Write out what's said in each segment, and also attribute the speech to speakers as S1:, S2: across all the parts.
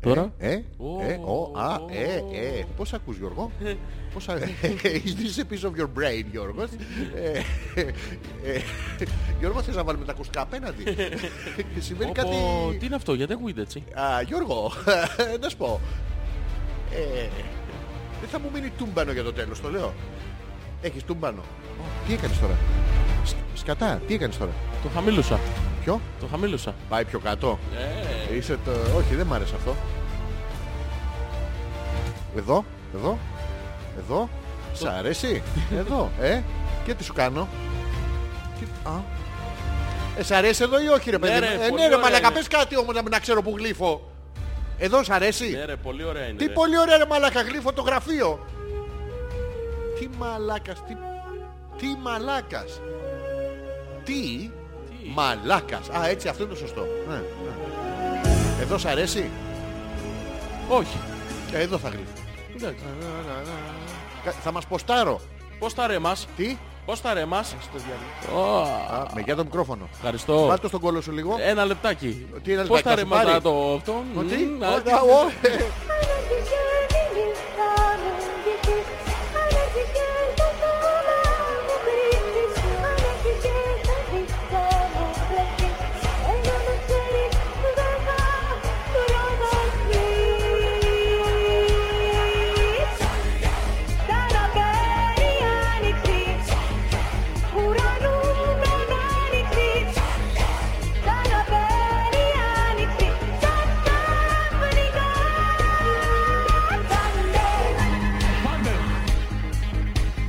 S1: Τώρα.
S2: Ε, ε,
S1: Ω,
S2: ε, ο, α, ε, ε. Πώς ακούς Γιώργο. Πώς
S1: Ε,
S2: α- Is this a piece of your brain Γιώργος. Ε, ε, Γιώργο θες να βάλουμε τα ακουστικά απέναντι. Συμβαίνει
S1: Πω, πω,
S2: κάτι...
S1: Τι είναι αυτό, γιατί ακούγεται έτσι.
S2: Α, Γιώργο, να σου πω. Ε, δεν θα μου μείνει τούμπανο για το τέλος, το λέω. Έχεις τούμπανο. Ω, Τι έκανες τώρα. Σ- Σκατά, τι έκανες τώρα.
S1: Το χαμήλωσα.
S2: Ποιο.
S1: Το χαμήλωσα.
S2: Πάει πιο κάτω.
S1: Ε,
S2: Είσαι το... Όχι, δεν μ' άρεσε αυτό. Εδώ, εδώ, εδώ. Σ' αρέσει. εδώ, ε. Και τι σου κάνω. Τι... Α. Ε, σ' αρέσει εδώ ή όχι ρε παιδί.
S1: ρε,
S2: μου? ε,
S1: πολύ
S2: ναι ρε
S1: ωραία
S2: μαλακα,
S1: είναι.
S2: πες κάτι όμως να, να ξέρω που γλύφω. Εδώ σ' αρέσει.
S1: Ναι ρε, πολύ ωραία είναι.
S2: τι
S1: ρε.
S2: πολύ ωραία ρε μαλακα, γλύφω το γραφείο. Τι μαλάκας, τι... Τι μαλάκας. Τι...
S1: Τι?
S2: Μαλάκας. Α, έτσι, αυτό είναι το σωστό. Ναι, ναι. Εδώ σ' αρέσει.
S1: Όχι.
S2: Ε, Εδώ θα γλύφω.
S1: Εντάξει. ε,
S2: Κα- Θα μας ποστάρω.
S1: Πώς τα ρε μας.
S2: Τι?
S1: Πώς τα ρε μας.
S2: Ας, με για το μικρόφωνο.
S1: Ευχαριστώ.
S2: Βάλ' το στον κόλλο σου λίγο.
S1: Ένα λεπτάκι.
S2: Τι ένα
S1: Πώς
S2: λεπτάκι, θα
S1: τα ρε
S2: σου
S1: μας
S2: πάρει?
S1: να το αυτό.
S2: Ο, Τι?
S1: Μμμ,
S2: Ο,
S1: α,
S2: τα- ο, ε,
S3: Sunday.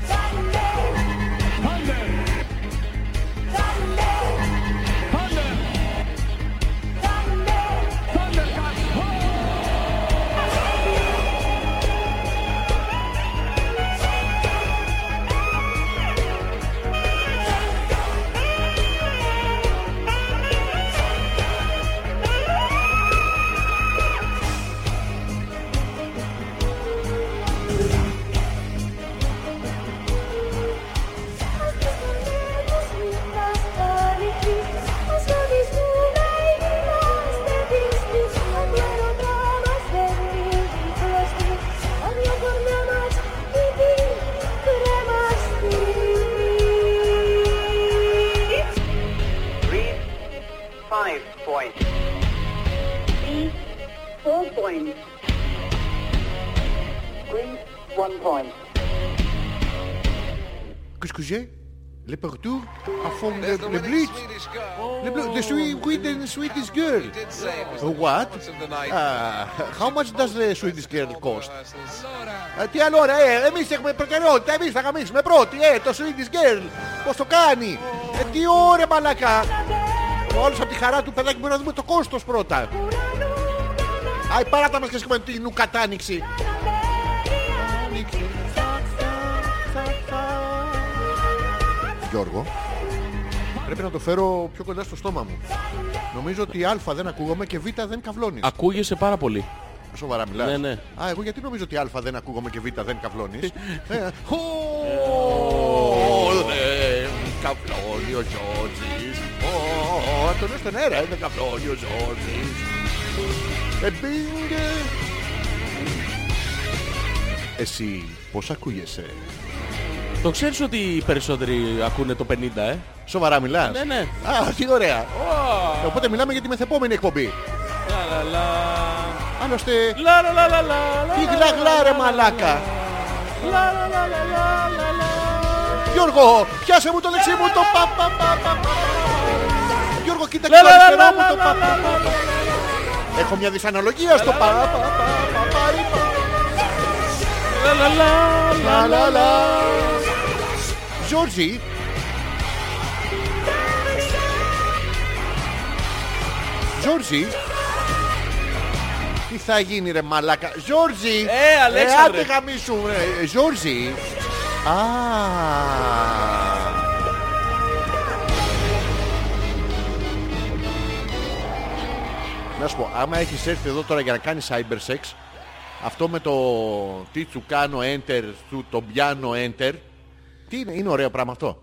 S3: Sunday, Sunday, Sunday.
S4: Read five points. Read four points. Read one point.
S2: Qu'est-ce que j'ai? Le partout, à fond le le blitz. Le blue- The Swe- Sweden- Swedish girl. Uh, What? Ah, How much does the Swedish girl cost? Ε, Τι άλλο ώρα, ε, εμείς έχουμε προτεραιότητα, εμείς θα γαμίσουμε πρώτοι, ε, το Swedish girl, πώς το κάνει, ε, τι ώρα μαλακά. Όλος από τη χαρά του παιδάκι μπορεί να δούμε το κόστος πρώτα. Άι, πάρα τα μας και σκεφτούμε την νουκατάνοιξη. Γιώργο, πρέπει να το φέρω πιο κοντά στο στόμα μου. Νομίζω ότι α δεν ακούγομαι και β δεν καβλώνεις.
S1: Ακούγεσαι πάρα πολύ.
S2: Σοβαρά μιλάς.
S1: Ναι, ναι.
S2: Α, εγώ γιατί νομίζω ότι α δεν ακούγομαι και β δεν καβλώνεις. ε, χω, δεν ναι, καβλώνει ο Τζότζης. Ω, Τον έστω στον αέρα, ε, δεν καβλώνει ο Τζότζης. Ε, μπινγκ, ε. Εσύ πώς ακούγεσαι.
S1: Το ξέρεις ότι οι περισσότεροι ακούνε το 50, ε.
S2: Σοβαρά μιλάς.
S1: Ναι, ναι.
S2: Α, τι ωραία. Οπότε μιλάμε για τη μεθεπόμενη εκπομπή.
S1: Λα, λα, λα.
S2: Άλλωστε,
S1: Λα, λα, λα, λα, λα, λα,
S2: τι γλαγλά ρε μαλάκα.
S1: λα, λα, λα, λα, λα, λα, λα.
S2: Γιώργο, πιάσε μου το δεξί μου το πα πα πα πα πα. Γιώργο, κοίτα και
S1: Λα,
S2: το
S1: λα, λα,
S2: αριστερό
S1: λα,
S2: μου το
S1: λα,
S2: πα
S1: λα,
S2: πα
S1: λα,
S2: πα.
S1: λα.
S2: Έχω μια δυσαναλογία στο πα πα πα πα πα, ρι,
S1: Λα, λα, λα,
S2: πα. Λα λα λα. Γιώργη, Γιώργη, τι θα γίνει ρε μαλάκα. Γιώργη,
S1: Ε, Αλέξανδρε.
S2: Ε, άντε γαμίσου, ρε. Ε, Γιώργη. Α. Να σου πω, άμα έχεις έρθει εδώ τώρα για να κάνεις cyber sex, αυτό με το τι σου κάνω enter, σου το πιάνω enter, τι είναι, είναι ωραίο πράγμα αυτό.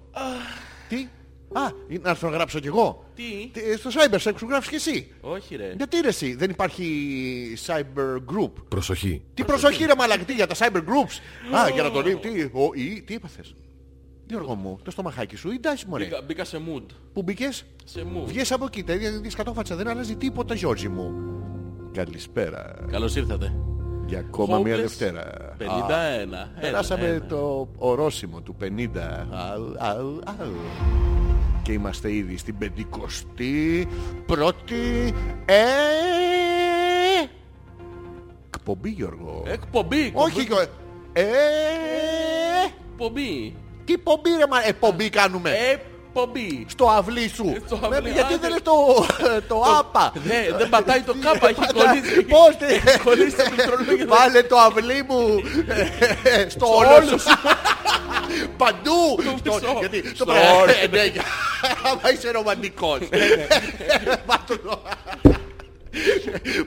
S2: τι, Α, ή να έρθω να γράψω κι εγώ.
S1: Τι? Ε.
S2: Ε, Στο cyber sex σου γράφεις κι εσύ.
S1: Όχι ρε.
S2: Γιατί ρε εσύ, δεν υπάρχει cyber group.
S5: Προσοχή.
S2: Τι προσοχή ρε μαλακ, τι για τα cyber groups. Α, για να το λέει, τι, ο, ή, τι έπαθες. Γιώργο μου, το στομαχάκι σου, ή ντάση μωρέ.
S1: Μπήκα, μπήκα σε mood.
S2: Που μπήκες,
S1: Σε mood.
S2: βγες από εκεί, τα ίδια της κατόφατσα, δεν αλλάζει τίποτα Γιώργη μου. Καλησπέρα.
S1: Καλώς ήρθατε.
S2: Για ακόμα μια
S1: Hopeless,
S2: Δευτέρα.
S1: 51.
S2: Α,
S1: Ένα, ναι,
S2: Περάσαμε
S1: ένα.
S2: το ορόσημο του 50. Αλ, αλ, αλ. Και είμαστε ήδη στην 51η πρώτη ε... εκπομπή, Γιώργο.
S1: Ε, Εκπομπή.
S2: Όχι, Γιώργο. Ε...
S1: Εκπομπή.
S2: Τι πομπή ρε μα... Εκπομπή κάνουμε.
S1: Εκπομπή.
S2: Στο αυλί σου.
S1: Ε, Στο αυλί,
S2: Ναι, γιατί
S1: άντε.
S2: δεν είναι το, το άπα.
S1: Δε, Ε, δεν πατάει το κάπα, έχει κολλήσει.
S2: Πώς τε-
S1: Κολλήσει το πληκτρολόγιο. δεν-
S2: Βάλε το αυλί μου ε, στο
S1: όλο
S2: όλο σου.
S1: σου.
S2: Παντού.
S1: Στο-
S2: Στο- Γιατί
S1: στο
S2: το πράγμα-
S1: όλο. Ναι,
S2: Ε, ναι, για- Άμα είσαι ρομαντικός. Βάζω το-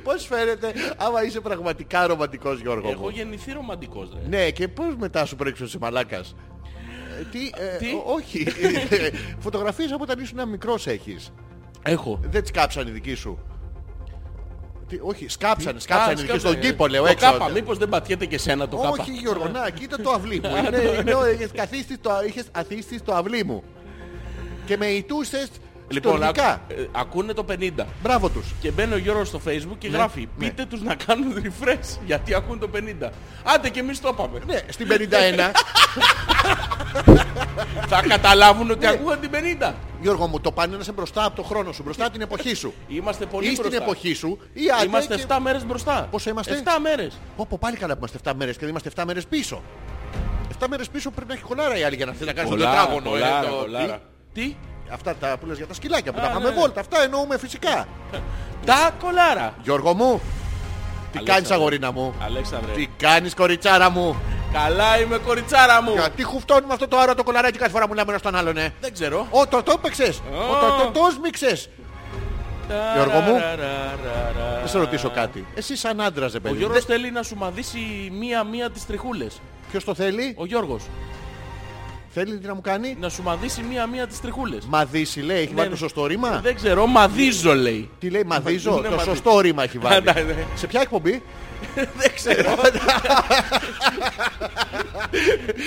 S2: Πώς φαίνεται άμα είσαι πραγματικά ρομαντικός Γιώργο
S1: Έχω
S2: μου.
S1: γεννηθεί ρομαντικός ρε.
S2: Ναι και πώς μετά σου πρέξω σε μαλάκας. Ε, Τι, ε,
S1: Τι?
S2: ό- όχι. Ε, Φωτογραφίες από όταν ήσουν μικρός έχεις.
S1: Έχω.
S2: Δεν τις κάψαν οι δικοί σου. Τι, όχι, σκάψαν,
S1: Α,
S2: σκάψαν οι δικοί
S1: σκάψε. ε,
S2: στον κήπο λέω
S1: Το
S2: έξω.
S1: κάπα, μήπως δεν πατιέται και σένα το κάπα. Ναι,
S2: Όχι Γιώργο, να κοίτα το αυλί μου. Είναι, είναι, ο- είχες καθίσει το, είχες αθίσει το αυλί μου. Και με ητούσες
S1: Λοιπόν,
S2: λοιπόν,
S1: ακου- ε, ακούνε το 50.
S2: Μπράβο τους.
S1: Και μπαίνει ο Γιώργος στο facebook
S2: Ναι,
S1: και γράφει Πείτε τους να κάνουν refresh γιατί ακούν το 50 Άντε και εμείς το είπαμε
S2: Ναι, στην 51.
S1: Θα καταλάβουν
S2: Ναι.
S1: ότι ακούγαν την 50
S2: Γιώργο μου, το πάνε να είσαι μπροστά από το χρόνο σου, μπροστά από την εποχή σου.
S1: Είμαστε πολύ
S2: Ή στην
S1: μπροστά
S2: εποχή σου, ή άντε
S1: Είμαστε
S2: και-
S1: 7 μέρες μπροστά
S2: Πόσο είμαστε?
S1: 7 μέρες
S2: Πω, πω, πάλι καλά που είμαστε 7 μέρες και δεν είμαστε 7 μέρες πίσω. 7 μέρες πίσω πρέπει να έχει κολάρα η άλλη για να θέλει να κάνει τον
S1: Κολάρα,
S2: τετράγωνο. ε,
S1: κολάρα,
S2: το-
S1: κολάρα. Τι?
S2: Αυτά τα που λες για τα σκυλάκια που τα
S1: Α,
S2: πάμε
S1: ναι.
S2: βόλτα, αυτά εννοούμε φυσικά.
S1: Τα κολάρα
S2: Γιώργο μου, τι κάνεις αγορίνα μου.
S1: Αλέξανδρε
S2: Τι κάνεις κοριτσάρα μου.
S1: Καλά είμαι κοριτσάρα μου
S2: Γιατί χουφτώνουμε αυτό το άρο το κολαράκι κάθε φορά που λέμε ένα στον άλλον, ε.
S1: Δεν ξέρω
S2: Ο, το το παίξες. Ο, το το το σμίξες. Γιώργο μου.
S1: Ταραραραραρα.
S2: Θα σε ρωτήσω κάτι. Εσύ σαν άντρας, ρε
S1: Ο
S2: παιδί.
S1: Γιώργος θέλει να σου μαδίσει μία-μία τις τριχούλες
S2: Ποιος το θέλει,
S1: Ο Γιώργος
S2: θέλει τι να μου κάνει.
S1: να σου μαδίσει μία-μία τις τριχούλες
S2: Μαδίσει λέει, έχει
S1: Ναι,
S2: βάλει
S1: ναι.
S2: το σωστό ρήμα.
S1: Δεν ξέρω, μαδίζω λέει
S2: Τι λέει, μαδίζω.
S1: Ναι,
S2: Το
S1: μαδί-
S2: σωστό ρήμα έχει βάλει.
S1: Α, ναι, ναι.
S2: Σε ποια εκπομπή.
S1: Δεν ξέρω.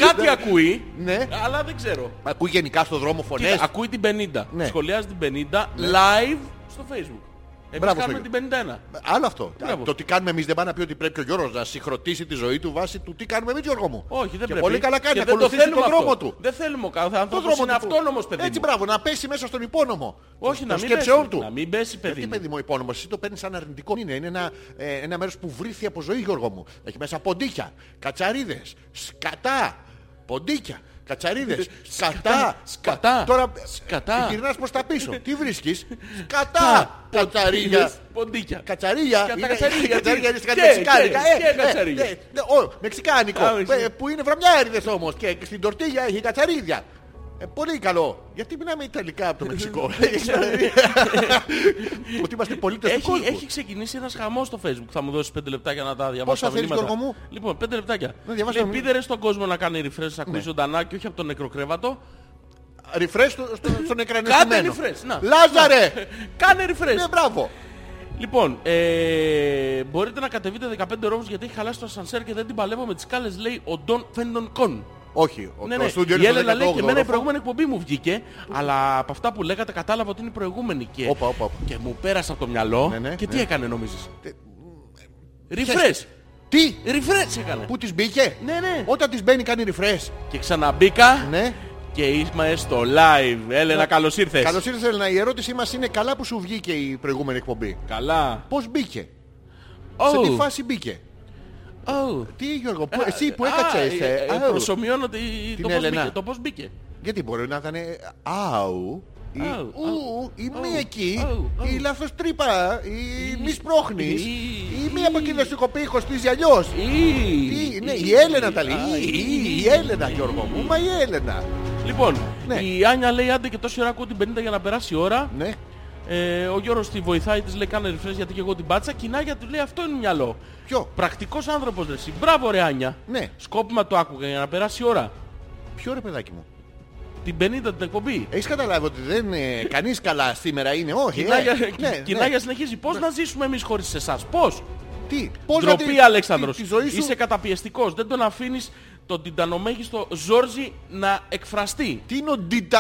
S1: Κάτι ακούει,
S2: Ναι.
S1: αλλά δεν ξέρω.
S2: Ακούει γενικά στο δρόμο
S1: Κοίτα,
S2: φωνές.
S1: ακούει την 50.
S2: Ναι.
S1: Σχολιάζει την 50 live στο facebook. Εμείς
S2: Μπράβο,
S1: κάνουμε
S2: Στέγιο.
S1: την 51.
S2: Άλλο αυτό.
S1: Μπράβο.
S2: Το τι κάνουμε εμείς δεν πάει να πει ότι πρέπει και ο Γιώργος να συγχρονίσει τη ζωή του βάσει του τι κάνουμε εμείς Γιώργο μου.
S1: Όχι, δεν
S2: και
S1: πρέπει.
S2: πολύ καλά κάνει.
S1: Και
S2: να
S1: δεν το
S2: Ακολουθήσει
S1: θέλουμε
S2: τον δρόμο
S1: αυτό.
S2: του.
S1: Δεν θέλουμε κάθε
S2: Το
S1: άνθρωπος
S2: δρόμο
S1: είναι
S2: του.
S1: αυτόνομος παιδί
S2: Έτσι,
S1: μου.
S2: μπράβο, να πέσει μέσα στον υπόνομο.
S1: Όχι, να
S2: Των
S1: μην
S2: σκέψεών
S1: πέσει.
S2: του.
S1: Να μην πέσει, παιδί
S2: Γιατί,
S1: μου.
S2: παιδί μου, ο υπόνομος, εσύ το παίρνεις σαν αρνητικό μήνα. Είναι ένα, ε, ένα μέρος που βρήθη από ζωή, Γιώργο μου. Έχει μέσα ποντίκια, κατσαρίδες, σκατά, ποντίκια. Κατσαρίδες, σκατά,
S1: Ε, σκατά,
S2: Τώρα
S1: σκατά.
S2: γυρνάς προς τα πίσω. Τι βρίσκεις, σκατά, κατσαρίδια.
S1: Είδες, Ποντίκια.
S2: Κατσαρία.
S1: Κατά
S2: είναι-
S1: κατσαρία,
S2: Κατσαρία
S1: τι-
S2: είναι κάτι
S1: και-
S2: μεξικάνικα.
S1: και-
S2: Ε,
S1: και
S2: ε,
S1: κατσαρία.
S2: ε, ναι, ο, Μεξικάνικο.
S1: Α, ναι. μεξι-
S2: ε, Που είναι βραμιάριδες όμως. Και στην τορτίγια έχει κατσαρίδια. Ε, πολύ καλό. Γιατί μιλάμε Ιταλικά από το Μεξικό. Ε, Ότι είμαστε πολίτες του
S1: Έχει,
S2: κόσμου.
S1: έχει ξεκινήσει ένας χαμός στο facebook. Θα μου δώσεις 5 λεπτάκια να τα διαβάσω.
S2: Πόσα
S1: τα
S2: θέλεις,
S1: μηνύματα.
S2: Γιώργο μου?
S1: Λοιπόν, 5 λεπτάκια.
S2: Να διαβάσω
S1: Λέει,
S2: τα μηνύματα. Ναι.
S1: πείτε ρε στον κόσμο να κάνει refresh, να ακούει ζωντανά και όχι από τον νεκροκρέβατο.
S2: Ριφρές στο- στο- στον
S1: Κάντε
S2: εκρανισμένο.
S1: refresh. Να.
S2: Λάζαρε!
S1: Ε, Κάνε refresh.
S2: Ναι, μπράβο.
S1: Λοιπόν, ε, μπορείτε να κατεβείτε 15 ρόμους γιατί έχει χαλάσει το ασανσέρ και δεν την παλεύω με τις κάλες, λέει ο Ντόν Φέντον Κον.
S2: Όχι, ο- το στούντιο
S1: Ναι, Η
S2: είναι στο
S1: Έλενα λέει και
S2: 18ο.
S1: εμένα η προηγούμενη εκπομπή μου βγήκε, αλλά από αυτά που λέγατε κατάλαβα ότι είναι η προηγούμενη και,
S2: Όπα, όπα, όπα.
S1: και μου πέρασε από το μυαλό
S2: Ναι, ναι,
S1: και τι
S2: ναι.
S1: έκανε νομίζεις. Refresh.
S2: Τι,
S1: Refresh έκανε.
S2: πού της μπήκε.
S1: Ναι, ναι.
S2: Όταν της μπαίνει κάνει refresh.
S1: Και ξαναμπήκα
S2: Ναι.
S1: και ήρθαμε στο live. Έλενα, καλώς ήρθες.
S2: Καλώς ήρθες Ελένα. Η ερώτησή μας είναι καλά που σου βγήκε η προηγούμενη εκπομπή.
S1: Καλά.
S2: Πώς μπήκε. Σε
S1: Oh,
S2: τι φάση μπήκε.
S1: oh.
S2: Τι Γιώργο, που, εσύ που
S1: Α,
S2: έκατσες.
S1: ε,
S2: ε,
S1: ε,
S2: αου.
S1: Προσωμιώνω τη- το πώς
S2: Έλενα.
S1: μπήκε- το πώς μπήκε.
S2: Γιατί μπορεί να ήταν ε, αου ή
S1: Αου,
S2: ου
S1: αου,
S2: ή
S1: αου,
S2: μη εκεί
S1: αου, αου.
S2: ή λάθος τρύπα ή μη σπρώχνεις
S1: ή,
S2: ή μη από εκεί δεν σου έχω πει κοστίζει αλλιώς. Ή, Ναι, η Έλενα τα λέει. Ή, ή, Η Έλενα Γιώργο μου, μα η Έλενα.
S1: Λοιπόν,
S2: Ναι.
S1: η Άνια λέει άντε και τόση ώρα ακούω την 50 για να περάσει η ώρα.
S2: Ναι.
S1: Ε, ο Γιώργος τη βοηθάει, της λέει κάνε refresh γιατί και εγώ την πάτσα. Κοινάγια του λέει αυτό είναι μυαλό.
S2: Ποιο,
S1: Πρακτικός άνθρωπος ρε εσύ. Μπράβο ρε Άνια.
S2: Ναι.
S1: Σκόπιμα το άκουγα για να περάσει η ώρα.
S2: ποιο ρε παιδάκι μου.
S1: την 50 την εκπομπή.
S2: Έχεις καταλάβει ότι δεν ε, κανείς καλά σήμερα είναι, όχι. ε,
S1: Κοινάγια,
S2: ναι, ναι.
S1: Κοινάγια συνεχίζει. Πώς να ζήσουμε εμείς χωρίς εσάς. Πώς.
S2: Τι, πώς να
S1: Ντροπή
S2: τη-
S1: Αλέξανδρος.
S2: Τη, τη ζωή σου.
S1: Είσαι καταπιεστικός. Δεν τον αφήνεις τον τιτανομέγιστο Ζόρζι να εκφραστεί.
S2: Τι είναι ο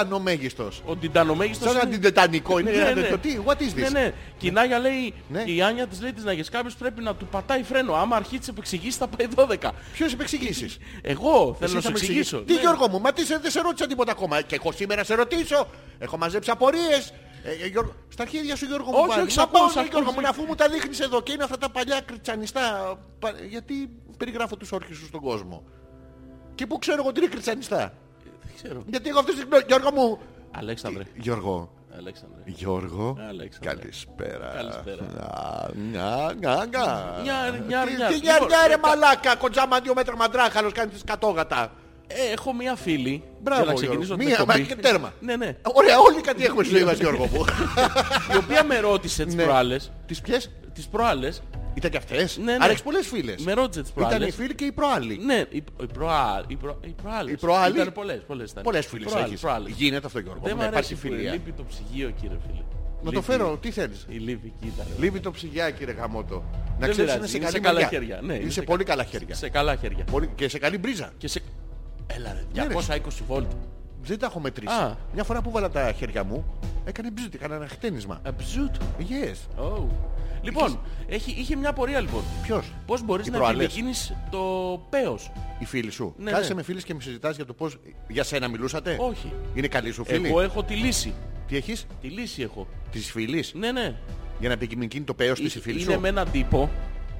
S2: τιτανομέγιστος.
S1: Ο τιτανομέγιστος...
S2: Σαν
S1: είναι-
S2: αντιτετανικό είναι.
S1: Ναι,
S2: ένα
S1: ναι.
S2: τέτοιο. Τι, what is
S1: Ναι,
S2: this.
S1: ναι. Κοινάγια λέει,
S2: Ναι.
S1: η Άνια της λέει της Ναγιές κάποιος πρέπει να του πατάει φρένο. Άμα αρχίσει να επεξηγήσεις θα πάει 12.
S2: Ποιος επεξηγήσεις.
S1: Εγώ θέλω
S2: Εσύ
S1: να
S2: θα
S1: σου
S2: με
S1: εξηγήσω.
S2: εξηγήσεις. Τι
S1: Ναι.
S2: Γιώργο μου, μα τι σε- δεν σε ρώτησα τίποτα ακόμα. Και εγώ σήμερα σε ρωτήσω. Έχω μαζέψει απορίες. Ε, ε, Γιώργο, στα χέρια σου Γιώργο μου
S1: Όχι,
S2: πάλι.
S1: όχι, σ'
S2: Μα
S1: ακούω,
S2: πάω,
S1: σ'
S2: ρε,
S1: ακούω,
S2: Γιώργο
S1: σ'
S2: μου, αφού μου τα δείχνεις εδώ και είναι αυτά τα παλιά κριτσανιστά. πα- Γιατί περιγράφω τους όρχες σου στον κόσμο. Και πού ξέρω εγώ ότι είναι κριτσανιστά.
S1: Δεν ξέρω.
S2: Γιατί εγώ αυτές τις... γνω- Γιώργο μου.
S1: Αλέξανδρε.
S2: Γιώργο.
S1: Αλέξανδρε.
S2: Γιώργο.
S1: Αλέξανδρε.
S2: Καλησπέρα.
S1: Καλησπέρα.
S2: Α, Νιά, νιά, νιά.
S1: Νιά,
S2: Τι-
S1: νιά, νιά.
S2: Τι νιά,
S1: Λοιπόν,
S2: νιά, ρε
S1: κα-
S2: μαλάκα. Κοντζάμα δύο μέτρα μαντράχαλος κάνεις τις κατόγατα.
S1: Ε, έχω μία φίλη.
S2: Μπράβο,
S1: για να ξεκινήσω
S2: Γιώργο.
S1: την
S2: Μία,
S1: εκπομπή.
S2: μα και τέρμα.
S1: Ναι, ναι.
S2: Ωραία, όλοι κάτι έχουμε στη ζωή μας Γιώργο μου.
S1: Η οποία με ρώτησε τις
S2: Ναι.
S1: προάλλες.
S2: Τις ποιες
S1: Τις προάλλες.
S2: ήταν και αυτές.
S1: Ναι, ναι.
S2: Άρα έχεις πολλές φίλες.
S1: Με ρώτησε τις
S2: Ήταν οι
S1: προάλλες.
S2: φίλοι και οι προάλλοι.
S1: Ναι, οι, οι, προά, οι, προ, οι προάλλες.
S2: Οι προάλλοι.
S1: Ήταν πολλές, πολλές ήταν.
S2: Πολλές φίλες
S1: Προάλλες,
S2: έχεις.
S1: προάλλες.
S2: Γίνεται αυτό Γιώργο.
S1: ναι. Δεν
S2: μου,
S1: μου
S2: να
S1: αρέσει
S2: Υπάρχει
S1: που
S2: φιλία.
S1: λείπει το ψυγείο, κύριε φίλε.
S2: Να το
S1: Λείπει-
S2: φέρω, τι θέλεις.
S1: Η λύπη εκεί ήταν.
S2: Λείπει το ψυγιά κύριε Γαμότο. Να
S1: Δεν
S2: ξέρεις
S1: πειράζει,
S2: είναι σε
S1: είναι
S2: καλή
S1: σε καλά
S2: μεριά.
S1: χέρια. Ναι,
S2: Είναι
S1: είναι
S2: σε
S1: σε
S2: πολύ καλά χέρια.
S1: Σε καλά χέρια.
S2: Πολύ- Και σε καλή μπρίζα.
S1: Και σε... Έλα ρε,
S2: Ναι, ρε.
S1: 220 βόλτ.
S2: Δεν τα έχω μετρήσει.
S1: Α.
S2: Μια φορά που βάλα τα χέρια μου, έκανε μπζουτ, έκανα ένα χτένισμα.
S1: Αψούτ.
S2: Yes.
S1: Oh. Λοιπόν, έχει, είχε μια πορεία λοιπόν.
S2: Ποιος?
S1: Πώς μπορείς
S2: Οι
S1: να
S2: προάλλες.
S1: επιμηκύνεις το πέος.
S2: Οι φίλοι σου.
S1: Ναι,
S2: Κάθεσαι
S1: ναι.
S2: με φίλες και με συζητάς για το πώς... Για σένα μιλούσατε.
S1: Όχι.
S2: Είναι καλή σου φίλη.
S1: Εγώ ε- έχω τη λύση.
S2: Τι έχεις,
S1: Τη λύση έχω.
S2: της φίλης.
S1: Ναι, ναι.
S2: Για να επικοινωνεί το πέος της η φίλη
S1: Ε- είναι
S2: σου.
S1: με έναν τύπο,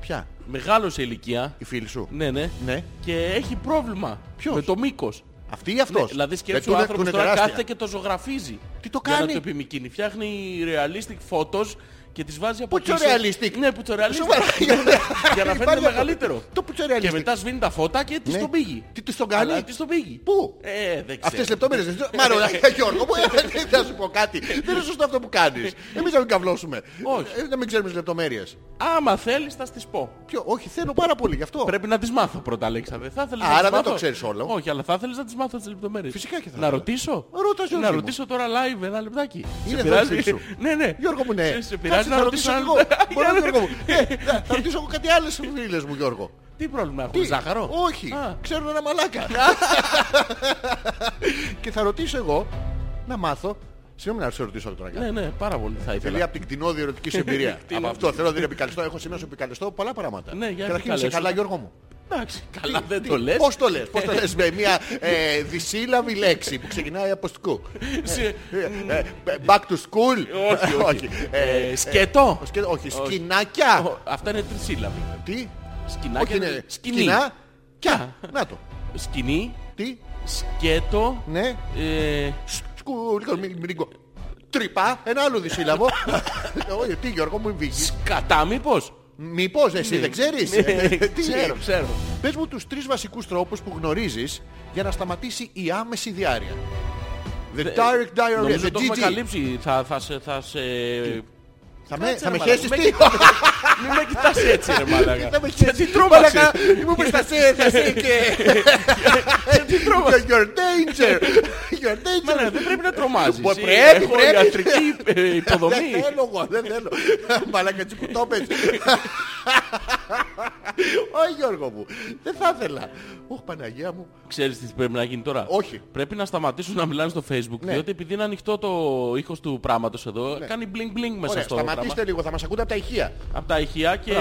S2: Ποια,
S1: μεγάλος σε ηλικία.
S2: η φίλη σου.
S1: Ναι, ναι.
S2: Ναι.
S1: Και έχει πρόβλημα.
S2: Ποιος?
S1: Με το μήκος.
S2: Αυτή ή αυτός.
S1: Ναι, δηλαδή σκέψου
S2: Δεν
S1: ο
S2: του-
S1: άνθρωπος
S2: του
S1: τώρα
S2: είναι τεράστια.
S1: κάθεται και το ζωγραφίζει.
S2: Τι το
S1: Για
S2: κάνει?
S1: να το επιμηκύνει. Φτιάχνει realistic photos και τις βάζει από
S2: Πουτσο realistic.
S1: Ναι, που το
S2: Σοβαρά.
S1: realistic. για να φαίνεται
S2: Υπάρχει
S1: μεγαλύτερο.
S2: αυτό. Το πουτσο
S1: Και
S2: realistic.
S1: μετά σβήνει τα φώτα και της
S2: Ναι.
S1: τον πήγει.
S2: Τι της τον κάνει?
S1: Αλλά της τον πήγη.
S2: Πού?
S1: Ε, δεν ξέρω.
S2: Αυτές τις λεπτομέρειες δεν ξέρω. Μάλλον, Γιώργο μου, ε, θα σου πω κάτι. Δεν είναι σωστό αυτό που κάνεις. Εμείς να μην καυλώσουμε.
S1: Όχι.
S2: Ε, Να μην ξέρουμε τις λεπτομέρειες.
S1: Άμα θέλεις θα στις πω.
S2: Ποιο, όχι, θέλω πάρα πολύ γι' αυτό.
S1: Πρέπει να τις μάθω πρώτα, Αλέξανδρε. Θα ήθελες
S2: Α,
S1: να τις
S2: άρα δεν
S1: μάθω.
S2: το ξέρεις όλο.
S1: Όχι, αλλά θα ήθελες να τις μάθω τις λεπτομέρειες.
S2: Φυσικά και θα
S1: Να
S2: ήθελα.
S1: ρωτήσω.
S2: Ρώτα, Γιώργη
S1: να
S2: μου.
S1: ρωτήσω τώρα live ένα λεπτάκι.
S2: Είναι
S1: σε
S2: εδώ η
S1: πειράζει.
S2: φίλη σου.
S1: ναι, ναι.
S2: Γιώργο μου, ναι.
S1: Σε- Σε πειράζει
S2: Κάτσε,
S1: να
S2: θα
S1: ρωτήσω ένα
S2: εγώ.
S1: λεπτάκι.
S2: Μπορώ, Γιώργο μου. Ε, θα- Θα ρωτήσω εγώ κάτι άλλες φίλες μου, Γιώργο.
S1: Τι πρόβλημα έχουμε, ζάχαρο.
S2: Όχι.
S1: Α.
S2: Ξέρω ένα μαλάκα. Και θα ρωτήσω εγώ να μάθω. Συγγνώμη να σε ρωτήσω τώρα κάτι.
S1: Ναι, ναι, πάρα πολύ θα
S2: Τελεία
S1: ήθελα.
S2: από την κτηνόδη ερωτική σου εμπειρία.
S1: Κτηνόδη.
S2: από αυτό θέλω να την επικαλεστώ. Έχω σήμερα να σου επικαλεστώ πολλά πράγματα.
S1: Ναι, για
S2: Καταρχήν είσαι
S1: επικαλέσου.
S2: καλά, Γιώργο μου.
S1: Εντάξει, καλά δεν το λες.
S2: Πώς το λες, πώς το λες με μια ε, δυσύλλαβη λέξη που ξεκινάει από σκου.
S1: Σε-
S2: Ε, ε, Back to school.
S1: Όχι, όχι.
S2: Ε,
S1: Ε, Σκέτο.
S2: σκε- Όχι, σκινάκια.
S1: Ο, Αυτά είναι τρισύλλαβοι.
S2: Τι.
S1: Σκινάκια.
S2: Όχι, ναι, είναι
S1: Σκηνή.
S2: σκινά. Κιά. Να το.
S1: Σκηνή.
S2: Τι.
S1: Σκέτο.
S2: Ναι.
S1: Ε,
S2: Σκου. Λίγο. μη- μη- λίγο. Τρυπά. Ένα άλλο δυσύλλαβο. Όχι, τι Γιώργο μου βγήκε.
S1: σκατά μήπως.
S2: Μήπως εσύ δεν ξέρεις. Ε,
S1: Ε,
S2: Τι
S1: Ξέρω, ξέρω.
S2: Πες μου τους τρεις βασικούς τρόπους που γνωρίζεις για να σταματήσει η άμεση διάρκεια. The direct diarrhea,
S1: Ε, Νομίζω
S2: the
S1: το έχουμε
S2: GG.
S1: καλύψει. Θα, θα, σε- θα σε...
S2: Θα με,
S1: Κάτσε,
S2: θα
S1: ρε,
S2: με
S1: μαλάκα.
S2: χέσεις
S1: Με
S2: τι.
S1: Μην με κοιτάς έτσι ρε μάλακα.
S2: Θα με χέσεις.
S1: Γιατί τρόμαξε.
S2: Μαλάκα, Μου πες θα σε, θα σε και...
S1: Γιατί τρόμαξε.
S2: You're danger. You're
S1: Μα ναι,
S2: danger.
S1: δεν πρέπει να τρομάζεις.
S2: Μπο-
S1: Ε,
S2: πρέπει,
S1: έχω
S2: πρέπει. Ναι,
S1: ιατρική ε,
S2: Δεν
S1: υποδομή.
S2: θέλω εγώ, δεν θέλω. Μαλάκα τσικουτόπες. Όχι Γιώργο μου, δεν θα ήθελα. Ωχ Παναγία μου.
S1: Ξέρεις τι πρέπει να γίνει τώρα.
S2: Όχι.
S1: Πρέπει να σταματήσουν να μιλάνε στο facebook.
S2: Ναι.
S1: Διότι επειδή είναι ανοιχτό το ήχος του πράγματος εδώ, κάνει bling bling μέσα
S2: Ωραία,
S1: στο πράγμα.
S2: σταματήστε λίγο, θα μας ακούτε από τα ηχεία.
S1: Από τα ηχεία και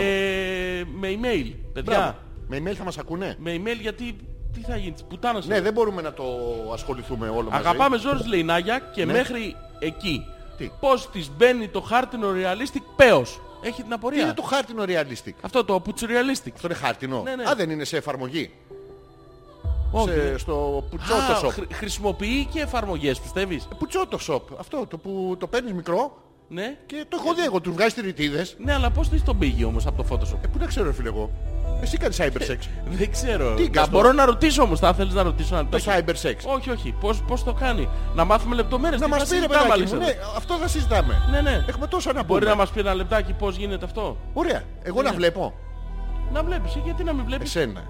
S1: με email. Παιδιά,
S2: Μπράβο. Με email θα μας ακούνε.
S1: με email γιατί τι θα γίνει, της πουτάνας.
S2: Ναι, δεν μπορούμε να το ασχοληθούμε όλο μαζί.
S1: Αγαπάμε Ζόρις λέει η Νάγια και
S2: Ναι.
S1: μέχρι εκεί.
S2: Τι?
S1: Πώς της μπαίνει το χάρτινο realistic πέος. Έχει την
S2: Τι είναι
S1: απορία.
S2: το χάρτινο realistic.
S1: Αυτό το πουτσι realistic.
S2: Αυτό είναι χάρτινο.
S1: Ναι, ναι.
S2: Α, δεν είναι σε εφαρμογή.
S1: Όχι.
S2: Σε, στο
S1: Α,
S2: πουτσότο shop.
S1: χρη- χρησιμοποιεί και εφαρμογές πιστεύεις.
S2: Πουτσότο shop. Αυτό το που το παίρνεις μικρό
S1: Ναι.
S2: και το έχω δει εγώ. Τους βγάζεις τηρητίδες.
S1: Ναι, αλλά πώς της τον πήγε όμως από το Photoshop.
S2: Ε, πού να ξέρω, ρε φίλε εγώ. Εσύ κάνεις cyber sex.
S1: Δεν ξέρω.
S2: Τι
S1: να
S2: κάνεις
S1: μπορώ
S2: τώρα?
S1: να ρωτήσω όμως, θα θέλεις να ρωτήσω ένα
S2: το
S1: λεπτό.
S2: cyber sex.
S1: Όχι, όχι. Πώς, πώς το κάνει. Να μάθουμε λεπτομέρειες.
S2: Να
S1: Τι
S2: μας
S1: θα
S2: πει ρε
S1: συζητάμε,
S2: παιδάκι μου.
S1: Αλέξανδρε.
S2: Ναι, αυτό θα συζητάμε.
S1: Ναι, ναι.
S2: Έχουμε τόσα να
S1: Μπορεί
S2: πούμε.
S1: να μας Ναι. πει ένα λεπτάκι πώς γίνεται αυτό.
S2: Ωραία. Εγώ να βλέπω.
S1: Να βλέπεις, ε, γιατί να μην βλέπεις.
S2: Εσένα.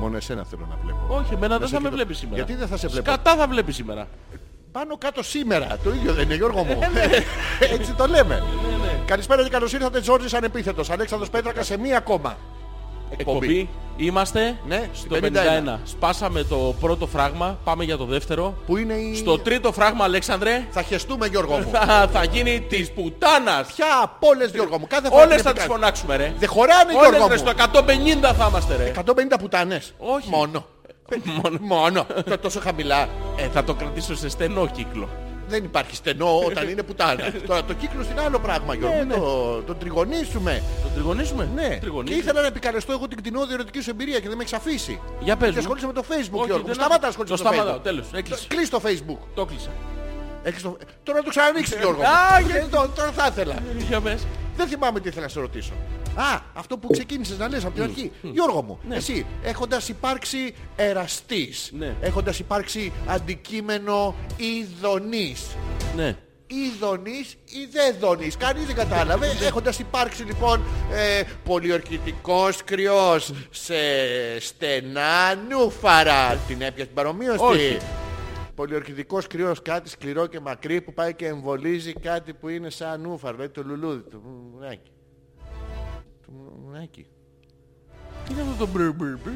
S2: Μόνο εσένα θέλω να βλέπω.
S1: Όχι, εμένα
S2: Να
S1: δεν
S2: σε
S1: θα με
S2: κοιτώ.
S1: βλέπεις σήμερα.
S2: Γιατί δεν θα σε βλέπω.
S1: Σκατά θα βλέπεις σήμερα.
S2: Πάνω κάτω σήμερα. Το ίδιο δεν είναι, Γιώργο μου. Έτσι το λέμε. Καλησπέρα και καλώς ήρθατε, Τζόρτζης Ανεπίθετος. Αλέξανδρος Πέτρακας σε μία ακόμα.
S1: Εκπομπή. Είμαστε
S2: Ναι,
S1: στο 51.
S2: 51.
S1: Σπάσαμε το πρώτο φράγμα, πάμε για το δεύτερο.
S2: Που είναι η...
S1: Στο τρίτο φράγμα, Αλέξανδρε,
S2: Θα χεστούμε, Γιώργο μου.
S1: θα, θα γίνει της πουτάνας.
S2: Πια από όλες, Γιώργο μου. Κάθε φορά
S1: Όλες
S2: πρέπει
S1: θα τις
S2: κάτι.
S1: φωνάξουμε, ρε.
S2: Δεν χωράνε, Γιώργο
S1: Όλες ρε,
S2: μου.
S1: στο 150 θα είμαστε, ρε.
S2: 150 πουτάνες.
S1: Όχι.
S2: Μόνο.
S1: Μόνο-
S2: Μόνο. Τα τόσο χαμηλά.
S1: Ε, θα το κρατήσω σε στενό κύκλο.
S2: Δεν υπάρχει στενό όταν είναι πουτάνα. Τώρα το κύκλο είναι άλλο πράγμα, Γιώργο. μου. Το, το τριγωνίσουμε.
S1: Το Ναι, τριγωνίσουμε.
S2: Ναι. Και
S1: Τριγωνίσουμε.
S2: ήθελα να επικαλεστώ εγώ την κτηνόδη ερωτική σου εμπειρία και δεν με έχεις αφήσει.
S1: Για πες
S2: Και
S1: μου.
S2: ασχολείσαι με το Facebook,
S1: Όχι,
S2: Γιώργο. μου.
S1: δεν
S2: Σταμάτα
S1: έχω-
S2: να ασχολείσαι
S1: Το
S2: με το
S1: σταματάω,
S2: Facebook.
S1: τέλος. Έκλεισε.
S2: Κλείς το Facebook.
S1: Το κλείσα.
S2: Έχεις το... Τώρα να το ξανανοίξεις, Γιώργο. μου.
S1: Α,
S2: Ε,
S1: γιατί-
S2: το- Τώρα θα ήθελα.
S1: Για πες.
S2: Δεν θυμάμαι τι ήθελα να σε ρωτήσω. Α, αυτό που ξεκίνησες να λες από την αρχή. Γιώργο μου, εσύ έχοντας υπάρξει εραστής,
S1: Ναι.
S2: έχοντας υπάρξει αντικείμενο ειδονής,
S1: Ναι.
S2: ή δονείς ή δεν δονείς. Κανείς δεν κατάλαβε. Έχοντας υπάρξει λοιπόν ε, πολιορκητικός κρυός σε στενά νούφαρα. Την έπιασες την παρομοίωση.
S1: Όχι.
S2: Πολιορκητικός κρυός κάτι σκληρό και μακρύ που πάει και εμβολίζει κάτι που είναι σαν νούφαρο. Δηλαδή το λουλούδι του μουνάκι. Του μουνάκι.
S1: Τι είναι αυτό το μπρ μπρ μπρ.
S2: Ε,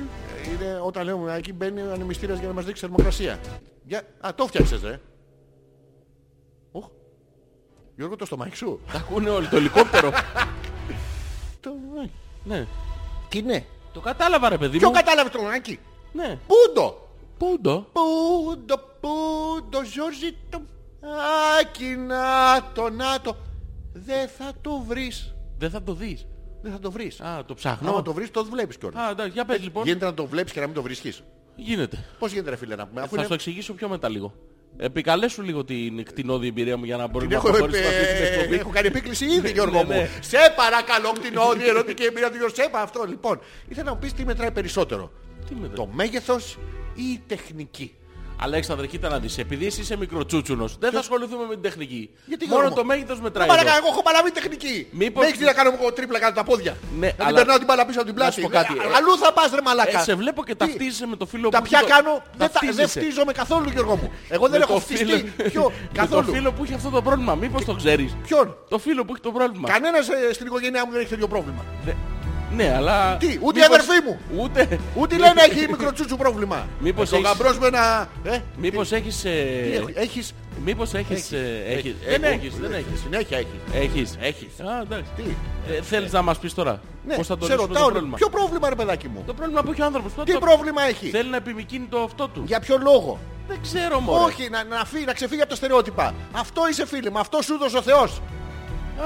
S2: Είναι όταν λέω μουνάκι μπαίνει ο ανεμιστήρας για να μας δείξει θερμοκρασία. Για... Α, το φτιάξες ρε. Οχ. Γιώργο το στομάχι σου.
S1: Τα ακούνε όλοι. Το ελικόπτερο.
S2: Το μουνάκι.
S1: Ναι.
S2: Τι ναι.
S1: Το κατάλαβα, ρε παιδί
S2: Ποιο
S1: μου.
S2: κατάλαβες το λονάκι.
S1: Ναι.
S2: Πούντο.
S1: Πούντο.
S2: Πούντο, πούντο, Ζόρζι το άκι να το να το. Δεν θα το βρεις.
S1: Δεν θα το δεις.
S2: Δεν θα το βρεις.
S1: Α, το ψάχνω.
S2: Άμα το βρεις το βλέπεις κιόλας.
S1: Α, εντάξει, για πες λοιπόν.
S2: Γίνεται να το βλέπεις και να μην το βρίσκεις.
S1: Γίνεται.
S2: Πώς γίνεται ρε φίλε να πούμε. Αφού
S1: Θα
S2: είναι...
S1: σου εξηγήσω πιο μετά λίγο. Επικαλέσου λίγο την κτηνόδη εμπειρία μου για να μπορεί
S2: την
S1: να
S2: Έχω,
S1: προχωρήσει
S2: ε,
S1: αυτή την εκπομπή.
S2: έχω κάνει επίκληση ήδη Γιώργο
S1: Ναι,
S2: μου.
S1: ναι.
S2: Σε παρακαλώ κτηνόδη ερωτική εμπειρία του Γιώργου. Σε πα- αυτό λοιπόν. Ήθελα να μου πεις τι μετράει περισσότερο.
S1: Τι με
S2: Το
S1: το...
S2: μέγεθος ή η τεχνική.
S1: Αλέξανδρε, κοίτα να δεις. Επειδή εσύ είσαι μικροτσούτσουνος, δεν θα ασχοληθούμε με την τεχνική.
S2: Γιατί,
S1: Μόνο
S2: Γιώργο μου?
S1: το μέγεθος μετράει. εδώ.
S2: Παρακαλώ, εγώ έχω παραλάβει τεχνική.
S1: Μήπως-
S2: Μήπως... Δεν έχεις τι να κάνω εγώ τρίπλα κάτω τα πόδια.
S1: Ναι,
S2: να την
S1: αλλά-
S2: περνάω την μπάλα πίσω από την
S1: Να σου
S2: πλάτη.
S1: πω κάτι, ε.
S2: Αλλού θα πας ρε μαλάκα.
S1: Ε, σε βλέπω και
S2: Τι,
S1: ταυτίζεσαι με το φίλο
S2: Τα
S1: που...
S2: πια
S1: το-
S2: κάνω, δεν, θα, δεν
S1: ταυτίζεσαι.
S2: φτίζομαι καθόλου Γιώργο μου. Εγώ δεν
S1: Με
S2: έχω
S1: το
S2: φτιστεί
S1: φίλο-
S2: ποιο,
S1: με Το
S2: καθόλου.
S1: φίλο που έχει αυτό το πρόβλημα, μήπως το ξέρεις.
S2: Ποιον.
S1: Το φίλο που έχει το πρόβλημα.
S2: Κανένας ε, στην οικογένειά μου δεν έχει τέτοιο πρόβλημα.
S1: Δε- Ναι, αλλά...
S2: Τι, ούτε η
S1: μήπως-
S2: αδερφή μου.
S1: Ούτε...
S2: Ούτε λένε έχει μικροτσούτσου πρόβλημα. Ε,
S1: Μήπως
S2: Το
S1: έχεις-
S2: γαμπρός με ένα... Ε,
S1: Μήπως έχεις... ε,
S2: τι έχω- έχεις...
S1: Μήπως έχεις... ε, έχεις-
S2: Δεν
S1: ε,
S2: έχω.
S1: έχεις, Ε, δεν έχεις.
S2: Συνέχεια έχεις.
S1: Έχεις.
S2: Έχεις.
S1: Α, εντάξει.
S2: Τι.
S1: Ε, θέλεις να μας πεις τώρα
S2: Ναι,
S1: πώς θα το
S2: σε
S1: λύσουμε το
S2: ρωτάω.
S1: πρόβλημα.
S2: Ποιο πρόβλημα ρε παιδάκι μου.
S1: Το πρόβλημα που έχει ο άνθρωπος.
S2: Τι
S1: το-
S2: πρόβλημα έχει.
S1: Θέλει να επιμηκύνει το αυτό του.
S2: Για ποιο λόγο.
S1: Δεν ξέρω μόνο.
S2: Όχι, να, να, φύγει, να ξεφύγει από τα στερεότυπα. Αυτό είσαι φίλε μου, αυτό σου έδωσε ο Θεός.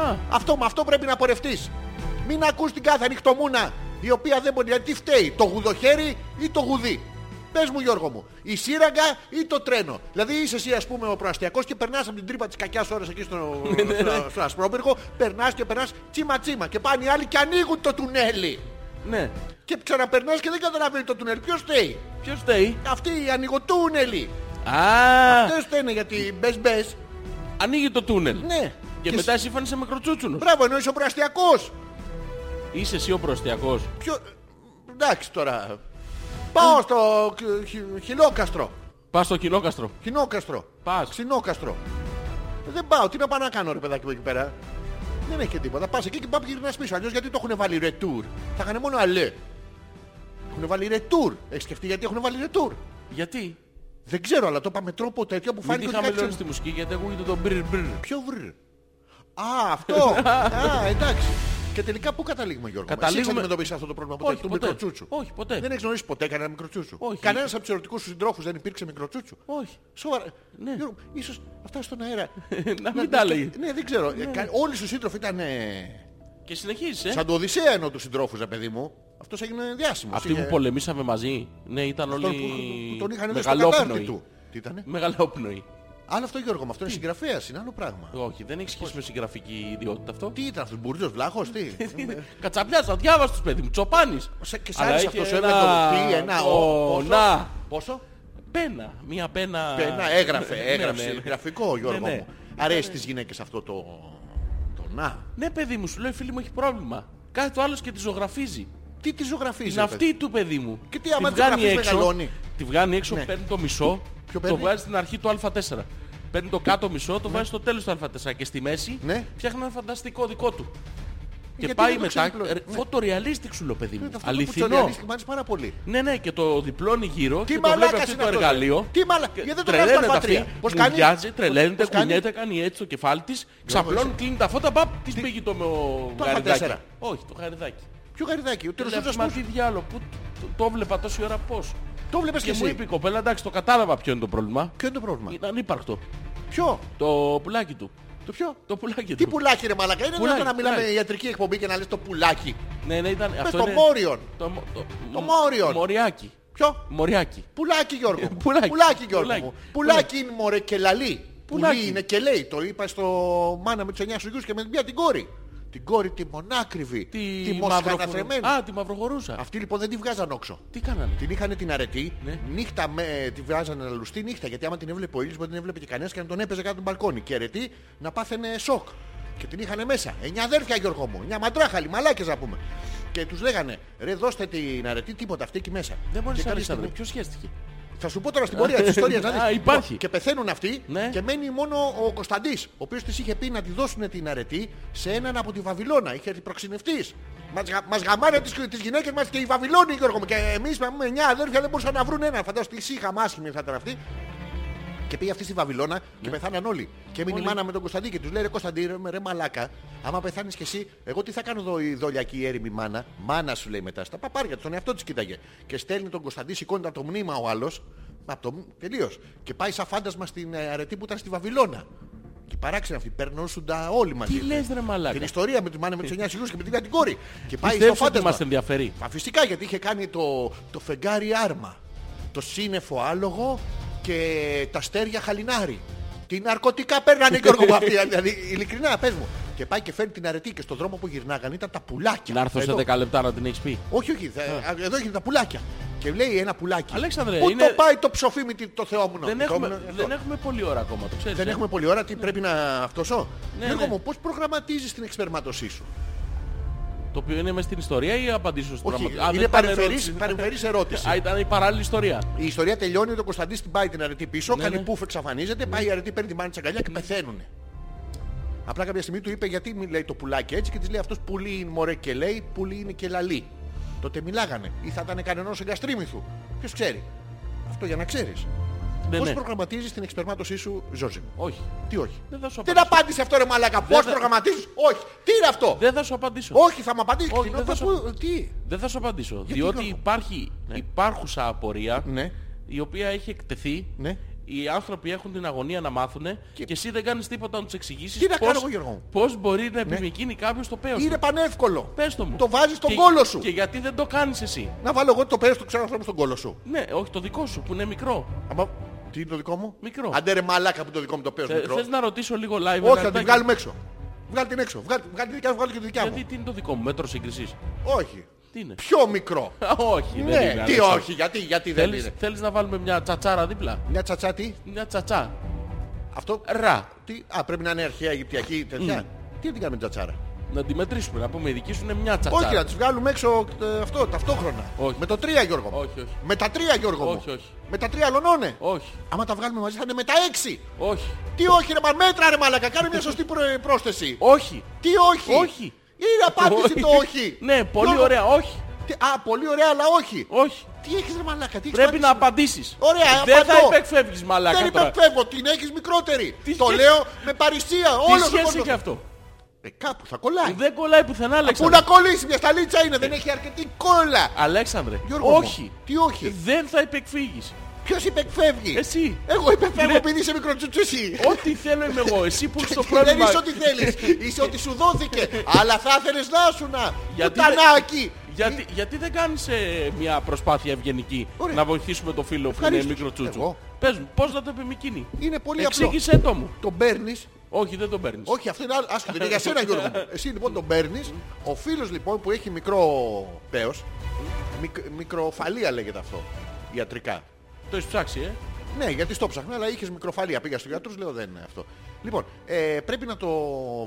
S1: Α,
S2: Αυτό, με αυτό πρέπει να πορευτείς. Μην ακούς την κάθε ανοιχτομούνα, η οποία δεν μπορεί. Γιατί τι φταίει, το γουδοχέρι ή το γουδί. Πες μου Γιώργο μου, η σύραγγα ή το τρένο. Δηλαδή είσαι εσύ ας πούμε ο προαστιακός και περνάς από την τρύπα της κακιάς ώρας εκεί στο, στο, στο Ασπρόμπεργο, περνάς και περνάς τσίμα τσίμα και πάνε οι άλλοι και ανοίγουν το τουνέλι.
S1: ναι.
S2: Και ξαναπερνάς και δεν καταλαβαίνει το τουνέλι. Ποιος φταίει.
S1: Ποιος φταίει.
S2: Αυτοί οι ανοιγοτούνελοι.
S1: Α,
S2: Δεν φταίνε γιατί μπες μπες.
S1: ανοίγει το τούνελ.
S2: Ναι.
S1: Και μετά εσύ φάνησε μικροτσούτσουνος.
S2: Μπράβο, ενώ είσαι ο προαστιακός.
S1: Είσαι εσύ ο προστιακός.
S2: Ποιο... Εντάξει τώρα.
S1: Ε.
S2: Πάω στο χι- χι- χιλόκαστρο.
S1: Πας στο κοινόκαστρο.
S2: Χινόκαστρο.
S1: Πας.
S2: Ξινόκαστρο. Δεν πάω. Τι να πάω να κάνω ρε παιδάκι μου εκεί πέρα. Δεν έχει και τίποτα. Πας εκεί και πάω και γυρνάς πίσω. Αλλιώς γιατί το έχουν βάλει ρετούρ. Θα είχαν μόνο αλέ. Έχουν βάλει ρετούρ. Έχεις σκεφτεί γιατί έχουν βάλει ρετούρ.
S1: Γιατί.
S2: Δεν ξέρω, αλλά το είπα με τρόπο τέτοιο που
S1: Μην
S2: φάνηκε
S1: τη
S2: ότι κάτι
S1: χαμηλώνεις τη
S2: ξέρω.
S1: μουσική γιατί ακούγεται το μπρρ μπρ.
S2: Ποιο βρ. Α, αυτό. Α, εντάξει. Και τελικά πού καταλήγουμε, Γιώργο. μου? Εσύ έχεις
S1: Καταλήγουμε-
S2: αντιμετωπίσεις αυτό το πρόβλημα ποτέ,
S1: Όχι,
S2: του
S1: ποτέ.
S2: μικροτσούτσου.
S1: Όχι, ποτέ.
S2: Δεν έχεις γνωρίσει ποτέ κανένα μικροτσούτσου.
S1: Όχι.
S2: Κανένας από τους ερωτικούς σου συντρόφους δεν υπήρξε μικροτσούτσου.
S1: Όχι.
S2: Σοβαρά.
S1: Ναι.
S2: Γιώργο, ίσως αυτά στον αέρα.
S1: Να μην τα λέει.
S2: Ναι, δεν ξέρω. Ε, κα- Όλοι σου σύντροφοι ήταν. ε,
S1: Και συνεχίζεις, ε.
S2: Σαν το Οδυσσέα ενώ τους συντρόφους, ρε παιδί μου. Αυτός έγινε διάσημος.
S1: Αυτοί που πολεμήσαμε μαζί. Ναι, ήταν όλοι
S2: τον είχαν δει στο κατάρτι
S1: μεγαλόπνοοι. Ναι.
S2: του. Τι ήτανε.
S1: Μεγαλόπνοοι.
S2: Άλλο αυτό Γιώργο, μου, αυτό είναι συγγραφέας, είναι άλλο πράγμα.
S1: Όχι, δεν έχει σχέση με συγγραφική ιδιότητα αυτό.
S2: Τι ήταν αυτός, Μπουρδιος Βλάχος, τι.
S1: Ναι. Κατσαπιάς, αδιάβαστος παιδί μου, τσοπάνης.
S2: Σε- Και σ'
S1: Αλλά
S2: άρεσε
S1: είχε
S2: αυτός σου
S1: ένα-
S2: έβγαλε το πει, ένα ο. πόσο?
S1: να.
S2: Πόσο?
S1: Πένα, μία πένα.
S2: Ένα έγραφε,
S1: Ναι,
S2: έγραψε.
S1: ναι, ναι.
S2: Γραφικό Γιώργο
S1: Ναι, ναι.
S2: μου. Αρέσει τις γυναίκες αυτό το. Το να.
S1: Ναι, παιδί μου, σου λέει φίλη μου έχει πρόβλημα. Κάθε το άλλος και τη ζωγραφίζει.
S2: Τι τη ζωγραφίζει.
S1: Είναι αυτή του παιδί μου.
S2: Και τι, άμα τη ζωγραφίζει, μεγαλώνει.
S1: Τη βγάνει έξω,
S2: Ναι.
S1: παίρνει το μισό, το
S2: Ποιο παίρνει?
S1: βγάζει στην αρχή του Α4. Παίρνει το κάτω μισό, το βάζει στο τέλος του α4 και στη μέση
S2: Ναι.
S1: φτιάχνει ένα φανταστικό δικό του. Και
S2: Γιατί
S1: πάει
S2: δεν το
S1: μετά. ε,
S2: ξεδιπλώνει.
S1: ρε, Φωτορεαλίστικ σου λέω παιδί μου.
S2: Είναι αυτό που
S1: Αληθινό.
S2: τσολιανίστηκε, μ' άρεσε πάρα πολύ.
S1: Ναι, ναι, και το διπλώνει γύρω
S2: Τι
S1: και το βλέπει
S2: μαλάκας
S1: αυτό
S2: είναι
S1: το
S2: αυτός,
S1: εργαλείο.
S2: ρε. Τι μαλα-
S1: Και
S2: γιατί δεν το
S1: τρελαίνεται
S2: κάνει στα αλφα3.
S1: αυτή,
S2: Πώς κάνει?
S1: μουδιάζει, τρελαίνεται,
S2: Πώς κάνει?
S1: κουνιέται, κάνει έτσι το κεφάλι της, ξαπλώνει, κλείνει τα φώτα, μπαπ, της πήγε το με ο
S2: Το
S1: γαριδάκι.
S2: Α4.
S1: Όχι, το γαριδάκι.
S2: Ποιο γαριδάκι, ο
S1: Λέω,
S2: τελοσούτας
S1: μα
S2: πώς
S1: τι διάλογο, πού το- το έβλεπα τόση ώρα πώς.
S2: το βλέπεις και
S1: Και μου
S2: εσύ.
S1: είπε η κοπέλα, εντάξει, το κατάλαβα ποιο είναι το πρόβλημα.
S2: Ποιο είναι το πρόβλημα.
S1: Είναι ανύπαρκτο.
S2: Ποιο,
S1: Το πουλάκι του.
S2: το ποιο.
S1: Το πουλάκι
S2: Τι
S1: του.
S2: πουλάκι ρε μαλακά, είναι
S1: Πουλάκι,
S2: δυνατόν να μιλάμε
S1: πουλάκι.
S2: ιατρική εκπομπή και να λες το πουλάκι.
S1: Ναι, ναι, ήταν. αυτό
S2: το
S1: είναι-
S2: Μόριον.
S1: Το, μο- το,
S2: Το Μόριον.
S1: Μοριάκι.
S2: Ποιο,
S1: Μοριάκι.
S2: πουλάκι Γιώργο μου.
S1: Πουλάκι.
S2: Πουλάκι Γιώργο
S1: Πουλάκι.
S2: μου. Πουλάκι είναι μωρέ και λαλή.
S1: Πουλάκι.
S2: Πουλί είναι και λέει, το είπα στο μάνα με τους 9 σου γιους και με την πια την κόρη. Την κόρη τη μονάκριβη,
S1: Τη,
S2: τη
S1: μαυροχορου-
S2: μοσχαναθρεμένη.
S1: Α, τη μαυροχορούσα.
S2: Αυτή λοιπόν δεν τη βγάζαν όξο.
S1: Τι κάνανε.
S2: Την είχαν την αρετή,
S1: Ναι.
S2: νύχτα με, τη βγάζανε να λουστεί νύχτα. Γιατί άμα την έβλεπε ο ήλιος μπορεί να την έβλεπε και κανένας και να τον έπαιζε κάτω από τον μπαλκόνι. Και αρετή να πάθαινε σοκ. Και την είχαν μέσα. Εννιά αδέρφια Γιώργο μου, εννιά μαντράχαλοι, μαλάκες να πούμε. Και τους λέγανε, ρε δώστε την αρετή τίποτα αυτή εκεί μέσα.
S1: Δεν
S2: Και
S1: μπορείς να
S2: κάποια
S1: λύσεις
S2: στιγμή-
S1: Ποιος σχέστηκε.
S2: θα σου πω τώρα στην πορεία της ιστορίας. να δεις.
S1: Α, υπάρχει.
S2: Και πεθαίνουν αυτοί
S1: Ναι.
S2: και μένει μόνο ο Κωνσταντής, ο οποίος της είχε πει να τη δώσουν την αρετή σε έναν από τη Βαβυλώνα. Είχε έρθει προξενευτής. Μας, γα- μας γαμάνε τις, τις γυναίκες μας και οι Βαβυλώνοι, Γιώργο μου. Και εμείς να πούμε 9 αδέρφια δεν μπορούσαν να βρουν ένα. Φαντάζομαι ότι είχαμε άσχημη θα ήταν αυτή. Και πήγε αυτή στη Βαβυλώνα
S1: Ναι.
S2: και πεθάναν όλοι. Και έμεινε η μάνα με τον Κωνσταντή και τους λέει: Ρε Κωνσταντή, ρε, ρε μαλάκα, άμα πεθάνεις κι εσύ, εγώ τι θα κάνω εδώ η δολιακή έρημη μάνα. Μάνα σου λέει μετά στα παπάρια του, τον εαυτό της κοίταγε. Και στέλνει τον Κωνσταντή, σηκώνεται από το μνήμα ο άλλος. Από το τελείως. Και πάει σαν φάντασμα στην ε, αρετή που ήταν στη Βαβυλώνα. Και παράξενε αυτή, περνούσουν τα όλοι μαζί.
S1: Τι λες ρε
S2: Την
S1: μαλάκα.
S2: ιστορία με τη μάνα με τους 9 σιλού και με την την κόρη. Και πάει στο
S1: Πιστεύεις ότι
S2: φάντασμα.
S1: μας ενδιαφέρει.
S2: Μα φυσικά γιατί είχε κάνει το, το φεγγάρι άρμα, το σύννεφο άλογο και τα αστέρια χαλινάρι. Τι ναρκωτικά παίρνανε Γιώργο μου αυτοί, δηλαδή ειλικρινά πες μου. Και πάει και φέρνει την αρετή και στον δρόμο που γυρνάγανε ήταν τα πουλάκια.
S1: Να έρθω σε
S2: Εδώ.
S1: 10 λεπτά να την έχεις πει.
S2: Όχι, όχι, θα- εδώ έγινε τα πουλάκια. Και λέει ένα πουλάκι.
S1: Αλέξανδρε,
S2: Πού
S1: είναι-
S2: το πάει το ψοφί με τη- το θεό μου.
S1: Δεν έχουμε, δεν έχουμε πολλή ώρα ακόμα, το ξέρεις.
S2: Δεν
S1: ε.
S2: έχουμε πολλή ώρα, τι πρέπει να αυτοσώ.
S1: Ναι,
S2: Γιώργο
S1: ναι.
S2: μου, πώς προγραμματίζεις την εξπερμάτωσή σου.
S1: Το οποίο είναι μες στην ιστορία ή απαντήσω στην
S2: Όχι,
S1: πραγματικότητα. Α, δεν
S2: είναι
S1: ήταν
S2: παρεμφερής,
S1: ερώτηση.
S2: παρεμφερής ερώτηση.
S1: Α, ήταν η παράλληλη ιστορία.
S2: Η ιστορία τελειώνει, ο Κωνσταντής την πάει την αρετή πίσω, κάνει
S1: ναι.
S2: πουφ, εξαφανίζεται, πάει η αρετή, παίρνει τη μάνα της αγκαλιάς και πεθαίνουνε. Απλά κάποια στιγμή του είπε γιατί μιλάει το πουλάκι έτσι και της λέει αυτός πουλί είναι μωρέ και λέει, πουλί είναι και λαλή. Τότε μιλάγανε ή θα ήταν κανενός εγκαστρίμηθου. Ποιος ξέρει. Αυτό για να ξέρεις.
S1: Ναι,
S2: Πώς
S1: ναι.
S2: προγραμματίζεις την εξπερμάτωσή σου, Ζόζι μου.
S1: Όχι.
S2: Τι όχι.
S1: Δεν θα σου
S2: Τι να
S1: απαντήσω.
S2: απάντησε αυτό ρε μαλάκα. Πώς
S1: θα-
S2: προγραμματίζεις. Όχι. Τι είναι αυτό.
S1: Δεν θα σου απαντήσω.
S2: Όχι θα μου απαντήσεις.
S1: Όχι,
S2: Τι-
S1: δεν θα
S2: πού-
S1: σου-
S2: Τι.
S1: Δεν θα σου απαντήσω. διότι
S2: Γιώργο?
S1: υπάρχει υπάρχουσα απορία
S2: Ναι.
S1: η οποία έχει εκτεθεί.
S2: Ναι.
S1: Οι άνθρωποι έχουν την αγωνία να μάθουν και,
S2: Και-
S1: εσύ δεν κάνεις τίποτα να τους εξηγήσεις
S2: Τι να
S1: πώς-
S2: κάνω εγώ, Γιώργο μου? Ναι.
S1: πώς μπορεί να επιμηκύνει κάποιος το πέος
S2: Είναι
S1: του.
S2: πανεύκολο.
S1: Πες το μου.
S2: Το βάζεις στον
S1: Και-
S2: κόλο σου.
S1: Και γιατί δεν το κάνεις εσύ.
S2: Να βάλω εγώ το πέρας του ξέρω ανθρώπου στον κόλο σου.
S1: Ναι, όχι το δικό σου που είναι μικρό.
S2: Αμα... Τι είναι το δικό μου?
S1: Μικρό.
S2: Αντε ρε μαλάκα που το δικό μου το παίρνω
S1: Θε,
S2: μικρό.
S1: θες να ρωτήσω λίγο live. ένα
S2: Όχι, θα
S1: λεπτάκι?
S2: την βγάλουμε έξω. Βγάλει την έξω. Βγάλει, βγάλει τη δικιά μου, βγάλει και τη δικιά
S1: Γιατί
S2: μου.
S1: τι είναι το δικό μου μέτρο σύγκρισης.
S2: Όχι.
S1: Τι είναι.
S2: Πιο μικρό.
S1: Α, όχι, δεν
S2: ναι,
S1: είναι.
S2: τι
S1: Αλέξανδρε.
S2: όχι, γιατί, γιατί δεν
S1: Θέλεις,
S2: είναι.
S1: θέλεις να βάλουμε μια τσατσάρα δίπλα.
S2: Μια τσατσάτη.
S1: Μια τσατσά.
S2: Αυτό.
S1: Ρα. Mm.
S2: Τι... Α, πρέπει να είναι αρχαία Αιγυπτιακή τέτοια. Τι να την κάνουμε την τσατσάρα.
S1: Να τη μετρήσουμε, να πούμε η δική σου είναι μια τσατσάρα.
S2: Όχι, να τις βγάλουμε έξω ε, αυτό ταυτόχρονα.
S1: Όχι.
S2: Με το τρία Γιώργο. μου.
S1: Όχι, όχι.
S2: Με τα τρία Γιώργο. μου.
S1: Όχι, όχι.
S2: Με τα τρία λονώνε.
S1: όχι,
S2: Άμα τα βγάλουμε μαζί θα είναι με τα έξι.
S1: όχι,
S2: Τι όχι, ρε μα μέτρα ρε μαλακα. Κάνε μια σωστή προ- πρόσθεση.
S1: όχι.
S2: Τι όχι.
S1: Όχι.
S2: Είναι απάντηση το όχι.
S1: Ναι, πολύ
S2: Γιώργο,
S1: ωραία, όχι,
S2: τι- α, πολύ ωραία, αλλά όχι.
S1: όχι.
S2: Τι έχεις ρε μαλάκα, τι έχεις
S1: Πρέπει να
S2: απάντηση.
S1: απαντήσεις.
S2: Ωραία,
S1: Δεν
S2: απαντώ.
S1: θα υπεκφεύγεις
S2: Δεν
S1: μαλάκα τώρα.
S2: υπερφεύγω, την έχεις μικρότερη.
S1: Τι
S2: το
S1: σχέση-
S2: λέω με παρησία.
S1: Τι
S2: Όλος
S1: σχέση έχει αυτό.
S2: Ε, κάπου θα κολλάει.
S1: Δεν κολλάει πουθενά,
S2: Πού να
S1: Αλέξανδρε.
S2: κολλήσει, μια σταλίτσα είναι, δεν έχει αρκετή κόλλα.
S1: Αλέξανδρε,
S2: Γιώργος μου,
S1: όχι.
S2: Τι όχι.
S1: Δεν θα υπεκφύγεις.
S2: Ποιος υπεκφεύγει.
S1: Εσύ.
S2: Εγώ υπεκφεύγω
S1: Ναι.
S2: επειδή είσαι μικροτσουτσούσι.
S1: Ό,τι θέλω είμαι εγώ. Εσύ που έχεις το
S2: Δεν
S1: πρόβλημα.
S2: είσαι ό,τι θέλεις. Είσαι ό,τι σου δόθηκε. Αλλά θα ήθελες να σου να.
S1: Γιατί δεν-
S2: Πουτανάκι.
S1: Γιατί, γιατί δεν κάνεις ε, μια προσπάθεια ευγενική
S2: Ωραία.
S1: να βοηθήσουμε το φίλο που είναι
S2: Ευχαρίστως.
S1: μικρό τσούτσου.
S2: Εγώ.
S1: Πες μου, πώς να το επιμηκύνει.
S2: Είναι πολύ απλό.
S1: Εξήγησέ το μου.
S2: Τον παίρνεις
S1: Όχι, δεν τον παίρνεις.
S2: Όχι, αυτό είναι άλλο. Άσχετο, είναι για σένα Γιώργο. μου. Εσύ λοιπόν τον παίρνεις. Ο φίλος λοιπόν που έχει μικρό παίο. Μικ, μικροφαλία λέγεται αυτό. Ιατρικά.
S1: Το έχεις ψάξει, ε.
S2: Ναι, γιατί στο ψάχνα, αλλά είχες μικροφαλία. Πήγα στο γιατρό, λέω δεν είναι αυτό. Λοιπόν, ε, πρέπει να το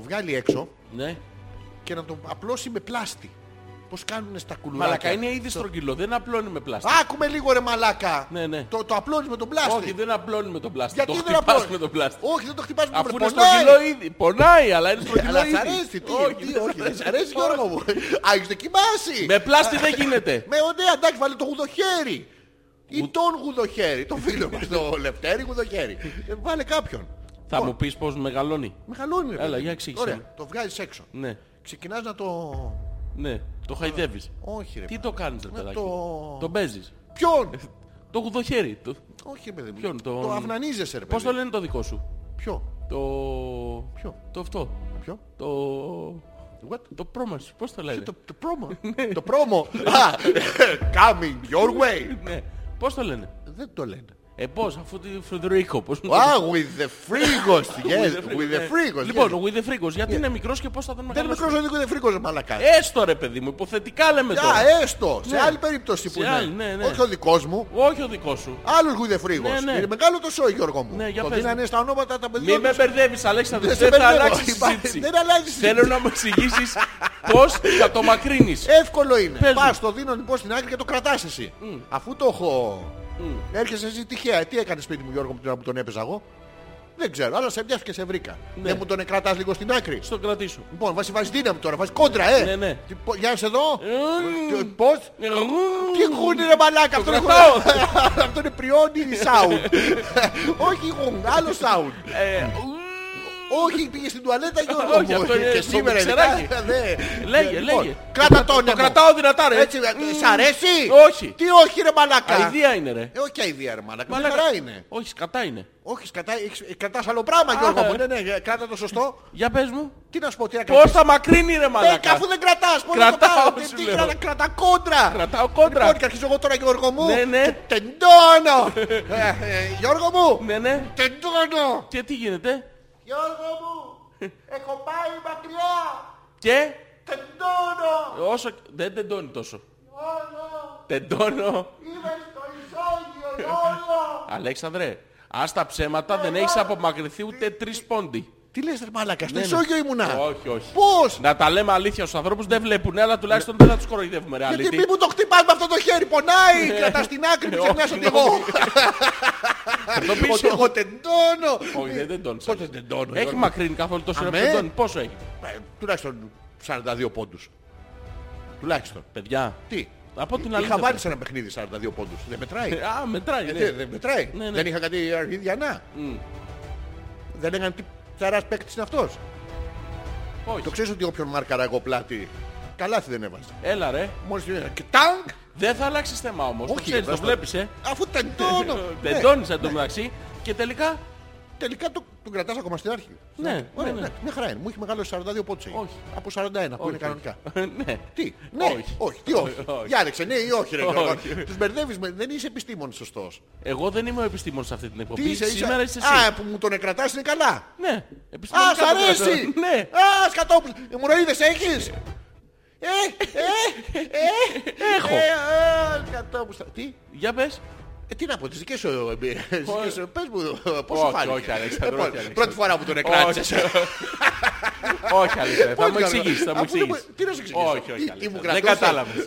S2: βγάλει έξω
S1: Ναι.
S2: και να το απλώσει με πλάστη. Πώς κάνουν στα κουλουράκια.
S1: Μαλακά είναι ήδη στρογγυλό, δεν απλώνει με πλάστη.
S2: Άκουμε λίγο ρε μαλάκα.
S1: Ναι, ναι.
S2: Το, το απλώνεις με τον πλάστη.
S1: Όχι, δεν απλώνει με τον πλάστη.
S2: Γιατί
S1: το
S2: δεν
S1: χτυπάς
S2: απλώνεις.
S1: με τον πλάστη.
S2: Όχι, δεν το χτυπάς με τον
S1: Αφού
S2: πλάστη. Ναι,
S1: είναι στρογγυλό ήδη. Πονάει, αλλά είναι στρογγυλό
S2: Αλλά
S1: ήδη.
S2: σ' αρέσει, τι,
S1: Όχι,
S2: τι,
S1: δεν
S2: όχι,
S1: σ'
S2: δεν σ' αρέσει Γιώργο μου. Α, έχεις δοκιμάσει.
S1: Με πλάστη δεν γίνεται.
S2: Με οντέα, εντάξει, βάλε το γουδοχέρι. Ή τον γουδοχέρι, τον φίλο μας, το Λευτέρη γουδοχέρι. Ε, Βάλε κάποιον. Λοιπόν,
S1: Θα μου πεις πώς μεγαλώνει.
S2: Μεγαλώνει ρε
S1: Έλα,
S2: παιδί.
S1: για εξήγησέ μου.
S2: Ωραία, το βγάζεις έξω.
S1: Ναι,
S2: Ξεκινάς να το...
S1: ναι. Το χαϊδεύεις.
S2: Όχι ρε.
S1: Τι το κάνεις ρε
S2: Με
S1: παιδάκι.
S2: το-
S1: Το παίζεις.
S2: Ποιον.
S1: Το γουδοχέρι. Το-
S2: Όχι ρε παιδί μου.
S1: Ποιον, τον-
S2: Το αυνανίζεσαι ρε Ε, παιδί.
S1: Πώς το λένε το δικό σου.
S2: Ποιο.
S1: Το...
S2: Ποιο.
S1: Το αυτό.
S2: Ποιο.
S1: Το...
S2: What?
S1: Το πρόμα σου. Πώς το λένε.
S2: Το, το πρόμο.
S1: Ναι.
S2: το πρόμο. Α, coming your way.
S1: Ναι. Πώς το λένε.
S2: Δεν το λένε.
S1: Ε, πώς, αφού τη Φρεντερίκο, πώς μου
S2: Wow, with the frigos, yes, with the frigos.
S1: Λοιπόν,
S2: yes. Ε,
S1: ο With the Frigos, γιατί είναι μικρός και πώς θα τον
S2: δεν είναι
S1: μεγαλώσουμε.
S2: μικρός ο Νίκος, είναι frigos, μαλακά.
S1: Έστω ρε παιδί μου, υποθετικά λέμε
S2: Α,
S1: τώρα.
S2: έστω, σε
S1: Ναι.
S2: άλλη περίπτωση που
S1: Σε άλλη, ναι,
S2: είναι.
S1: ναι.
S2: Όχι ο δικός μου,
S1: Όχι ο δικός σου.
S2: άλλος with the frigos.
S1: Ναι, ναι.
S2: Είναι μεγάλο το σόι, Γιώργο μου.
S1: Ναι, για
S2: το
S1: πες μου.
S2: δίνανε στα ονόματα τα παιδιά.
S1: Μην με
S2: τους.
S1: μπερδεύεις Αλέξανδρε,
S2: Δεν σε
S1: δεν θα
S2: μπερδεύω.
S1: αλλάξεις η
S2: Υπάρχει-
S1: συζήτηση.
S2: δεν αλλάζεις η
S1: Θέλω να μου εξηγήσεις πώς θα το
S2: Ε.
S1: μακρύνεις.
S2: Εύκολο είναι.
S1: Πες μου.
S2: Πας, το δίνω λοιπόν στην άκρη και το κρατάς εσύ. Αφού το έχω... Έρχεσαι εσύ τυχαία. Ε, Τι έκανες σπίτι μου Γιώργο μου την ώρα που τον έπαιζα εγώ. Δεν ξέρω, αλλά σε πιάσα και σε βρήκα.
S1: Ναι.
S2: Δεν μου τον κρατάς λίγο στην άκρη.
S1: Στο κρατήσω.
S2: Λοιπόν, βάζει βάζει δύναμη τώρα, βάζει κόντρα, ε!
S1: Ναι, ναι.
S2: Τι, πο- για να σε δω!
S1: Ε,
S2: Τι- Πώς! Τι γούνι ρε μαλάκα, αυτό είναι
S1: κρατάω.
S2: γούνι. Αυτό είναι πριόνι sound. Όχι γούνι, άλλο sound.
S1: Ε,
S2: Όχι, πήγε στην τουαλέτα Γιώργο
S1: Όχι, αυτό
S2: μου.
S1: είναι
S2: Και
S1: στο
S2: σήμερα
S1: μπουξεράκι.
S2: ειδικά, ναι.
S1: Λέγε,
S2: Λοιπόν,
S1: λέγε.
S2: Κράτα τον
S1: Το κρατάω δυνατά ρε.
S2: Έτσι, ε, σ' αρέσει!
S1: Όχι.
S2: Τι όχι ρε μαλάκα!
S1: Αιδία είναι ρε.
S2: Ε, όχι αηδία ρε μαλάκα,
S1: Μαλάκα.
S2: χαρά είναι.
S1: Όχι, σκατά είναι.
S2: Όχι, σκατά- έχεις- ε, κρατάς άλλο πράγμα Γιώργο
S1: ε.
S2: μου. Ναι, ναι, κράτα το σωστό.
S1: Για πες μου.
S2: Τι να σου πω, τι να
S1: Πώς θα μακρύνει ρε
S2: Ε, και
S1: μαλάκα.
S2: αφού δεν κρατάς, πώς να το
S1: Κρατάω,
S2: πάω.
S1: σου
S2: Τι
S1: λέω.
S2: κρατά, κρατά κόντρα.
S1: Κρατάω κόντρα.
S2: Λοιπόν, και αρχίζω εγώ τώρα Γιώργο μου.
S1: Ναι, ναι.
S2: και Τεντώνω. Ε, ε, Γιώργο μου.
S1: Ναι, ναι.
S2: Τεντώνω.
S1: Και τι γίνεται.
S2: Γιώργο μου. Έχω πάει μακριά.
S1: Και
S2: Τεντώνω.
S1: όσο... Δεν τεντώνει τόσο. Τεντώνω.
S2: Είμαι στο ισόγειο Γιώργο.
S1: Αλέξανδρε, ας τα ψέματα δεν έχεις απομακρυνθεί ούτε τρεις πόντι.
S2: Τι λες ρε μάλακα, στο
S1: Ναι, ναι.
S2: ισόγειο ήμουνα.
S1: Όχι, όχι.
S2: Πώς.
S1: Να τα λέμε αλήθεια στους ανθρώπους δεν βλέπουν, ναι, αλλά τουλάχιστον δεν θα τους κοροϊδεύουμε ρε
S2: Γιατί
S1: αλήτη.
S2: μη μου το χτυπάς με αυτό το χέρι, πονάει, κρατάς την άκρη, μην
S1: Ε,
S2: ξεχνάς
S1: όχι,
S2: ότι εγώ.
S1: Το
S2: Ότι
S1: πίσω.
S2: εγώ τεντώνω.
S1: Όχι, δεν τεντώνεις.
S2: Πότε τεντώνω.
S1: Έχει
S2: Γιώργο.
S1: μακρύνει καθόλου το σιρόπι
S2: Αμέ.
S1: τεντώνει. Πόσο έχει.
S2: Ε, τουλάχιστον 42 πόντους. Τουλάχιστον.
S1: Παιδιά,
S2: Τι.
S1: από την αλήθεια.
S2: Είχα βάλει σε ένα παιχνίδι 42 πόντους. Δεν μετράει.
S1: Α, μετράει.
S2: Ε,
S1: ναι.
S2: Δεν δεν μετράει.
S1: Ναι, ναι.
S2: Δεν είχα κάτι αρχίδια να. Δεν έκανε τι τσαράς παίκτης είναι αυτός.
S1: Όχι.
S2: Το ξέρεις ότι όποιον μάρκαρα εγώ πλάτη. Καλάθι δεν έβαζε.
S1: Έλα ρε.
S2: Μόλις την και τάγκ.
S1: Δεν θα αλλάξεις θέμα όμως. Το
S2: Όχι,
S1: ξέρεις, το
S2: βάζω-
S1: βλέπεις ε.
S2: Αφού τεντώνω. Ναι.
S1: Τεντώνεις εν τω μεταξύ και τελικά
S2: Τελικά το, τον κρατάς ακόμα στην αρχή.
S1: Ναι,
S2: Ωραία,
S1: ναι,
S2: ναι.
S1: ναι.
S2: Μια χαρά είναι. Μου έχει μεγάλο 42 πόντους. έγινε.
S1: Όχι.
S2: Από 41 που είναι
S1: Όχι.
S2: κανονικά.
S1: ναι.
S2: Τι, ναι,
S1: Όχι.
S2: όχι, τι όχι.
S1: Όχι.
S2: Για άρεξε, ναι ή όχι, ρε
S1: Όχι.
S2: Γιώργο. Τους μπερδεύεις, με- δεν είσαι επιστήμον σωστός.
S1: Εγώ δεν είμαι ο επιστήμονας σε αυτή την εκπομπή.
S2: Τι είσαι, είσαι-
S1: Σήμερα είσαι εσύ.
S2: Α, που μου τον εκρατάς είναι καλά.
S1: Ναι.
S2: Α,
S1: επιστημονικά
S2: σ'
S1: το
S2: αρέσει.
S1: κρατώ. Ναι.
S2: Α, σκατόπουλο. Εμμουροίδες έχεις. Ε, ε, ε,
S1: Έχω.
S2: ε, α, σκατόπουλο. Τι,
S1: Για πες.
S2: ε, τι να πω, τις δικές σου εμπειρίες. τις
S1: Όχι.
S2: δικές σου- Πες μου, πώς σου
S1: Όχι,
S2: φάνηκε.
S1: όχι, Αλέξανδρο,
S2: Λοιπόν,
S1: όχι, Αλέξανδρο.
S2: Πρώτη φορά που τον εκράτησες.
S1: Όχι. Όχι, Αλέξανδρε, θα
S2: Πώς,
S1: μου
S2: Γιώργο,
S1: εξηγήσεις, θα μου
S2: αφού δεν
S1: εξηγήσεις.
S2: μπορεί- Τι να σου εξηγήσω. ε,
S1: Όχι, όχι,
S2: Τι- Τι
S1: Αλέξανδρε,
S2: μου Ε,
S1: δεν
S2: κρατούσε.
S1: κατάλαβες.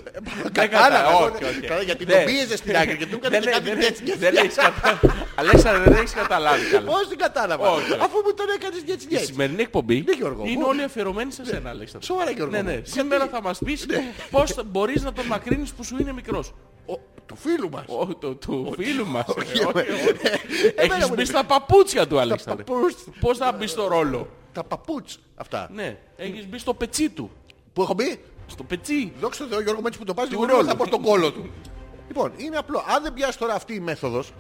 S1: κατάλαβα,
S2: Κατάλαβα.
S1: όχι, όχι. Ναι.
S2: Καλά, Γιατί
S1: Δεν-
S2: τον πίεζες στην άκρη και του έκανε
S1: ναι, Δεν
S2: και κάτι
S1: έχεις
S2: τέτοιο. Ε,
S1: καταλάβει. Αλέξανδρε, δεν έχεις καταλάβει καλά.
S2: Πώς την κατάλαβα.
S1: Όχι, όχι.
S2: Αφού μου τον έκανες έτσι
S1: Η
S2: έτσι.
S1: σημερινή εκπομπή
S2: Ναι, Γιώργο,
S1: είναι
S2: μου.
S1: όλη αφιερωμένη σε σένα, Αλέξανδρε.
S2: Σοβαρά, Γιώργο
S1: Ναι,
S2: μου.
S1: ναι.
S2: Γιατί-
S1: Σήμερα θα μας πεις πώς θα- μπορείς να τον μακρύνεις που σου είναι μικρός.
S2: Ο- Του φίλου μας.
S1: Ο- το- Του φίλου μας. ε,
S2: Όχι, εμένα
S1: Έχεις
S2: μου
S1: μπει
S2: λέει.
S1: στα παπούτσια του, Αλέξανδρε.
S2: παπούτσια.
S1: Πώς θα μπεις στο ρόλο.
S2: Τα παπούτς αυτά.
S1: Ναι, έχεις μπει στο πετσί του.
S2: Που έχω μπει.
S1: Στο πετσί.
S2: Δόξα τω Θεώ Γιώργο μου, έτσι που το πας
S1: Του
S2: λίγο ρόλο
S1: ρόλου.
S2: θα πω στον κόλο του. Λοιπόν, είναι απλό. Αν δεν πιάσει τώρα αυτή η μέθοδος,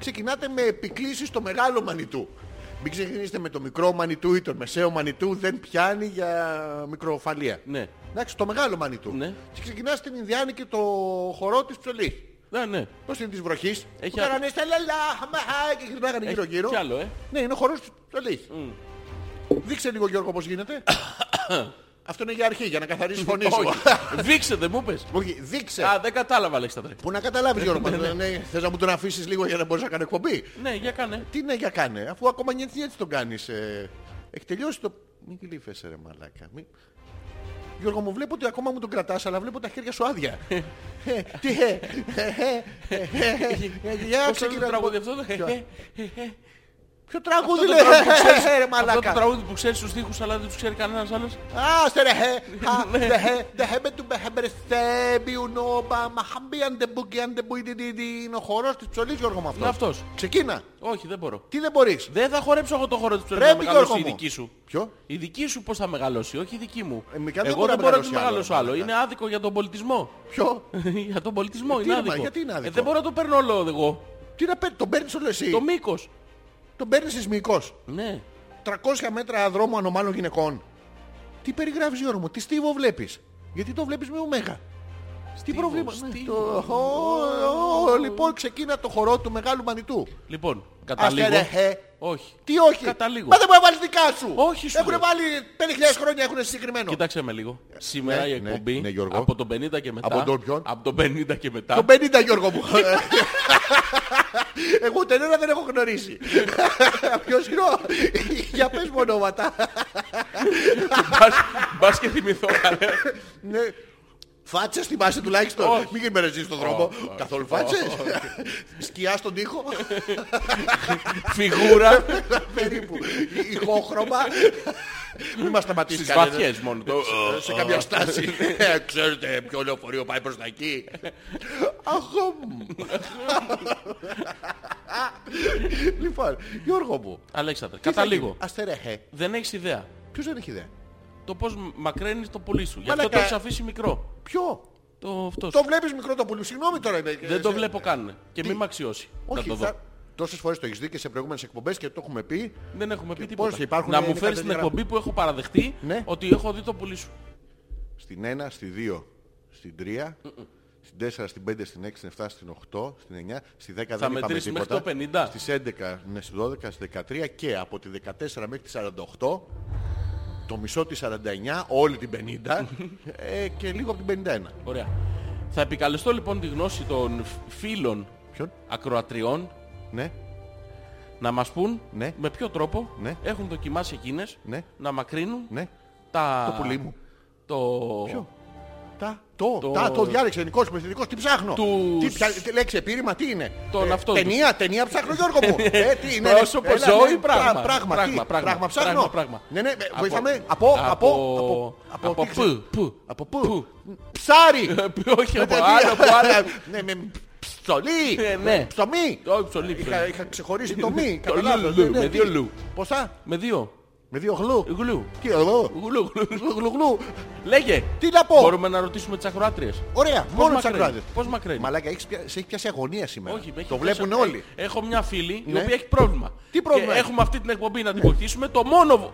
S2: ξεκινάτε με επικλήσεις στο μεγάλο μανιτού. Μην ξεκινήσετε με το μικρό μανιτού ή το μεσαίο μανιτού, δεν πιάνει για μικροφαλία.
S1: Ναι.
S2: Εντάξει, το μεγάλο μανιτού.
S1: Ναι.
S2: Και ξεκινάς την Ινδιάνη και το χορό της ψωλής.
S1: Ναι, ναι.
S2: Πώς είναι της βροχής.
S1: Έχει
S2: που
S1: άλλο.
S2: κάνανε στα λαλά, μαχά και γυρνάγανε γύρω γύρω.
S1: κι άλλο, ε.
S2: Ναι, είναι ο χορός της ψωλής. Δείξε λίγο Γιώργο πώς γίνεται. Αυτό είναι για αρχή, για να καθαρίσεις φωνή σου.
S1: Όχι. Δείξε, δεν μου πες.
S2: Όχι, δείξε.
S1: Α, δεν κατάλαβα, Αλέξανδρε.
S2: Που να καταλάβεις Γιώργο, ναι, θες να μου τον αφήσεις λίγο για να μπορείς να κάνω εκπομπή.
S1: Ναι, για κάνε.
S2: Τι ναι για κάνε, αφού ακόμα νιέτσι έτσι τον κάνεις. Ε, έχει τελειώσει το... Μην γλύφεσαι ρε μαλάκα. Μην... Γιώργο μου βλέπω ότι ακόμα μου τον κρατάς αλλά βλέπω τα χέρια σου άδεια. Ε, Τι ε, ε, ε, ε, ε, ε,
S1: Πώς
S2: Για
S1: είναι το
S2: ξεκινά.
S1: τραγούδι αυτό. Ε,
S2: Ποιο-
S1: Ποιο-
S2: Ποιο τραγούδι
S1: το
S2: λέει.
S1: τραγούδι που ξέρεις.
S2: Ε, ρε
S1: Αυτό το
S2: μαλάκα.
S1: τραγούδι που ξέρεις τους στίχους αλλά δεν τους ξέρει κανένας άλλος.
S2: Ah, så det här, ha,
S1: Ναι.
S2: det här, det här med du behöver stäbi och noba, mahambiande bugiande buidididi, είναι ο χορός της ψωλής Γιώργο μου αυτός.
S1: Είναι αυτός.
S2: Ξεκίνα.
S1: Όχι, δεν μπορώ.
S2: Τι δεν μπορείς.
S1: Δεν θα χορέψω εγώ το χώρο της ψωλής να
S2: Πρέπει Γιώργο
S1: μεγαλώσει η
S2: μου.
S1: δική σου.
S2: Ποιο.
S1: Η δική σου πώς θα μεγαλώσει, όχι η δική μου.
S2: Ε, με κάνει δεν
S1: Εγώ
S2: μπορεί
S1: δεν
S2: να
S1: μπορώ να τη
S2: μεγαλώσει άλλο,
S1: μεγαλώσω άλλο.
S2: μαλάκα.
S1: Είναι άδικο για τον πολιτισμό.
S2: Ποιο.
S1: για τον πολιτισμό
S2: Γιατί,
S1: είναι
S2: ρε, μα,
S1: άδικο.
S2: γιατί είναι
S1: Ε,
S2: άδικο? Ε,
S1: δεν μπορώ να το παίρνω όλο εγώ.
S2: Τι να παίρνεις, τον παίρνεις όλο εσύ.
S1: Το μήκος.
S2: Τον παίρνεις σεισμικός.
S1: Ναι.
S2: 300 μέτρα δρόμου ανωμάλων γυναικών. Τι περιγράφεις Γιώργο μου, τι στίβο βλέπεις. Γιατί το βλέπεις με ωμέγα. Τι προβλήμα. ναι,
S1: στίβο.
S2: το- Ω, ω, Λοιπόν, ξεκίνα το χορό του μεγάλου μανιτού.
S1: Λοιπόν,
S2: Άστε,
S1: καταλήγω.
S2: ρε, χε.
S1: Όχι.
S2: Τι όχι.
S1: Καταλήγω.
S2: Μα δεν μπορεί να βάλεις δικά σου.
S1: Όχι, σου
S2: Έχουν
S1: λέω.
S2: βάλει 5.000 χρόνια έχουν συγκεκριμένο.
S1: Κοίταξε με λίγο. Σήμερα
S2: ναι,
S1: η
S2: ναι,
S1: εκπομπή
S2: ναι, Γιώργο.
S1: από τον 50 και μετά.
S2: Από τον ποιον?
S1: από τον 50 και μετά.
S2: Το 50 Γιώργο μου. Εγώ τον ένα δεν έχω γνωρίσει. Ποιος είναι ο... Για πες μου ονόματα.
S1: Μπας- Μπας και θυμηθώ κανένα.
S2: ναι. Φάτσες θυμάσαι τουλάχιστον.
S1: Όχι.
S2: Μην μερεζείς στον δρόμο. Καθόλου φάτσες. Σκιά στον τοίχο.
S1: Φιγούρα
S2: Περίπου. Ηχόχρωμα. Μην μας σταματήσεις
S1: στις
S2: κανένας.
S1: βαθιές μόνο. Το-
S2: Ε, σε κάποια στάση. Ε, Ξέρετε ποιο λεωφορείο πάει προς τα εκεί. Αχαμ. Λοιπόν, Γιώργο μου.
S1: Αλέξανδρε, καταλήγω.
S2: Αστερέχε.
S1: Δεν έχεις ιδέα.
S2: ε. Ποιος δεν έχει ιδέα. το
S1: Το πώς μακραίνεις το πουλί σου. Γι' αυτό
S2: Μαλάκα.
S1: το έχεις αφήσει μικρό.
S2: Ποιο.
S1: Το αυτό
S2: Το
S1: σου.
S2: βλέπεις μικρό το πουλί. Συγγνώμη τώρα. είναι-
S1: Δεν το βλέπω καν. Και
S2: Ε, Τι?
S1: μην με αξιώσει. Θα
S2: Όχι,
S1: το
S2: θα...
S1: δω.
S2: Τόσες φορές το έχεις δει και σε προηγούμενες εκπομπές και το έχουμε πει.
S1: Δεν έχουμε
S2: Και
S1: πει τίποτα.
S2: πώς υπάρχουν
S1: να μου
S2: ελληνικά
S1: φέρεις την
S2: τηλεγράφη.
S1: εκπομπή που έχω παραδεχτεί
S2: Ναι.
S1: ότι έχω δει το πουλί σου.
S2: Στην 1, στη 2, στην 3, στην 4, στην 5, στην 6, στην 7, στην 8, στην 9, στη 10 δεν είπαμε
S1: μετρήσεις μέχρι
S2: τίποτα.
S1: το 50.
S2: Στις 11, ναι, στις 12, στις 13 και από τη 14 μέχρι τη 48, το μισό της 49, όλη την 50 ε, και λίγο από την 51.
S1: Ωραία. Θα επικαλεστώ λοιπόν τη γνώση των φ- φίλων
S2: Ποιον?
S1: ακροατριών
S2: Ναι,
S1: να μας πούν
S2: Ναι.
S1: με ποιο τρόπο
S2: Ναι.
S1: έχουν δοκιμάσει εκείνες
S2: Ναι.
S1: να μακρύνουν
S2: ναι.
S1: τα...
S2: Το πουλί μου.
S1: Το...
S2: Ποιο? Τα, το,
S1: Το-
S2: τα, το διάλεξε ελληνικό μεθυντικό, τι ψάχνω.
S1: Τους-
S2: Τι, ποια, τι λέξη επίρρημα, τι είναι. Ε,
S1: Τον αυτόν
S2: ταινία, ταινία ψάχνω Γιώργο μου. ε, τι είναι.
S1: Πρόσωπο,
S2: Έλα,
S1: ζωή,
S2: ναι,
S1: πράγμα.
S2: πρα- Πράγμα, τι,
S1: Πράγμα, πράγμα,
S2: ψάχνω.
S1: πράγμα, πράγμα.
S2: Ναι, ναι,
S1: Από-
S2: βοηθάμε. Από, από, από,
S1: από- από
S2: τι ξέρω.
S1: π, π.
S2: Από
S1: Π.
S2: πού. Ψάρι.
S1: Όχι από
S2: Δηλαδή,
S1: άλλο, από άλλο.
S2: Ναι, με ψωλή.
S1: Ε, ναι.
S2: Ψωμί.
S1: Όχι, ψωλί,
S2: Είχα,
S1: ψωλί.
S2: είχα ξεχωρίσει το μη.
S1: Το
S2: κατά λάθος.
S1: λου,
S2: Ναι, ναι,
S1: με
S2: τι.
S1: δύο λου.
S2: Πόσα.
S1: Με δύο.
S2: Με δύο γλου.
S1: Γλου.
S2: Τι γλου.
S1: Γλου, γλου.
S2: Γλου, γλου, γλου.
S1: Λέγε.
S2: Τι να πω.
S1: Μπορούμε να ρωτήσουμε τις ακροάτριες.
S2: Ωραία,
S1: Πώς
S2: μόνο τις
S1: μακραίνει,
S2: ακροάτες.
S1: Πώς μακραίνει.
S2: Μαλάκα, έχεις πια- σε έχει πιάσει αγωνία σήμερα.
S1: Όχι, με έχει
S2: το
S1: πιάσει-
S2: βλέπουν όλοι.
S1: Έχω μια φίλη η
S2: Ναι.
S1: οποία έχει πρόβλημα.
S2: Τι πρόβλημα
S1: Και
S2: έχει?
S1: έχουμε αυτή την εκπομπή να την βοηθήσουμε. Το μόνο...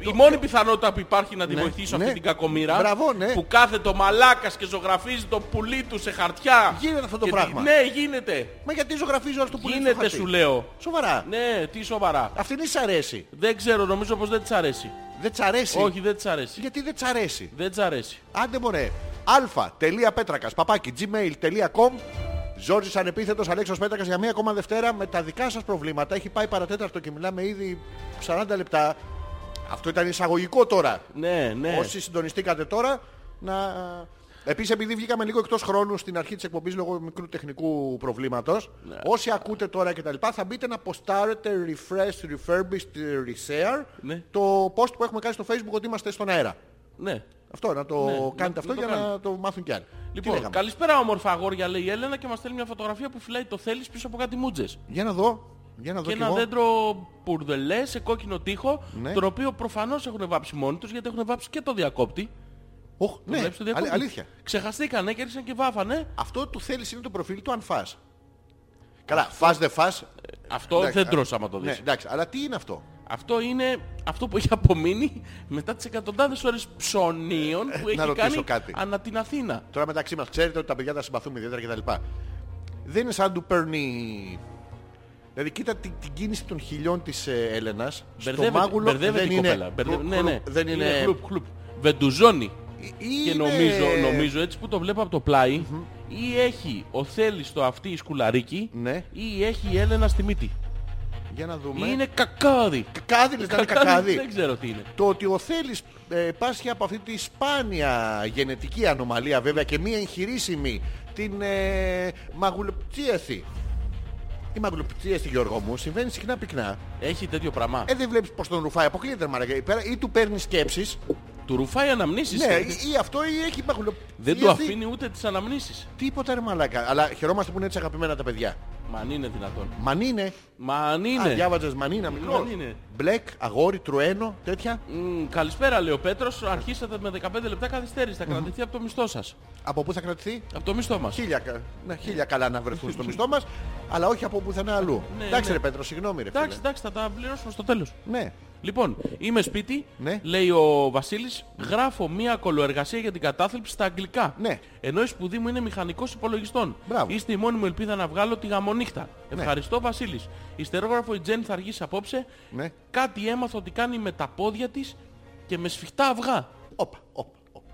S1: Η μόνη πιθανότητα που υπάρχει να την
S2: Ναι.
S1: βοηθήσω
S2: Ναι.
S1: αυτή την κακομοίρα
S2: Μπράβο, ναι.
S1: που κάθεται ο μαλάκας και ζωγραφίζει το πουλί του σε χαρτιά.
S2: Γίνεται αυτό το
S1: Και-
S2: πράγμα.
S1: Ναι, γίνεται.
S2: Μα γιατί ζωγραφίζει όλο το πουλί στο
S1: Γίνεται
S2: χαρτί.
S1: σου λέω.
S2: Σοβαρά.
S1: Ναι, τι σοβαρά.
S2: Αυτή δεν της αρέσει.
S1: Δεν ξέρω, νομίζω πως δεν της αρέσει.
S2: Δεν της αρέσει.
S1: Όχι, δεν της αρέσει.
S2: Γιατί δεν της αρέσει.
S1: Δεν της αρέσει.
S2: Άντε μωρέ. α.πέτρακας παπάκι gmail.com Ζόρζης ανεπίθετος Αλέξος Πέτρακας για μία ακόμα Δευτέρα με τα δικά σας προβλήματα. Έχει πάει παρατέταρτο και μιλάμε ήδη 40 λεπτά. Αυτό ήταν εισαγωγικό τώρα.
S1: Ναι, ναι.
S2: Όσοι συντονιστήκατε τώρα, να. Επίσης, επειδή βγήκαμε λίγο εκτός χρόνου στην αρχή της εκπομπής λόγω μικρού τεχνικού προβλήματος,
S1: Ναι.
S2: όσοι ακούτε τώρα κτλ., θα μπείτε να ποστάρετε refresh, refurbished, reshare
S1: Ναι.
S2: το post που έχουμε κάνει στο facebook ότι είμαστε στον αέρα.
S1: Ναι.
S2: Αυτό, να το
S1: Ναι, να-
S2: κάνετε
S1: να
S2: αυτό
S1: το
S2: για
S1: κάνουμε.
S2: να το μάθουν κι άλλοι. Τι
S1: Λοιπόν,
S2: λέγαμε?
S1: καλησπέρα όμορφα αγόρια λέει η Έλενα και μας στέλνει μια φωτογραφία που φυλάει το θέλεις πίσω από κάτι μούτζες.
S2: Για να δω. Για να δω
S1: και
S2: κι
S1: ένα
S2: εγώ.
S1: δέντρο μπουρδελέ σε κόκκινο τοίχο,
S2: Ναι.
S1: τον οποίο προφανώς έχουν βάψει μόνοι τους γιατί έχουν βάψει και το διακόπτη.
S2: Οχ,
S1: Το
S2: ναι,
S1: βλέπεις το
S2: αλη-
S1: διακόπτη.
S2: αλήθεια.
S1: Ξεχαστήκανε και άρχισαν και βάφανε.
S2: Αυτό του θέλεις είναι το προφίλ του αν φας. Καλά, φας δεν
S1: Ε,
S2: φας.
S1: Αυτό
S2: εντάξει,
S1: δεν
S2: α-
S1: τρως άμα το δεις.
S2: Ναι, εντάξει, αλλά τι είναι αυτό.
S1: Αυτό είναι αυτό που έχει απομείνει μετά τις εκατοντάδες ώρες ψωνίων που έχει
S2: Ε, ρωτήσω
S1: κάνει
S2: κάτι.
S1: ανά την Αθήνα.
S2: Τώρα μεταξύ μας ξέρετε ότι τα παιδιά τα συμπαθούμε ιδιαίτερα κτλ. Δεν είναι σαν να του παίρνει... Δηλαδή κοίτα την, την κίνηση των χιλιών της ε, Έλενας στο
S1: Μπερδεύεται,
S2: μάγουλο
S1: μπερδεύεται
S2: δεν
S1: η
S2: είναι...
S1: κοπέλα. Μπερδε-
S2: χλουπ,
S1: ναι, ναι.
S2: χλουπ, Δεν είναι...
S1: χλουπ, χλουπ. Βεντουζώνει.
S2: Ε,
S1: Και
S2: είναι-
S1: νομίζω, νομίζω έτσι που το βλέπω από το πλαι ή έχει ο Θέλης το αυτή σκουλαρίκι
S2: Ναι.
S1: ή έχει η Έλενα στη μύτη.
S2: Για να δούμε.
S1: Είναι κακάδι.
S2: Κακάδι, λες να είναι κακάδι.
S1: Δεν ξέρω τι είναι.
S2: Το ότι ο Θέλης ε, πάσχει από αυτή τη σπάνια γενετική ανομαλία βέβαια και μία εγχειρίσιμη την ε, μαγουλοπτίαση. Η μαγουλοπτίαση Γιώργο μου συμβαίνει συχνά πυκνά.
S1: Έχει τέτοιο πράγμα.
S2: Ε, δεν βλέπεις πως τον ρουφάει. Αποκλείεται μαρακά εκεί πέρα ή του παίρνεις σκέψεις.
S1: Του ρουφάει αναμνήσεις.
S2: Ναι, ή, ή αυτό ή έχει μαγουλοπτίαση.
S1: Δεν του αφήνει ούτε τις αναμνήσεις.
S2: Τίποτα ρε μαλακά. Αλλά χαιρόμαστε που είναι έτσι αγαπημένα τα παιδιά.
S1: Μα αν είναι δυνατόν.
S2: Μαν είναι.
S1: Μα αν
S2: Α,
S1: είναι.
S2: διάβαζες μανίνα μικρό.
S1: Μαν είναι.
S2: Μπλεκ, αγόρι, τρουένο, τέτοια.
S1: Μμ, καλησπέρα, λέει ο Πέτρος. Αρχίσατε με 15 λεπτά καθυστέρηση. Θα κρατηθεί από το μισθό σας.
S2: Από πού θα κρατηθεί.
S1: Από το μισθό μας.
S2: Χίλια, κα- ναι, χίλια καλά να βρεθούν στο μισθό μας, αλλά όχι από πουθενά αλλού.
S1: Ναι,
S2: εντάξει
S1: ναι.
S2: ρε Πέτρο, συγγνώμη ρε φίλε.
S1: Εντάξει, εντάξει, θα τα πληρώσουμε στο τέλος.
S2: Ναι.
S1: Λοιπόν, είμαι σπίτι,
S2: Ναι.
S1: λέει ο Βασίλης, γράφω μία κολοεργασία για την κατάθλιψη στα αγγλικά.
S2: Ναι.
S1: Ενώ η σπουδή μου είναι μηχανικός υπολογιστών.
S2: Μπράβο.
S1: Είστε η μόνη μου ελπίδα να βγάλω τη γαμονύχτα. Ευχαριστώ Βασίλης. Ιστερόγραφο η Τζέννη θα αργήσει απόψε.
S2: Ναι.
S1: Κάτι έμαθα ότι κάνει με τα πόδια της και με σφιχτά αυγά.
S2: Όπα, όπα, όπα.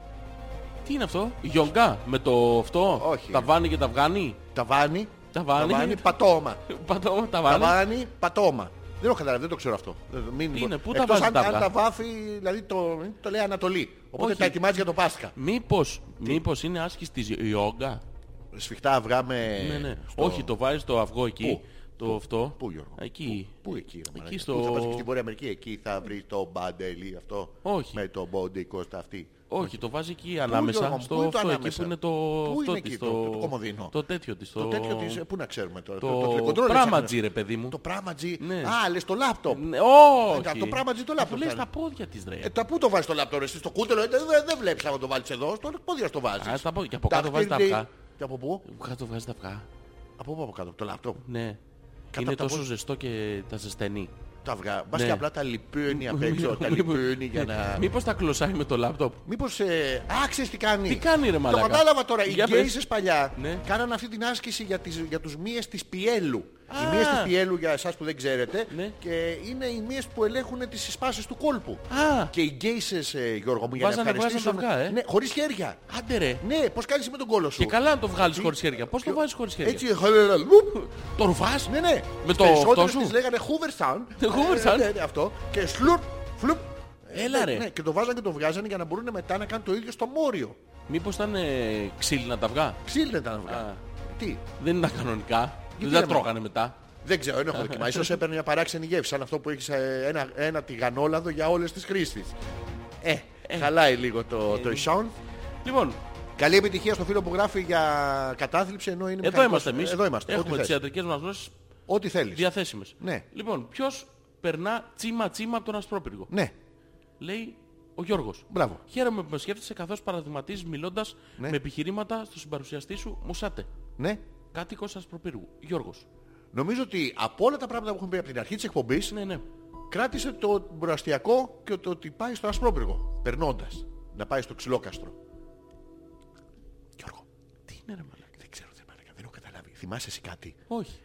S1: Τι είναι αυτό, η γιονγκά με το αυτό,
S2: Όχι.
S1: τα βάνει και τα βγάνει.
S2: Ταβάνι.
S1: Ταβάνι.
S2: πατώμα.
S1: Πατώ, τα βάνει.
S2: Ταβάνι, πατώμα. Δεν έχω καταλάβει, δεν το ξέρω αυτό. Ε, Μην...
S1: Τι είναι, πού τα
S2: Εκτός
S1: βάζει
S2: αν,
S1: τα
S2: αν
S1: αυγά?
S2: τα βάφει, δηλαδή το, το λέει Ανατολή. Οπότε
S1: Όχι.
S2: τα ετοιμάζει για το Πάσχα.
S1: Μήπως, μήπως είναι άσκηση της γιόγκα.
S2: Σφιχτά αυγά με...
S1: Ναι, ναι.
S2: Ε, στο-
S1: Όχι, το βάζεις το αυγό εκεί.
S2: Πού?
S1: Το αυτό.
S2: Πού, Γιώργο?
S1: Εκεί.
S2: Πού εκεί, ρε, μαλάκα?
S1: στο-
S2: Πού θα πας και στην Βόρεια Αμερική, εκεί θα βρεις το μπαντελή αυτό.
S1: Όχι.
S2: Με το μπόντι κόστα αυτή.
S1: Όχι, το βάζει εκεί ανάμεσα.
S2: Γιώργο μου,
S1: στο
S2: πού είναι το
S1: αυτό, εκεί
S2: ανάμεσα?
S1: που είναι το.
S2: Πού
S1: αυτό
S2: είναι
S1: της,
S2: εκεί, το- το κομμωδίνο?
S1: Το τέτοιο της.
S2: Το τέτοιο της, ε, πού να ξέρουμε τώρα.
S1: Το,
S2: τηλεκοντρόλ
S1: πράγμα
S2: ψάχνουμε.
S1: τζι, ρε παιδί μου.
S2: Το πράγμα τζι.
S1: Ναι.
S2: Α, λες το λάπτοπ.
S1: Ναι, όχι.
S2: Ε, το πράγμα τζι το λάπτοπ
S1: Του λες
S2: κάνει.
S1: τα πόδια της ρε.
S2: Ε, τα πού το βάζεις το λάπτοπ, ρε, εσύ στο κούτελο, ε, δεν δεν βλέπεις άμα το βάλεις εδώ, στο πόδι το βάζεις.
S1: Α, στα πόδια. Και από κάτω βάζεις τα
S2: χτύρι-
S1: αυγά.
S2: Και από πού,
S1: Κάτω βγάζει τα αυγά.
S2: από πού από κάτω, από το λάπτοπ.
S1: Ναι.
S2: Κάτω
S1: Είναι
S2: από τα
S1: τόσο
S2: πόδια.
S1: ζεστό και τα ζεσταίνει.
S2: Τα αυγά, μπας
S1: Ναι.
S2: και απλά τα λιπαίνει απ' έξω, τα λιπαίνει για να...
S1: Μήπως τα κλωσάει με το λάπτοπ.
S2: Μήπως, ε, α, ξέρεις τι κάνει.
S1: Τι κάνει, ρε μαλάκα?
S2: Το κατάλαβα τώρα, οι
S1: Για πες.
S2: γκέισες παλιά
S1: Ναι.
S2: κάνανε αυτή την άσκηση για, τις, για τους μύες της πιέλου.
S1: Α.
S2: Οι μύες της πιέλου, για εσάς που δεν ξέρετε,
S1: Ναι.
S2: και είναι οι μύες που ελέγχουν τις σπάσεις του κόλπου.
S1: Α,
S2: Και οι γκέισες, ε, Γιώργο μου, για
S1: Βάζανε-
S2: να ευχαριστήσουν...
S1: βάζανε τα αυγά, ε.
S2: Ναι, χωρίς χέρια.
S1: άντε ρε.
S2: Ναι, πώς κάνεις με τον κόλο σου.
S1: Και καλά να το βγάλεις χωρίς χέρια. Πώς το βάζεις χωρίς χέρια.
S2: Έτσι, ε, χαλαρά, λουπ.
S1: Το ρουφάς.
S2: Ναι, ναι.
S1: Με
S2: Στις
S1: το
S2: περισσότερες
S1: αυτό σου?
S2: τις λέγανε Hoover Sound.
S1: Hoover
S2: Ε,
S1: Sound.
S2: Ναι, ναι, αυτό. Και σλουρπ, φλουπ.
S1: Έλα,
S2: Ναι,
S1: ρε.
S2: Ναι, και το βάζανε και το βγάζανε για να μπορούν μετά να κάνουν το ίδιο στο μόριο.
S1: Μήπως ήταν ε, ξύλινα τα αυγά.
S2: Ξύλινα τα αυγά.
S1: Α.
S2: Τι.
S1: Δεν ήταν κανονικά.
S2: Γιατί
S1: δεν τα
S2: ρε,
S1: τρώγανε μετά.
S2: Δεν ξέρω, δεν έχω δοκιμάσει. Ίσως έπαιρνε μια παράξενη γεύση, σαν αυτό που έχεις ε, ένα, ένα τηγανόλαδο για όλες τις χρήσεις. Ε, χαλάει λίγο
S1: Ε.
S2: το, το sound.
S1: Λοιπόν,
S2: Καλή επιτυχία στο φίλο που γράφει για κατάθλιψη ενώ είναι
S1: εδώ
S2: μηχανικός.
S1: είμαστε εμείς.
S2: Εδώ είμαστε.
S1: Έχουμε
S2: ό,τι,
S1: τις
S2: θες.
S1: ιατρικές μας γνώσει
S2: ό,τι θέλεις.
S1: διαθέσιμες.
S2: Ναι.
S1: Λοιπόν, ποιος περνά τσίμα-τσίμα από τον Ασπρόπυργο.
S2: Ναι,
S1: Λέει ο Γιώργος.
S2: μπράβο.
S1: Χαίρομαι που με σκέφτεσαι καθώς παραδειγματίζεις μιλώντας
S2: Ναι.
S1: με επιχειρήματα στο συμπαρουσιαστή σου Μουσάτε.
S2: Ναι.
S1: Κάτοικος Ασπροπύργου. Γιώργος.
S2: Νομίζω ότι από όλα τα πράγματα που έχουμε πει από την αρχή της εκπομπής,
S1: Ναι, ναι.
S2: κράτησε το μπουραστιακό και το ότι πάει στο Ασπρόπυργο. Περνώντας. Να πάει στο ξυλόκαστρο. Γιώργο,
S1: Τι είναι ρε μαλάκα.
S2: δεν ξέρω, δεν, μάλακα, δεν έχω καταλάβει. Θυμάσαι εσύ κάτι.
S1: Όχι.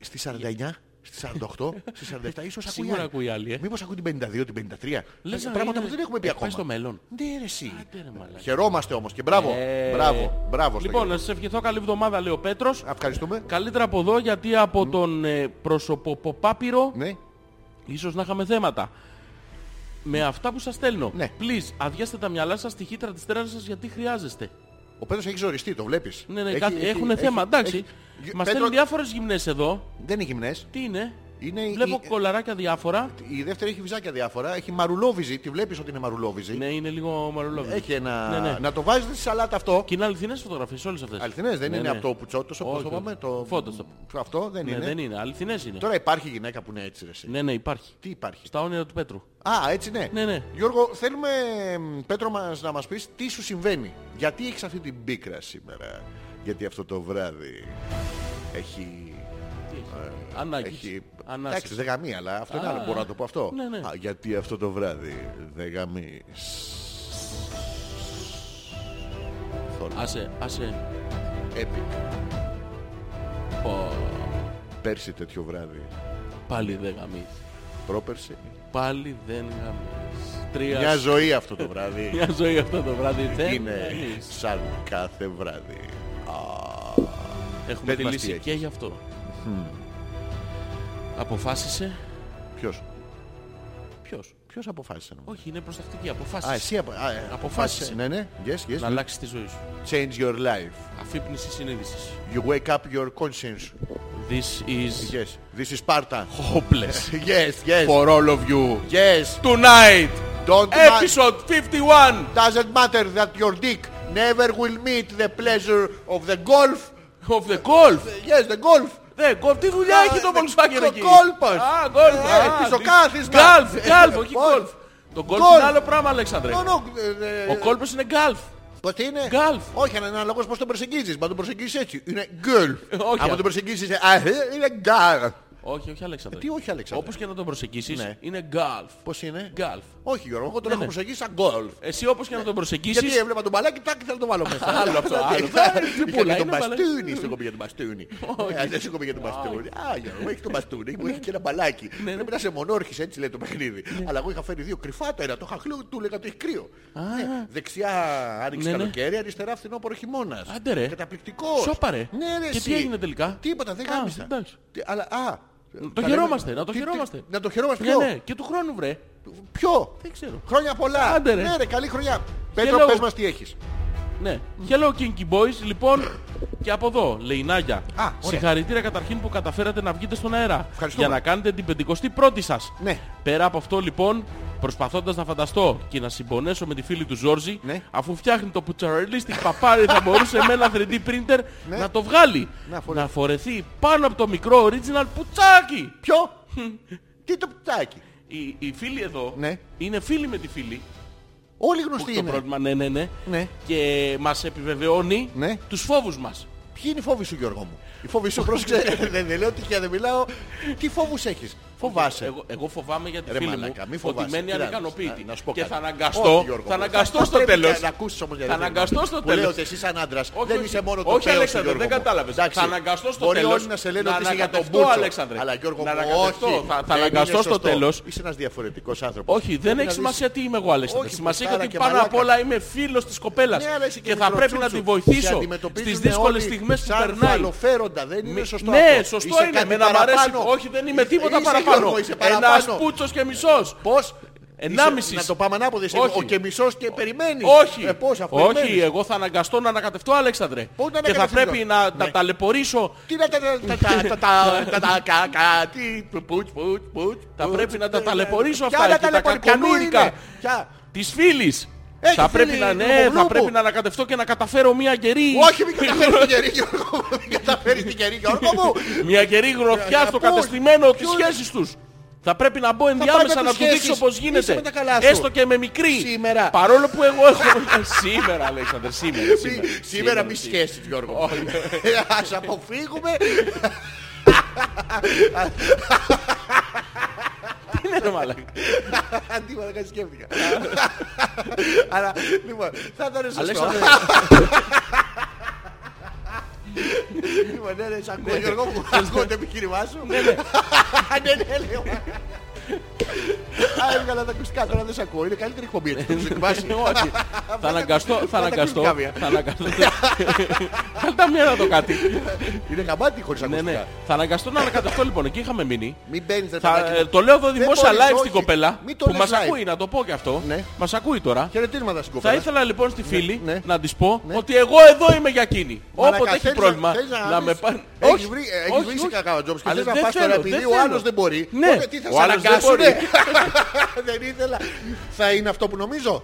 S2: Στη 49, στη 48, στη 47, ίσως ακούει.
S1: Σίγουρα ακούει άλλη, ε.
S2: Μήπως ακούει την 52, την 53.
S1: Λες να
S2: πράγματα
S1: είναι-
S2: που δεν έχουμε πει
S1: έχει
S2: ακόμα.
S1: πάει στο μέλλον.
S2: Ναι, ρε, εσύ.
S1: Άντε, ρε μαλάκα.
S2: Χαιρόμαστε όμως και μπράβο.
S1: Ε,
S2: Μπράβο, μπράβο. στο
S1: Λοιπόν,
S2: Γιώργο.
S1: να σας ευχηθώ καλή εβδομάδα, λέει ο Πέτρος.
S2: ευχαριστούμε.
S1: Καλύτερα από εδώ γιατί από τον ε, προσωποπάπυρο
S2: Ναι.
S1: Ίσως να είχαμε θέματα. Με αυτά που σας στέλνω.
S2: Ναι.
S1: Please, αδειάστε τα μυαλά σας, τη χύτρα της τέρας σας γιατί χρειάζεστε.
S2: Ο Πέτρος έχει ζοριστεί, το βλέπεις.
S1: Ναι, ναι,
S2: Έχει-
S1: κάτι-
S2: έχει-
S1: έχουν
S2: έχει-
S1: θέμα, εντάξει.
S2: έχει-
S1: Μας
S2: Πέτρο,
S1: στέλνουν διάφορες γυμνές εδώ.
S2: Δεν είναι γυμνές.
S1: Τι είναι.
S2: Είναι η-
S1: Βλέπω
S2: η-
S1: κολαράκια διάφορα.
S2: Η δεύτερη έχει βυζάκια διάφορα. Έχει μαρουλόβιζη. Τη βλέπεις ότι είναι μαρουλόβιζη.
S1: Ναι, είναι λίγο μαρολόγιο.
S2: Έχει ένα...
S1: Ναι, ναι.
S2: Να το βάζετε στη σαλάτα αυτό.
S1: Και είναι αληθινές φωτογραφίες όλες αυτές.
S2: Αληθινές δεν
S1: Ναι,
S2: είναι
S1: ναι.
S2: από το πουτσότος όπως
S1: Όχι,
S2: το είπαμε.
S1: όχι.
S2: Το...
S1: Photoshop.
S2: Αυτό δεν
S1: Ναι,
S2: είναι.
S1: δεν είναι. Αληθινές είναι.
S2: Τώρα υπάρχει γυναίκα που είναι έτσι ρε εσύ.
S1: Ναι, ναι, υπάρχει.
S2: Τι υπάρχει.
S1: Στα όνειρα του Πέτρου.
S2: Α, έτσι ναι.
S1: Ναι, ναι.
S2: Γιώργο, θέλουμε μ, Πέτρο μας, να μας πεις τι σου συμβαίνει. Γιατί έχεις αυτή την πίκρα σήμερα. Γιατί αυτό το βράδυ έχει...
S1: Τι έχει. Ανάγκες.
S2: Έχει...
S1: Ανάσεις.
S2: Εντάξει, δεν γαμεί, αλλά αυτό είναι
S1: Α,
S2: άλλο. Μπορώ να το πω αυτό.
S1: ναι, ναι.
S2: Α, γιατί αυτό το βράδυ δεν γαμείς. Θόλου.
S1: Άσε, άσε.
S2: Epic.
S1: Πω,
S2: Πέρσι τέτοιο βράδυ.
S1: πάλι δεν γαμείς.
S2: Πρόπερσι.
S1: Πάλι δεν γαμείς. Τρία
S2: Μια ζωή αυτό το βράδυ.
S1: Μια ζωή αυτό το βράδυ δεν
S2: Είναι
S1: γαμείς.
S2: σαν κάθε βράδυ.
S1: Έχουμε
S2: Πες
S1: τη
S2: μας τι
S1: λύση
S2: έχεις.
S1: και γι' αυτό. Αποφάσισε.
S2: Ποιος.
S1: Ποιος.
S2: Ποιος αποφάσισε. νομίζω.
S1: Όχι, είναι προστακτική.
S2: Α,
S1: Αποφάσισε.
S2: εσύ απο... α, ε,
S1: Αποφάσισε.
S2: Ναι, ναι. Yes, yes.
S1: Να αλλάξει τη ζωή σου.
S2: Change your life.
S1: Αφύπνιση συνείδησης.
S2: You wake up your conscience.
S1: This is
S2: Yes. This is Sparta.
S1: hopeless
S2: yes, yes.
S1: for all of you. Ε,
S2: Yes.
S1: Tonight,
S2: Don't mind.
S1: episode 51.
S2: Doesn't matter that your dick never will meet the pleasure of the golf.
S1: Of the golf.
S2: Yes, the golf.
S1: Ναι, golf. Τι δουλειά έχει το
S2: the-
S1: Volkswagen
S2: το
S1: εκεί.
S2: golfers.
S1: Α, golf.
S2: Ε,
S1: α,
S2: πίσω
S1: τι-
S2: κάθισμα. Ε,
S1: Golf, golf, όχι
S2: Golf.
S1: golf. Το golf
S2: Golf.
S1: είναι άλλο πράγμα, Αλέξανδρε.
S2: No, no. ε, ε,
S1: Ο κόλπος είναι golf.
S2: Πώς τι είναι?
S1: Golf.
S2: Όχι, είναι αναλόγως πώς τον προσεγγίζεις. Μα τον προσεγγίζεις έτσι. Είναι golf.
S1: Όχι.
S2: Άμα τον προσεγγίζεις ε, α, ε, είναι golf.
S1: Όχι, όχι, Αλέξανδρε.
S2: Ε, Τι όχι, Αλέξανδρε.
S1: Όπως και να τον προσεγγίσεις,
S2: Ναι.
S1: είναι golf.
S2: Πώς είναι?
S1: Golf.
S2: Όχι, Γιώργο, εγώ τον
S1: Ναι,
S2: έχω
S1: ναι.
S2: προσεγγίσει σαν golf.
S1: Εσύ όπως και να τον
S2: Γιατί
S1: προσεγγίσεις,
S2: έβλεπα τον μπαλάκι, τάκ, θέλω να το βάλω μέσα.
S1: Άλλο αυτό, άλλο. Τι πολλά
S2: Είχε και
S1: είναι,
S2: τον
S1: μπαλάκι.
S2: μπαστούνι, στο κοπεί για τον μπαστούνι. Ε, Δεν σου κοπεί για τον μπαστούνι. Α, Γιώργο, έχει τον μπαστούνι
S1: Ναι.
S2: που έχει και ένα μπαλάκι. Πρέπει να σε μονόρχης, έτσι λέει το παιχνίδι. Αλλά εγώ είχα φέρει δύο κρυφά, το ένα το χαχλού, του έλεγα το έχει κρύο. Ναι, Δεξιά άνοιξε
S1: Ναι, ναι.
S2: καλοκαίρι, αριστερά φθινόπωρο χειμώνας.
S1: Άντε, ρε.
S2: Καταπληκτικός.
S1: Σόπα, ρε.
S2: Ναι, ρε,
S1: Και τι
S2: εσύ.
S1: έγινε τελικά?
S2: Τίποτα, δεν
S1: Α,
S2: γάμισα.
S1: εντάξει.
S2: Τι- Αλλά, α.
S1: το
S2: τα
S1: χαιρόμαστε,
S2: λέμε-
S1: να το
S2: Τι- τι-
S1: χαιρόμαστε.
S2: Να το χαιρόμαστε
S1: Ναι,
S2: ποιο.
S1: ναι, και του χρόνου βρε.
S2: Ποιο.
S1: Δεν ξέρω.
S2: Χρόνια πολλά.
S1: Άντε, ρε.
S2: Ναι, ρε, καλή χρονιά.
S1: Hello.
S2: Πέτρο, πες μας τι έχεις.
S1: Ναι. Hello Kinky Boys, λοιπόν, και από εδώ, λέει η Νάγια.
S2: ωραία.
S1: Συγχαρητήρια καταρχήν που καταφέρατε να βγείτε στον αέρα.
S2: Ευχαριστούμε.
S1: Για να κάνετε την 51η σας.
S2: Ναι.
S1: Πέρα από αυτό, λοιπόν, προσπαθώντας να φανταστώ και να συμπονέσω με τη φίλη του Ζόρζη,
S2: Ναι.
S1: αφού φτιάχνει το πουτσαρελίστικ παπάρι, θα μπορούσε με ένα 3D printer να το βγάλει.
S2: Ναι. Να φορε-
S1: φορεθεί πάνω από το μικρό original πουτσάκι.
S2: Ποιο. Τι το πτάκι.
S1: Οι, οι φίλοι εδώ
S2: Ναι.
S1: είναι φίλοι με τη φίλη.
S2: Όλοι
S1: που
S2: γνωστοί
S1: το
S2: είναι.
S1: πρόβλημα, ναι, ναι, ναι.
S2: Ναι.
S1: Και μας επιβεβαιώνει
S2: Ναι.
S1: τους φόβους μας.
S2: Ποιοι είναι οι φόβοι σου, Γιώργο μου. Οι φόβοι σου, πρόσεξε. δεν, δεν λέω τυχαία, δεν μιλάω. Τι φόβους έχεις. Φοβάσαι.
S1: Εγώ, εγώ φοβάμαι για τη
S2: Ρε
S1: φίλη
S2: μαλάκα,
S1: Ε, μου
S2: μη φοβάσαι.
S1: ότι μένει
S2: Κοίτα,
S1: ανικανοποίητη.
S2: να- να σου πω
S1: και
S2: κάτι.
S1: θα αναγκαστώ,
S2: Όχι, Γιώργο,
S1: θα
S2: μου.
S1: αναγκαστώ στο
S2: Πρέπει
S1: τέλος.
S2: Να ακούσεις όμως για
S1: Θα
S2: ρε φίλε μου.
S1: αναγκαστώ στο
S2: Που λέω
S1: τέλος.
S2: ότι εσύ σαν άντρας
S1: Όχι,
S2: δεν
S1: όχι.
S2: είσαι μόνο το
S1: Όχι,
S2: πέος,
S1: Αλέξανδρε,
S2: Γιώργο
S1: δεν
S2: μου.
S1: κατάλαβες.
S2: Εντάξει.
S1: Θα αναγκαστώ στο
S2: Μπορεί
S1: τέλος
S2: όλοι να σε λένε
S1: να
S2: ότι είσαι για τον
S1: ανακατευτώ,
S2: Μπούτσο.
S1: Αλέξανδρε.
S2: Αλλά Γιώργο
S1: Να
S2: μου,
S1: ανακατευτώ.
S2: όχι.
S1: Θα- θα
S2: Δεν είναι
S1: αναγκαστώ στο
S2: σωστό.
S1: τέλος.
S2: Είσαι ένας διαφορετικός άνθρωπος.
S1: Όχι,
S2: Πρέπει
S1: δεν
S2: να
S1: έχει
S2: δεις-
S1: σημασία τι είμαι εγώ, Αλέξανδρε.
S2: Όχι,
S1: Σημασία είναι
S2: μουστάρα
S1: ότι
S2: και
S1: πάνω απ'
S2: μαλάκα.
S1: όλα είμαι φίλος της κοπέλας.
S2: Ναι, αλλά είσαι και,
S1: και θα πρέπει να τη βοηθήσω στις δύσκολες στιγμές που περνάει.
S2: Φαλοφέροντα, δεν είναι
S1: Μη-
S2: σωστό.
S1: Ναι,
S2: αυτό.
S1: σωστό
S2: Είσαι
S1: είναι.
S2: κάτι
S1: με να μ' αρέσει.
S2: παραπάνω.
S1: Όχι, δεν είμαι
S2: Είσαι-
S1: τίποτα
S2: είσαι,
S1: παραπάνω.
S2: Γιώργο, είσαι
S1: Ένα
S2: παραπάνω.
S1: πούτσος και μισός.
S2: Πώς.
S1: Ενάμισης.
S2: Είσαι- Να το πάμε ανάποδα. είσαι
S1: Όχι.
S2: Ο και μισός και περιμένεις.
S1: Όχι,
S2: Ε, πώς, αφού
S1: όχι,
S2: περιμένεις.
S1: εγώ θα αναγκαστώ να ανακατευτώ, Αλέξανδρε.
S2: Πού να
S1: Και θα
S2: ανακατευτείς,
S1: πρέπει
S2: Γιώργο?
S1: να τα
S2: Ναι.
S1: ταλαιπωρήσω.
S2: Τι να τα τα τα τα τα τα τα κα- κα- τι, που- πουτς, πουτς, πουτς,
S1: Θα
S2: πουτς.
S1: πρέπει να τα
S2: Ναι, ναι.
S1: ταλαιπωρήσω
S2: Ποια
S1: αυτά
S2: να
S1: και τα
S2: ταλαιπωρήσω, ποια νου είναι,
S1: κακομοίρικα.
S2: ποια.
S1: Της φίλης.
S2: Ε,
S1: Θα
S2: τη
S1: πρέπει
S2: φίλη
S1: να
S2: του
S1: ναι, θα
S2: Γλούπου.
S1: πρέπει να ανακατευτώ και να καταφέρω μια γερή.
S2: Όχι, μην καταφέρεις την καιρή, Γιώργο μου. Μην καταφέρεις την καιρή, Γιώργο μου.
S1: Μια γερή γροθιά
S2: Για
S1: στο
S2: πού,
S1: κατεστημένο τη
S2: ποιο
S1: σχέση τους. Θα πρέπει να μπω ενδιάμεσα
S2: πάει με
S1: να
S2: τις
S1: του δείξω
S2: σχέσεις.
S1: πώς
S2: Είσαι
S1: γίνεται.
S2: με τα καλά σου.
S1: Έστω και με μικρή.
S2: Σήμερα.
S1: Παρόλο που εγώ έχω. σήμερα, Αλέξανδρε, σήμερα.
S2: Μη-
S1: σήμερα,
S2: Σήμερα μη σχέσεις, Γιώργο. μου. Ε, Ας αποφύγουμε.
S1: Τι είναι, ρε μαλάκα.
S2: Αντίμα, δεν σκέφτηκα. Αλλά, λοιπόν, θα ήταν σωστό.
S1: Αλέξανδρε,
S2: Λοιπόν, ναι, ναι, σ' ακούω, Γιώργο μου. Ακούω το επιχείρημά σου. Ναι, ναι, λέω. Α, έβγαλα τα ακουστικά, τώρα δεν σ' ακούω. Είναι καλύτερη εκπομπή. έτσι, Θα τους εκβάσει.
S1: Ναι, Ε, όχι. θα αναγκαστώ, θα
S2: τα
S1: αναγκαστώ.
S2: ακούς κάποια.
S1: Θα αναγκαστώ. Κάλτα μία να το κάτι.
S2: Είναι γαμάτι χωρίς
S1: Ναι, ναι.
S2: ακουστικά.
S1: Θα αναγκαστώ να ανακατευτώ λοιπόν. Εκεί είχαμε μείνει.
S2: Μην μπαίνεις, ρε
S1: Θα,
S2: παιδάκι
S1: ε,
S2: μου.
S1: το λέω εδώ
S2: Δεν
S1: δημόσια
S2: μπορείς,
S1: live
S2: όχι.
S1: στην κοπέλα
S2: Μην το
S1: που
S2: λες
S1: μας
S2: live.
S1: ακούει, να το πω και αυτό.
S2: Ναι.
S1: Μας ακούει τώρα.
S2: Χαιρετίσματα στην
S1: Θα
S2: κοπέλα.
S1: ήθελα λοιπόν στη φίλη
S2: ναι.
S1: να της πω
S2: Ναι.
S1: ότι εγώ εδώ είμαι για εκείνη.
S2: Μαλάκα,
S1: Όποτε έχει
S2: θέλεις να-
S1: πρόβλημα
S2: θέλεις να
S1: να
S2: κάνεις-
S1: με πάρει.
S2: Έχεις βρει- έχεις βρει σε κακά jobs και
S1: Αλλά
S2: θες να
S1: δεν
S2: πας τώρα
S1: θέλω,
S2: επειδή
S1: δεν
S2: ο άλλος
S1: θέλω.
S2: δεν μπορεί.
S1: Ναι.
S2: Ωραία, τι θα
S1: Ο
S2: σε
S1: άλλος δεν
S2: αναγκάσουνε.
S1: μπορεί.
S2: ναι. Δεν ήθελα. Θα είναι αυτό που νομίζω.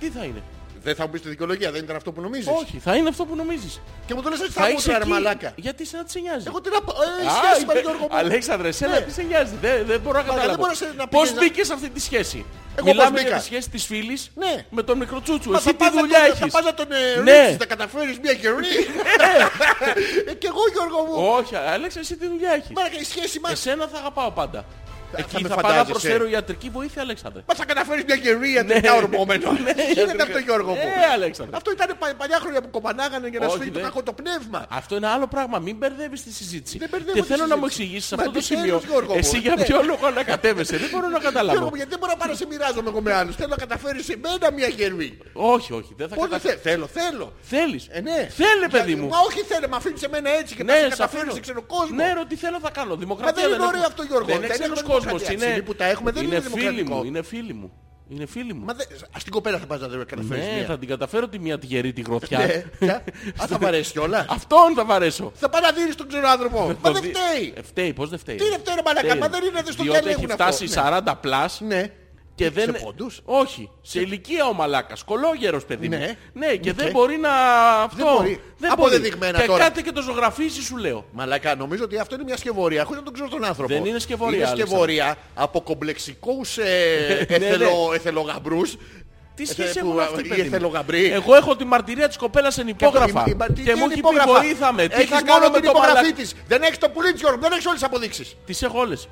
S1: Τι θα είναι.
S2: Δεν θα μου πεις τη δικαιολογία, δεν ήταν αυτό που νομίζεις.
S1: Όχι, θα είναι αυτό που νομίζεις.
S2: Και μου το λες έτσι
S1: Θα
S2: θα
S1: είσαι
S2: μούτρα, ρε
S1: εκεί.
S2: μαλάκα.
S1: Γιατί σε να τη σε νοιάζει.
S2: Εγώ τι να πω, ε, η
S1: Α,
S2: σχέση
S1: είπε-
S2: με τον Γιώργο μου.
S1: Αλέξανδρε, εσένα
S2: Ναι.
S1: τις σε νοιάζει. Δεν, δεν μπορώ να
S2: Μα,
S1: καταλάβω.
S2: δεν μπορώ σε- να
S1: Πώς
S2: πήγες να-
S1: μπήκες σε αυτή τη σχέση.
S2: Εγώ
S1: Μιλάμε
S2: πώς
S1: για
S2: μπήκα.
S1: τη σχέση της φίλης
S2: Ναι.
S1: με τον μικροτσούτσου.
S2: Μα
S1: Εσύ
S2: θα
S1: τι
S2: πας να
S1: δουλειά
S2: τον- Θα
S1: έχεις.
S2: πας να τον ε,
S1: Ναι.
S2: ρίξεις, να καταφέρεις μια γερή. Ε, Κι εγώ Γιώργο μου.
S1: Όχι, Αλέξανδρε, εσύ τι δουλειά έχεις.
S2: Μάρακα η σχέση μας.
S1: Εσένα θα αγαπάω πάντα. Εκεί
S2: με
S1: θα πάω να
S2: φαντάζεσαι.
S1: προσφέρω ιατρική βοήθεια, Αλέξανδρε.
S2: Μα θα καταφέρεις μια κερία τελικά ορμόμενο. Δεν ήταν αυτό Ναι. Γιώργο μου.
S1: Ε, Αλέξανδρε.
S2: Αυτό ήταν πα- παλιά χρόνια που κοπανάγανε για να
S1: Όχι,
S2: σου φύγει το
S1: δεν.
S2: κακό το πνεύμα.
S1: Αυτό είναι άλλο πράγμα. Μην μπερδεύεις τη συζήτηση.
S2: Δεν μπερδεύω
S1: και
S2: τη
S1: θέλω να μου
S2: συζήτηση.
S1: εξηγήσεις
S2: Μα
S1: αυτό το
S2: τι θέλεις,
S1: σημείο.
S2: Γιώργο μου,
S1: Εσύ για
S2: ναι.
S1: ποιο λόγο ανακατεύεσαι. Δεν μπορώ να
S2: Γιώργο
S1: καταλάβω.
S2: μου, γιατί δεν μπορώ να πάρω σε μοιράζομαι εγώ με άλλους. Θέλω να καταφέρεις σε μένα μια γερή.
S1: Όχι, όχι. Δεν θα
S2: Πώς δεν
S1: καταφέρω.
S2: θέλω, θέλω, θέλω.
S1: Θέλεις.
S2: Ε, ναι.
S1: Θέλει,
S2: Για-
S1: παιδί μου.
S2: Μα όχι θέλω, με αφήνεις εμένα έτσι και θα
S1: Ναι,
S2: σε καταφέρεις σε ξένο κόσμο.
S1: Ναι, ρε, τι θέλω θα κάνω. Δημοκρατία
S2: Μα δεν είναι
S1: έχουμε.
S2: ωραίο αυτό, Γιώργο.
S1: Δεν είναι ξένος
S2: Δεν έχουμε
S1: κόσμος.
S2: δημοκρατία.
S1: Είναι,
S2: Αυτοί που τα έχουμε δεν είναι
S1: φίλοι
S2: δημοκρατικό.
S1: μου. Είναι φίλοι μου. Είναι φίλοι μου.
S2: Μα δεν- ας την κοπέλα θα πας να καταφέρεις
S1: ναι,
S2: μια.
S1: θα την καταφέρω τη μία τη γερή τη
S2: Ναι,
S1: γροθιά.
S2: ποια? Α, θα μ' αρέσει κιόλας.
S1: Αυτόν θα βαρέσω.
S2: Θα πάει να δίνεις τον ξένο άνθρωπο. Μα
S1: Το
S2: δεν
S1: δι-
S2: φταίει.
S1: Ε, Φταίει, πώς δεν φταίει.
S2: Τι είναι φταίει, ρε μαλακά, μα δεν είναι, δεν στο
S1: Διότι
S2: διαλέγουν
S1: έχει
S2: αυτό.
S1: φτάσει
S2: Ναι.
S1: 40 πλάς
S2: Ναι.
S1: και δεν...
S2: Σε πόντους.
S1: Όχι, σε ηλικία ο μαλάκας, κολόγερος παιδί μου.
S2: Ναι.
S1: Ναι, και
S2: Οκ.
S1: δεν μπορεί να... Αυτό.
S2: μπορεί. Αποδεδειγμένα
S1: και
S2: τώρα.
S1: κάτε και το ζωγραφίσει σου λέω.
S2: Μαλακά, νομίζω ότι αυτό είναι μια σκευωρία. Χωρίς να τον ξέρω τον άνθρωπο.
S1: Δεν είναι σκευωρία,
S2: Είναι
S1: Αλέξανδρε.
S2: σκευωρία από κομπλεξικούς ε,
S1: Ναι, ναι.
S2: εθελο- εθελογαμπρούς.
S1: Τι
S2: Ε,
S1: σχέση
S2: που,
S1: έχουν
S2: α,
S1: αυτοί
S2: οι
S1: παιδί μου?
S2: εθελογαμπροί.
S1: Εγώ έχω τη μαρτυρία της κοπέλας εν υπόγραφα.
S2: Η- η-
S1: Και
S2: η-
S1: μου
S2: τι είναι
S1: έχει πει
S2: υπόγραφα?
S1: βοήθα με. Τι
S2: Έχεις
S1: θα κάνω
S2: μόνο
S1: με
S2: την
S1: το μαλακά.
S2: υπογραφή της. Δεν έχεις το πουλί της Γιώργο, μου, δεν έχεις όλες τις αποδείξεις.
S1: Τις έχω όλες.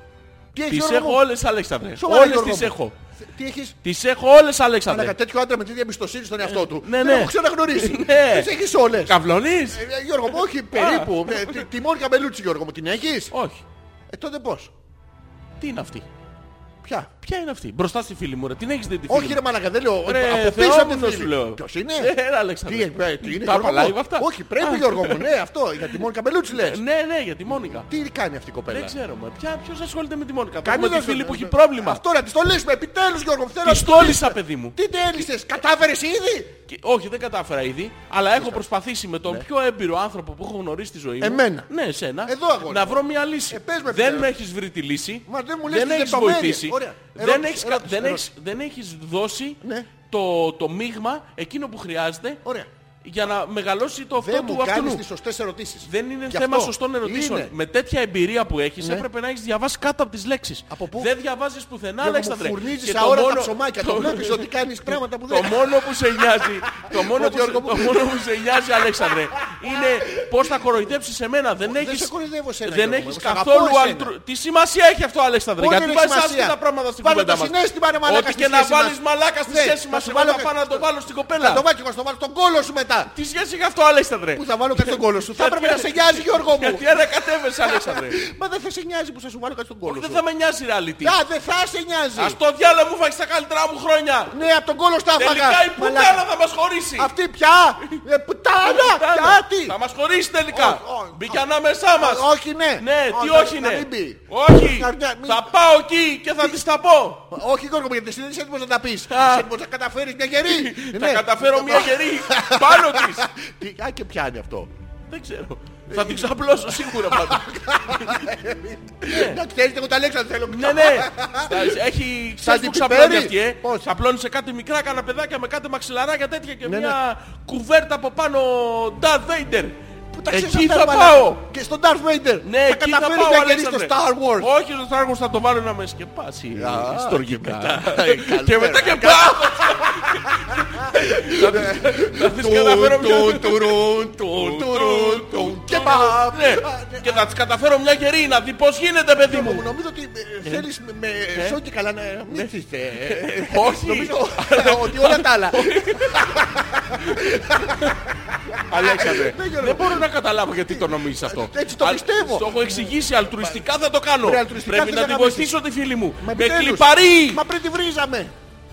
S2: Τι έχεις,
S1: Τις
S2: Γιώργο
S1: έχω
S2: μου?
S1: όλες Αλέξανδρε.
S2: Σοβαρά,
S1: Όλες
S2: Γιώργο
S1: τις
S2: μου.
S1: έχω.
S2: Τι έχεις.
S1: Τις έχω όλες Αλέξανδρε.
S2: Μαλακά, τέτοιο άντρα με τέτοια εμπιστοσύνη στον εαυτό του.
S1: ναι,
S2: Δεν
S1: ναι.
S2: έχω ξαναγνωρίσει.
S1: Ναι.
S2: Τις έχεις όλες.
S1: Καυλωνείς.
S2: Ε, Γιώργο μου, όχι περίπου. Ε, τη- Τη Μόρια Μπελούτσι, Γιώργο μου, την έχεις.
S1: Όχι.
S2: Ε, τότε πώς.
S1: Τι είναι αυτή.
S2: Ποια.
S1: Ποια είναι αυτή. Μπροστά στη φίλη μου ρε. Την έχεις δει τη φίλη
S2: Όχι
S1: μου.
S2: ρε μαλακά, δεν λέω. ε,
S1: Ρε,
S2: από πίσω από
S1: Θεόμουνος
S2: την φίλη.
S1: λέω.
S2: Ποιος είναι.
S1: Έλα,
S2: Τι,
S1: Αλέξανδρε.
S2: ε, τι είναι
S1: Τα
S2: Γιώργο μου?
S1: παλάβει αυτά.
S2: Όχι,
S1: Α,
S2: πρέπει Γιώργο μου. Ναι, αυτό. Για τη Μόνικα Μπελούτσι λες.
S1: Ναι, ναι, για τη Μόνικα.
S2: Τι κάνει αυτή
S1: Δεν
S2: η κοπέλα.
S1: ξέρω, μα. Ποια, ποιος ασχολείται με τη Μόνικα.
S2: Κανείς
S1: Κάνουμε τη
S2: δεν
S1: φίλη
S2: ξέρω.
S1: που έχει πρόβλημα.
S2: Αυτό να τη το λύσουμε. Επιτέλους Γιώργο μου. Θέλω να
S1: Τη
S2: της το
S1: τόλισα, παιδί μου.
S2: λύσουμε. Τι τέλησες. Κατάφερες ήδη.
S1: Και- όχι, δεν κατάφερα ήδη, αλλά έχω προσπαθήσει με τον πιο έμπειρο άνθρωπο που έχω γνωρίσει στη ζωή μου.
S2: Ναι. Εμένα.
S1: Ναι, εσένα.
S2: Εδώ, αγόρι
S1: να
S2: μου.
S1: βρω μια λύση.
S2: Ε, πες με,
S1: δεν
S2: επιτέλους.
S1: με έχεις βρει τη λύση.
S2: Μα δεν μου λες τις
S1: έχεις
S2: λεπτομέρειες.
S1: βοηθήσει.
S2: Ωραία.
S1: Δεν,
S2: Ερώτηση,
S1: έχεις, κα-
S2: ερώτηση,
S1: δεν,
S2: ερώτηση.
S1: έχεις, δεν έχεις δώσει
S2: Ναι.
S1: το, το μείγμα εκείνο που χρειάζεται
S2: Ωραία.
S1: για να μεγαλώσει το αυτό
S2: Δεν
S1: του
S2: μου κάνεις
S1: αυτού.
S2: τις σωστές ερωτήσεις.
S1: Δεν είναι
S2: Γι'
S1: θέμα
S2: αυτό.
S1: σωστών ερωτήσεων.
S2: Είναι. Ναι.
S1: Με τέτοια εμπειρία που έχεις, έπρεπε να έχεις διαβάσει κάτω από τις λέξεις.
S2: Από πού?
S1: Δεν διαβάζεις πουθενά,
S2: Γιώργο μου,
S1: Αλέξανδρε.
S2: Φουρνίζεις
S1: Και
S2: αόρατα ψωμάκια. Το βλέπεις ότι κάνεις πράγματα που
S1: το
S2: δεν...
S1: μόνο που σε νοιάζει, το μόνο, που, σε-
S2: Γιώργο μου.
S1: το μόνο που σε νοιάζει, Αλέξανδρε, είναι πώς θα κοροϊδέψεις εμένα. Δεν
S2: Δεν
S1: έχεις
S2: σε κοροϊδεύω σένα,
S1: δεν
S2: Γιώργο μου.
S1: έχεις
S2: Εγώ σ' αγαπώ
S1: καθόλου
S2: εσένα.
S1: αντρού. Τι σημασία έχει αυτό, Αλέξανδρε,
S2: Πού
S1: γιατί
S2: είναι
S1: βάζει
S2: σημασία?
S1: άσχετα πράγματα στην
S2: Βάλε
S1: κουβέντα
S2: το
S1: μας.
S2: συνέστημα, ρε μαλάκα,
S1: Ό,τι
S2: στη
S1: και να
S2: σχέση μας.
S1: βάλεις μαλάκα στη
S2: Ναι,
S1: σχέση
S2: θα
S1: μας,
S2: σου
S1: εγώ
S2: βάλω
S1: θα
S2: κα-
S1: πάω να το βάλω στην κοπέλα.
S2: Θα το βάλω και εγώ, θα το βάλω τον κόλο σου μετά.
S1: Τι σχέση έχει αυτό, Αλέξανδρε.
S2: Που θα βάλω κάτι στον κόλο σου. Θα έπρεπε να σε νοιάζει Γιώργο μου.
S1: Γιατί ανακατεύεσαι, Αλέξανδρε.
S2: Μα δεν θα σε νοιάζει που θα σου βάλω κάτι στον κόλο
S1: Δεν
S2: σου.
S1: θα με νοιάζει η reality.
S2: Α, δεν θα σε νοιάζει.
S1: Ας το διάλογο μου φάγεις τα καλύτερά μου χρόνια.
S2: Ναι, από τον κόλο στα
S1: Τελικά η πουτάνα θα μας χωρίσει.
S2: Αυτή πια! Ε, πουτάνα!
S1: Πουτάνα.
S2: Πια τι!
S1: Θα μας χωρίσει τελικά.
S2: Όχι, όχι.
S1: Μπήκε ανάμεσά μας.
S2: Όχι, ναι!
S1: Ναι, τι
S2: να-
S1: όχι
S2: να
S1: ναι.
S2: μην πει.
S1: Όχι.
S2: Να- να- μην-
S1: Θα πάω εκεί και θα της τα πω.
S2: Όχι, Γιώργο, μου, γιατί δεν είσαι έτοιμος να τα πεις.
S1: Α.
S2: Είσαι έτοιμος να καταφέρεις μια γερή.
S1: Θα
S2: Ναι.
S1: καταφέρω μια γερή πάνω της.
S2: Τι- Α, και πιάνει αυτό.
S1: Δεν ξέρω. Θα την ξαπλώσω σίγουρα πάντα.
S2: Να ξέρετε, εγώ τα λέξα δεν θέλω.
S1: Ναι, ναι. Στα- Έχει ξέρεις
S2: την
S1: που ξαπλώνει
S2: πιπέρι.
S1: αυτή, ε.
S2: Πώς?
S1: Ξαπλώνει σε κάτι μικρά καναπεδάκια με κάτι μαξιλαράκια τέτοια και
S2: Ναι,
S1: μια κουβέρτα από πάνω Darth Vader.
S2: Που τα ξέρεις
S1: Εκεί
S2: αυτά,
S1: θα
S2: μαλάκα.
S1: πάω.
S2: Και στον Darth Vader.
S1: Ναι,
S2: θα
S1: εκεί θα
S2: καταφέρεις
S1: πάω,
S2: μια γερή στο
S1: Αλέξανδρε.
S2: Star Wars.
S1: Όχι, στο Star Wars θα το βάλω να με σκεπάσει.
S2: Α,
S1: Ιστορικά.
S2: Ε,
S1: Και
S2: καλύτερα.
S1: μετά και πάω. Θα τις
S2: Τουν,
S1: καταφέρω
S2: τουν,
S1: μια...
S2: τουρουν, τουν, τουρουν, τουν. Και πάω.
S1: Ναι, και θα τις καταφέρω μια γερή να δει πώς γίνεται παιδί
S2: Γιώργο μου,
S1: μου.
S2: Νομίζω ότι ε, θέλεις με- με σοκ και καλά να μην είστε.
S1: Ε. Ναι. Όχι,
S2: Νομίζω ότι όλα τα άλλα.
S1: Αλέξανδρε.
S2: Ναι, Γιώργο.
S1: Δεν μπορώ να καταλάβω γιατί το νομίζεις αυτό.
S2: Έτσι το
S1: Α,
S2: πιστεύω.
S1: Στο έχω εξηγήσει, αλτρουιστικά θα το κάνω.
S2: Ρε, αλτρουιστικά
S1: Πρέπει να
S2: δεν θα
S1: τη
S2: γαμίσεις.
S1: βοηθήσω τη φίλη μου.
S2: Μα
S1: Με
S2: επιτέλους.
S1: κλιπαρεί.
S2: Μα πριν τη βρίζαμε.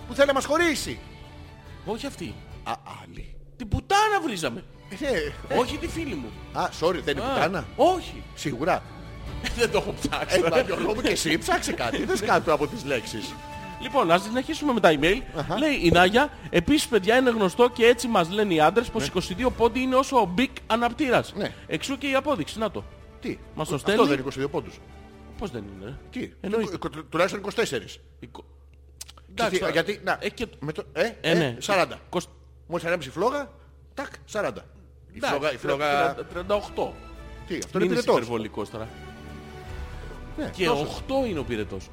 S2: Που θέλει να μας χωρίσει.
S1: Όχι αυτή.
S2: Α, άλλη.
S1: Την πουτάνα βρίζαμε.
S2: Ε,
S1: Όχι τη φίλη μου.
S2: Α, sorry, δεν είναι
S1: Α,
S2: πουτάνα.
S1: Όχι.
S2: Σίγουρα.
S1: Δεν το έχω
S2: Ε,
S1: ψάξει.
S2: μα Γιώργο μου και εσύ ψάξε κάτι. Δες κάτω από τις λέξεις.
S1: Λοιπόν, ας συνεχίσουμε με τα email. Λέει η Νάγια, επίσης παιδιά είναι γνωστό και έτσι μας λένε οι άντρες πως 22 πόντι είναι όσο ο Big αναπτήρας.
S2: Ναι.
S1: Εξού και η απόδειξη. Να το.
S2: Τι.
S1: Μας το
S2: Αυτό
S1: στέλνει.
S2: δεν είναι 22 πόντους.
S1: Πώς δεν είναι. ρε.
S2: Τι.
S1: Εννοείται.
S2: Του- του- Τουλάχιστον 24.
S1: Εικο-
S2: Γιατί,
S1: τώρα.
S2: γιατί, να,
S1: Ε, και το-
S2: με το, ε,
S1: Ε, ναι.
S2: ε, 40.
S1: Κοσ-
S2: Μόλις ανέμψει η φλόγα, τάκ, 40. Η
S1: Εντάξει,
S2: φλόγα, η φλόγα,
S1: 38.
S2: τι, αυτό
S1: Μην
S2: ε, είναι
S1: είναι
S2: πυρετός.
S1: υπερβολικός τώρα.
S2: Ναι,
S1: Και
S2: τόσο.
S1: 8 είναι ο πυρετός.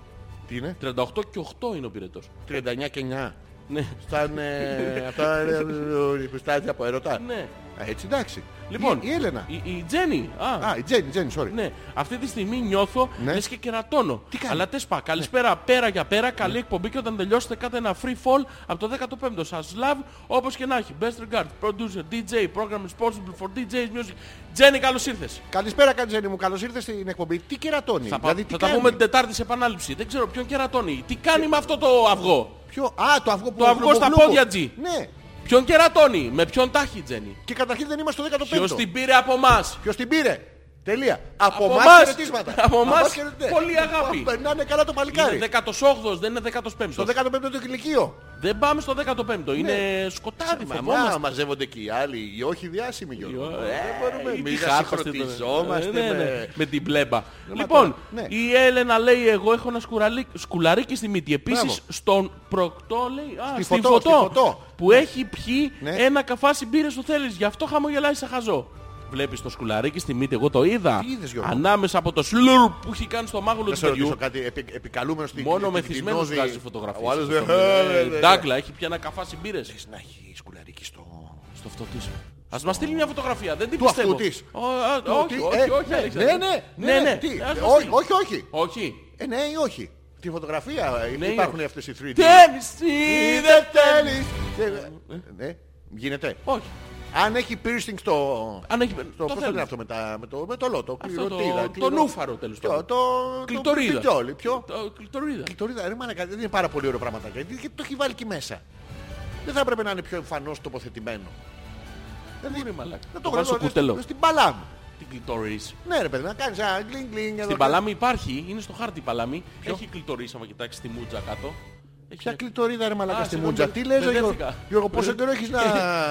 S2: Τι είναι,
S1: 38 και 8 είναι ο πυρετός.
S2: 39 και 9.
S1: Ναι.
S2: Αυτά είναι, αυτά είναι, ε, πιστάζει από ερωτά.
S1: Ναι.
S2: Α, Έτσι εντάξει.
S1: Λοιπόν,
S2: Η, η Έλενα.
S1: Η, η Τζέννη. Α,
S2: Α, η Τζέννη, Τζέννη, sorry.
S1: ναι. Αυτή τη στιγμή νιώθω
S2: Ναι.
S1: λες και κερατώνω.
S2: Τι κάνει? Ναι.
S1: Αλλά τεσπα. Καλησπέρα πέρα για πέρα. Καλή εκπομπή και όταν τελειώσετε κάτε ένα free fall από το 15ο. Σας love όπως και να έχει. Best regards, producer, DJ, program responsible for DJ's music. Τζέννη, καλώς ήρθες.
S2: Καλησπέρα, Κατζένη μου. Καλώς ήρθες στην εκπομπή. Τι κερατώνει.
S1: Θα,
S2: δηλαδή,
S1: πα-
S2: τι
S1: θα τα
S2: κάνει?
S1: πούμε την Τετάρτη σε επανάληψη. Δεν ξέρω ποιον κερατώνει. Τι κάνει με αυτό το αυγό.
S2: Ποιο... Α, το αυγό που
S1: Το αυγό στα
S2: γλουμπογλουμπο.
S1: πόδια, Τζι.
S2: Ναι.
S1: Ποιον κερατώνει. Με ποιον τάχει, Τζέννη.
S2: Και καταρχήν δεν είμαστε στο 15ο.
S1: Ποιος την πήρε από εμάς.
S2: Ποιος την πήρε. Τελεία.
S1: Από
S2: Από, εμάς
S1: εμάς.
S2: χαιρετίσματα.
S1: Από εμάς
S2: χαιρετέ.
S1: πολύ αγάπη.
S2: Α, Να είναι καλά το παλικάρι.
S1: Είναι 18ος, δεν είναι 15ος.
S2: Το 15ο το κηλικείο.
S1: Δεν πάμε στο 15ο.
S2: Ναι.
S1: Είναι σκοτάδι,
S2: Μαμά
S1: φοβόμαστε.
S2: μαζεύονται και οι άλλοι, οι όχι διάσημοι Γιώργο. Ε,
S1: ε,
S2: Δεν μπορούμε.
S1: Ή
S2: Μην
S1: τη χάπαστε
S2: συγχρονιζόμαστε
S1: τώρα. Ναι, ναι,
S2: με...
S1: με την πλέμπα. Λοιπόν,
S2: τώρα, ναι.
S1: η Έλενα λέει: Εγώ έχω ένα σκουραλί- σκουλαρίκι στη μύτη.
S2: Μπράβο.
S1: Επίσης στον προκτό λέει: Α,
S2: Στη
S1: στη
S2: φωτό,
S1: φωτό,
S2: στη φωτό.
S1: Που έχει πιει
S2: Ναι.
S1: ένα καφάσι μπύρες που θέλεις. Γι' αυτό χαμογελάει σε χαζό. Βλέπεις το σκουλαρίκι στη μύτη, εγώ το είδα.
S2: Τι είδες, Γιώργο?
S1: Ανάμεσα από το σλουρ που έχει κάνει στο μάγουλο
S2: Να
S1: του
S2: σε ρωτήσω
S1: παιδιού.
S2: κάτι, επι, επικαλούμενος στην
S1: Μόνο
S2: την
S1: μεθυσμένος
S2: κοινόζη-
S1: βγάζει φωτογραφίες.
S2: Ο άλλος
S1: Αυτό
S2: δεν...
S1: το
S2: Ε,
S1: λέει.
S2: ναι, ναι.
S1: Ντάκλα, έχει πια ένα καφάσι μπύρες.
S2: Να έχει σκουλαρίκι στο...
S1: Στο αυτό της. Ας μας στείλει μια φωτογραφία, δεν την
S2: Του
S1: πιστεύω.
S2: αυτού της.
S1: Ο, α,
S2: Του
S1: όχι,
S2: τι,
S1: όχι,
S2: ε,
S1: όχι,
S2: ναι,
S1: Αλέξανδρε.
S2: ναι, ναι,
S1: ναι, ναι.
S2: τι,
S1: Ας μας
S2: όχι,
S1: στείλει.
S2: όχι, όχι.
S1: Όχι.
S2: Ε, ναι ή όχι. Τη φωτογραφία ε,
S1: Ναι ή
S2: υπάρχουν
S1: όχι.
S2: αυτές οι 3D.
S1: Τέμιση
S2: δεν
S1: δεν τέλει.
S2: θέλεις. Ε, Ναι, γίνεται.
S1: Όχι.
S2: Αν έχει piercing στο...
S1: Αν έχει
S2: Το, πώς το λένε
S1: θέλεις.
S2: αυτό με, τα, με το, με το λότο,
S1: Αυτό το-
S2: κληροτίδα,
S1: το
S2: κληρο-
S1: νούφαρο, τέλος
S2: Ποιο,
S1: πάντων.
S2: το- το
S1: Κλειτορίδα.
S2: πιτσιόλι, ποιο.
S1: Το κλειτορίδα.
S2: Κλειτορίδα, ρε μάνα, δεν είναι πάρα πολύ ωραίο πραγματάκι. Γιατί το έχει βάλει εκεί μέσα. Δεν θα έπρεπε να είναι πιο εμφανώς τοποθετημένο.
S1: Δεν είναι μαλάκα.
S2: Να
S1: Το
S2: γράφω
S1: βάζω στο
S2: εδώ
S1: κουτελό.
S2: Στην παλά μου.
S1: Την κλειτορείς.
S2: Ναι ρε παιδί, να κάνεις ένα γκλινγκ γκλινγκ. εδώ.
S1: Στην παλάμη υπάρχει, είναι στο χάρτη η παλάμη. Έχει κλειτορείς άμα κοιτάξεις τη μούτζα κάτω. Έχει
S2: Ποια
S1: μια-
S2: κλειτορίδα ρε μαλακά
S1: Α,
S2: στη
S1: συγγνώμη,
S2: μούτζα. Τι λες ρε Γιώργο,
S1: μπερδεύτηκα.
S2: Γιώργο, πόσο καιρό
S1: Ε,
S2: έχεις να...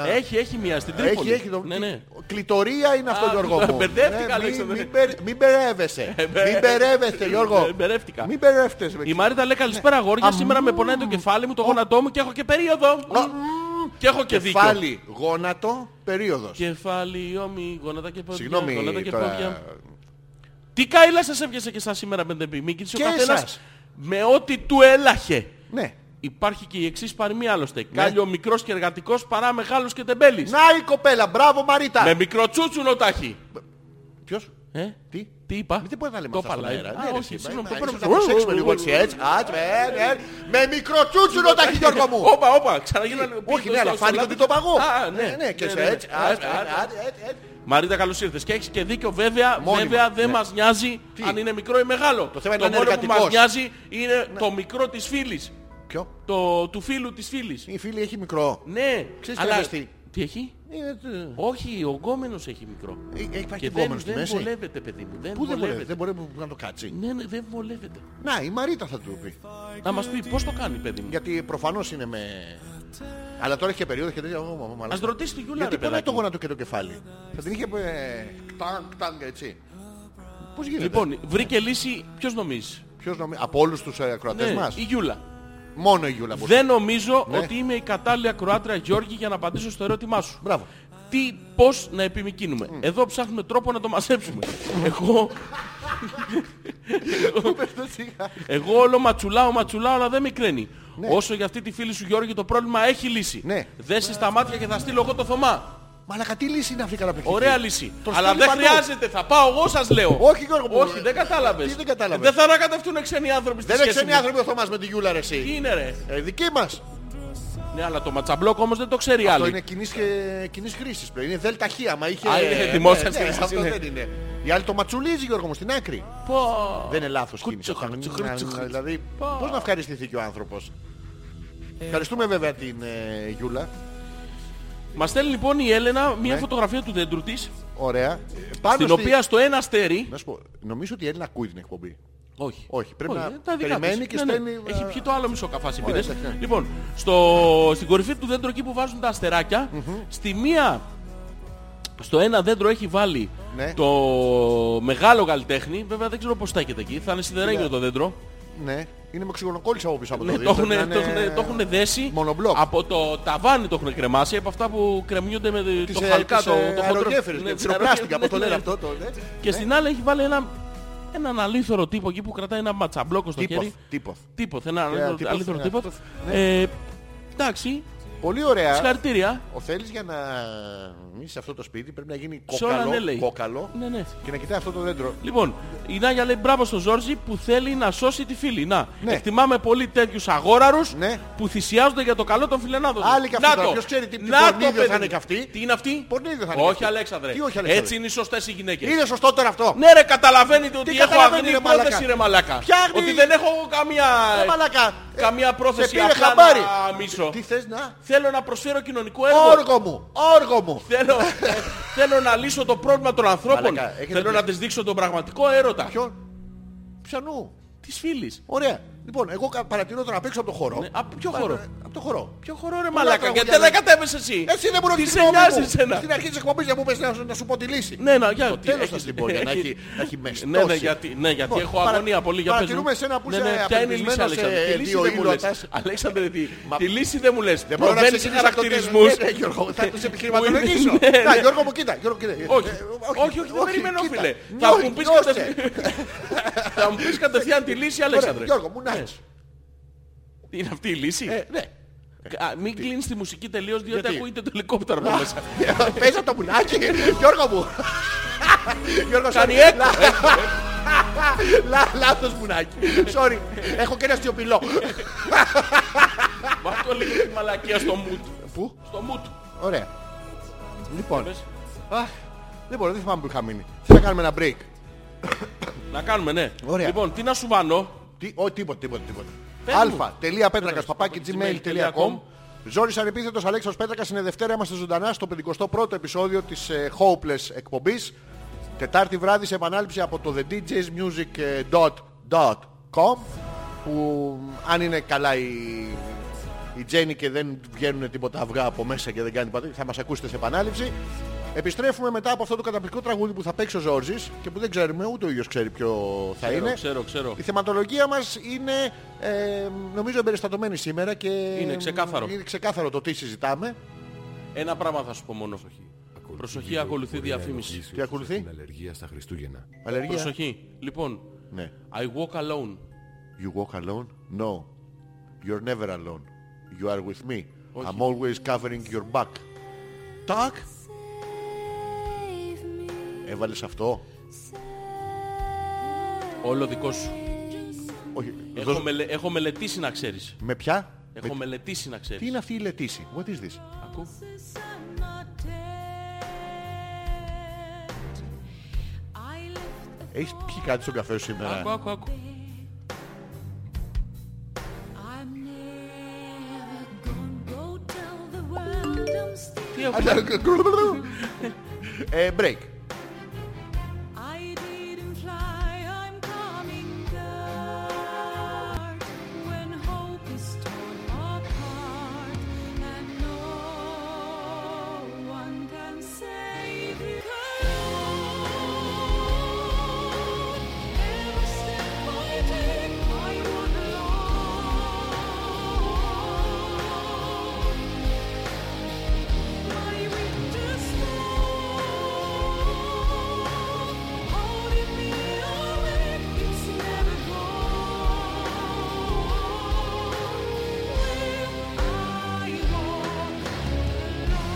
S1: Έχει, έχει μια στην Τρίπολη.
S2: Έχει, έχει. Το...
S1: Ναι, ναι.
S2: Κλειτορία είναι αυτό,
S1: Α,
S2: Γιώργο. μου.
S1: μπερδεύτηκα,
S2: Ναι, μην-
S1: Αλέξανδρε.
S2: μην μπερ- Μην μπερεύεσαι. Μην μπερεύεσαι, Γιώργο.
S1: Ε, μπερεύτηκα.
S2: Μην μπερεύτεσαι. με
S1: Η Μαρίτα λέει καλησπέρα αγόρια, σήμερα με πονάει το κεφάλι μου, το γόνατό μου και έχω και περίοδο.
S2: μμμ.
S1: Και έχω και δίκιο.
S2: Κεφάλι, γόνατο, περίοδος.
S1: Κεφάλι, όμοι, γόνατα και πόδια. γόνατα
S2: Συγγνώμη
S1: και
S2: τώρα.
S1: πόδια. Τι καήλα σας έβιασε και εσάς σήμερα με την επιμήκυνση.
S2: Και
S1: ο καθένας
S2: εσάς.
S1: με ό,τι του έλαχε.
S2: Ναι.
S1: Υπάρχει και η εξής παροιμία άλλωστε. Κάλιο μικρός και εργατικός παρά μεγάλος και τεμπέλης.
S2: Να η κοπέλα, μπράβο Μαρίτα.
S1: Με μικρό τσούτσουνο τα έχει.
S2: Ποιος,
S1: Ε,
S2: τι.
S1: τι είπα.
S2: Μην δεν μπορεί να λέμε
S1: το
S2: αυτά στον
S1: παλάει.
S2: αέρα.
S1: Α,
S2: Ναι, ρε,
S1: όχι,
S2: εσύ,
S1: συγγνώμη,
S2: μα,
S1: το
S2: ίσως
S1: παίρνω.
S2: να προσέξουμε λίγο λοιπόν, έτσι, έτσι. Άτσε, ε, ναι, ναι. Με μικρό τσούτσουνο τα έχει Γιώργο μου.
S1: Όπα, όπα, ξαναγίνανε.
S2: Όχι,
S1: πήγαινε
S2: ναι, αλλά
S1: στο
S2: φάνηκε
S1: λάδι.
S2: ότι το παγώ.
S1: Α, ναι,
S2: ναι, και
S1: ναι,
S2: σε
S1: ναι, ναι.
S2: έτσι.
S1: Άσε,
S2: Άτσε,
S1: άσε, άσε.
S2: άτσε, έτσι, έτσι.
S1: Μαρίτα, καλώ ήρθε. Και έχει και δίκιο, βέβαια.
S2: Μόνιμα,
S1: βέβαια δεν
S2: ναι.
S1: μας νοιάζει αν είναι μικρό ή μεγάλο. Το
S2: θέμα είναι Ναι. να
S1: μόνο
S2: είναι
S1: που
S2: εργατικός.
S1: μας νοιάζει είναι το μικρό της φίλης.
S2: Ποιο.
S1: Το, του φίλου της φίλης.
S2: Η φίλη έχει μικρό.
S1: Ναι,
S2: Ξέρεις τι
S1: αλλά...
S2: κάνεις τι.
S1: Τι έχει?
S2: Ε, τε-
S1: Όχι, ο γκόμενος έχει μικρό.
S2: Ε, Υπάρχει
S1: Και
S2: επόμενο
S1: δεν,
S2: στη
S1: δεν
S2: μέση.
S1: βολεύεται, παιδί μου. Δεν
S2: Πού δεν μπορεί,
S1: βολεύεται.
S2: δεν μπορεί να το κάτσει.
S1: Ναι, ναι, δεν βολεύεται.
S2: Να, η Μαρίτα θα του πει.
S1: Να μας πει πώς το κάνει, παιδί μου.
S2: Γιατί προφανώς είναι με... Αλλά τώρα έχει και περίοδο και τέτοια. Ω, μα, μα,
S1: Ας
S2: μα.
S1: ρωτήσει τη Γιούλα,
S2: Γιατί
S1: ρε
S2: πονάει
S1: παιδάκι.
S2: το γόνατο και το κεφάλι. Θα την είχε ε, κτάνγκ, κτάνγκ έτσι. Πώς γίνεται.
S1: Λοιπόν, βρήκε λύση, ποιος νομίζεις.
S2: Ποιος νομι... από όλους τους ε, ακροατές
S1: Ναι,
S2: μας.
S1: η Γιούλα.
S2: Μόνο η Γιούλα μπορεί.
S1: Δεν νομίζω
S2: Ναι.
S1: ότι είμαι η κατάλληλη ακροάτρια Γιώργη για να απαντήσω στο ερώτημά σου.
S2: Μπράβο.
S1: Τι, πώς να επιμηκύνουμε.
S2: Mm.
S1: Εδώ ψάχνουμε τρόπο να το μαζέψουμε. εγώ, εγώ όλο ματσουλάω, ματσουλάω, αλλά δεν μικραίνει. Όσο για αυτή τη φίλη σου Γιώργη το πρόβλημα έχει λύση.
S2: Ναι.
S1: Δέσεις τα μάτια και θα στείλω εγώ το Θωμά.
S2: Μαλακα τι λύση είναι αυτή η καταπληκτική.
S1: Ωραία λύση.
S2: Τον
S1: Αλλά
S2: στείλει
S1: δεν
S2: παντού.
S1: χρειάζεται, θα πάω εγώ σας λέω.
S2: Όχι, Γιώργο μου.
S1: Όχι, δεν κατάλαβες. Ε,
S2: Τι δεν κατάλαβες.
S1: Δεν θα ανακατευτούν ξένοι άνθρωποι στη
S2: Δεν είναι
S1: σχέση
S2: ξένοι
S1: μου.
S2: άνθρωποι ο Θωμάς με τη Γιούλα ρε
S1: Τι
S2: εσύ.
S1: είναι ρε.
S2: Ε, δική μας.
S1: Ναι, αλλά το ματσαμπλόκ όμως δεν το ξέρει
S2: Αυτό
S1: άλλη.
S2: είναι κοινής, ε, κοινής χρήσης πλέον. Είναι δέλτα χ. Άμα είχε...
S1: Α, είναι
S2: ναι,
S1: δημόσιας
S2: ναι,
S1: χρήσης,
S2: Αυτό
S1: είναι.
S2: δεν είναι. Η άλλη το ματσουλίζει Γιώργο μου στην άκρη.
S1: Πω.
S2: Δεν είναι λάθος κίνηση.
S1: Κουτσου, κουτσου, κουτσου, κουτσου.
S2: Δηλαδή, πώς να ευχαριστηθεί και ο άνθρωπος. Ευχαριστούμε βέβαια την ε, Γιούλα.
S1: Μας στέλνει λοιπόν η Έλενα μια φωτογραφία του δέντρου της,
S2: Ωραία. Ε, Πάνω
S1: την
S2: στη-
S1: οποία στο ένα αστέρι.
S2: Να σου πω, νομίζω ότι η Έλληνα ακούει την εκπομπή.
S1: Όχι.
S2: Όχι, πρέπει να
S1: ε, τα δικά της.
S2: περιμένει και
S1: Ναι, ναι.
S2: στέλνει,
S1: Έχει
S2: α,
S1: πιει το άλλο μισό καφάσι
S2: Ωραία,
S1: πήρες.
S2: εντάξει, ναι.
S1: Λοιπόν, στο... στην κορυφή του δέντρου εκεί που βάζουν τα αστεράκια, στη μία. Στο ένα δέντρο έχει βάλει
S2: Ναι.
S1: το μεγάλο καλλιτέχνη. Βέβαια δεν ξέρω πώς στέκεται εκεί. Θα είναι σιδερένιο το δέντρο.
S2: Ναι, είναι με ξυγονοκόλλησα από πίσω από το
S1: Ναι,
S2: δίκτυο.
S1: το έχουν,
S2: Πρέπει να
S1: το
S2: είναι-
S1: έχουνε- το έχουνε δέσει.
S2: μονομπλοκ.
S1: Από το ταβάνι το έχουν κρεμάσει. Από αυτά που κρεμιούνται με
S2: Τις,
S1: το
S2: ε,
S1: χαλκά.
S2: τις,
S1: το,
S2: ε,
S1: το
S2: αερογέφυρες, ναι,
S1: Ναι,
S2: ψιλοπλάστικα, πώς το
S1: ναι,
S2: λένε
S1: ναι.
S2: αυτό. το- ναι.
S1: Και στην άλλη έχει βάλει ένα, έναν αλήθωρο τύπο εκεί που κρατάει ένα ματσαμπλόκο στο
S2: Τύποθ,
S1: χέρι.
S2: τύποθ.
S1: Τύποθ, ένα
S2: τύποθ,
S1: αλήθωρο
S2: ναι,
S1: τύπο.
S2: τύποθ,
S1: Ε, εντάξει,
S2: Πολύ ωραία.
S1: Συγχαρητήρια.
S2: Ο Θέλει για να μείνεις σε αυτό το σπίτι πρέπει να γίνει
S1: Σε όλα ναι,
S2: κόκαλο,
S1: λέει.
S2: κόκαλο
S1: Ναι, ναι.
S2: και να κοιτάει αυτό το δέντρο.
S1: Λοιπόν, η Νάγια λέει μπράβο στον Ζόρζι που θέλει να σώσει τη φίλη. Να,
S2: Ναι.
S1: εκτιμάμε πολύ τέτοιους αγόραρους
S2: Ναι.
S1: που θυσιάζονται για το καλό των φιλενάδων. τους.
S2: Άλλοι και αυτοί
S1: Να
S2: τώρα.
S1: το.
S2: Ποιος ξέρει τι- τι
S1: Να το,
S2: πορνίδιο θα
S1: παιδί.
S2: είναι και αυτοί.
S1: Τι είναι αυτή.
S2: Πορνίδιο θα είναι και
S1: Όχι
S2: αυτοί.
S1: Αλέξανδρε.
S2: Τι όχι, Αλέξανδρε.
S1: Έτσι είναι σωστές οι γυναίκες.
S2: Είναι σωστό τώρα αυτό.
S1: Ναι ρε καταλαβαίνετε ότι έχω
S2: καταλαβαίνει,
S1: αγνή
S2: ρε μαλάκα.
S1: πρόθεση ρε μαλάκα.
S2: Ποια αγνή?
S1: Ότι δεν έχω εγώ καμία,
S2: Ε, μαλακά.
S1: καμία πρόθεση
S2: πήρε
S1: απλά
S2: χαμπάρι.
S1: να μίσω.
S2: Τι θες να.
S1: Θέλω να προσφέρω κοινωνικό έργο.
S2: Όργο μου. Όργο μου.
S1: Θέλω, θέλω να λύσω το πρόβλημα των ανθρώπων.
S2: Μαλάκα, έχετε
S1: θέλω
S2: δίκιο.
S1: να τις δείξω τον πραγματικό έρωτα.
S2: Ποιον. Πιανού.
S1: Της φίλης.
S2: Ωραία. Λοιπόν, εγώ κα- παρατηρώ τώρα απ' έξω από το χορό.
S1: Ναι, απ' ποιο
S2: Πα-
S1: χορό?
S2: Απ' το χορό.
S1: Ποιο χορό ρε
S2: Πολλά
S1: Ε, μαλάκα,
S2: τραγούδια
S1: γιατί δεν
S2: λέει.
S1: κατέβες εσύ.
S2: Εσύ δεν μπορώ
S1: Τι
S2: τη
S1: σε
S2: γνώμη
S1: νοιάζει
S2: μου.
S1: εσένα.
S2: Στην αρχή της εκπομπής δεν μου είπες να, σου- να σου πω τη λύση.
S1: Ναι, ναι, για
S2: Το
S1: τι
S2: τέλος
S1: έχεις-
S2: θα την πω, για να έχει- να έχει μεστώσει.
S1: Ναι, ναι, γιατί, ναι, γιατί
S2: Λοιπόν,
S1: έχω
S2: παρα-
S1: αγωνία πολύ για πες μου.
S2: παρατηρούμε εσένα που
S1: Ναι,
S2: είσαι
S1: ναι, ποια είναι η λύση,
S2: απελπισμένος σε
S1: Αλέξανδρε. Τη λύση
S2: δύο
S1: δεν μου λες.
S2: ήλωτας.
S1: Αλέξανδρε, τη- τη λύση δεν μου λες.
S2: Δεν μπορώ να
S1: Προβαίνεις σε
S2: ξεκινήσω από το
S1: χαρακτηρισμούς.
S2: τέλος. Ναι, ναι, Γιώργο, θα τους
S1: Που
S2: επιχειρηματολογήσω.
S1: είναι- ναι,
S2: Να,
S1: ναι.
S2: Γιώργο μου, κοίτα. Γιώργο, κοίτα.
S1: Όχι,
S2: Ε,
S1: όχι, όχι, δεν περιμένω
S2: κοίτα.
S1: φίλε. Θα
S2: Νιώ-
S1: μου πεις
S2: νιώσε.
S1: κατευθείαν- θα μου πεις κατευθείαν τη λύση,
S2: Ωραία,
S1: Αλέξανδρε.
S2: Γιώργο μου, να έχεις.
S1: Είναι αυτή η λύση.
S2: Ε, Ναι.
S1: Α, Μην κλείνεις τη μουσική τελείως, διότι
S2: Γιατί?
S1: ακούγεται το ελικόπτερο από μέσα.
S2: Πες από το πουλάκι. Γιώργο μου. Γιώργο,
S1: Κάνει
S2: sorry.
S1: έκο.
S2: Λά- Λάθος μουνάκι. Sorry. Έχω και ένα σιωπηλό.
S1: Μα το λίγο τη μαλακία στο μουτ.
S2: Πού?
S1: Στο μουτ.
S2: Ωραία. Λοιπόν.
S1: Πες.
S2: Αχ, Δεν μπορώ, δεν θυμάμαι που είχα μείνει. Θέλω να κάνουμε ένα break.
S1: Να κάνουμε, ναι.
S2: Ωραία.
S1: Λοιπόν, τι να σου βάνω.
S2: Τι, ό, τίποτα, τίποτα, τίποτα.
S1: Πες μου.
S2: αλφα.πέτρακας παπάκι gmail.com Ζόρις ανεπίθετος Αλέξος Πέτρακας είναι Δευτέρα είμαστε ζωντανά στο 51ο επεισόδιο της ε, Hopeless εκπομπής Τετάρτη βράδυ σε επανάληψη από το thedjsmusic.com που μ, αν είναι καλά η, η Τζέννη και δεν βγαίνουν τίποτα αυγά από μέσα και δεν κάνει πατή, θα μας ακούσετε σε επανάληψη Επιστρέφουμε μετά από αυτό το καταπληκτικό τραγούδι που θα παίξει ο Ζόρζης και που δεν ξέρουμε, ούτε ο ίδιος ξέρει ποιο θα
S1: Ξέρω,
S2: είναι.
S1: ξέρω, ξέρω.
S2: Η θεματολογία μας είναι ε, νομίζω εμπεριστατωμένη σήμερα και
S1: Είναι ξεκάθαρο.
S2: είναι ξεκάθαρο το τι συζητάμε.
S1: Ένα πράγμα θα σου πω μόνο. Προσοχή, ακολουθεί διαφήμιση.
S2: Τι ακολουθεί?
S5: Την αλλεργία στα Χριστούγεννα.
S2: Αλλεργία.
S1: Ναι. Προσοχή. Λοιπόν,
S2: Ναι.
S1: I walk alone.
S2: You walk alone? No. You're never alone. You are with me.
S1: Όχι.
S2: I'm always covering your back. Τάκ. Έβαλες αυτό.
S1: Όλο δικό σου.
S2: Όχι.
S1: Έχω,
S2: Δώσ'
S1: μελε- έχω μελετήσει να ξέρεις.
S2: Με ποια?
S1: Έχω
S2: Με-
S1: μελετήσει να
S2: Τι
S1: ξέρεις.
S2: είναι αυτή η λετήση. What is this?
S1: Ακού.
S2: Έχεις πιει κάτι στον καφέ σου
S1: Ακού,
S2: σήμερα.
S1: ακού, ακού. Τι έχω.
S2: Ε, break.
S6: I didn't fly, I'm coming down. When hope is torn apart, and no one can save you. Alone, every step I take, I walk alone. My winter's Holding me awake, it's never gone. When I walk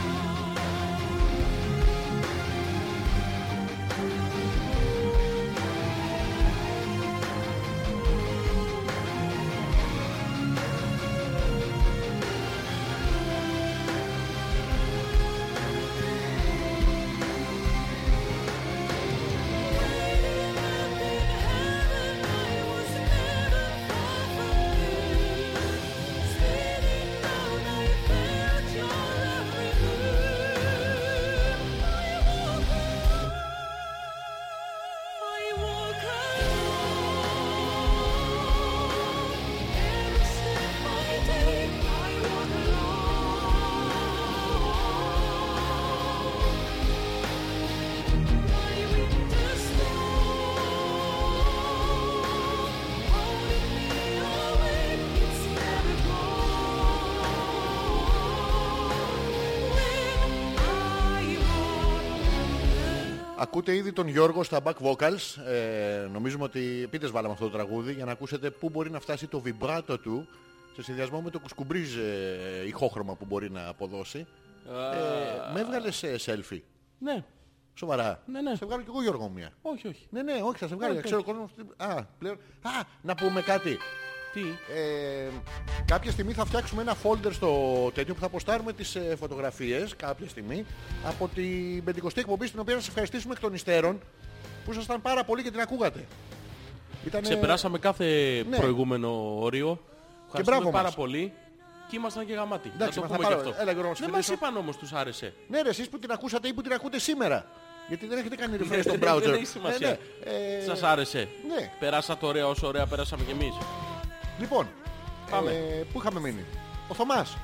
S2: Ακούτε ήδη τον Γιώργο στα back vocals. Ε, νομίζουμε ότι πίτες βάλαμε αυτό το τραγούδι για να ακούσετε πού μπορεί να φτάσει το βιμπράτο του σε συνδυασμό με το κουσκουμπρίζ ε, ηχόχρωμα που μπορεί να αποδώσει. Ε, με έβγαλε σε selfie.
S1: Ναι.
S2: Σοβαρά.
S1: Ναι, ναι.
S2: Σε βγάλω κι εγώ Γιώργο μία.
S1: Όχι, όχι.
S2: Ναι, ναι, όχι, θα σε βγάλω.
S1: Ναι,
S2: Ξέρω κόσμο. Α, πλέον. Α, να πούμε κάτι.
S1: Τι.
S2: Ε, κάποια στιγμή θα φτιάξουμε ένα folder στο τέτοιο που θα αποστάρουμε τις ε, φωτογραφίες κάποια στιγμή από την πεντηκοστή εκπομπή στην οποία σας ευχαριστήσουμε εκ των υστέρων που ήσασταν πάρα πολύ και την ακούγατε. Ήτανε...
S1: Ξεπεράσαμε κάθε
S2: ναι.
S1: προηγούμενο όριο. Ευχαριστούμε
S2: μπράβο
S1: πάρα
S2: μας.
S1: πολύ. Και ήμασταν και γαμάτι. Να
S2: Εντάξει,
S1: το
S2: μας
S1: πούμε
S2: θα
S1: και
S2: πάρω-
S1: αυτό.
S2: έλα, Γιώργο, να σε
S1: Δεν μας
S2: φιλήσω.
S1: είπαν όμως τους άρεσε.
S2: Ναι ρε εσείς που την ακούσατε ή που την ακούτε σήμερα. Γιατί δεν έχετε κάνει refresh στο
S1: Ναι, Δεν-
S2: browser.
S1: Δεν έχει σημασία.
S2: Ναι, ναι. Ε,
S1: Σας άρεσε.
S2: ναι.
S1: Περάσατε ωραία όσο ωραία περάσαμε κι εμείς.
S2: Λοιπόν,
S1: Πάμε.
S2: ε, πού είχαμε μείνει. Ο Θωμάς.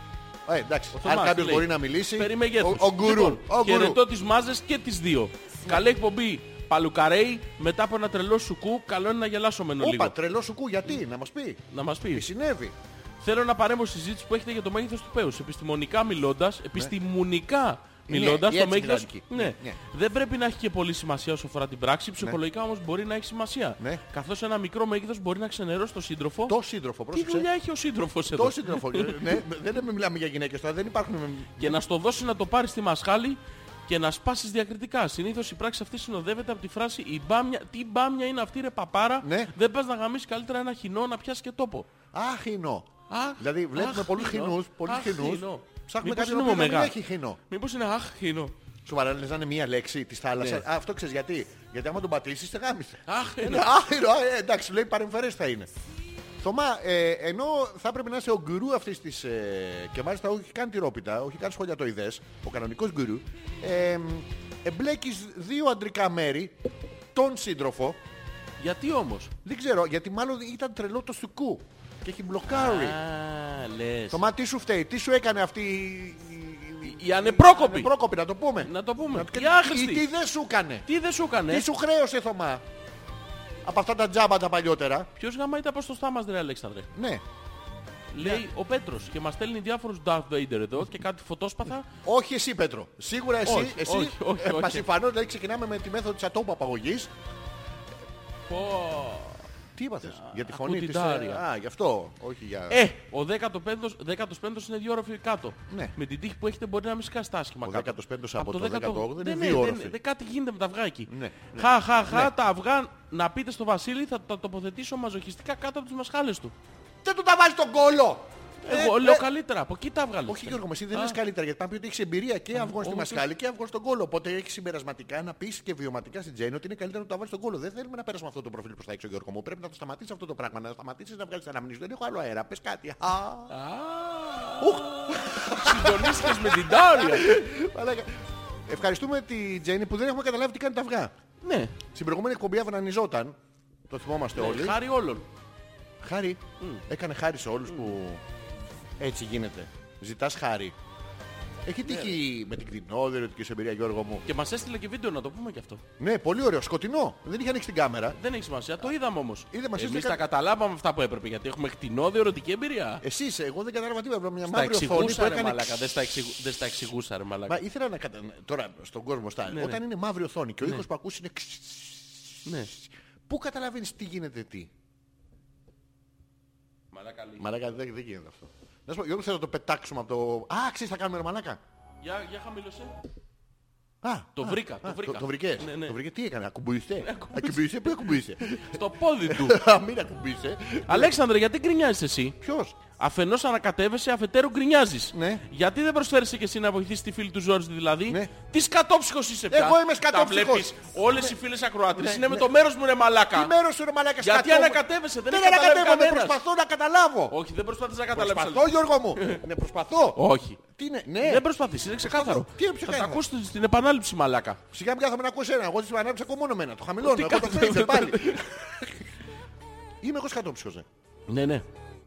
S2: Ε, εντάξει,
S1: Θωμάς,
S2: αν κάποιος
S1: λέει.
S2: μπορεί να μιλήσει.
S1: Περί μεγέθους.
S2: Ο, ο γκουρού.
S1: Λοιπόν,
S2: ο γκουρού.
S1: Χαιρετώ τις μάζες και τις δύο. Καλή εκπομπή Παλουκαρέι μετά από ένα τρελό σουκού. Καλό είναι να γελάσω μεν λίγο.
S2: Όπα, τρελό σου κου, γιατί, να μας πει.
S1: Να μας
S2: Τι
S1: πει.
S2: συνέβη.
S1: Θέλω να παρέμβω στη συζήτηση που έχετε για το μέγεθος του πέους. Επιστημονικά μιλώντας, επιστημονικά μιλώντας,
S2: η
S1: το
S2: Ναι. έτσι
S1: μέγεθος...
S2: μιλάνε εκεί.
S1: Ναι.
S2: Ναι.
S1: Δεν πρέπει να έχει και πολύ σημασία όσο αφορά την πράξη, ψυχολογικά όμως μπορεί να έχει σημασία.
S2: Ναι.
S1: Καθώς ένα μικρό μέγεθος μπορεί να ξενερώσει το σύντροφο.
S2: Το σύντροφο,
S1: Τι
S2: πρόσεξε.
S1: δουλειά έχει ο σύντροφος εδώ.
S2: Το σύντροφο. ναι, δεν λέμε- μιλάμε για γυναίκες τώρα, δεν υπάρχουν.
S1: και να στο δώσει να το πάρει στη μασχάλη και να σπάσεις διακριτικά. Συνήθως η πράξη αυτή συνοδεύεται από τη φράση «Η μπάμια, Τι μπάμια είναι αυτή, ρε παπάρα.
S2: Ναι.
S1: Δεν πας να γαμίσεις καλύτερα ένα χινό να πιάσεις και τόπο.
S2: Αχ, χινό.
S1: Αχ,
S2: Δηλαδή βλέπουμε
S1: αχ,
S2: πολλούς
S1: χινό.
S2: χινούς, πολλούς
S1: Αχ,
S2: χινούς.
S1: χινό.
S2: Ψάχνουμε
S1: Μήπως
S2: κάτι
S1: είναι
S2: που δεν
S1: ομεγά.
S2: έχει χινό.
S1: Μήπως είναι αχ, χινό.
S2: Σοβαρά λες να είναι μία λέξη της θάλασσας.
S1: Ναι.
S2: Α, Αυτό ξέρεις γιατί. Γιατί άμα τον πατήσεις, σε γάμισε.
S1: Αχ,
S2: Ε,
S1: χινό.
S2: ναι, Αχ, χινό. Ε, Εντάξει, λέει παρεμφερές θα είναι. Θωμά, ε, ενώ θα έπρεπε να είσαι ο γκουρού αυτής της... ε, και μάλιστα όχι καν τη ρόπιτα, όχι καν σχόλια το ιδές, ο κανονικός γκουρού, ε, εμπλέκεις δύο αντρικά μέρη, τον σύντροφο,
S1: Γιατί όμως.
S2: Δεν ξέρω, γιατί μάλλον ήταν τρελό το σουκού και έχει μπλοκάρει.
S1: Α, λες.
S2: Ε, Το μάτι σου φταίει, τι σου έκανε αυτή η- η...
S1: Η ανεπρόκοπη.
S2: Ανεπρόκοπη, να το πούμε.
S1: Να το πούμε.
S2: και-
S1: Η άχρηστη. Ναι.
S2: ή Τι δεν σου έκανε.
S1: Τι δεν σου έκανε.
S2: Τι σου χρέωσε, Θωμά. Από αυτά τα τζάμπα τα παλιότερα.
S1: Ποιος γαμάει τα προστοστά μας, ρε Αλέξανδρε.
S2: Ναι.
S1: Λέει ο Πέτρος και μας στέλνει διάφορους Darth Vader εδώ και κάτι φωτόσπαθα.
S2: Όχι εσύ, Πέτρο. Σίγουρα εσύ.
S1: Όχι,
S2: εσύ
S1: όχι, όχι,
S2: ε,
S1: όχι.
S2: Μας συμφανώς, δηλαδή ξεκινάμε με τη μέθοδο της ατόμου απαγωγής.
S1: Πω.
S2: Τι είπαθες, για τη
S1: ακούω
S2: φωνή
S1: την
S2: της. ε,
S1: Τάρια.
S2: Α, γι' αυτό. Όχι για...
S1: Ε, ο 15ος, 15ος είναι δύο όροφοι κάτω.
S2: Ναι.
S1: Με την τύχη που έχετε μπορεί να μην σκάσετε άσχημα
S2: Ο
S1: κάτω.
S2: 15ος από το
S1: 18ο
S2: 18ο
S1: δεν
S2: είναι δύο
S1: Ναι, δεν-
S2: όροφοι.
S1: δεν- κάτι γίνεται με τα αυγάκι.
S2: Ναι, ναι.
S1: Χα, χα, χα, τα αυγά να πείτε στο Βασίλη θα τα τοποθετήσω μαζοχιστικά κάτω από τις μασχάλες του.
S2: Δεν του τα βάζεις τον κόλο.
S1: Εγώ
S2: Ε,
S1: λέω
S2: ε,
S1: καλύτερα, από εκεί τα βγάλε.
S2: Όχι Γιώργο, εσύ δεν
S1: Α.
S2: λες καλύτερα γιατί πάνε πει ότι έχεις εμπειρία και αυγόν στη
S1: όχι.
S2: μασκάλη και αυγόν στον κόλο. Οπότε έχεις συμπερασματικά να πεις και βιωματικά στην Τζέιν ότι είναι καλύτερα να το βάλεις στον κόλο. Δεν θέλουμε να πέρασουμε αυτό το προφίλ προς τα έξω Γιώργο μου. Πρέπει να το σταματήσεις αυτό το πράγμα, να σταματήσεις να βγάλεις αναμνήσεις. Δεν έχω άλλο αέρα, πες κάτι. Α,
S1: Συντονίστηκες με την Τάρια.
S2: μαλάκα. Ευχαριστούμε τη Τζέιν που δεν έχουμε καταλάβει τι κάνει τα αυγά.
S1: ναι,
S2: Στην προηγούμενη εκπομπή αυνανιζόταν, το θυμόμαστε όλοι.
S1: χάρη όλων.
S2: Χάρη. Έκανε χάρη σε όλους που έτσι γίνεται. Ζητάς χάρη.
S1: Ναι,
S2: Έχει τύχει με την κτηνόδερη και σε εμπειρία Γιώργο μου.
S1: Και μας έστειλε και βίντεο να το πούμε και αυτό.
S2: Ναι, πολύ ωραίο. Σκοτεινό. Δεν είχε ανοίξει την κάμερα.
S1: Δεν έχει σημασία, το είδαμε όμως.
S2: Είδε, μας
S1: Εμείς
S2: έστειλε
S1: τα
S2: κάτι-
S1: καταλάβαμε αυτά που έπρεπε γιατί έχουμε κτηνόδη ερωτική εμπειρία.
S2: Εσείς, εγώ δεν κατάλαβα τίποτα. Έβλεπα Μια
S1: Τα
S2: μαύρη οθόνη που
S1: εξηγούσα ρε
S2: έκανε.
S1: μαλάκα, δεν στα εξηγού- δεν στα εξηγούσα ρε μαλάκα.
S2: Μα ήθελα να κατα... Τώρα στον κόσμο στα...
S1: ναι.
S2: Όταν είναι μαύρη οθόνη και ο ήχος που ακούς είναι... ξ-
S1: Ναι.
S2: Πού καταλαβαίνεις τι γίνεται τι.
S1: Μαλάκα λίγο.
S2: Μαλάκα δεν, δεν γίνεται αυτό. Να σου πω, Γιώργο θέλω να το πετάξουμε από το... Α, ξέρεις θα κάνουμε ρε μαλάκα.
S1: Για, για χαμήλωσε.
S2: Α,
S1: Το
S2: α,
S1: βρήκα,
S2: α,
S1: το βρήκα.
S2: Το, βρήκες.
S1: Ναι, ναι.
S2: Το βρήκες. Τι έκανε, ακουμπούισε. Ακουμπούισε, πού ακουμπούισε.
S1: Στο πόδι του.
S2: Α, Μην ακουμπούισε.
S1: Αλέξανδρε, γιατί γκρινιάζεις εσύ.
S2: Ποιος.
S1: Αφενός ανακατεύεσαι, αφετέρου γκρινιάζεις.
S2: Ναι.
S1: Γιατί δεν προσφέρεις και εσύ να βοηθήσεις τη φίλη του Ζόρζ δηλαδή.
S2: Ναι.
S1: Τι σκατόψυχος είσαι πια.
S2: Εγώ είμαι σκατόψυχος.
S1: Τα βλέπεις. Όλες οι φίλες ακροάτρε
S2: Ναι,
S1: είναι με
S2: ναι.
S1: το μέρος μου ρε μαλάκα.
S2: Τι μέρος σου ρε μαλάκα.
S1: Γιατί
S2: σκατόμουν.
S1: ανακατεύεσαι, δεν
S2: Δεν
S1: έχεις καταλάβει
S2: ανακατεύομαι,
S1: κανένας.
S2: προσπαθώ να καταλάβω.
S1: Όχι, δεν προσπαθείς να καταλάβεις.
S2: Προσπαθώ Γιώργο μου. Ναι, προσπαθώ.
S1: Όχι.
S2: Τι είναι, ναι.
S1: Δεν προσπαθείς, είναι ξεκάθαρο.
S2: Τι είναι
S1: Θα τα
S2: ξεκάθαρο?
S1: ακούσει στην επανάληψη μαλάκα.
S2: Σιγά μην κάθομαι να ακούω εσένα. Εγώ τη ανάψα ακούω μόνο εμένα. Το χαμηλώνω.
S1: Τι
S2: Εγώ το
S1: κάνετε,
S2: φρέιζε
S1: δεν-
S2: πάλι. Είμαι εγώ σκατόψυχος. ε.
S1: Ναι, ναι.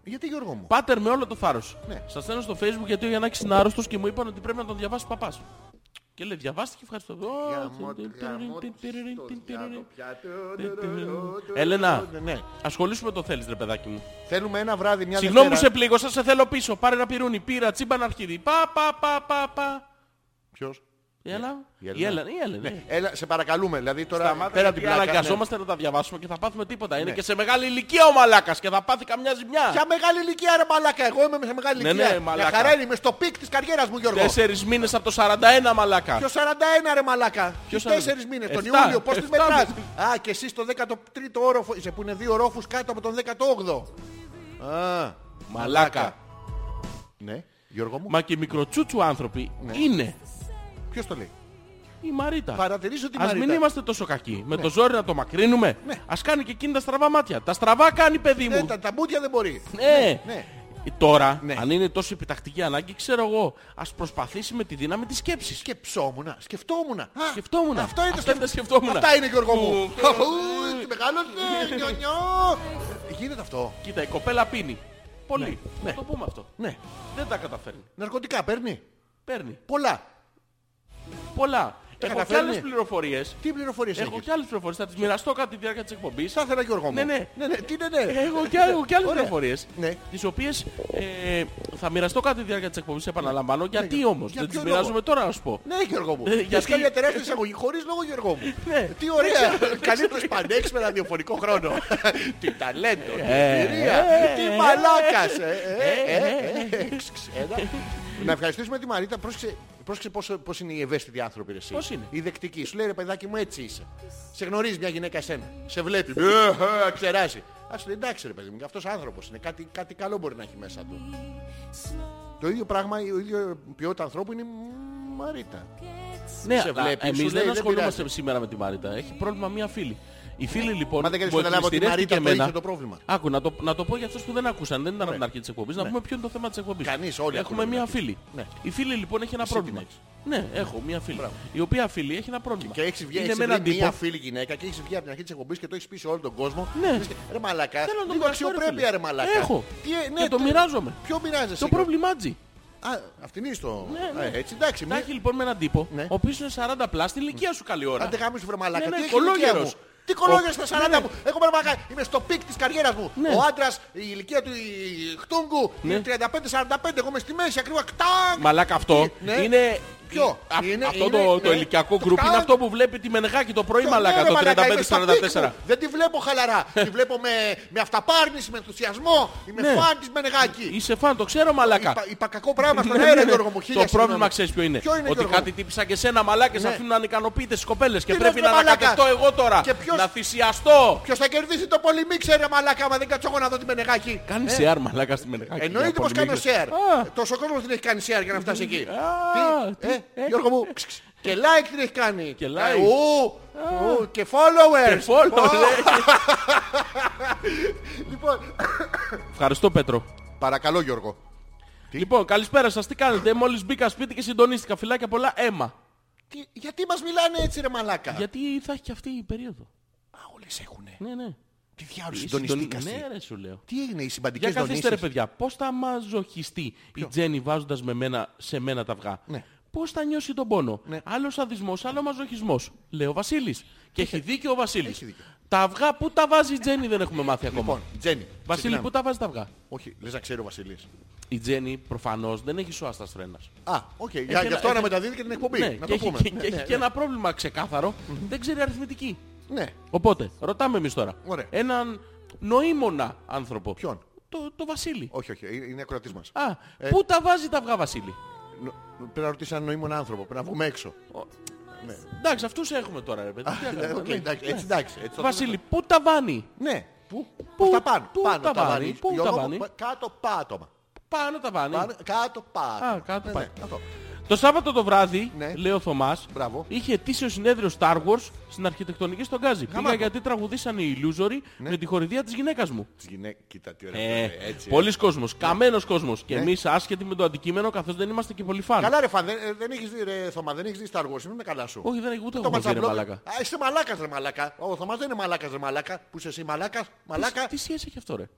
S2: Γιατί Γιώργο μου.
S1: Πάτερ με όλο το θάρρος.
S2: Ναι.
S1: Σας στέλνω στο facebook γιατί ο Γιαννάκης είναι άρρωστος και μου είπαν ότι πρέπει να τον διαβάσει παπά. Και λέει, διαβάστηκε, ευχαριστώ. Έλενα,
S2: Ναι, ναι.
S1: ασχολήσουμε το θέλεις, ρε παιδάκι μου.
S2: Θέλουμε ένα βράδυ μια
S1: Συγγνώμη που
S2: Δευτέρα.
S1: σε πλήγωσα, σε θέλω πίσω. Πάρε ένα πυρούνι, πήρα τσίμπα να αρχίδι. Πα, πα, πα, πα, πα.
S2: Ποιος.
S1: Η Έλα.
S2: Η Έλενα.
S1: Η Έλενα. Η Έλενα. ναι.
S2: Έλα, σε παρακαλούμε. Δηλαδή τώρα
S5: Σταμάτα,
S2: πέρα από
S5: γιατί
S2: την
S1: Και
S2: πλάκα.
S1: αναγκαζόμαστε να τα διαβάσουμε και θα πάθουμε τίποτα. Είναι
S2: Ναι.
S1: και σε μεγάλη ηλικία ο μαλάκας και θα πάθει καμιά ζημιά.
S2: ναι. Για μεγάλη ηλικία ρε μαλάκα. Εγώ είμαι σε μεγάλη
S1: Ναι,
S2: ηλικία.
S1: ναι, μαλάκα.
S2: Για χαρά είμαι είμαι στο πικ της καριέρας μου Γιώργο.
S1: Τέσσερις μήνες από το 41 μαλάκα.
S2: Ποιος 41 ρε μαλάκα.
S1: Ποιος
S2: Τι τέσσερις
S1: 41?
S2: μήνες τον
S1: Εφτά.
S2: Ιούλιο. Πώς τις
S1: Εφτά
S2: μετράς. Α, και εσύ στο 13ο όροφο. Είσαι που είναι δύο ρόφους κάτω από τον 18ο. Α,
S1: Μαλάκα.
S2: Ναι, Γιώργο μου.
S1: Μα και οι μικροτσούτσου άνθρωποι
S2: Ναι.
S1: είναι
S2: Ποιος το λέει.
S1: η Μαρίτα.
S2: Παρατηρήσω τη
S1: Ας
S2: Μαρίτα. Ναι.
S1: μην είμαστε τόσο κακοί. Με το ζόρι να το μακρύνουμε. Ας κάνει και εκείνη τα στραβά μάτια. Τα στραβά κάνει, παιδί
S2: Ναι,
S1: μου.
S2: τα ταμπούτια δεν μπορεί.
S1: Ναι.
S2: ναι.
S1: Τώρα,
S2: Ναι.
S1: αν είναι τόσο επιτακτική ανάγκη, ξέρω εγώ, ας προσπαθήσει με τη δύναμη της σκέψης.
S2: Σκεψόμουνα, σκεφτόμουνα.
S1: Σκεφτόμουνα.
S2: Αυτό είναι το
S1: Αυτά είναι τα
S2: σκεφ-
S1: σκεφτόμουνα.
S2: Αυτά είναι Γιώργο μου.
S1: Του-
S2: Χαχού, Μεγάλωσε, νιονιό. ναι, Γίνεται αυτό.
S1: Κοίτα, η κοπέλα πίνει. Πολύ.
S2: Ναι.
S1: Να το πούμε αυτό.
S2: Ναι.
S1: Δεν τα καταφέρνει.
S2: Ναρκωτικά παίρνει.
S1: παίρνει.
S2: Πολλά.
S1: Πολλά. Έχω και
S2: καταφέρνει.
S1: άλλες πληροφορίες.
S2: Τι πληροφορίες
S1: Έχω
S2: έχεις.
S1: και άλλες πληροφορίες. Θα τις μοιραστώ κατά τη διάρκεια της εκπομπής.
S2: Θα ήθελα Γιώργο μου.
S1: Ναι, ναι.
S2: Τι ναι, ναι.
S1: Έχω και, έχω και άλλες
S2: Ωραία.
S1: πληροφορίες.
S2: Ναι.
S1: Τις οποίες ε, θα μοιραστώ κατά τη διάρκεια της εκπομπής, επαναλαμβάνω. Γιατί όμως.
S2: Ναι, Για
S1: Δεν τις
S2: ποιο λόγο?
S1: μοιράζομαι τώρα, να σου πω.
S2: Ναι, Γιώργο μου.
S1: Ε,
S2: Γιατί...
S1: γιατί-
S2: κάνει μια τεράστια εισαγωγή χωρίς λόγο, Γιώργο μου.
S1: Ναι.
S2: Τι ωραία. Καλύτερος πανέξ με ραδιοφωνικό χρόνο. Τι ταλέντο, τι
S1: Ε,
S2: εμπειρία,
S1: ε,
S2: τι
S1: ε,
S2: μαλάκας. ε, ε, ε, ε, ε, ξ, ξ, ένα. Να ευχαριστήσουμε τη Μαρίτα. Πρόσεξε, πρόσεξε πόσο- πώς, είναι οι ευαίσθητοι άνθρωποι. ρε, Εσύ.
S1: Πώς είναι?
S2: Η δεκτική. Σου λέει ρε παιδάκι μου έτσι είσαι. Σε γνωρίζεις μια γυναίκα εσένα. Σε βλέπει. Ε, ε, Ξεράσει. Α λέει εντάξει ρε παιδί μου, αυτός άνθρωπος είναι. Κάτι, κάτι καλό μπορεί να έχει μέσα του. Το ίδιο πράγμα, η ίδια ποιότητα ανθρώπου είναι η Μαρίτα.
S1: Ναι,
S2: σε
S1: αλλά
S2: βλέπει, σου
S1: εμείς
S2: λέει,
S1: δεν
S2: δεν
S1: ασχολούμαστε
S2: πειράζει. Ναι.
S1: σήμερα με τη Μαρίτα. Έχει πρόβλημα μία φίλη. Η φίλη λοιπόν.
S2: Μα δεν κάνεις
S1: που
S2: καταλάβω ότι η
S1: εκμυστηρεύτηκε
S2: Μαρίτα το
S1: εμένα-
S2: είχε το πρόβλημα. Ναι.
S1: Άκου, να το, να το πω για αυτούς που δεν άκουσαν, δεν ήταν από την αρχή της εκπομπής, να πούμε ποιο είναι το θέμα της εκπομπής.
S2: Κανείς, όλοι
S1: Έχουμε
S2: ακούνε
S1: μία
S2: την
S1: φίλη.
S2: Ναι.
S1: Η φίλη λοιπόν έχει ένα
S2: Εσύ
S1: πρόβλημα.
S2: την έχεις.
S1: Ναι, έχω μία φίλη. Η οποία φίλη έχει ένα πρόβλημα.
S2: Και έχει βγει
S1: Είναι
S2: έχεις
S1: με έναν
S2: βρει
S1: τύπο.
S2: μια φίλη γυναίκα και έχει βγει από την αρχή της εκπομπής και το έχει πει σε όλο τον κόσμο.
S1: Ναι.
S2: Λες, Ρε μαλακά.
S1: Θέλω να το
S2: Λίγο
S1: μοιραστώ, ρε
S2: αξιοπρέπεια
S1: φίλε.
S2: ρε μαλακά.
S1: Έχω.
S2: Τι, ε, ναι,
S1: Και το
S2: τι-
S1: μοιράζομαι.
S2: Ποιο μοιράζεσαι.
S1: Το
S2: Γιώργο?
S1: πρόβλημά της.
S2: Α, αυτήν είσαι το.
S1: Ναι, ναι.
S2: Ε, έτσι εντάξει.
S1: Τα
S2: Μη...
S1: έχει λοιπόν με έναν τύπο,
S2: Ναι.
S1: ο οποίος είναι 40 πλάς, την ηλικία σου καλή ώρα.
S2: Αν δεν γάμεις βρε μαλακά.
S1: Ναι, ναι,
S2: Τι έχει η ηλικία
S1: κολόγερος.
S2: μου. Τι κολόγια
S1: Ο-
S2: στα 40
S1: ναι.
S2: μου. Εγώ ρε μαλακά. Είμαι στο πικ της καριέρας μου.
S1: Ναι.
S2: Ο άντρας, η ηλικία του η χτούγκου είναι 35-45. Εγώ είμαι στη μέση ακριβώς. Κτάκ.
S1: Μαλάκα αυτό
S2: Ναι.
S1: είναι...
S2: Ποιο?
S1: Α-
S2: Είναι-
S1: αυτό
S2: είναι-
S1: το, το
S2: ναι.
S1: ηλικιακό
S2: Το
S1: γκρουπ είναι
S2: κάνω-
S1: αυτό που βλέπει τη Μενεγάκη το πρωί
S2: Ναι,
S1: μαλάκα
S2: ρε,
S1: το
S2: μαλάκα, είμαι στο πικ
S1: 35-44.
S2: μου. Δεν τη βλέπω χαλαρά. τη βλέπω με, με αυταπάρνηση, με ενθουσιασμό. Είμαι
S1: Ναι.
S2: φαν της Μενεγάκη.
S1: Είσαι φαν, το ξέρω μαλάκα.
S2: Είπα, είπα κακό πράγμα στον
S1: Ναι,
S2: αέρα,
S1: ναι, ναι.
S2: Γιώργο μου. χίλια
S1: Το πρόβλημα
S2: συγγνώμη.
S1: ξέρεις ποιο είναι.
S2: Ποιο είναι,
S1: Ότι
S2: Γιώργο
S1: κάτι
S2: μου?
S1: τύπησα και σένα μαλάκες
S2: Ναι.
S1: αφήνουν ανικανοποιητές τις κοπέλες και
S2: Τι
S1: πρέπει
S2: λες,
S1: να
S2: ρε, μαλάκα?
S1: ανακατευτώ εγώ τώρα.
S2: Και ποιος-
S1: Να θυσιαστώ.
S2: Ποιος θα κερδίσει το πολύ μίξερ, ρε μαλάκα, άμα δεν κάτσω εγώ να δω τη Μενεγάκη.
S1: Κάνει
S2: Ε,
S1: share μαλάκα στη Μενεγάκη.
S2: Εννοείται
S1: για
S2: πως κάνω
S1: πολυμήκρες.
S2: share. Ε,
S1: Α.
S2: Τόσο κόσμος δεν έχει κάνει share για να φτάσει
S1: Α,
S2: εκεί. Τι,
S1: τι,
S2: ε,
S1: ε,
S2: Γιώργο μου. ξ, ξ. Και like την έχει κάνει.
S1: Και
S2: Ε,
S1: like.
S2: ου, ου, Και followers.
S1: Και follow,
S2: Ω,
S1: ε, λέει.
S2: Λοιπόν,
S1: Ευχαριστώ Πέτρο.
S2: παρακαλώ Γιώργο.
S1: Λοιπόν, καλησπέρα σας, τι κάνετε. Μόλις μπήκα σπίτι και συντονίστηκα. Φιλάκια πολλά, αίμα.
S2: Τι- Γιατί μας μιλάνε έτσι ρε μαλάκα.
S1: Γιατί θα έχει και αυτή η περίοδο.
S2: Α, όλες έχουνε.
S1: Ναι, ναι.
S2: Τι διάολο
S1: Συντονι-
S2: συντονιστήκαστε.
S1: Ναι, ρε, σου λέω.
S2: Τι έγινε οι
S1: Για
S2: συμπαντικές
S1: καθίστε ρε
S2: δονήσεις.
S1: παιδιά, πώς θα μαζοχιστεί η Τζέννη βάζοντας με μένα, σε μένα τα αυγά.
S2: Ναι.
S1: Πώς θα νιώσει τον πόνο.
S2: Ναι.
S1: Άλλος αδισμός, άλλο μαζοχισμός. Λέει ο Βασίλης. Και έχει δίκιο ο Βασίλης.
S2: Έχει δίκιο.
S1: Τα αυγά που τα βάζει η Τζέννη δεν έχουμε μάθει ακόμα.
S2: Λοιπόν, Τζένι.
S1: Βασίλη,
S2: ξεκινάμε.
S1: πού τα βάζει τα αυγά.
S2: Όχι, λες να ξέρει ο Βασίλης.
S1: Η Τζέννη προφανώς δεν έχει σωάστα στρένας.
S2: Α, οκ. Για-
S1: Έχει
S2: Γι'
S1: Ε, ένα-
S2: αυτό
S1: έχει-
S2: να μεταδίδει και την εκπομπή.
S1: ναι,
S2: Να
S1: και
S2: το
S1: έχει,
S2: πούμε.
S1: και,
S2: Ναι,
S1: και έχει
S2: ναι,
S1: και ένα πρόβλημα ξεκάθαρο. Δεν ξέρει αριθμητική.
S2: Ναι.
S1: Οπότε, ρωτάμε εμείς τώρα.
S2: Ωραία.
S1: Έναν νοήμονα άνθρωπο.
S2: Ποιον? Ε.
S1: Το, το Βασίλη.
S2: Όχι, όχι. ε, Είναι ακροατής μας.
S1: Α, πού τα βάζει τα αυγά, Βασίλη.
S2: Νο- Πρέπει να ρωτήσει αν νοήμουν άνθρωπο. Πρέπει να βγούμε έξω.
S1: Ναι. Εντάξει, αυτούς έχουμε τώρα, ρε παιδί. Τι να
S2: Ναι,
S1: κάνουμε,
S2: οκ,
S1: ναι.
S2: εντάξει, Έτσι, εντάξει. έτσι το-
S1: Βασίλη, πού τα βάνει.
S2: Ναι. Πού?
S1: Πού-
S2: Αυτά πάνω.
S1: πού
S2: Πάνω
S1: τα
S2: τα
S1: βάνει,
S2: βάνει.
S1: πού
S2: Γιώργο
S1: τα
S2: μου,
S1: βάνει.
S2: πα- Κάτω πάτωμα.
S1: Πάνω τα βάνει.
S2: Πάνω- Κάτω πάτωμα.
S1: Α, κάτω
S2: Ναι,
S1: πάτωμα.
S2: ναι, αυτό.
S1: Το Σάββατο το βράδυ,
S2: Ναι.
S1: λέει ο Θωμάς,
S2: Μπράβο.
S1: είχε ετήσιο συνέδριο Star Wars στην αρχιτεκτονική στον Γκάζι. Πήγα
S2: Γαμάτο.
S1: γιατί τραγουδήσαν οι Illusory
S2: Ναι.
S1: με τη χορηδία της γυναίκας μου.
S2: Τις γυναίκες, κοίτα τι ωραία.
S1: Ε,
S2: ε, έτσι. Ναι.
S1: πολλοί κόσμος, καμένος κόσμος. Και εμείς άσχετοι με το αντικείμενο, καθώς δεν είμαστε και πολύ φαν.
S2: Καλά ρε φαν, δεν, ε, δεν έχεις δει ρε Θωμά, δεν έχεις δει Star Wars, είναι καλά σου.
S1: Όχι, δεν έχει ούτε
S2: Το
S1: εγώ δει, ρε
S2: ματσαμπλό-
S1: μαλάκα.
S2: Α, είσαι μαλάκας ρε μαλάκα. Ο Θωμάς δεν είναι μαλάκας ρε μαλάκα. Που είσαι εσύ μαλάκας, μαλάκα.
S1: Τι, τι σχέση έχει αυτό, ρε.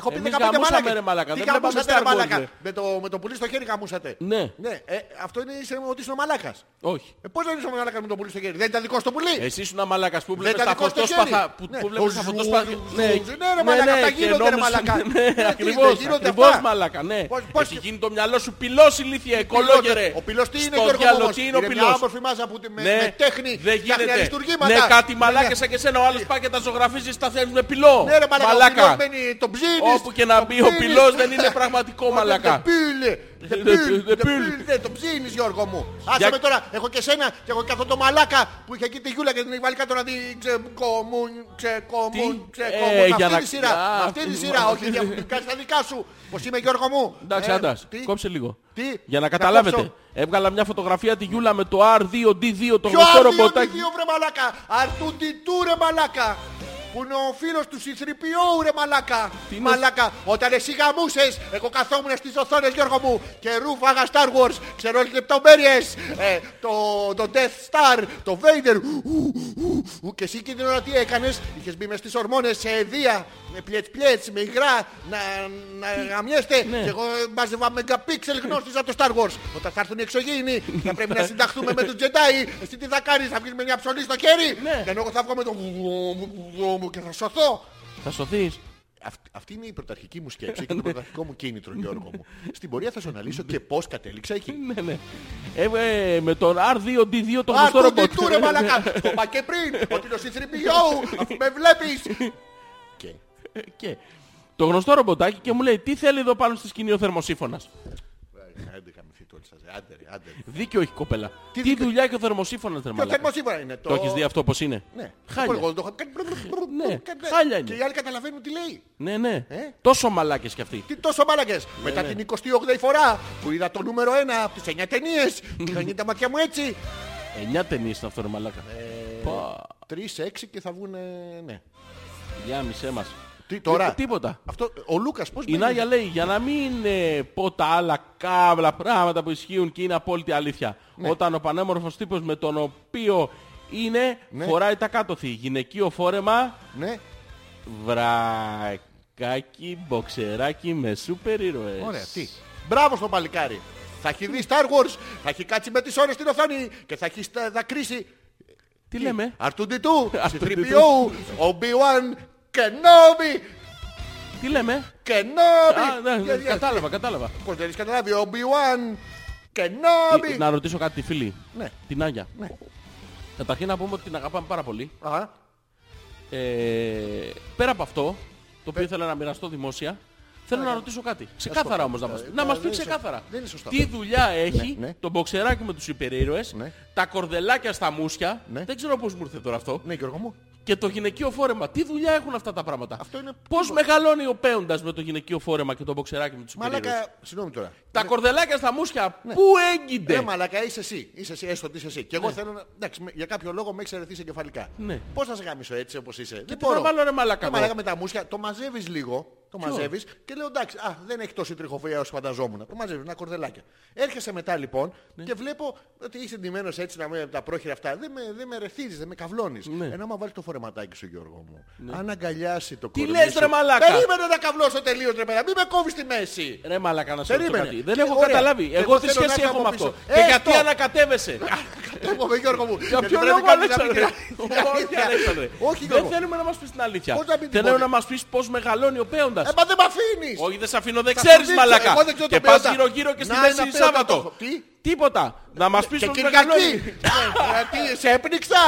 S2: Έχω πει
S1: Εμείς
S2: 15
S1: γαμούσαμε,
S2: μαλάκες.
S1: ρε μαλάκα,
S2: Τι
S1: δεν βλέπαμε
S2: γαμούσατε,
S1: Star
S2: ρε
S1: Wars, ρε.
S2: μαλάκα. Με το, με το πουλί στο χέρι γαμούσατε.
S1: Ναι.
S2: ναι. Ε, αυτό είναι είσαι, ότι είσαι ο μαλάκας.
S1: Όχι.
S2: Ε, πώς δεν είσαι ο μαλάκας με το πουλί στο χέρι. Δεν ήταν δικό στο πουλί.
S1: Εσύ ήσουν ένα μαλάκας που
S2: Δεν
S1: βλέπεις
S2: ήταν
S1: τα
S2: Ε. Ναι, δικό στο χέρι.
S1: φωτόσπαθα. Που,
S2: Ναι.
S1: που
S2: Ο
S1: βλέπει τα
S2: ζου-
S1: φωτόσπαθα.
S2: ζου- ζου- Ναι, ρε μαλάκα, τα
S1: και
S2: γίνονται ρε
S1: νόμιζα-
S2: μαλάκα.
S1: Ναι,
S2: Ναι,
S1: ακριβώς,
S2: δεν γίνονται
S1: ακριβώς,
S2: αυτά.
S1: μαλάκα, ναι.
S2: Πώς- πώς-
S1: Έχει γίνει το μυαλό σου πυλός ηλίθεια,
S2: πυλός,
S1: εκολόγε ρε.
S2: Ο πυλός τι είναι,
S1: Στο
S2: Γιώργο
S1: διάλογο,
S2: μου, όμως.
S1: τι είναι ο
S2: μια
S1: πυλός.
S2: όμορφη μάζα που τη- με,
S1: Ναι,
S2: με τέχνη
S1: δεν
S2: φτιάχνει
S1: γίνεται.
S2: αριστουργήματα.
S1: Ναι, κάτι μαλάκα
S2: Ναι.
S1: σαν και εσένα. Ο άλλος πάει και τα ζωγραφίζει στα θέλει με πυλό.
S2: Ναι, ρε μαλάκα, ο πυλός μπαίνει, τον ψήνεις.
S1: Όπου και να μπει, ο πυλός δεν είναι πραγματικό μαλάκα.
S2: Πύλε,
S1: Δε πύλε, δε πύλε.
S2: πύλε, τον Ναι, ψήνεις Γιώργο μου. Άσε
S1: Για-
S2: με τώρα, έχω και σένα και έχω και αυτό το μαλάκα που είχε εκεί τη Γιούλα και την έχει βάλει κάτω να την ξεκομούν, ξεκομούν,
S1: Τι? Ε,
S2: ξεκομούν. Με
S1: για
S2: αυτή
S1: να-
S2: τη σειρά,
S1: Α,
S2: με αυτή τη σειρά,
S1: μα-
S2: όχι διαφορετικά στα δικά σου. Πώς είμαι Γιώργο μου.
S1: Εντάξει,
S2: Ε,
S1: άντας,
S2: τι?
S1: κόψε λίγο.
S2: Τι?
S1: Για να
S2: Να
S1: καταλάβετε.
S2: κόψω.
S1: Έβγαλα μια φωτογραφία τη Γιούλα με το R2D2, το
S2: Ποιο
S1: γνωστό
S2: άρδιο
S1: ρομποτάκι.
S2: δύο βρε μαλάκα. Αρτούντιτού ρε μαλάκα. Που είναι ο φίλος του C3PO ρε μαλάκα.
S1: Τι είναι
S2: μαλάκα. Όταν εσύ γαμούσες, εγώ καθόμουν στις οθόνες Γιώργο μου και ρούφαγα Star Wars. Ξέρω όλες τις λεπτομέρειες. Ε, το, το Death Star, το Vader. Ου, ου, ου. Και εσύ εκείνη την ώρα τι έκανες. Είχες μπει μες στις ορμόνες σε αιδεία. Με πλιέτς πλιέτς, με υγρά, να, να γαμιέστε.
S1: Ναι.
S2: Και εγώ ε, μπάζευα μεγαπίξελ γνώστιζα το Star Wars. Όταν θα έρθουν οι εξωγήινοι, θα πρέπει να συνταχθούμε με τους Jedi. Εσύ τι θα κάνεις, θα βγεις με μια ψωλή στο χέρι.
S1: Ναι.
S2: Ενώ εγώ θα βγω με τον βουβουβου μου και θα σωθώ.
S1: Θα σωθείς.
S2: Αυτή, αυτή είναι η πρωταρχική μου σκέψη
S1: Ναι.
S2: και το πρωταρχικό μου κίνητρο, Γιώργο μου. Στην πορεία θα σου αναλύσω και πώς κατέληξα εκεί.
S1: Ναι, ναι. Ε, ε, με τον R2D2 το γνωστό
S2: Α,
S1: ρομπότ.
S2: του ρε μαλακά! Το είπα και πριν! Ότι είναι ο C3PO! Αφού με
S1: Ναι.
S2: βλέπεις! Και
S1: Ε, Και το γνωστό ρομποτάκι και μου λέει τι θέλει εδώ πάνω στη σκηνή ο θερμοσύφωνας.
S2: ε, άντε χαμηθεί το σας. Άντε ρε, άντε. ρε.
S1: Δίκιο έχει κοπέλα. Τι,
S2: δίκιο-
S1: δουλειά έχει ο θερμοσύφωνας ρε
S2: Και ο
S1: μαλάκα.
S2: θερμοσύμβαρα είναι.
S1: Το έχεις δει αυτό πως είναι.
S2: Ναι.
S1: Χάλια.
S2: Εγώ το είχα κάνει.
S1: Ναι,
S2: Κάνει-
S1: χάλια είναι.
S2: Και οι άλλοι καταλαβαίνουν τι λέει.
S1: Ναι, ναι.
S2: Ε?
S1: Τόσο μαλάκες κι αυτοί.
S2: Τι τόσο μάλακες.
S1: Ναι,
S2: Μετά την 28η φορά που είδα το νούμερο 1 από τις 9 ταινίες. Κλείνει τα μάτια μου έτσι.
S1: Εννιά ταινίες είναι αυτό ρε μαλάκα. Ε, Πα,
S2: 3-6 και θα βγουν. ε, Ναι.
S1: για μισέ μας.
S2: Τι τώρα.
S1: Τί- τίποτα.
S2: Αυτό, ο Λούκας πώς
S1: Η Νάγια λέει για να μην ε, πω τα άλλα κάβλα πράγματα που ισχύουν και είναι απόλυτη αλήθεια.
S2: Ναι.
S1: Όταν ο πανέμορφος τύπος με τον οποίο είναι
S2: Ναι.
S1: φοράει τα κάτωθη. Γυναικείο φόρεμα
S2: Ναι.
S1: βρακάκι μποξεράκι με σούπερ ήρωες.
S2: Ωραία. Τι. Μπράβο στο παλικάρι. Θα έχει δει Star Wars. Θα έχει κάτσει με τις ώρες στην οθόνη και θα έχει στα- δακρύσει.
S1: Τι λέμε.
S2: R2D2,
S1: R2D2.
S2: C3PO, Obi-Wan, Kenobi,
S1: Τι λέμε. Α, ναι, ναι,
S2: Kenobi.
S1: κατάλαβα, κατάλαβα.
S2: Πώς δεν έχεις καταλάβει, Obi-Wan, Kenobi.
S1: Ε, Να ρωτήσω κάτι τη φίλη.
S2: Ναι.
S1: Την Άγια.
S2: Ναι.
S1: Καταρχήν να πούμε ότι την αγαπάμε πάρα πολύ.
S2: Α,
S1: Ε, πέρα από αυτό, το οποίο ήθελα να μοιραστώ δημόσια, θέλω να ρωτήσω κάτι. Ξεκάθαρα όμως να μας πει. Να μας πει
S2: Ε, δεν είναι
S1: ξεκάθαρα.
S2: σωστό. Δεν είναι σωστό
S1: Τι δουλειά έχει
S2: ναι.
S1: το μποξεράκι με τους υπερήρωες,
S2: Ναι.
S1: τα κορδελάκια στα μουσια,
S2: Ναι.
S1: δεν ξέρω πώς μου ήρθε τώρα αυτό,
S2: Ναι, Γιώργο μου.
S1: και το γυναικείο φόρεμα. Τι δουλειά έχουν αυτά τα πράγματα.
S2: Αυτό είναι
S1: Πώς μεγαλώνει ο Πέοντας με το γυναικείο φόρεμα και το μποξεράκι με τους υπερήρωες.
S2: Μαλάκα, ε, συγγνώμη τώρα.
S1: Τα
S2: Ναι.
S1: κορδελάκια στα μουσια, πού
S2: Ρε
S1: έγκυνται.
S2: μαλακά, είσαι εσύ. Είσαι εσύ, έστω ότι είσαι εσύ. Και εγώ θέλω να. Εντάξει, με- για κάποιο λόγο με έχει αρεθεί εγκεφαλικά.
S1: Ναι.
S2: Πώς θα σε γάμισω έτσι όπως είσαι. δεν
S1: τι να βάλω, ρε μαλάκα,
S2: Ρε
S1: εγώ.
S2: μαλάκα με τα μουσια, το μαζεύεις λίγο. Το μαζεύεις και λέω εντάξει, α, δεν έχει τόση τριχοφορία όσο φανταζόμουν. Το μαζεύεις, ένα κορδελάκια. Έρχεσαι μετά λοιπόν
S1: Ναι.
S2: και βλέπω ότι είσαι ντυμένος έτσι να με τα πρόχειρα αυτά. Δεν με, δεν με ρεθίζεις, δεν με καυλώνει.
S1: Ναι.
S2: Ενώ άμα βάλει το φορεματάκι σου, Γιώργο μου, αν αγκαλιάσει το
S1: Τι
S2: κορμί.
S1: λες,
S2: σου-
S1: ρε μαλάκα.
S2: Περίμενε να καυλώσω τελείως, ρε παιδά. Μην με κόβεις τη μέση.
S1: Ρε μαλάκα να σε ρωτήσω
S2: Περίμενε.
S1: κάτι. Δεν
S2: Και-
S1: έχω
S2: ωραία.
S1: καταλάβει.
S2: Και
S1: Εγώ
S2: εγώ
S1: τι
S2: θέλω να
S1: σχέση
S2: έρθω
S1: έχω με
S2: από
S1: αυτό.
S2: πίσω.
S1: Και
S2: Ε,
S1: γιατί
S2: το.
S1: ανακατεύεσαι.
S2: Εγώ με Γιώργο μου.
S1: Για
S2: Γιατί
S1: ποιο
S2: πρέπει
S1: λόγο
S2: κάποιος να μην
S1: Αλέξανδρε.
S2: κρατάει-
S1: Όχι Αλέξανδρε.
S2: Όχι
S1: Δεν
S2: Γιώργο.
S1: θέλουμε να μας πεις την αλήθεια.
S2: Πώς να μην την
S1: Θέλω
S2: πω,
S1: να
S2: ρε.
S1: μας πεις πώς μεγαλώνει ο
S2: Ε,
S1: Πέοντας.
S2: μας δεν με αφήνεις.
S1: Όχι δεν σε αφήνω, δεν
S2: Θα
S1: ξέρεις
S2: σου δείξω,
S1: μαλακά.
S2: εγώ δεν ξέρω
S1: Και
S2: τον
S1: πας
S2: Πέοντα.
S1: γύρω γύρω και στη
S2: Να,
S1: μέση
S2: ένα Πέοντα το
S1: Σάββατο.
S2: έχω. Τι?
S1: Τίποτα. Να μας πεις
S2: Και
S1: πώς
S2: Κυριακή.
S1: μεγαλώνει.
S2: Ε, Γιατί σε έπνιξα.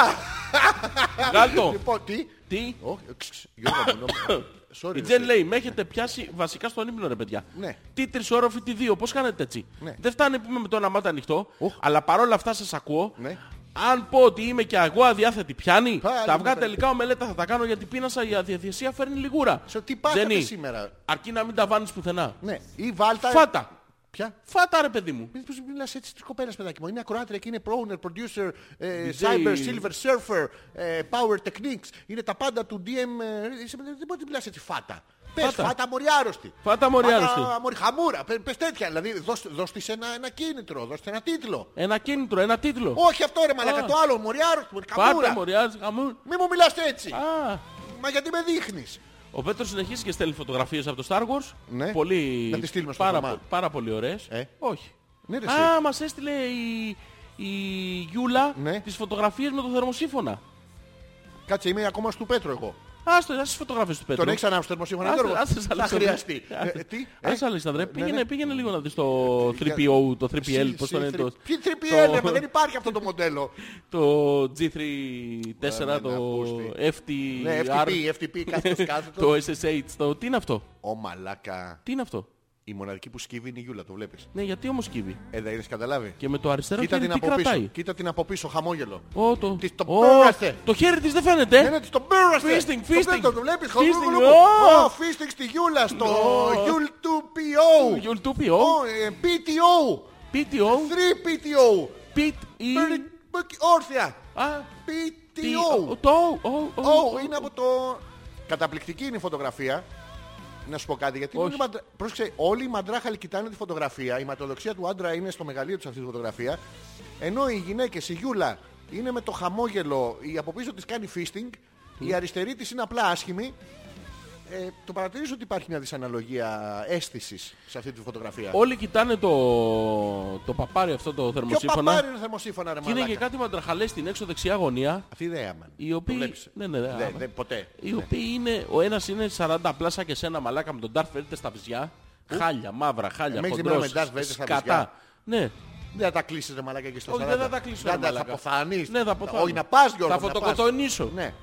S1: Γάλτο.
S2: Λοιπόν, τι.
S1: Τι.
S2: Όχι, ε, ξ, Γιώργο μου. νόμιζα. Sorry,
S1: Η
S2: ρε.
S1: Τζεν λέει, με έχετε πιάσει βασικά στον ύπνο ρε παιδιά.
S2: Ναι.
S1: Τι τρισόροφη, τι δύο, πώς κάνετε έτσι.
S2: Ναι.
S1: Δεν φτάνει που είμαι με το ένα μάτι ανοιχτό,
S2: Οχ.
S1: αλλά παρόλα αυτά σας ακούω.
S2: Ναι.
S1: Αν πω ότι είμαι και εγώ αδιάθετη, πιάνει.
S2: Πάλι
S1: τα αυγά
S2: μου φαίνεται.
S1: τελικά ομελέτα θα τα κάνω γιατί πείνασα, η αδιαθεσία φέρνει λιγούρα.
S2: Σε τι πάθατε
S1: Τζένι,
S2: σήμερα.
S1: Αρκεί να μην τα βάνεις πουθενά.
S2: Ναι, ή βάλτα.
S1: Φάτα.
S2: Ποια.
S1: Φάτα ρε παιδί μου.
S2: Μην πώς μιλάς έτσι της κοπέλας παιδάκι μου. Είναι ακροάτρια και είναι pro producer, ε,
S1: DJ.
S2: cyber, silver surfer, ε, power techniques. Είναι τα πάντα του DM. ε, είσαι- Δεν μπορεί να μιλάς έτσι φάτα. Πες
S1: Φάτα.
S2: φάτα μοριάρωστη.
S1: Φάτα μοριάρωστη.
S2: Φάτα μοριχαμούρα. Πε- Πες τέτοια. Δηλαδή δώσ' δώσ' της ένα, ένα κίνητρο, δώσ' της ένα τίτλο.
S1: Ένα κίνητρο, ένα τίτλο.
S2: Όχι αυτό ρε μαλακά,
S1: Α.
S2: το άλλο μοριάρωστη,
S1: Φάτα
S2: μοριχαμούρα.
S1: μοριάζει, χαμού.
S2: Μη μου μιλάς έτσι.
S1: Α,
S2: Μα γιατί με δείχνεις.
S1: Ο Πέτρος συνεχίζει και στέλνει φωτογραφίες από το Star Wars.
S2: Ναι.
S1: Πολύ...
S2: Να τις στείλουμε στο
S1: πάρα,
S2: Θωμά.
S1: πο- πάρα πολύ ωραίες.
S2: Ε.
S1: Όχι.
S2: Ναι, ρε,
S1: Α,
S2: εσύ.
S1: μας έστειλε η, η Γιούλα
S2: Ναι.
S1: τις φωτογραφίες με το θερμοσύφωνα.
S2: Κάτσε, είμαι ακόμα στο Πέτρο εγώ.
S1: Άστο, άσε τις φωτογραφίες του Πέτρου.
S2: Τον έχεις ανάψει θερμοσύμφωνα,
S1: Ε, Άσε-
S2: Γιώργο.
S1: άσε τις
S2: Θα
S1: άλλες
S2: χρειαστεί.
S1: Άσε-
S2: Ε, Τι, ε?
S1: Άσε Αλέξανδρε,
S2: Ναι,
S1: πήγαινε,
S2: ναι. Ε,
S1: πήγαινε λίγο να δεις το 3PO, το 3PL, πώς το λένε το...
S2: Ποιοι
S1: το-
S2: 3PL, ρε, μα δεν υπάρχει αυτό το μοντέλο.
S1: Το G34,
S2: να
S1: το
S2: ακούστη. Ναι,
S1: FTR,
S2: FTP, FTP, κάθετος, κάθετος.
S1: το SSH, το... Τι είναι αυτό,
S2: Ω μαλάκα.
S1: τι είναι αυτό.
S2: Η μοναδική που σκύβει είναι η Γιούλα, το βλέπεις.
S1: Ναι, γιατί όμως κύβει.
S2: Ε, δεν έχεις καταλάβει.
S1: Και με το αριστερό
S2: Κοίτα
S1: χέρι
S2: την
S1: τι
S2: από πίσω.
S1: κρατάει.
S2: Κοίτα την από πίσω, χαμόγελο.
S1: Ω, το...
S2: Της το
S1: Ω,
S2: πέρασε.
S1: το χέρι της δεν
S2: Ναι, ναι,
S1: φαίνεται.
S2: της τον πέρασε.
S1: Feasting,
S2: Το
S1: feasting.
S2: βλέπεις, Το βλέπεις,
S1: Feasting,
S2: χαμόγελο.
S1: ω.
S2: Ω, Feasting στη Γιούλα, στο
S1: Ω.
S2: Γιούλ 2PO.
S1: Γιουλ 2PO,
S2: Ω, ε, PTO.
S1: PTO,
S2: 3PTO.
S1: PTE,
S2: Περι- πε- Όρθια.
S1: α,
S2: PTO.
S1: Το, ο, ο,
S2: Ω, είναι από το... Καταπληκτική είναι η φωτογραφία. Να σου πω κάτι, γιατί
S1: Όχι.
S2: όλοι, οι μαντρα... Πρόσεξε, όλοι οι μαντράχαλοι κοιτάνε τη φωτογραφία. Η ματοδοξία του άντρα είναι στο μεγαλείο του αυτής της φωτογραφία. Ενώ οι γυναίκες, η Γιούλα, είναι με το χαμόγελο. Η από πίσω της κάνει fisting. Η αριστερή της είναι απλά άσχημη. Ε, το παρατηρήσω ότι υπάρχει μια δυσαναλογία αίσθησης σε αυτή τη φωτογραφία.
S1: Όλοι κοιτάνε το, το παπάρι αυτό το
S2: Ποιο παπάρι
S1: θερμοσύφωνα.
S2: είναι θερμοσύφωνα, ρε
S1: Και είναι
S2: μαλάκα.
S1: και κάτι μαντραχαλές στην έξω δεξιά γωνία.
S2: Αυτή η ιδέα, man.
S1: Οι οποίοι-
S2: Το βλέπεις.
S1: Ναι, ναι, ναι,
S2: Δεν-
S1: άμα.
S2: δεν- ποτέ.
S1: Οι οποίοι είναι, ο ένας είναι 40 πλάσα και σένα μαλάκα με τον Darth Vader στα βυζιά. Χάλια, μαύρα, χάλια,
S2: Εμείς δεν
S1: χοντρός,
S2: μιλάμε Darth Vader στα
S1: σκατά.
S2: βυζιά.
S1: Ναι,
S2: Δεν θα τα κλείσεις ρε μαλάκα και στο
S1: όχι
S2: 40.
S1: δεν θα τα κλείσω.
S2: Δεν
S1: ρε
S2: τα- θα
S1: μαλάκα.
S2: αποθανείς.
S1: Ναι, θα αποθάνω.
S2: Όχι, να πας Γιώργο.
S1: Θα
S2: να πας.
S1: φωτοκοτονίσω.
S2: Ναι.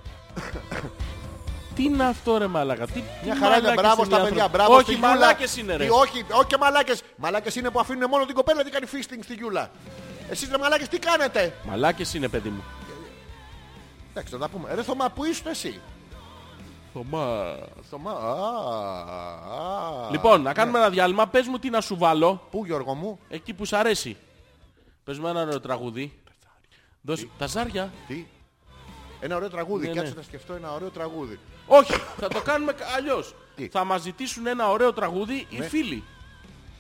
S1: Τι είναι αυτό ρε μαλάκα. Τι, τι
S2: Μια χαρά είναι.
S1: μαλάκες
S2: Μπράβο
S1: είναι οι
S2: στα παιδιά.
S1: άνθρωποι.
S2: Μπράβο στη
S1: Όχι,
S2: Γιούλα.
S1: μαλάκες είναι ρε.
S2: Τι, Όχι, όχι και μαλάκες. Μαλάκες είναι που αφήνουν μόνο την κοπέλα και κάνει fisting στη Γιούλα. Εσείς ρε μαλάκες τι κάνετε.
S1: Μαλάκες είναι παιδί μου.
S2: Εντάξει, θα τα πούμε. Ρε Θωμά, πού ήσουν εσύ.
S1: Θωμά.
S2: Θωμά, α, α.
S1: Λοιπόν, να κάνουμε ένα διάλειμμα. Πες μου τι να σου βάλω.
S2: Πού Γιώργο μου.
S1: Εκεί που σ' αρέσει. Πες μου ένα ωραίο τραγούδι. Δώσε... Τα ζάρια.
S2: Τι. Ένα ωραίο τραγούδι.
S1: Ναι,
S2: Κάτσε
S1: ναι.
S2: να σκεφτώ ένα ωραίο τραγούδι.
S1: Όχι, θα το κάνουμε αλλιώς.
S2: Τι?
S1: Θα μας ζητήσουν ένα ωραίο τραγούδι οι φίλοι.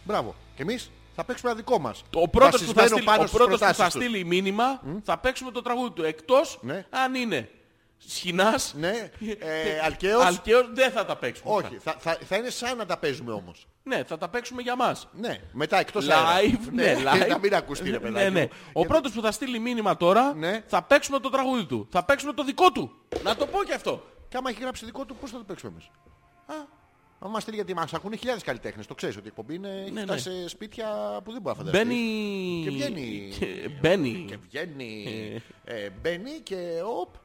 S2: Μπράβο. Και εμείς θα παίξουμε ένα δικό μας.
S1: Το- Ο πρώτος, που
S2: Βασισμένο
S1: θα στείλει,
S2: πάνω
S1: ο
S2: στις
S1: πρώτος που
S2: προτάσεις
S1: θα
S2: τους.
S1: στείλει μήνυμα θα παίξουμε το τραγούδι του. Εκτός
S2: Ναι.
S1: αν είναι σχοινάς,
S2: Ναι, ε, αλκαίος.
S1: αλκαίος, δεν θα τα παίξουμε.
S2: Όχι, θα, θα, θα είναι σαν να τα παίζουμε όμως.
S1: Ναι, θα τα παίξουμε για μας.
S2: Ναι, μετά εκτός αέρα.
S1: Live, ναι, live.
S2: Να μην ακουστεί ρε παιδάκι.
S1: Ναι, ναι.
S2: μου.
S1: Ο πρώτος που θα στείλει μήνυμα τώρα
S2: Ναι.
S1: θα παίξουμε το τραγούδι του. Θα παίξουμε το δικό του. Να το πω και αυτό.
S2: Και άμα έχει γράψει δικό του, πώς θα το παίξουμε εμείς. Α, αν μας στείλει γιατί μας ακούνε χιλιάδες καλλιτέχνες. Το ξέρεις ότι η εκπομπή είναι, έχει
S1: Ναι, ναι.
S2: φτάσει σε σπίτια που δεν μπορεί να φανταστείς.
S1: Μπαίνει.
S2: Και βγαίνει.
S1: και- Μπαίνει.
S2: Και βγαίνει.
S1: Ναι.
S2: ε, μπαίνει και οπ.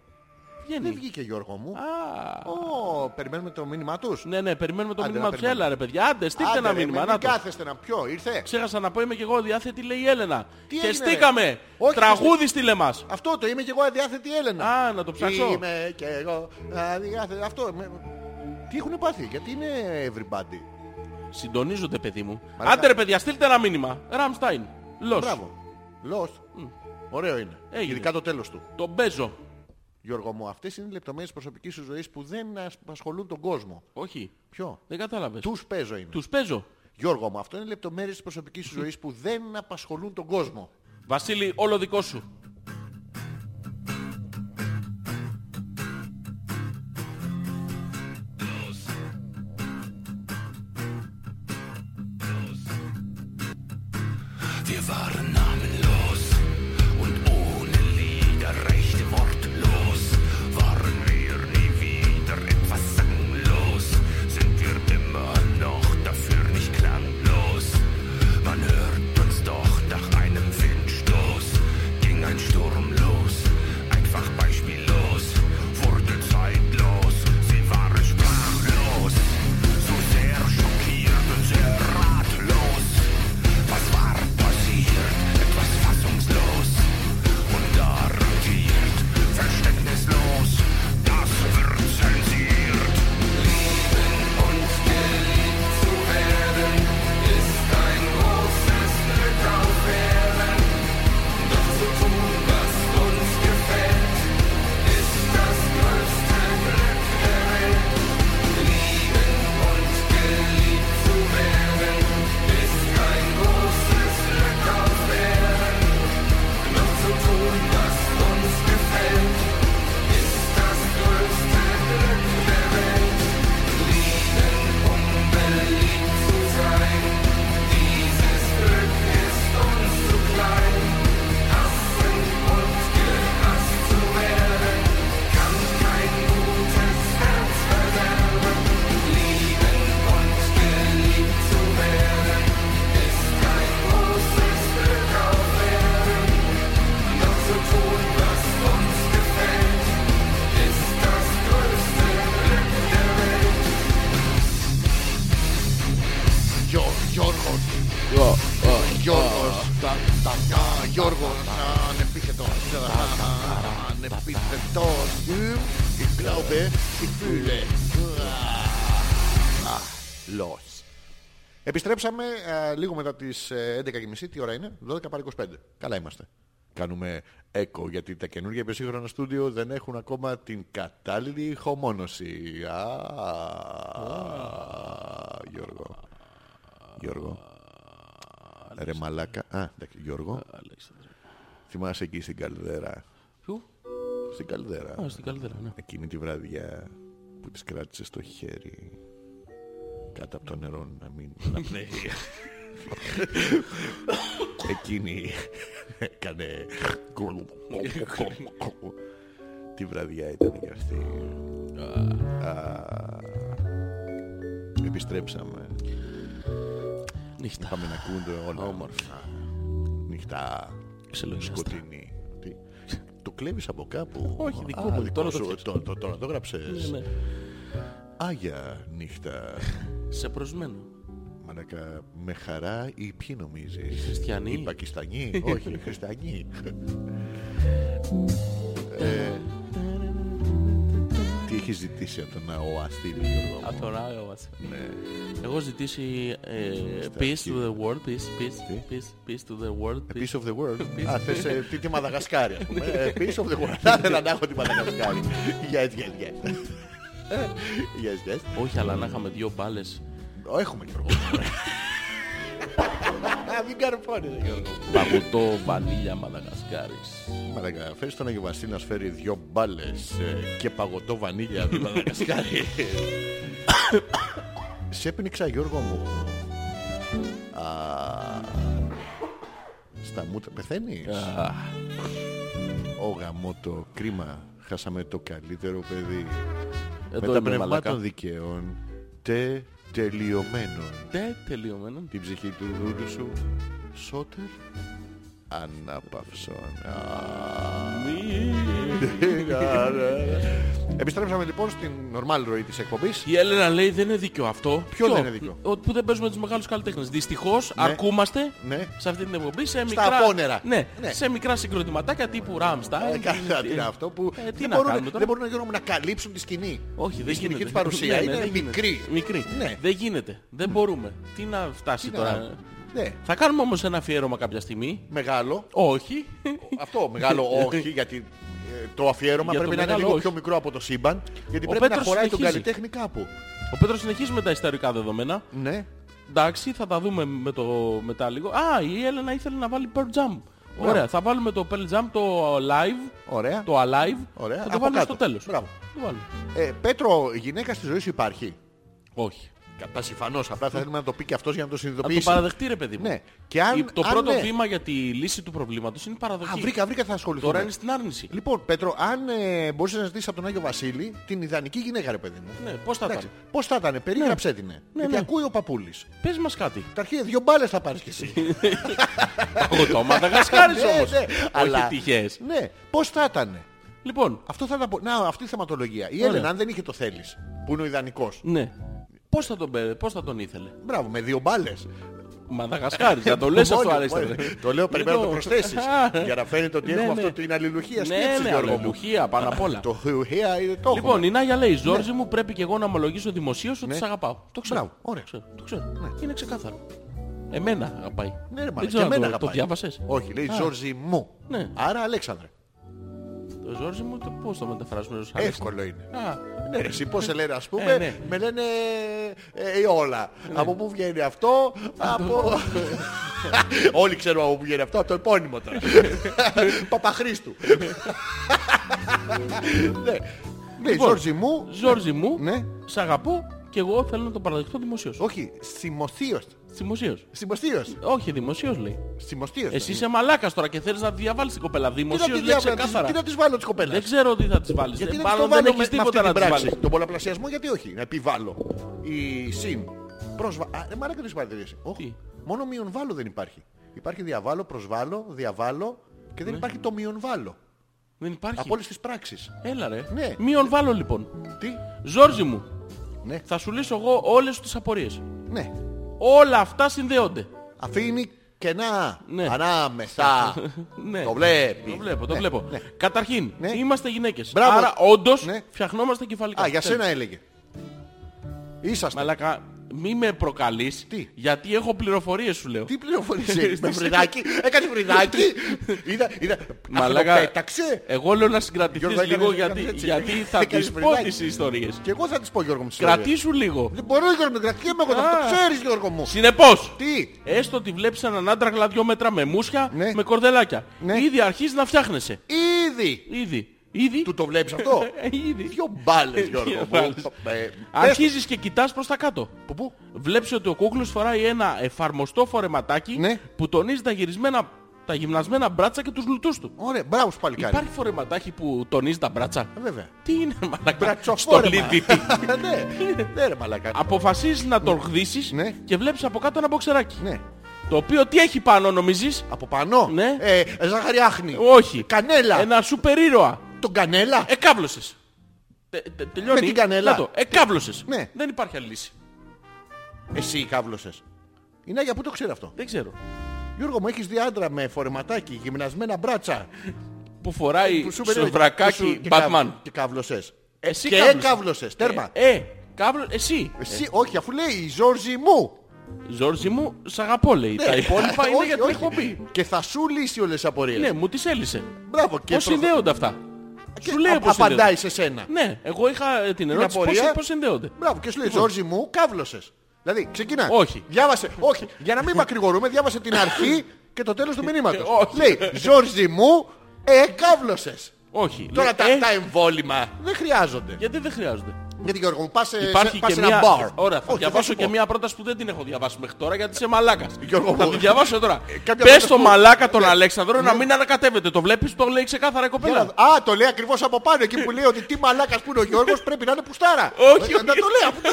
S2: Δεν
S1: Βγαίνει.
S2: βγήκε Γιώργο μου.
S1: Α,
S2: Ω, περιμένουμε το μήνυμά τους.
S1: Ναι, ναι, περιμένουμε το
S2: Άντε,
S1: μήνυμα
S2: να
S1: τους.
S2: περιμένουμε.
S1: Έλα, ρε παιδιά, άντε, στείλτε
S2: Άντε,
S1: ένα
S2: ρε,
S1: μήνυμα.
S2: μην
S1: Να το.
S2: κάθεστε να πιο, ήρθε.
S1: Ξέχασα να πω, είμαι και εγώ αδιάθετη, λέει η Έλενα.
S2: Τι
S1: και
S2: έγινε, ρε?
S1: στήκαμε.
S2: Όχι,
S1: Τραγούδι στείλε μας.
S2: Αυτό το είμαι και εγώ αδιάθετη Έλενα.
S1: Α, να το ψάξω.
S2: Είμαι και εγώ αδιάθετη. Αυτό. με- Τι έχουν πάθει, γιατί είναι everybody.
S1: Συντονίζονται, παιδί μου.
S2: Μαλάκα.
S1: Άντε, ρε παιδιά, στείλτε ένα μήνυμα. Ραμστάιν. Λο.
S2: Μπράβο. Lost. Ωραίο είναι.
S1: Έγινε.
S2: Ειδικά το τέλος του.
S1: Τον παίζω.
S2: Γιώργο μου, αυτές είναι οι λεπτομέρειες της προσωπικής σου ζωής που δεν ασ- ασχολούν τον κόσμο.
S1: Όχι,
S2: Ποιο.
S1: δεν κατάλαβες.
S2: Τους παίζω είναι.
S1: Τους παίζω.
S2: Γιώργο μου, αυτό είναι οι λεπτομέρειες της προσωπικής σου ζωής που δεν απασχολούν τον κόσμο.
S1: Βασίλη, όλο δικό σου.
S5: Wir waren namenlos und ohne Liederrechte wortlos. Waren wir nie wieder etwas sanglos, sind wir immer noch dafür nicht klanglos. Man hört uns doch nach einem Windstoß, ging ein Sturm los, einfach beispiellos, wurde zeitlos, sie waren sprachlos. So sehr schockiert und sehr ratlos. Was war passiert?
S2: glaube, ich fühle. Ah, Los. Επιστρέψαμε ε, λίγο μετά τις ε, 11.30. Τι ώρα είναι? 12 παρά 25. Καλά είμαστε. Κάνουμε έκο γιατί τα καινούργια υπεσύγχρονα στούντιο δεν έχουν ακόμα την κατάλληλη ηχομόνωση. Α, Γιώργο. Γιώργο. Ρε μαλάκα. Α, εντάξει, Γιώργο.
S1: Αλέξανδρε.
S2: Θυμάσαι εκεί στην Καλδέρα.
S1: Πού?
S2: Στην Καλδέρα.
S1: Α, στην καλύτερα, ναι.
S2: Εκείνη τη βραδιά που της κράτησε στο χέρι κάτω από το νερό να μην
S1: Ναι.
S2: αναπνέει. Εκείνη έκανε Τη βραδιά ήταν και αυτή. Α, Επιστρέψαμε.
S1: Νύχτα.
S2: Πάμε να ακούνται όλα. Όμορφα. Νύχτα.
S1: Ξελογιάστρα.
S2: Σκοτεινή. Τι. Το κλέβεις από κάπου.
S1: Όχι, δικό
S2: Α,
S1: μου, τώρα το
S2: σου.
S1: φτιάξα.
S2: Το- το- Τώρα το γράψες.
S1: Ναι, ναι.
S2: Άγια νύχτα.
S1: Σε προσμένο.
S2: Μαλάκα, με χαρά ή ποιοι νομίζεις. Οι
S1: χριστιανοί.
S2: Οι Πακιστανοί. Όχι, οι Χριστιανοί. Ε, Τι έχεις ζητήσει από τον Αοαστήλη, Γιώργο
S1: Α,
S2: μου.
S1: τώρα ο Ας. Ναι. Έχω ζητήσει ε,
S2: Στα
S1: peace
S2: αρχεία.
S1: to the world, peace, peace,
S2: Τι?
S1: peace, peace to the world.
S2: A
S1: peace.
S2: piece of the world. Α, θες ε, τι τη Μαδαγασκάρη, ας πούμε. Ε, Piece of the world. Θα ήθελα να έχω τη Μαδαγασκάρη. Yes, yes, yes. Yes, yes.
S1: Όχι, αλλά να είχαμε δύο μπάλες.
S2: Ο, Έχουμε, Γιώργο. Α, Μην κάνω φόνη, ρε, Γιώργο.
S1: Παγωτό, βανίλια, Μαδαγασκάρης.
S2: Μαλάκα, φέρεις τον Άγιο Βασίλης να σου φέρει δυο μπάλες ε, και παγωτό βανίλια από τη Μαδαγασκάρη. Σε έπνιξα Γιώργο μου. Α, στα μούτρα πεθαίνεις. Ω γαμό το κρίμα. Χάσαμε το καλύτερο παιδί.
S1: Εδώ
S2: Με τα
S1: είμαι, μαλάκα.
S2: πνευμάτων δικαίων. Τε τελειωμένων.
S1: Τε τελειωμένο.
S2: Την ψυχή του δούλου σου. Σότερ. Αναπαυσών. Α,
S1: Ναι.
S2: Επιστρέψαμε λοιπόν στην normal ροή της εκπομπής.
S1: Η Έλενα λέει δεν είναι δίκιο αυτό.
S2: δεν είναι δίκιο?
S1: Ότι που δεν παίζουμε τους μεγάλους καλλιτέχνες. Δυστυχώς αρκούμαστε
S2: Ναι.
S1: σε αυτή την εκπομπή σε μικρά,
S2: απόνερα.
S1: ναι,
S2: Ναι.
S1: σε μικρά συγκροτηματάκια τύπου Rammstein.
S2: Ε, Καλά τι είναι αυτό που
S1: Ε, τι
S2: δεν
S1: να
S2: μπορούν,
S1: κάνουμε τώρα.
S2: δεν μπορούν Γιώργο μου, να καλύψουν τη σκηνή.
S1: Όχι,
S2: Η
S1: δεν
S2: σκηνική
S1: γίνεται.
S2: τους παρουσία
S1: Ναι, ναι,
S2: είναι
S1: δεν γίνεται.
S2: μικρή.
S1: Μικρή.
S2: Ναι.
S1: Δεν γίνεται. Δεν μπορούμε. Τι να φτάσει
S2: Τι να-
S1: τώρα.
S2: Ναι.
S1: Θα κάνουμε όμως ένα αφιέρωμα κάποια στιγμή.
S2: Μεγάλο.
S1: Όχι.
S2: Αυτό μεγάλο όχι γιατί ε, το αφιέρωμα
S1: Για το
S2: πρέπει να είναι
S1: μεγάλο
S2: λίγο
S1: όχι.
S2: πιο μικρό από το σύμπαν γιατί
S1: Ο
S2: πρέπει να
S1: Πέτρος
S2: χωράει τον
S1: συνεχίζει.
S2: καλλιτέχνη κάπου.
S1: Ο Πέτρος συνεχίζει με τα ιστορικά δεδομένα.
S2: Ναι.
S1: Εντάξει, θα τα δούμε με το, μετά λίγο. Α, η Έλενα ήθελε να βάλει Pearl Jam. Ωραία, θα βάλουμε το Pearl Jam το live,
S2: Ωραία.
S1: το alive.
S2: Ωραία,
S1: Θα το
S2: από
S1: βάλουμε
S2: κάτω.
S1: στο τέλος.
S2: Μπράβο.
S1: Το βάλουμε.
S2: Ε, Πέτρο, η γυναίκα στη ζωή σου υπάρχει.
S1: Όχι.
S2: Κατά συμφανώς. Απλά θα θέλουμε να το πει και αυτός για να το
S1: Θα το
S2: συνειδητοποιήσει.
S1: παραδεχτεί ρε παιδί μου.
S2: Ναι. Και αν-
S1: Η- το
S2: αν
S1: πρώτο
S2: ναι.
S1: βήμα για τη λύση του προβλήματος είναι η παραδοχή.
S2: Α, βρήκα, βρήκα, θα ασχοληθούμε.
S1: Τώρα είναι στην άρνηση.
S2: Λοιπόν, Πέτρο, αν ε, μπορείς να ζητήσεις από τον Άγιο Βασίλη την ιδανική γυναίκα, ρε παιδί μου.
S1: Ναι, πώς θα ήταν.
S2: Πώς θα ήταν, περίγραψέ την. Ναι. Γιατί
S1: ναι.
S2: ακούει ο παππούλης.
S1: Πες μας κάτι.
S2: Τα αρχεία δύο μπάλες θα πάρεις κι εσύ.
S1: Εγώ το Μαδαγασκάρης
S2: Ναι,
S1: όμως.
S2: ναι,
S1: Όχι
S2: αλλά-
S1: τυχές.
S2: ναι, πώς θα ήταν.
S1: Λοιπόν,
S2: Αυτό θα ήταν. πο- Να, αυτή η θεματολογία. Η
S1: Ωραία.
S2: Έλενα, αν δεν είχε το θέλεις, που είναι ο ιδανικός.
S1: ναι. Πώς θα τον, πε- πώς θα τον ήθελε.
S2: Μπράβο, με δύο μπάλες.
S1: Μαδαγασκάρης, να το λες αυτό
S2: Μόλις,
S1: Αλέξανδρε.
S2: μόλις. Το λέω, περιμένω να το
S1: Λοιπόν.
S2: προσθέσεις.
S1: Α.
S2: για να φαίνεται ότι
S1: Ναι,
S2: έχουμε
S1: ναι.
S2: αυτό την αλληλουχία
S1: Ναι,
S2: σκέψης,
S1: ναι,
S2: Γιώργο μου.
S1: αλληλουχία πάνω απ' όλα.
S2: Το χουχία είναι το
S1: Λοιπόν, η Νάγια λέει: Ζόρζι μου, πρέπει και εγώ να ομολογήσω δημοσίως ότι
S2: Ναι.
S1: σε αγαπάω. Το ξέρω.
S2: Μπράβο, ωραία.
S1: Το ξέρω. Το ξέρω. Είναι ξεκάθαρο. Εμένα αγαπάει.
S2: Ναι, ρε,
S1: Δεν
S2: μάλλον.
S1: ξέρω
S2: Και
S1: αν
S2: εμένα
S1: το, το
S2: αγαπάει.
S1: διάβασες.
S2: Όχι, λέει
S1: Α.
S2: Ζόρζι μου.
S1: Ναι.
S2: Άρα Αλέξανδρε.
S1: Το Ζόρζι μου, το πώς το μεταφράζουμε ως Αλέξη.
S2: Εύκολο είναι.
S1: Α,
S2: Ναι, ρε, εσύ πώς σε λένε ας πούμε,
S1: Ε, ναι.
S2: με λένε ε, ε, όλα. Από πού βγαίνει αυτό, από... Όλοι ξέρουμε από πού βγαίνει αυτό, από το επώνυμο τώρα. Παπαχρήστου. ναι. Λέει
S1: Λοιπόν,
S2: Ζόρζι μου,
S1: Ζόρζι μου,
S2: Ναι.
S1: σε αγαπώ και εγώ θέλω να το παραδεχτώ δημοσίως.
S2: όχι, Σιμωθείος.
S1: Δημοσίω.
S2: Σιμωθείος.
S1: Όχι, δημοσίω λέει.
S2: Σιμωθείος.
S1: Εσύ είσαι μαλάκας τώρα και θέλεις να διαβάλεις την κοπέλα.
S2: Τι να τη
S1: Δημοσίω λέει
S2: διάβαλα, τι
S1: ξεκάθαρα.
S2: να της βάλω τις κοπέλες.
S1: Δεν ξέρω τι θα της βάλεις.
S2: Γιατί να της το
S1: Μάλλον δεν
S2: βάλω με,
S1: έχεις
S2: με αυτή
S1: τίποτα να
S2: την
S1: της
S2: πράξη.
S1: βάλεις.
S2: Τον πολλαπλασιασμό γιατί όχι, να επιβάλλω. Η συν. Πρόσβα... Α, ε, μάρακα δεν σου παρατηρήσει.
S1: Τι?
S2: Όχι. Μόνο μειον βάλω δεν υπάρχει. Υπάρχει διαβάλλω, προσβάλλω, διαβάλλω και
S1: Ναι.
S2: δεν υπάρχει το μειον βάλω.
S1: Δεν υπάρχει.
S2: Από όλες τις πράξεις.
S1: Έλα ρε.
S2: Ναι.
S1: Μείον βάλω λοιπόν.
S2: Τι.
S1: Ζόρζι μου,
S2: Ναι.
S1: θα σου λύσω εγώ όλες τις απορίες.
S2: Ναι.
S1: Όλα αυτά συνδέονται.
S2: Αφήνει κενά.
S1: Ναι.
S2: Ανάμεσα.
S1: Ναι.
S2: Το βλέπεις.
S1: Το βλέπω, το
S2: Ναι,
S1: βλέπω.
S2: ναι.
S1: Καταρχήν,
S2: Ναι.
S1: είμαστε γυναίκες.
S2: Μπράβο.
S1: Άρα όντως
S2: Ναι.
S1: φτιαχνόμαστε κεφαλικά.
S2: Α, για
S1: Τέλος.
S2: σένα έλεγε. Είσαστε.
S1: Μαλάκα, μη με προκαλείς,
S2: Τι?
S1: γιατί έχω πληροφορίες σου λέω.
S2: Τι πληροφορίες έχεις με βρυδάκι. Έκανε βρυδάκι. είδα, είδα.
S1: Μαλάκα,
S2: Αυτό πέταξε.
S1: Εγώ λέω να συγκρατηθείς
S2: Γιώργο, έκανες-
S1: λίγο γιατί,
S2: έκανες έτσι.
S1: γιατί θα
S2: Έκανες
S1: τις πω
S2: βρυδάκι.
S1: τις ιστορίες.
S2: Και εγώ θα της πω Γιώργο μου. τις ιστορίες.
S1: Κρατήσου λίγο.
S2: Δεν μπορώ Γιώργο μου, κρατιέμαι εγώ.
S1: Α.
S2: Το ξέρεις Γιώργο μου.
S1: Συνεπώς,
S2: Τι.
S1: έστω ότι βλέπεις έναν άντρα γλαδιό μέτρα με μουσια,
S2: Ναι.
S1: με κορδελάκια.
S2: Ναι.
S1: Ήδη αρχίζεις να φτιάχνεσαι.
S2: Ήδη.
S1: Ήδη. Ήδη.
S2: Του το βλέπεις αυτό.
S1: Ε, Ήδη.
S2: Δυο μπάλες Γιώργο
S1: Δύο
S2: μου.
S1: μπάλες.
S2: Ε, πες-
S1: Αρχίζεις και κοιτάς προς τα κάτω.
S2: Που, που.
S1: Βλέπεις ότι ο κούκλος φοράει ένα εφαρμοστό φορεματάκι
S2: Ναι.
S1: που τονίζει τα γυρισμένα, τα γυμνασμένα μπράτσα και τους λουτούς του.
S2: Ωραία, μπράβο σου πάλι κάνει.
S1: Υπάρχει φορεματάκι που τονίζει τα μπράτσα.
S2: Βέβαια.
S1: Τι είναι μαλακά. Στο
S2: Μπρατσοφόρεμα.
S1: λιδιτή.
S2: Ναι, ναι ρε μαλακά.
S1: Αποφασίζεις να το γδίσεις
S2: Ναι.
S1: και βλέπεις από κάτω ένα μποξεράκι.
S2: Ναι.
S1: Το οποίο τι έχει πάνω νομίζεις.
S2: Από πάνω.
S1: Ναι.
S2: Ε, ζαχαριάχνη.
S1: Όχι.
S2: Κανέλα.
S1: Ένα σούπερ ήρωα.
S2: Τον κανέλα.
S1: Εκάβλωσες. Τε, τε, τελειώνει.
S2: Με την κανέλα.
S1: Να το. Εκάβλωσες.
S2: Ναι.
S1: Δεν υπάρχει άλλη λύση.
S2: Εσύ κάβλωσες. Η Νάγια πού το ξέρει αυτό.
S1: Δεν ξέρω.
S2: Γιώργο μου έχεις δει άντρα με φορεματάκι, γυμνασμένα μπράτσα.
S1: Που φοράει
S2: Ε, Που σου
S1: στο
S2: περίμενε- που
S1: βρακάκι
S2: σου- και
S1: Batman.
S2: καύ- Και κάβλωσες.
S1: Εσύ
S2: και
S1: κάβλωσες.
S2: κάβλωσες. Τέρμα.
S1: Ε, ε κάβλο, εσύ.
S2: Εσύ όχι αφού λέει η Ζόρζη μου.
S1: Ζόρζι μου, σ' αγαπώ λέει. Ε, Τα υπόλοιπα είναι
S2: Ναι. Όχι,
S1: για την
S2: όχι.
S1: εκπομπή.
S2: Και θα σου λύσει όλες τις απορίες.
S1: Ναι, μου τις έλυσε.
S2: Μπράβο. Και
S1: Πώς
S2: προ-
S1: συνδέονται αυτά.
S2: και
S1: Σου λέει
S2: α-
S1: πώς
S2: Απαντάει
S1: συνδέονται.
S2: σε σένα.
S1: Ναι, εγώ είχα ε, την ερώτηση πώς,
S2: απορία.
S1: πώς συνδέονται. Λοιπόν.
S2: Μπράβο, και σου λέει Ζόρζι μου, κάβλωσες. Δηλαδή, ξεκινά.
S1: Όχι.
S2: Διάβασε. Όχι. Για να μην μακρηγορούμε, διάβασε την αρχή και το τέλος του μηνύματος.
S1: Ε, Όχι.
S2: λέει Ζόρζι μου, ε, κάβλωσες.
S1: Όχι.
S2: Τώρα
S1: Λέει,
S2: τα,
S1: ε,
S2: τα εμβόλυμα δεν χρειάζονται.
S1: Γιατί δεν χρειάζονται.
S2: Γιατί Γιώργο μου, πας σε
S1: Υπάρχει
S2: πας
S1: και
S2: σε ένα μπαρ.
S1: μία. Ωραία, θα
S2: Όχι,
S1: διαβάσω
S2: σου
S1: και
S2: πω.
S1: μία πρόταση που δεν την έχω διαβάσει μέχρι τώρα γιατί είσαι μαλάκας.
S2: Γιώργο
S1: Θα
S2: μου. Ε,
S1: τη διαβάσω τώρα.
S2: κάποια
S1: Πες
S2: πρόταση
S1: στο
S2: που- Ναι.
S1: μαλάκα τον Αλέξανδρο να μην ανακατεύεται. Το βλέπεις, το λέει ξεκάθαρα η
S2: Για
S1: κοπέλα.
S2: να- Α, το λέει ακριβώς από πάνω εκεί που λέει ότι τι μαλάκας που είναι ο Γιώργος πρέπει να είναι πουστάρα.
S1: Όχι,
S2: Να
S1: όχι.
S2: το λέει αυτό.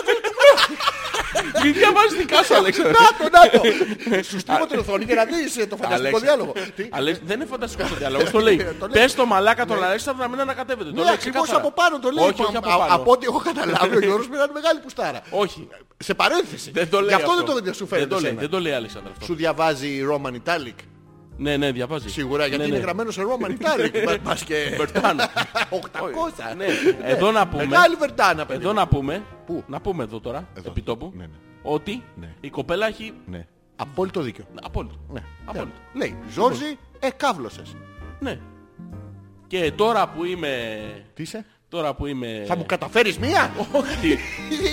S1: Μην διαβάζει δικά σου, Αλέξανδρο.
S2: Να το, να το. Σου στείλω την οθόνη για να δεις το φανταστικό
S1: Αλέξα-
S2: διάλογο. Τι? Ε,
S1: Αλέξ- Δεν είναι φανταστικός το διάλογος. Το λέει.
S2: Το λέει.
S1: Πες το μαλάκα τον Αλέξανδρο να μην ανακατεύεται. Το
S2: Ναι,
S1: λέει
S2: ακριβώς
S1: ξεκάθαρα.
S2: από πάνω το λέει.
S1: Όχι, όχι
S2: Α-
S1: από
S2: α-
S1: πάνω.
S2: Από ό,τι έχω καταλάβει, ο Γιώργος πρέπει να είναι μεγάλη πουστάρα.
S1: Όχι.
S2: Σε παρένθεση.
S1: Δεν το λέει.
S2: Γι' αυτό, δεν το σου φαίνεται.
S1: Δεν το λέει,
S2: εσένα.
S1: δεν το λέει Αλέξανδρο αυτό.
S2: Σου διαβάζει Roman Italic.
S1: Ναι, ναι, διαβάζει.
S2: Σίγουρα γιατί
S1: Ναι,
S2: είναι
S1: ναι.
S2: γραμμένο σε Roman Italic. Μπα- μπας και.
S1: Βερτάνο.
S2: 800.
S1: Ναι, εδώ να πούμε.
S2: Μεγάλη Βερτάνα, παιδί.
S1: Εδώ να πούμε.
S2: Πού?
S1: Να πούμε εδώ τώρα,
S2: Εδώ.
S1: επί τόπου,
S2: Ναι, ναι.
S1: ότι
S2: Ναι.
S1: η κοπέλα έχει.
S2: Ναι. Απόλυτο δίκιο.
S1: Απόλυτο.
S2: Ναι.
S1: Απόλυτο.
S2: Λέει, Ζόρζι, ε, εκάβλωσες.
S1: Ναι. Και τώρα που είμαι.
S2: Τι είσαι.
S1: Τώρα που είμαι.
S2: Θα μου καταφέρεις μία.
S1: Όχι.
S2: Ή-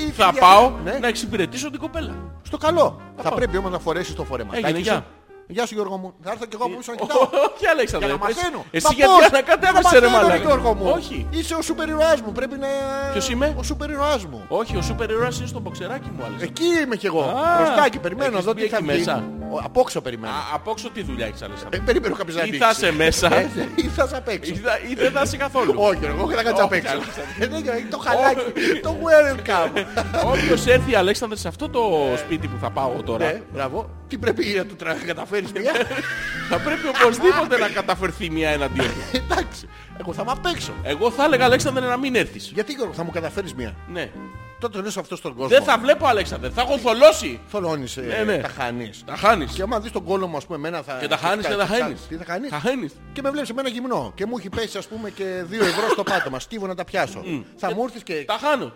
S2: ή-
S1: Θα
S2: ή-
S1: πάω
S2: ναι,
S1: να εξυπηρετήσω την κοπέλα.
S2: Στο καλό. Θα
S1: πάω.
S2: πρέπει όμως να φορέσεις το
S1: Έγινε,
S2: φορεματάκι
S1: γεια.
S2: σου. Γεια σου Γιώργο μου. Θα έρθω και εγώ που ήσουν κοιτάω.
S1: Όχι, Αλέξανδρο.
S2: Για να
S1: εσύ-
S2: μαθαίνω.
S1: ε, Εσύ
S2: Μα
S1: γιατί
S2: πώς,
S1: ανακατεύεσαι,
S2: να
S1: ρε
S2: μαθαίνω,
S1: μαλάκα.
S2: Γιώργο μου.
S1: Όχι.
S2: Είσαι ο σούπερ ηρωάς μου. Πρέπει να...
S1: Ποιος είμαι?
S2: Ο σούπερ ηρωάς μου.
S1: Όχι, ο σούπερ ήρωας είναι στο μποξεράκι μου, Αλέξανδρο.
S2: Εκεί είμαι κι εγώ.
S1: Α,
S2: Μπροστά εκεί περιμένω.
S1: έχεις
S2: Εδώ
S1: μπει
S2: τι θα
S1: εκεί
S2: βγει.
S1: μέσα.
S2: Ο- Απ' όξω περιμένω.
S1: Α, Απόξω τι δουλειά έχεις,
S2: Ε,
S1: Αλέξανδρο.
S2: Περίμενω κάποιος να
S1: Ή
S2: ανοίξει.
S1: θα είσαι μέσα,
S2: Ε, Ή θα σε απ' έξω.
S1: ή θα- ή δεν θα είσαι καθόλου.
S2: Όχι, εγώ θα κάτσω
S1: Όχι,
S2: απ' έξω.
S1: Αλέξανδρε.
S2: Ε, ναι, Γιώργο, Το χαλάκι. Το welcome.
S1: Όποιος έρθει, Αλέξανδρο, σε αυτό το σπίτι που θα πάω
S2: Ναι,
S1: τώρα,
S2: μπράβο. Τι πρέπει να του τρα- καταφέρεις μια.
S1: θα πρέπει οπωσδήποτε να καταφερθεί μια εναντίον του.
S2: Εντάξει. Εγώ θα είμαι απ' έξω.
S1: Εγώ θα έλεγα, Αλέξανδρε, να μην έρθεις.
S2: Γιατί Γιώργο θα μου καταφέρεις μια.
S1: Ναι.
S2: Τότε λες αυτό στον κόσμο.
S1: Δεν θα βλέπω, Αλέξανδρε, θα έχω θολώσει.
S2: Θολώνεις, ε,
S1: Ναι, ναι.
S2: τα χάνεις.
S1: Τα χάνεις.
S2: Και άμα δεις τον κόλλο μου, ας πούμε, εμένα θα...
S1: Και τα χάνεις και τα χάνεις.
S2: Τι θα χάνεις.
S1: Τα χάνεις.
S2: Και με βλέπεις εμένα γυμνό. Και μου έχει πέσει, ας πούμε, και δύο ευρώ στο πάτωμα. Στίβω να τα πιάσω. Θα μου έρθεις και...
S1: Τα χάνω.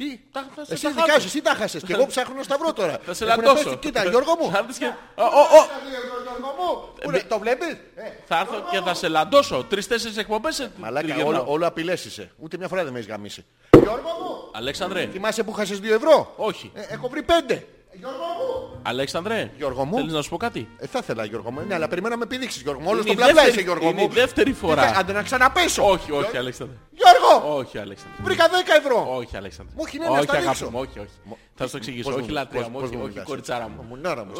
S2: Τι,
S1: τα- θα σε
S2: εσύ
S1: τα
S2: δικάς
S1: χάνω.
S2: σου, εσύ τα χάσες. Και εγώ ψάχνω να σταυρώ τώρα.
S1: Θα σε
S2: Έχουνε
S1: λαντώσω.
S2: πέσει. Κοίτα, Γιώργο μου.
S1: Θα έρθεις και... Ω, ω, ω.
S2: Τα δύο ευρώ, Γιώργο μου. Πού είναι, Το βλέπεις. Ε,
S1: Θα έρθω και θα σε λαντώσω. Τρεις-τέσσερις εκπομπές σε
S2: Μαλάκα,
S1: τριγυρνάω.
S2: όλο, όλο απειλές είσαι. Ούτε μια φορά δεν με έχεις γαμίσει. Γιώργο μου,
S1: Αλέξανδρε,
S2: θυμάσαι που χάσες δύο ευρώ.
S1: Όχι.
S2: Ε, έχω βρει πέντε. Γιώργο μου.
S1: Αλέξανδρε,
S2: Γιώργο μου.
S1: θέλεις να σου πω κάτι.
S2: Ε, θα ήθελα Γιώργο μου. Ναι, αλλά περιμένω να με επιδείξεις Γιώργο μου. Όλος
S1: Είναι
S2: το
S1: η
S2: μπλα μπλα
S1: δεύτερη-
S2: είσαι Γιώργο
S1: είναι η
S2: μου.
S1: δεύτερη φορά.
S2: Τι θα- Άντε να ξαναπέσω.
S1: Όχι, όχι, Αλέξανδρε.
S2: Γιώργο,
S1: Όχι, Αλέξανδρε.
S2: βρήκα 10 ευρώ.
S1: Όχι, Αλέξανδρε.
S2: Μου έχει ναι, να
S1: Όχι,
S2: στα
S1: αγάπη
S2: δείξω.
S1: μου, όχι, όχι. Θα σου το εξηγήσω.
S2: Πώς
S1: Όχι,
S2: μου-
S1: λατρεία
S2: πώς-
S1: μου,
S2: πώς
S1: όχι,
S2: μου
S1: όχι,
S2: μιλάς.
S1: κοριτσάρα μου.
S2: Μουνάρα μου.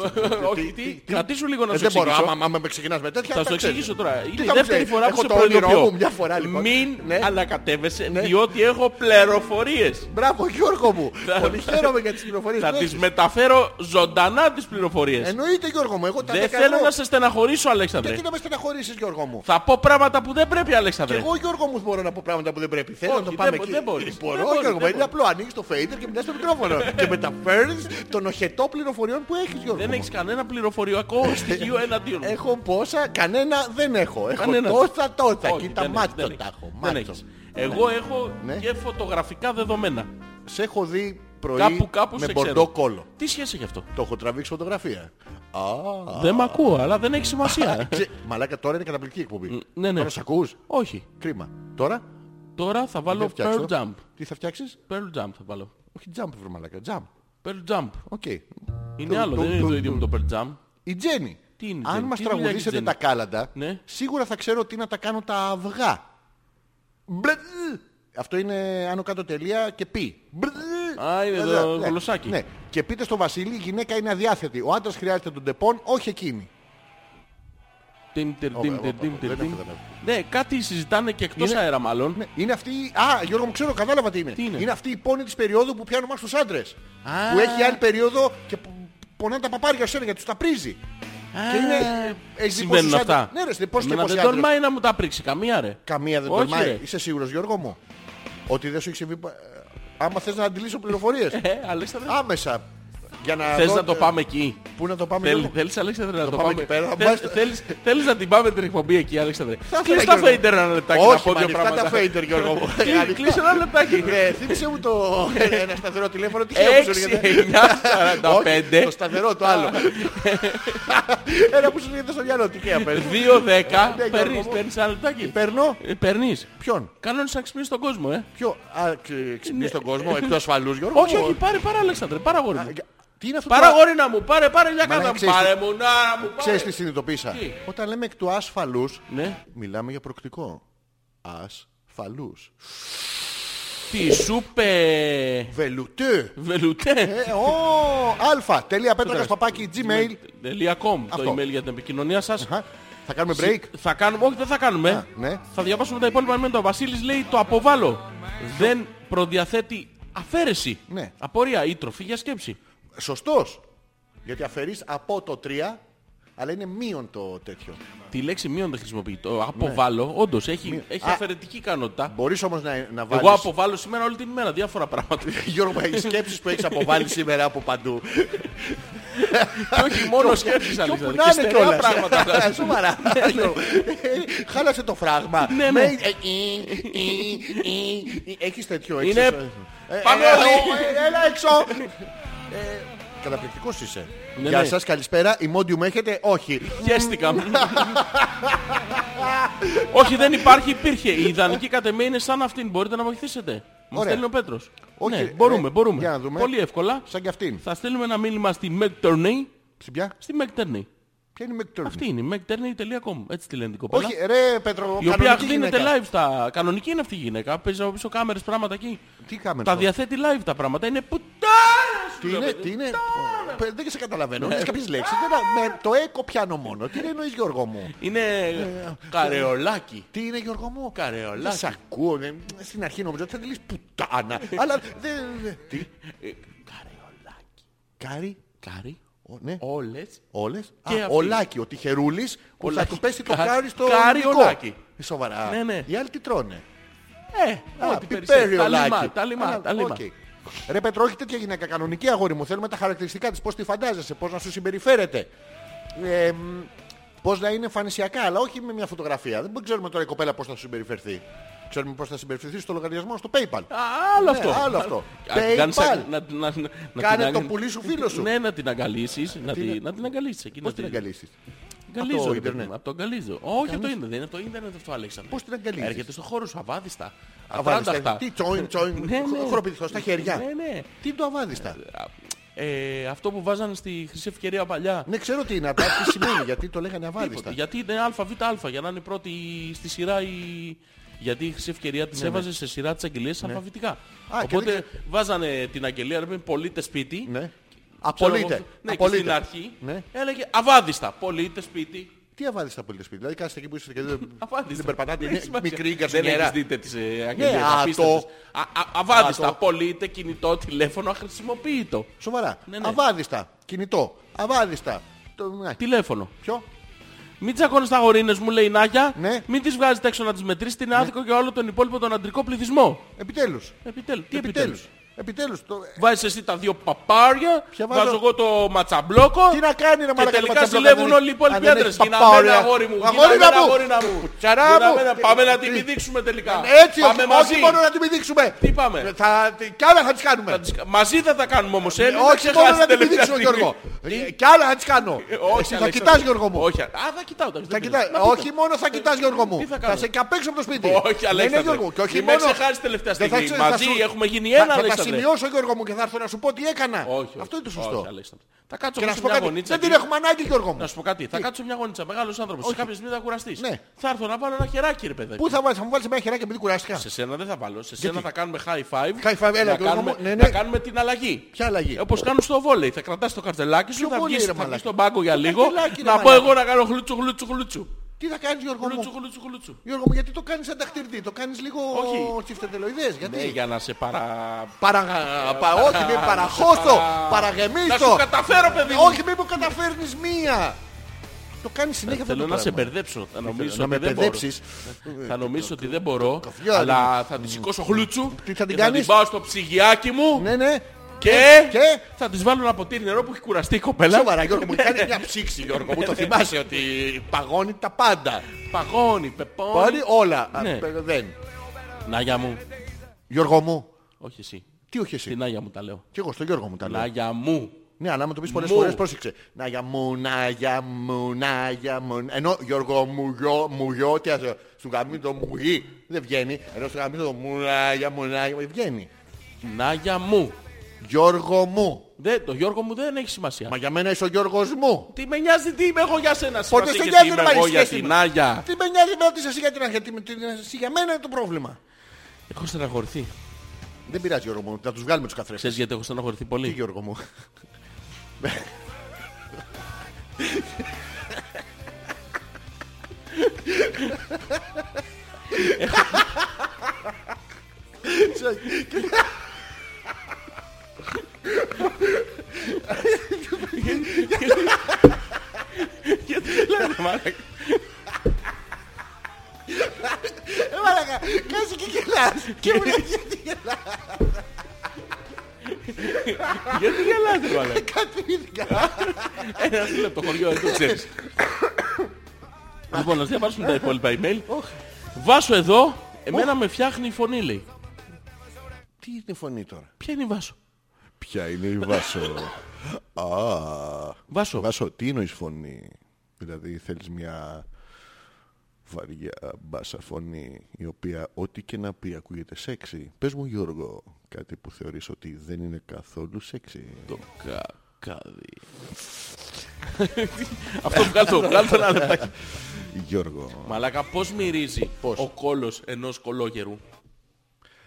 S1: Όχι, τι, κρατήσου λίγο να
S2: Ε,
S1: σου
S2: Δεν μπορώ,
S1: εξηγήσω.
S2: άμα- άμα με ξεκινάς με τέτοια.
S1: Θα
S2: τα
S1: σου
S2: ξέρεις.
S1: εξηγήσω τώρα.
S2: Τι
S1: Είναι η
S2: θα μου
S1: δεύτερη
S2: ξέρεις.
S1: φορά
S2: Έχω
S1: που σε
S2: το όνειρό
S1: προειδοποιώ.
S2: μου μια φορά λοιπόν.
S1: Μην
S2: Ναι.
S1: ανακατεύεσαι,
S2: Ναι.
S1: διότι έχω πληροφορίες.
S2: Μπράβο Γιώργο μου. Πολύ χαίρομαι για τις πληροφορίες
S1: Θα
S2: που
S1: τις
S2: έχεις.
S1: μεταφέρω ζωντανά τις πληροφορίες.
S2: Εννοείται Γιώργο μου, ναι, εγώ τα
S1: Δεν
S2: 10
S1: θέλω
S2: ευρώ.
S1: να σε στεναχωρήσω, Αλέξανδρε.
S2: Γιατί να με στεναχωρήσεις Γιώργο μου.
S1: Θα πω πράγματα που δεν πρέπει,
S2: Και
S1: Αλέξανδρε.
S2: εγώ Γιώργο μου μπορώ να πω πράγματα που δεν πρέπει. Θέλω
S1: Όχι,
S2: να το
S1: δεν
S2: πάμε
S1: μπο-
S2: εκεί.
S1: δεν μπορείς.
S2: Μπορώ,
S1: Δεν μπορείς,
S2: Γιώργο,
S1: δεν
S2: είναι απλό. Ανοίγεις το fader και μιλάς στο μικρόφωνο. και μεταφέρεις τον οχετό πληροφοριών που έχεις, Γιώργο.
S1: Δεν
S2: μου.
S1: έχεις κανένα πληροφοριακό στοιχείο
S2: Ε,
S1: εναντίον μου.
S2: Έχω πόσα, κανένα δεν έχω. Έχω
S1: Κανένας.
S2: τόσα τόσα.
S1: Όχι,
S2: Κοίτα
S1: δεν έχεις,
S2: μάτσο
S1: δεν
S2: τα
S1: έχεις.
S2: έχω.
S1: Δεν
S2: μάτσο.
S1: έχεις. Εγώ έχω
S2: Ναι.
S1: και φωτογραφικά δεδομένα.
S2: Σε έχω δει πρωί
S1: Κάπου, κάπου
S2: με
S1: σε
S2: μπορντό
S1: ξέρω.
S2: κόλλο.
S1: Τι σχέση έχει αυτό.
S2: Το έχω τραβήξει φωτογραφία. Α,
S1: Δεν μ' ακούω, αλλά δεν έχει σημασία.
S2: ξε- Μαλάκα τώρα είναι καταπληκτική εκπομπή.
S1: ναι, ναι.
S2: Τώρα σ' ακούς.
S1: Όχι.
S2: Κρίμα. Τώρα
S1: Τώρα θα
S2: δεν
S1: βάλω Pearl
S2: φτιάξω.
S1: Jump.
S2: Τι θα φτιάξεις.
S1: Pearl Jump θα βάλω.
S2: Όχι jump βρε μαλάκα. Jump.
S1: Pearl Jump.
S2: Οκ.
S1: Είναι
S2: Του-
S1: άλλο,
S2: του-
S1: δεν είναι
S2: του-
S1: το ίδιο με το Pearl Jam.
S2: Η Τζέννη.
S1: Τι είναι η
S2: Αν
S1: Τζέννη,
S2: μας
S1: τι δουλειά έχει η
S2: τραγουδήσετε
S1: Τζέννη?
S2: τα κάλαντα,
S1: Ναι.
S2: σίγουρα θα ξέρω τι να τα κάνω τα αυγά. Μπλε- Αυτό είναι άνω κάτω τελεία και πει.
S1: Α, είναι το γλωσσάκι.
S2: Ναι. Και πείτε στο Βασίλη, η γυναίκα είναι αδιάθετη. Ο άντρας χρειάζεται τον τεπών, όχι εκείνη.
S1: Τιμ, τερ,
S2: Ω,
S1: τιμ,
S2: ω,
S1: τερ,
S2: ω,
S1: τιμ,
S2: ω,
S1: τερ,
S2: δεν
S1: τιμ.
S2: έχω, δεν έχω.
S1: Ναι, κάτι συζητάνε και εκτός
S2: Είναι-
S1: αέρα μάλλον.
S2: Ναι, είναι αυτή. η- Α, Γιώργο μου ξέρω, κατάλαβα τι είναι.
S1: Τι είναι?
S2: αυτή η πόνη της περίοδου που πιάνουμε στους άντρες. Που έχει άλλη περίοδο και π- πονάνε τα παπάρια σου γιατί τους τα πρίζει. και είναι. έχεις δει
S1: Συμβαίνουν
S2: πόσους άντρες-
S1: αυτά.
S2: Ναι, ρε, δεν πώς και
S1: Εμένα
S2: πόσοι
S1: δεν
S2: άντρες-
S1: τολμάει να μου τα πρίξει καμία ρε.
S2: Καμία δεν
S1: Όχι,
S2: τολμάει.
S1: ρε.
S2: Είσαι σίγουρος Γιώργο μου. Ότι δεν σου έχει συμβεί. πα- ε, Άμα θες να αντιλήσω πληροφορίες.
S1: Ε, Αλέξανδρε,
S2: Άμεσα. Για να
S1: θες
S2: δω-
S1: να το πάμε εκεί.
S2: Πού να το πάμε
S1: Θέλ-
S2: Γιώργο?
S1: Θέλεις Αλέξανδρε να το
S2: πάμε
S1: πάμε
S2: εκεί πέρα, θα
S1: Θέλ-
S2: μπας-
S1: θέλεις- Θέλεις να την πάμε την εκπομπή εκεί Αλέξανδρε.
S2: ήθελα,
S1: Κλείς τα
S2: Γιώργο.
S1: φέιντερ ένα λεπτάκι να πω
S2: Όχι,
S1: δύο
S2: μάλιστα
S1: πράγματα.
S2: τα φέιντερ Γιώργο μου.
S1: Κλεί- Κλείς ένα λεπτάκι.
S2: Ε, Θύμισε μου το Ε, ένα σταθερό τηλέφωνο. Τι χαίρομαι
S1: 6-9-45
S2: Το σταθερό το άλλο. Ένα που σου έρχεται στο μυαλό. Τι χαίρομαι.
S1: 2-10
S2: Ναι, Γιώργο
S1: Παίρνεις,
S2: μου.
S1: παίρνεις ένα λεπτάκι
S2: Παίρνω
S1: Ε, Παίρνεις
S2: ποιον.
S1: Κανόνες να ξυπνήσεις τον κόσμο ε
S2: Ποιο. Α,
S1: Ναι.
S2: ξυπνήσει τον κόσμο εκτός ε, ασφαλούς Γιώργο.
S1: Όχι,
S2: μου.
S1: όχι, πάρε, πάρε, Αλέξανδρε, πάρε αγόρι μου.
S2: Α, Τι είναι αυτό. το-
S1: Πάρε αγόρι να μου, πάρε, πάρε για
S2: Μαλάκα,
S1: κάτω.
S2: ξέρεις
S1: Πάρε
S2: τι-
S1: μου, να μου, πάρε.
S2: Ξέρεις τι συνειδητοποίησα.
S1: Τι?
S2: Όταν λέμε εκ του ασφαλούς,
S1: Ναι,
S2: μιλάμε για προκτικό. Ασφαλούς.
S1: τι σούπε
S2: Βελουτέ.
S1: βελουτέ.
S2: Ε, ο, αλφα, τελεία, πέτρακας, παπάκι, gmail.
S1: Τελεία.com
S2: Αυτό.
S1: το email για την επικοινωνία σας.
S2: Αχα, Θα κάνουμε break.
S1: Θα κάνουμε, όχι δεν θα κάνουμε.
S2: ναι.
S1: Θα διαβάσουμε τα υπόλοιπα μήνυματα. Ο Βασίλης λέει το αποβάλλω. Δεν προδιαθέτει αφαίρεση.
S2: Ναι.
S1: Απορία ή τροφή για σκέψη.
S2: Σωστός. Γιατί αφαιρείς από το 3, αλλά είναι μείον το τέτοιο.
S1: Τη λέξη μείον δεν χρησιμοποιεί. Το αποβάλλω, όντως έχει, έχει
S2: Ναι. Α.
S1: αφαιρετική ικανότητα.
S2: Μπορείς όμως να, να βάλεις...
S1: Εγώ αποβάλλω σήμερα όλη την ημέρα διάφορα πράγματα.
S2: Γιώργο, μου, οι σκέψεις που έχεις αποβάλει σήμερα από παντού.
S1: Και όχι μόνο σκέψεις
S2: Κι όπου
S1: Αλέξανδρε. Και
S2: να είναι
S1: στερεά
S2: κιόλας.
S1: πράγματα.
S2: Σοβαρά. Γιώργο. Ε, Χάλασε το φράγμα.
S1: Ναι, ναι.
S2: Με- ε, ε, ε, ε, ε, Έχεις τέτοιο. έχεις
S1: Είναι-
S2: τέτοιο. Ε,
S1: Πάμε
S2: ε,
S1: όλοι.
S2: ε, Έλα έξω. Ε, Καταπληκτικός είσαι.
S1: Ναι,
S2: Γεια
S1: ναι.
S2: σας, καλησπέρα. Η Μόντιουμ έχετε. Όχι.
S1: Χαίστηκα. Όχι, δεν υπάρχει, υπήρχε. Η ιδανική κατ' εμέ είναι σαν αυτήν. Μπορείτε να βοηθήσετε. Μου
S2: Ωραία.
S1: στέλνει ο Πέτρος.
S2: Όχι,
S1: ναι,
S2: ε,
S1: μπορούμε,
S2: ε,
S1: μπορούμε.
S2: για να δούμε.
S1: Πολύ εύκολα.
S2: Σαν και αυτήν.
S1: Θα στείλουμε ένα μήνυμα στη Meg Turney.
S2: Στην ποια?
S1: Στη Meg Turney.
S2: Ποια είναι η Μέκτορ.
S1: Αυτή είναι η megturney.com. Έτσι τη λένε την κοπέλα.
S2: Όχι, ρε Πέτρο,
S1: η οποία
S2: κανονική
S1: δίνεται
S2: γυναίκα.
S1: live στα... Κανονική είναι αυτή η γυναίκα. Παίζει από πίσω κάμερες πράγματα εκεί.
S2: Τι κάμερες
S1: Τα
S2: τώρα?
S1: διαθέτει live τα πράγματα. Είναι πουτάρα! σου
S2: Τι
S1: λέω,
S2: είναι,
S1: παιδί.
S2: τι είναι. Πε, Δεν σε καταλαβαίνω.
S1: Ναι.
S2: Λες κάποιες λέξεις. Δεν τα- με- Το έκο πιάνω μόνο. Τι εννοείς Γιώργο μου. Ε,
S1: Είναι καρεολάκι.
S2: Τι είναι Γιώργο μου.
S1: Καρεολάκι.
S2: Δεν σ' ακούω. ε, Στην αρχή νόμιζα ότι θα τη λες πουτάνα. Αλλά δεν... δεν- Τι.
S1: Ε, Καρεολάκι.
S2: Κάρι.
S1: Κάρι.
S2: ο, Ναι.
S1: Όλες.
S2: Όλες.
S1: Και
S2: Α,
S1: αυτή.
S2: Ο Λάκη. Ο τυχερούλης. Που θα
S1: Λάκη.
S2: του πέσει το
S1: Κα-
S2: κάρι στο
S1: Κάρι ο
S2: ελληνικό.
S1: Λάκη.
S2: Σοβαρά.
S1: Ναι, ναι.
S2: Οι άλλοι τι τρώνε.
S1: Ε,
S2: Α,
S1: ό,τι
S2: πιπέρι
S1: περισσεύει.
S2: ο
S1: Τα
S2: Λάκη.
S1: λιμά, τα λιμά,
S2: Α,
S1: τα λιμά.
S2: οκ. Ρε Πέτρο, όχι τέτοια γυναίκα. Κανονική αγόρι μου. Θέλουμε τα χαρακτηριστικά της. Πώς τη φαντάζεσαι, πώς να σου συμπεριφέρεται. Ε, μ, πώς να είναι εμφανισιακά, αλλά όχι με μια φωτογραφία. Δεν ξέρουμε τώρα η κοπέλα πώς θα σου συμπεριφερθεί. Ξέρουμε πώς θα συμπεριφερθεί στο λογαριασμό, στο PayPal.
S1: Α, Άλλο
S2: Ναι,
S1: αυτό.
S2: άλλο αυτό.
S1: Α,
S2: PayPal.
S1: κάνεις αγ- να- να- να- να
S2: Κάνε
S1: την
S2: το
S1: αγ-
S2: πουλί σου φίλο σου.
S1: Ναι, να την αγκαλίσεις. Να
S2: Τι
S1: τη-
S2: να-
S1: να την αγκαλίσεις εκεί.
S2: Πώς
S1: να
S2: την
S1: τη-
S2: αγκαλίσεις.
S1: Αγκαλίζω,
S2: Από το
S1: ρε παιδί
S2: ίντερνετ.
S1: μου, Από το αγκαλίζω. Όχι από το ίντερνετ. Είναι από το ίντερνετ αυτό, Αλέξανδρε.
S2: Πώς την αγκαλίζεις?
S1: Έρχεται στο χώρο σου αβάδιστα.
S2: Αβάδιστα.
S1: Ατράνταχτα.
S2: Τι τσόιν, τσόιν,
S1: Ναι, ναι.
S2: χοροπηδικό στα χέρια.
S1: Ναι, ναι.
S2: Τι το αβάδιστα.
S1: Ε, αυτό που βάζανε στη χρυσή ευκαιρία παλιά.
S2: Ναι, ξέρω τι είναι, αλλά τι σημαίνει, γιατί το λέγανε αβάδιστα.
S1: Τίποτα. Γιατί είναι ΑΒΑ για να είναι πρώτη στη σειρά η... Γιατί η χρυσή ευκαιρία την έβαζες σε σειρά τις αγγελίες αλφαβητικά.
S2: Ναι, Α, και
S1: Οπότε
S2: δεν
S1: βάζανε την αγγελία, ρε πολίτες σπίτι.
S2: Ναι.
S1: Ξέρω
S2: Απολύτε.
S1: εγώ, Ναι, και
S2: Απολύτε.
S1: στην αρχή
S2: Ναι.
S1: έλεγε αβάδιστα. Πολίτες σπίτι.
S2: Τι αβάδιστα πολύ σπίτι. Δηλαδή κάθεστε εκεί που είστε και δεν,
S1: Αβάδιστα.
S2: δεν περπατάτε.
S1: Δεν
S2: Είναι
S1: έχει σημασία.
S2: μικρή
S1: Δεν έχεις
S2: γκαρσονιέρα.
S1: δείτε τις ε, αγγελίες.
S2: Ναι, α,
S1: απίστευτες.
S2: το-
S1: Α, α, Αβάδιστα.
S2: α, το-
S1: Πολίτε, κινητό, τηλέφωνο, αχρησιμοποιητό.
S2: Σοβαρά.
S1: Ναι, ναι.
S2: Αβάδιστα. Κινητό. Αβάδιστα. Το... ναι.
S1: Τηλέφωνο.
S2: Ποιο.
S1: Μην τσακώνεις τα γορίνες, μου λέει η Νάγια.
S2: Ναι.
S1: Μην τις βγάζεις έξω να τις μετρήσεις. Είναι άδικο για όλο τον υπόλοιπο τον αντρικό πληθυσμό.
S2: Επιτέλους.
S1: Επιτέλου. Ε, Τι επιτέλους.
S2: Επιτέλους. Επιτέλους. Το...
S1: Βάζεις εσύ τα δύο παπάρια.
S2: Ποια βάζω?
S1: βάζω εγώ το ματσαμπλόκο.
S2: Τι να κάνει ρε
S1: και
S2: μαλάκα. δηλαδή.
S1: τελικά ζηλεύουν όλοι λοιπόν, οι υπόλοιποι άντρε. Γιναμένα αγόρι μου.
S2: Αγόρινα
S1: γιναμένα,
S2: μου.
S1: αγόρινα μου.
S2: Κουτσαρά μου.
S1: Γιναμένα, Πάμε να την επιδείξουμε τελικά.
S2: Έτσι,
S1: πάμε
S2: όχι,
S1: μαζί.
S2: όχι μόνο να την επιδείξουμε.
S1: Τι πάμε?
S2: Θα, κι άλλα θα τις κάνουμε.
S1: Θα τις κα- Μαζί θα τα κάνουμε όμως. Ε, μην τα
S2: όχι μόνο
S1: ξεχάσεις
S2: να
S1: τελευταία
S2: την επιδείξουμε,
S1: στιγμή.
S2: Γιώργο.
S1: Τι?
S2: Ε, Κι άλλα θα τις κάνω.
S1: Ε, όχι,
S2: Εσύ θα
S1: Αλέξανδρε.
S2: κοιτάς, Γιώργο μου.
S1: Όχι, α, θα κοιτάω. εντάξει,
S2: Θα
S1: δεν
S2: κοιτά...
S1: πειράζει. Να
S2: Όχι
S1: πείτε.
S2: μόνο θα κοιτάς Γιώργο μου.
S1: Τι θα
S2: Θα
S1: κάνω.
S2: σε καπέξω από το σπίτι.
S1: Όχι,
S2: Ναι, ναι,
S1: Αλέξανδρε.
S2: Γιώργο. Και όχι
S1: Μην με
S2: μόνο.
S1: ξεχάσεις τελευταία
S2: Δεν θα
S1: στιγμή.
S2: ξε- θα
S1: Μαζί
S2: σου-
S1: έχουμε γίνει
S2: θα-
S1: ένα,
S2: Θα τα
S1: Αλέξανδρε.
S2: σημειώσω, Γιώργο μου, και θα έρθω να σου πω τι έκανα.
S1: Όχι, όχι.
S2: Αυτό είναι το
S1: Όχι,
S2: σωστό.
S1: Αλέξανδρε. Θα κάτσω
S2: Και
S1: εγώ
S2: να
S1: σε
S2: σου πω
S1: μια
S2: κάτι.
S1: γωνίτσα.
S2: Δεν την
S1: εκεί.
S2: έχουμε ανάγκη, Γιώργο μου.
S1: Να σου πω κάτι. Θα κάτσω σε μια γονίτσα. Μεγάλος άνθρωπος. Σε κάποια στιγμή θα κουραστείς.
S2: Ναι.
S1: Θα έρθω να βάλω ένα χεράκι, ρε παιδάκι.
S2: Πού θα βάλεις, θα μου βάλεις μια χεράκι επειδή κουράστηκα.
S1: Σε σένα δεν θα βάλω. Σε σένα θα κάνουμε high five.
S2: High five, έλα,
S1: να,
S2: Γιώργο
S1: κάνουμε,
S2: μου. Ναι, ναι.
S1: να κάνουμε την αλλαγή.
S2: Ποια αλλαγή?
S1: Ε, Όπως κάνουν στο βόλεϊ. Θα κρατάς το καρτελάκι σου,
S2: Ποιο
S1: θα
S2: βόλεϊ,
S1: βγεις,
S2: ρε
S1: θα βγεις
S2: μαλάκα?
S1: στον πάγκο για
S2: Το
S1: λίγο.
S2: καρτελάκι, ρε
S1: Να πω
S2: μαλάκα.
S1: εγώ να κάνω χλούτσου, χλούτσου, χλούτσου.
S2: Τι θα κάνεις, Γιώργο
S1: Χλούτσου,
S2: μου.
S1: χλούτσου, χλούτσου.
S2: Γιώργο μου, γιατί το κάνεις ανταχτυρτή. Το κάνεις λίγο
S1: Όχι.
S2: τσιφτετελοειδές.
S1: Ναι,
S2: Γιατί.
S1: για να σε παρα...
S2: Παρα... πα- Όχι, με παραχώθω,
S1: Να σου
S2: παραγεμίσω.
S1: καταφέρω, παιδί μου.
S2: Όχι, μην μου καταφέρνεις μία. Το κάνεις συνέχεια αυτό
S1: Θέλω
S2: το
S1: να σε
S2: πράγμα.
S1: μπερδέψω. Θα νομίζω
S2: Ε, να
S1: ότι
S2: με Ε,
S1: δεν μπορώ.
S2: παιδέψεις.
S1: Θα νομίζω ότι δεν μπορώ,
S2: καφιά,
S1: αλλά θα τη σηκώσω χλούτσου
S2: Τι
S1: και
S2: θα την
S1: θα την
S2: κάνεις?
S1: πάω στο ψυγιάκι μου
S2: Ναι, ναι.
S1: και,
S2: Και-
S1: θα της βάλω ένα ποτήρι νερό που έχει κουραστεί η κοπέλα. Ε,
S2: Σοβαρά, Γιώργο μου, κάνει μια ψήξη, Γιώργο μου. Το θυμάσαι ότι παγώνει τα πάντα.
S1: Παγώνει, πεπώνει.
S2: Πάλι όλα.
S1: Ναι.
S2: Α, παι- Δεν.
S1: Νάγια μου.
S2: Γιώργο μου,
S1: Όχι εσύ.
S2: τι όχι εσύ.
S1: Την Άγια μου τα λέω.
S2: Κι εγώ στον Γιώργο μου τα λέω.
S1: Νάγια μου.
S2: Ναι, αλλά άμα το πεις πολλές
S1: Μου.
S2: φορές, πρόσεξε. Να για μου, να για μου, να για μου. Ενώ Γιώργο μου, γιο, μου, γιο, τι ας λέω, Σου γαμί το μου γη. Δεν βγαίνει. Ενώ σου γαμί το μου, να για μου, να για μου. Βγαίνει.
S1: Νάγια μου.
S2: Γιώργο μου.
S1: Δεν, το Γιώργο μου δεν έχει σημασία.
S2: Μα για μένα είσαι ο Γιώργος μου.
S1: Τι με νοιάζει, τι είμαι εγώ για σένα.
S2: Πότε
S1: σημασία και
S2: σε νοιάζει
S1: τι είμαι
S2: να
S1: εγώ
S2: πάρει
S1: για
S2: σχέση
S1: την
S2: με-
S1: Άγια.
S2: Τι με νοιάζει με ρώτησες εσύ για την αρχή. Εσύ για μένα είναι το πρόβλημα.
S1: Έχω στεναχωρηθεί.
S2: Δεν πειράζει Γιώργο μου. Να τους βγάλουμε τους καθρέφτες.
S1: Ξέρεις γιατί έχω στεναχωρηθεί
S2: Τι
S1: πολύ.
S2: Γιώργο μου.
S1: Γιατί λένε, μάνα,
S2: Ε, μαλάκα, κάτσε και γελάς. Και μου λέει, γιατί γελάς.
S1: Γιατί γελάτε, μάλλον.
S2: Κατέβηκα.
S1: Ένα λεπτό χωριό, δεν το ξέρεις. Λοιπόν, να διαβάσουμε τα υπόλοιπα email. Βάσο εδώ, εμένα με φτιάχνει η φωνή, λέει.
S2: Τι είναι η φωνή τώρα.
S1: Ποια είναι η Βάσο.
S2: Ποια είναι η Βάσο. Α,
S1: Βάσο.
S2: Βάσο, τι εννοείς φωνή. Δηλαδή θέλεις μια βαριά μπάσα φωνή η οποία ό,τι και να πει ακούγεται σεξι. Πες μου Γιώργο, κάτι που θεωρείς ότι δεν είναι καθόλου σεξι.
S1: Το κακάδι. Αυτό βγάλω, βγάλω ένα λεπτάκι.
S2: Γιώργο.
S1: Μαλάκα, πώς μυρίζει
S2: Πώς?
S1: ο κόλος ενός κολόγερου.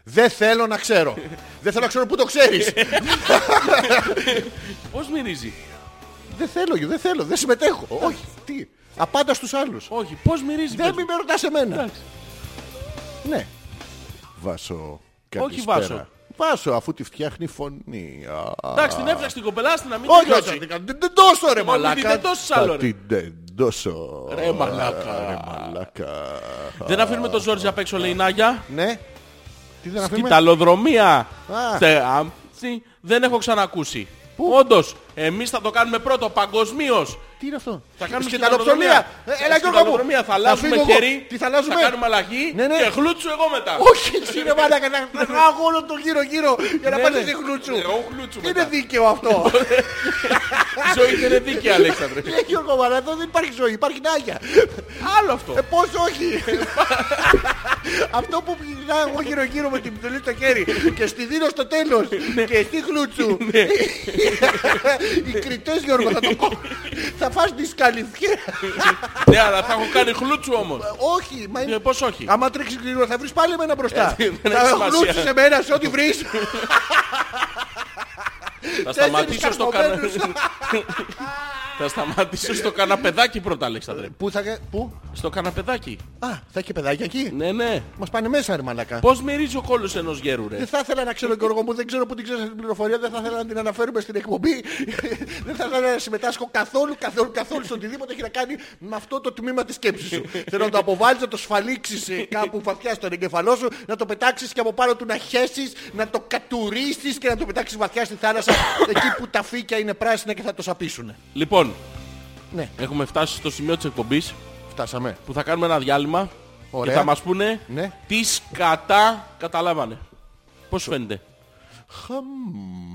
S2: Δεν θέλω να ξέρω. δεν θέλω να ξέρω πού το ξέρεις.
S1: Πώς μυρίζει.
S2: δεν θέλω, δεν θέλω, δεν συμμετέχω. Όχι, τι. Απάντα στους άλλους.
S1: Όχι, πώς μυρίζει.
S2: Δεν
S1: πες
S2: μην
S1: μου.
S2: με ρωτάς εμένα.
S1: Εντάξει.
S2: Ναι. Βάσο.
S1: Όχι Βάσο.
S2: Βάσο, αφού τη φτιάχνει φωνή. Α,
S1: Εντάξει, την έφτιαξε την κοπελά στην να μην
S2: Όχι,
S1: την
S2: όχι.
S1: νιώσει.
S2: θα Την τεντώσω, ρε
S1: Μα μην την
S2: μαλάκα.
S1: τεντώσεις
S2: Θα
S1: άλλο, ρε.
S2: Την τεντώσω.
S1: Ρε μαλάκα.
S2: Ρε μαλάκα.
S1: Δεν αφήνουμε τον Ζόρζι απ' έξω, λέει η Νάγια.
S2: Ναι. Τι δεν αφήνουμε.
S1: Σκυταλοδρομία.
S2: Α.
S1: Στε- αμψι. Δεν έχω ξανακούσει. Όντως, εμείς θα το κάνουμε πρώτο παγκοσμίως.
S2: Τι είναι αυτό.
S1: Θα κάνουμε
S2: σκηταλοψωνία. Ε, Έλα Γιώργο μου.
S1: Σκυταλοδρομία. Θα αλλάζουμε
S2: φύγω εγώ.
S1: χέρι.
S2: Τι θα αλλάζουμε.
S1: κάνουμε αλλαγή.
S2: Ναι, ναι.
S1: Και χλούτσου εγώ μετά.
S2: Όχι, εσύ είναι μαλάκα. Να να τράγω όλο τον γύρο γύρω για να
S1: Ναι,
S2: πας
S1: ναι.
S2: εσύ χλούτσου.
S1: Ναι, εγώ χλούτσου
S2: Δεν
S1: μετά. Ε,
S2: είναι δίκαιο αυτό.
S1: Η ζωή δεν είναι δίκαιη, Αλέξανδρε.
S2: Λέει Ε, Γιώργο μαλάκα, εδώ δεν υπάρχει ζωή, υπάρχει νάγια.
S1: Άλλο αυτό.
S2: Ε, πώς όχι. Αυτό που γυρνάω εγώ γύρω γύρω με την πτωλή στο χέρι και στη δίνω στο τέλος
S1: Ναι.
S2: και στη χλούτσου. Οι κριτές Γιώργο θα το πω. Θα φας τη σκαλιθιά.
S1: Ναι, αλλά θα έχω κάνει χλούτσου όμως.
S2: Όχι, μα
S1: Ε,
S2: είναι...
S1: Πώς όχι.
S2: Άμα τρέξεις γρήγορα θα βρεις πάλι εμένα μπροστά.
S1: Ε, δεν έχει
S2: θα
S1: σημασία.
S2: χλούτσου σε μένα σε ό,τι βρεις.
S1: Θα
S2: τέσσερις
S1: σταματήσω στο κανάλι.
S2: καρπομένους.
S1: Θα σταματήσω στο καναπεδάκι πρώτα, Αλέξανδρε.
S2: Πού θα... κα- Πού?
S1: Στο καναπεδάκι.
S2: Α, θα έχει παιδάκια εκεί.
S1: Ναι, ναι.
S2: Μας πάνε μέσα, ρε μαλακά.
S1: Πώς μυρίζει ο κόλλος ενός γέρου, ρε.
S2: Δεν Ε, θα ήθελα να ξέρω, Γιώργο μου, δεν ξέρω που την ξέρεις την πληροφορία, δεν θα ήθελα να την αναφέρουμε στην εκπομπή. δεν θα ήθελα να συμμετάσχω καθόλου, καθόλου, καθόλου σε οτιδήποτε έχει να κάνει με αυτό το τμήμα της σκέψης σου. Θέλω να το αποβάλεις, να το σφαλίξεις ε, κάπου βαθιά στον εγκεφαλό σου, να το πετάξεις και από πάνω του να χέσεις, να το κατουρίσεις και να το πετάξεις βαθιά στη θάλασσα, εκεί που τα φύκια είναι πράσινα και θα το σαπίσουν.
S1: Λοιπόν,
S2: Ναι.
S1: έχουμε φτάσει στο σημείο της εκπομπής
S2: Φτάσαμε.
S1: που θα κάνουμε ένα διάλειμμα
S2: Ωραία.
S1: και θα μας πούνε
S2: Ναι.
S1: τις σκατά καταλάβανε. Πώς φαίνεται.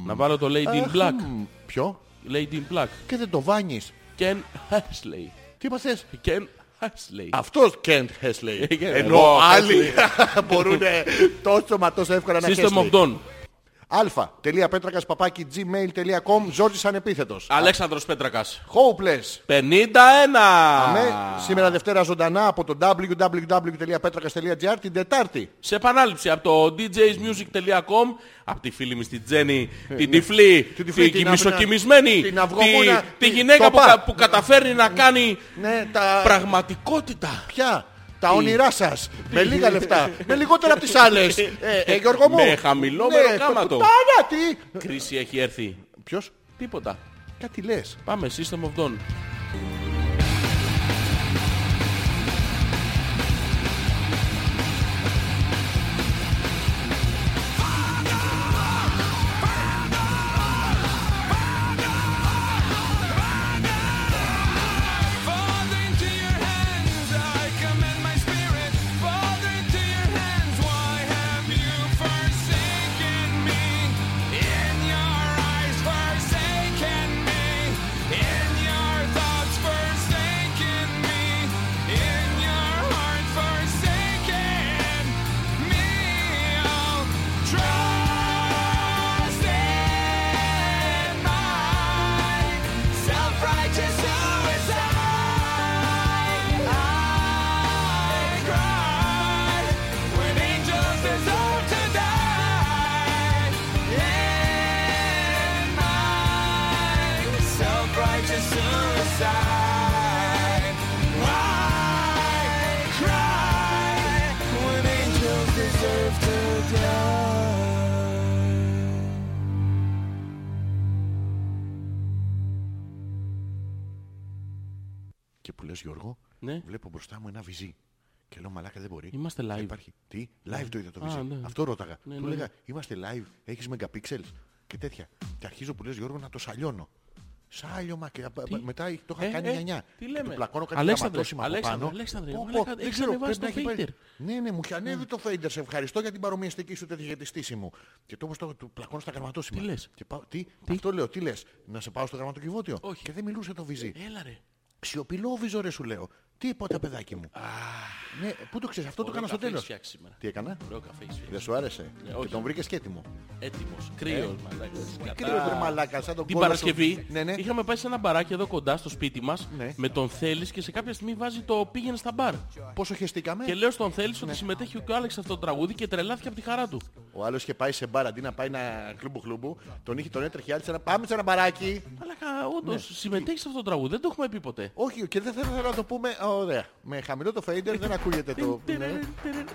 S1: Να βάλω το Lady in Black.
S2: Αχμ, Ποιο?
S1: Lady in Black.
S2: Και δεν το βάνεις.
S1: Ken Hasley.
S2: Τι είπα θες?
S1: Ken Hasley.
S2: Αυτός Κέντ Χέσλεϊ.
S1: Ε,
S2: Ενώ
S1: ε,
S2: άλλοι μπορούν τόσο μα τόσο εύκολα να
S1: System of
S2: χέσουν.
S1: Dawn.
S2: αλφα.πέτρακας παπάκι gmail.com Ζόρζης ανεπίθετος.
S1: Αλέξανδρος Πέτρακας.
S2: Hopeless.
S1: 51.
S2: Αμέ, σήμερα Δευτέρα ζωντανά από το www.petrakas.gr την Τετάρτη.
S1: Σε επανάληψη από το djsmusic.com από τη φίλη μου στη Τζέννη, την τυφλή,
S2: την Ε, ναι. τυφλή,
S1: την
S2: την
S1: μισοκιμισμένη,
S2: αυγ- την αυγομούνα,
S1: τη- τη
S2: την-
S1: γυναίκα
S2: το
S1: που,
S2: πα.
S1: κα- που καταφέρνει να κάνει
S2: Ναι, τα
S1: πραγματικότητα.
S2: πια. Τα όνειρά σας. Με λίγα λεφτά. με λιγότερα από τις άλλες. Ε, ε, Γιώργο μου.
S1: Ναι, Με χαμηλότερο κάματο.
S2: Τάνα, τι.
S1: Κρίση έχει έρθει.
S2: Ποιος.
S1: Τίποτα.
S2: Κάτι λες.
S1: Πάμε, System of Dawn.
S7: Fall into your hands, I commend my spirit. Fall into your hands, why have you forsaken me? In your eyes, forsaken me. In your thoughts, forsaken me. In your heart, forsaken me. Oh, trust in my self-righteous suicide. I cried when angels deserve to die. In my self-righteous suicide. I cry when angels deserve to die.
S2: Και που λες, Γιώργο,
S1: Ναι.
S2: βλέπω μπροστά μου ένα βυζί. Και λέω μαλάκα δεν μπορεί.
S1: Είμαστε
S2: Δεν
S1: live.
S2: Υπάρχει. Τι, live το είδα το βυζί.
S1: Α, ναι.
S2: Αυτό ρώταγα.
S1: Ναι,
S2: του
S1: ναι.
S2: λέγα, είμαστε live, έχεις megapixels και τέτοια. Και αρχίζω που λες, Γιώργο, να το σαλιώνω. Σάλιωμα και απα- μετά το είχα
S1: Ε,
S2: κάνει
S1: ε,
S2: νιανιά.
S1: τι
S2: Και
S1: λέμε.
S2: Του πλακώνω κάτι
S1: Αλέξανδρε,
S2: γραμματόσημα από
S1: Αλέξανδρε,
S2: πάνω.
S1: Αλέξανδρε,
S2: Πω, πω,
S1: μαλάκα,
S2: δεν
S1: έχεις
S2: ξέρω,
S1: ανεβάσει
S2: πρέπει
S1: το
S2: να έχει
S1: fader.
S2: πάρει. Ναι, ναι, μου είχε ανέβει το fader. Σε ευχαριστώ για την παρομοιαστική σου τέτοια για τη στήση μου. Και το όπως το του πλακώνω στα γραμματόσημα.
S1: Τι λες?
S2: Και πάω- τι, αυτό λέω, τι λες, να σε πάω στο γραμματοκιβώτιο.
S1: Όχι.
S2: Και δεν μιλούσε το βυζί.
S1: Έλα ρε.
S2: Σιωπηλόβιζο ρε σου λέω. Τι είπα τα παιδάκι μου. Ναι, πού το ξέρεις, αυτό το
S1: Ωραίο
S2: έκανα
S1: καφέ
S2: στο
S1: έχεις
S2: τέλος.
S1: φτιάξει σήμερα.
S2: Τι έκανα.
S1: Ωραίο καφέ έχεις φτιάξει.
S2: Δεν σου άρεσε.
S1: Ε, όχι.
S2: Και τον βρήκες και έτοιμο.
S1: Έτοιμος.
S2: Ε.
S1: Κρύος. μαλάκα, σκατά.
S2: Κρύος ρε μαλάκα, σαν τον
S1: Την
S2: κόλλο
S1: Παρασκευή
S2: του- Ναι, ναι.
S1: είχαμε πάει σε ένα μπαράκι εδώ κοντά στο σπίτι μας
S2: Ναι.
S1: με τον Θέλης και σε κάποια στιγμή βάζει το πήγαινε στα μπαρ.
S2: Πόσο χεστήκαμε.
S1: Και λέω στον Θέλης ότι συμμετέχει και ο Άλεξ σε αυτό το τραγούδι και τρελάθηκε από τη χαρά του.
S2: Ο άλλος είχε πάει σε μπαρ αντί να πάει να κλούμπου κλούμπου. Τον είχε τον έτρεχε η άλλη σε ένα πάμε σε ένα μπαράκι.
S1: Αλλά όντως συμμετέχεις σε αυτό το τραγούδι, δεν το έχουμε πει ποτέ.
S2: Όχι, και δεν θα ήθελα να το πούμε. Α, Ωραία. Με χαμηλό το fader δεν ακούγεται το. ναι.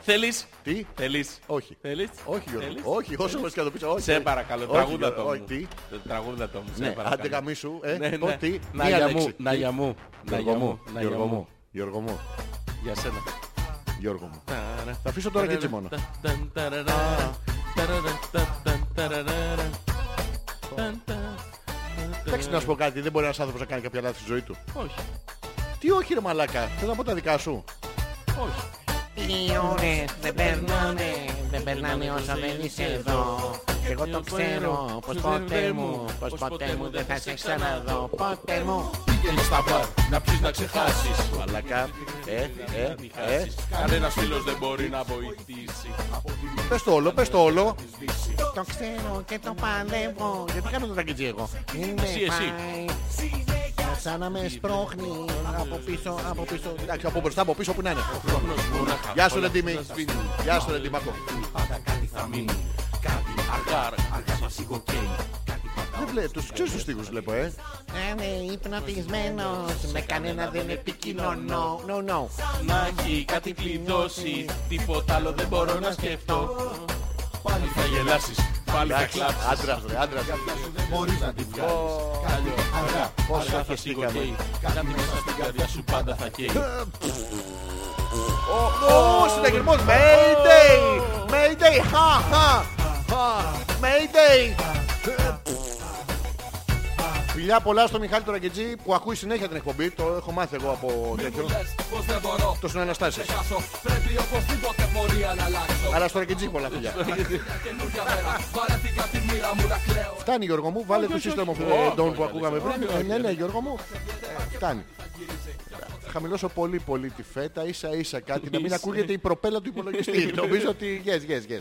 S1: Θέλεις,
S2: Τι.
S1: θέλεις,
S2: Όχι.
S1: θέλεις.
S2: Όχι,
S1: Θέλεις?
S2: Γιώργο. Όχι, όσο μας και να το πεις. όχι.
S1: Σε παρακαλώ,
S2: Όχι,
S1: τραγούδα
S2: Γιώργο,
S1: το
S2: όχι,
S1: μου.
S2: τι.
S1: Τραγούδα το μου, σε
S2: Ναι,
S1: παρακαλώ.
S2: άντε γαμίσου, ε,
S1: Ναι, ναι.
S2: πω, τι,
S1: Να
S2: μία
S1: για
S2: λέξη.
S1: μου, να για μου, να
S2: Γιώργο
S1: για μου,
S2: μου,
S1: να για
S2: Γιώργο
S1: μου.
S2: μου, Γιώργο μου,
S1: Για σένα.
S2: Γιώργο μου. Θα αφήσω τώρα και έτσι μόνο. Εντάξει να σου πω κάτι, δεν μπορεί ένας άνθρωπος να κάνει κάποια λάθη στη ζωή του.
S1: Όχι,
S2: Τι όχι ρε μαλάκα, θέλω να πω τα δικά σου.
S1: όχι.
S8: Οι ώρες δεν περνάνε, δεν περνάνε όσο δεν είσαι εδώ Κι εγώ το ξέρω πως ποτέ μου, πως ποτέ μου δεν θα σε ξαναδώ Ποτέ μου
S1: Πήγαινε στα μπαρ, να πιεις να ξεχάσεις.
S2: Μαλάκα, ε, ε, ε.
S1: Κανένας φίλος δεν μπορεί να βοηθήσει.
S2: Πες το όλο, πες το όλο.
S8: το ξέρω και το παλεύω Γιατί κάνω το ταγκιτζί εγώ Είναι
S1: εσύ.
S8: πάει Σαν να με σπρώχνει από πίσω, από πίσω
S2: Εντάξει, από μπροστά, από πίσω που να είναι. Γεια σου ρε Ντίμη. Γεια σου ρε Ντίμακο.
S1: Αργά,
S2: Δεν Λέ, τους ξέρεις τους στίχους βλέπω, ε.
S8: Αν είναι υπνοτισμένος, με κανένα δεν επικοινωνώ. No, no.
S1: Να έχει κάτι κλειδώσει, τίποτα άλλο δεν μπορώ να σκεφτώ. Πάλι θα γελάσεις, πάλι θα κλάψεις.
S2: Άντρας ρε, άντρας.
S9: Μπορείς να τη βγάλεις.
S1: Καλό, αργά,
S2: Πόσα
S1: αργά θα
S2: χεστήκαμε.
S1: σιγοκαίει. Κάτι μέσα στην καρδιά σου πάντα θα καίει.
S2: Ω, συναγερμός. Mayday, Mayday, χα, χα. χα, Mayday. Φιλιά πολλά στο Μιχάλη Τωραγκετζή που ακούει συνέχεια την εκπομπή. Το έχω μάθει εγώ από τέτοιο.
S9: Πως δεν μπορώ
S2: Το συναναστάσεις.
S9: Χάσω, πρέπει οπωσδήποτε πορεία να αλλάξω
S2: Αλλά στο Τωραγκετζή πολλά φιλιά.
S9: Μια καινούργια μέρα, βαρέθηκα τη μοίρα μου να κλαίω
S2: Φτάνει Γιώργο μου, βάλε το σύστημα Don που ακούγαμε πριν. Ε, Ναι, ναι, Γιώργο μου, ε, φτάνει. Θα Χαμηλώσω πολύ πολύ τη φέτα, ίσα ίσα κάτι, να μην
S1: Ίσα.
S2: ακούγεται η προπέλα του υπολογιστή. Νομίζω ότι yes, yes, yes.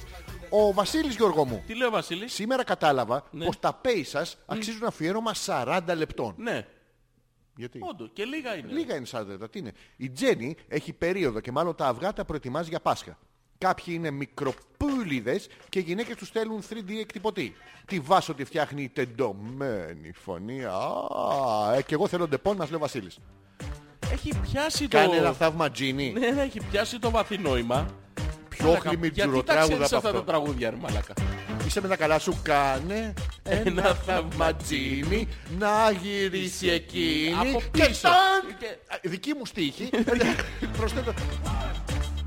S2: Ο Βασίλης Γιώργο μου,
S1: Τι λέει ο Βασίλης.
S2: σήμερα κατάλαβα πως τα pay σας αξίζουν αφιέρωμα 40 λεπτών.
S1: Ναι,
S2: Γιατί?
S1: όντως και λίγα είναι.
S2: Λίγα είναι 40 λεπτά, τι είναι. Η Τζέννη έχει περίοδο και μάλλον τα αυγά τα προετοιμάζει για Πάσχα. Κάποιοι είναι μικροπούλιδες και οι γυναίκες τους στέλνουν 3D εκτυπωτή. Τη βάσο τη φτιάχνει η τεντωμένη φωνή. Α, ε, και εγώ θέλω ντεπών, μας λέει ο Βασίλης.
S1: Έχει πιάσει το...
S2: Κάνε ένα θαύμα, Τζίνι.
S1: Ναι, ναι, έχει πιάσει το βαθύ νόημα.
S2: Πιο
S1: Μαλάκα,
S2: χλιμιτζούρο
S1: Γιατί τα
S2: τραγούδα
S1: ξέρεις
S2: από
S1: αυτά τα
S2: αυτό.
S1: τραγούδια, ρε μαλάκα.
S2: Είσαι με τα καλά σου, κάνε
S1: Ε,
S2: ένα θαύμα, Τζίνι, να γυρίσει εκείνη.
S1: ναι. Από
S2: Και
S1: πίσω.
S2: ταν-
S1: Και-
S2: Α, Δική μου στίχη. ε, Προσθέτω.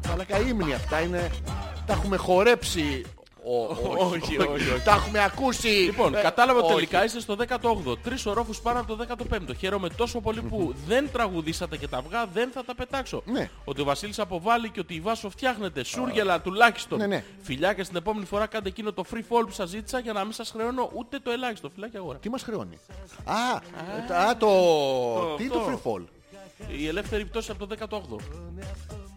S2: Μαλάκα ύμνη αυτά είναι. Τα έχουμε χορέψει. Ο-
S1: όχι, όχι, όχι.
S2: Τα έχουμε ακούσει.
S1: Λοιπόν,
S2: Ε,
S1: κατάλαβα ότι
S2: όχι.
S1: τελικά είστε στο 18ο. Τρεις ορόφους πάνω από το 15ο. Χαίρομαι τόσο πολύ που δεν τραγουδήσατε και τα αυγά, δεν θα τα πετάξω.
S2: Ναι.
S1: Ότι ο Βασίλης αποβάλλει και ότι η Βάσο φτιάχνεται. Σούργελα τουλάχιστον.
S2: Ναι, ναι.
S1: Φιλιά και στην επόμενη φορά κάντε εκείνο το free fall που σας ζήτησα για να μην σας χρεώνω ούτε το ελάχιστο. Φιλάκια αγορά.
S2: Τι μας χρεώνει. Α, ε, τα- α, το... Τι είναι το
S1: αυτό.
S2: free fall.
S1: Η ελεύθερη πτώση από το 18ο.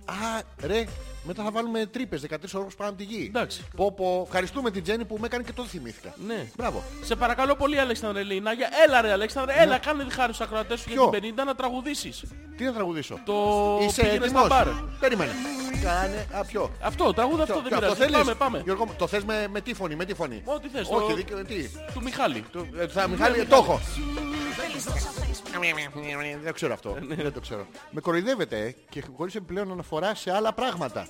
S2: Α, ρε, μετά θα βάλουμε τρύπες 13 ώρες πάνω από τη γη.
S1: Εντάξει.
S2: Πω, πω, ευχαριστούμε την Τζέννη που με έκανε και το θυμήθηκα.
S1: Ναι.
S2: Μπράβο.
S1: Σε παρακαλώ πολύ, Αλέξανδρε Λινάγια. Έλα, ρε, Αλέξανδρε, έλα, κάνε τη χάρη στου ακροατές σου
S2: Ναι. Ποιο?
S1: για την 50 να τραγουδήσεις.
S2: Τι να τραγουδήσω.
S1: Το
S2: Είσαι
S1: πήγαινες στα
S2: έτοιμος.
S1: μπαρ.
S2: Περίμενε. Κάνε. Α, ποιο.
S1: Αυτό, τραγούδα
S2: Ποιο,
S1: αυτό δεν
S2: ποιο, το
S1: πειράζει.
S2: θέλεις.
S1: Πάμε, πάμε.
S2: Γιώργο, μου, το θες με, με τι φωνή, με τι φωνή.
S1: Ό,τι θες,
S2: Όχι,
S1: το-
S2: δίκαιο, τι.
S1: Του Μιχάλη.
S2: Του- ε, θα, Μιχάλη, το έχω. Δεν ξέρω αυτό.
S1: Ναι,
S2: Δεν το ξέρω. Με κοροϊδεύετε ε, και χωρίς επιπλέον αναφορά σε άλλα πράγματα.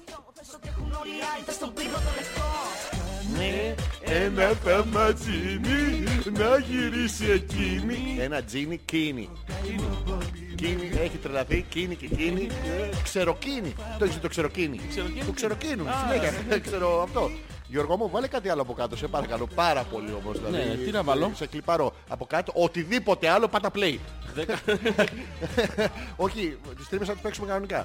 S1: Ναι,
S2: Ένα θέμα τζίνι να γυρίσει εκείνη. Ένα τζίνι κίνη. Κίνη, έχει τρελαθεί, κίνη και κίνη. Ξεροκίνη. Το έχεις δει το ξεροκίνη.
S1: Ναι. Ξεροκίνη. ναι.
S2: Το ξεροκίνου, συνέχεια. Ε, Ξέρω αυτό. Γιώργο μου, βάλε κάτι άλλο από κάτω, σε παρακαλώ. Πάρα πολύ όμως. δηλαδή,
S1: Ναι, τι να βάλω?
S2: Σε κλιπαρώ. Από κάτω, οτιδήποτε άλλο, πάτα play.
S1: Δέκα-
S2: Όχι, τις τρύπες θα τις παίξουμε κανονικά.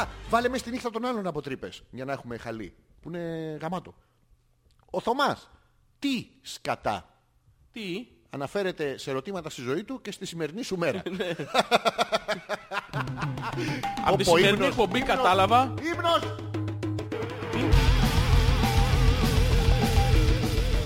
S2: Α, βάλε μέσα στη νύχτα των άλλων από τρύπες, για να έχουμε χαλί. Που είναι γαμάτο. Ο Θωμάς, τι σκατά.
S1: Τι.
S2: Αναφέρεται σε ερωτήματα στη ζωή του και στη σημερινή σου μέρα.
S1: Ναι. Από τη
S2: Όπου ο
S1: σημερινή
S2: ύμνος-
S1: εκπομπή κατάλαβα.
S2: Ύμνος!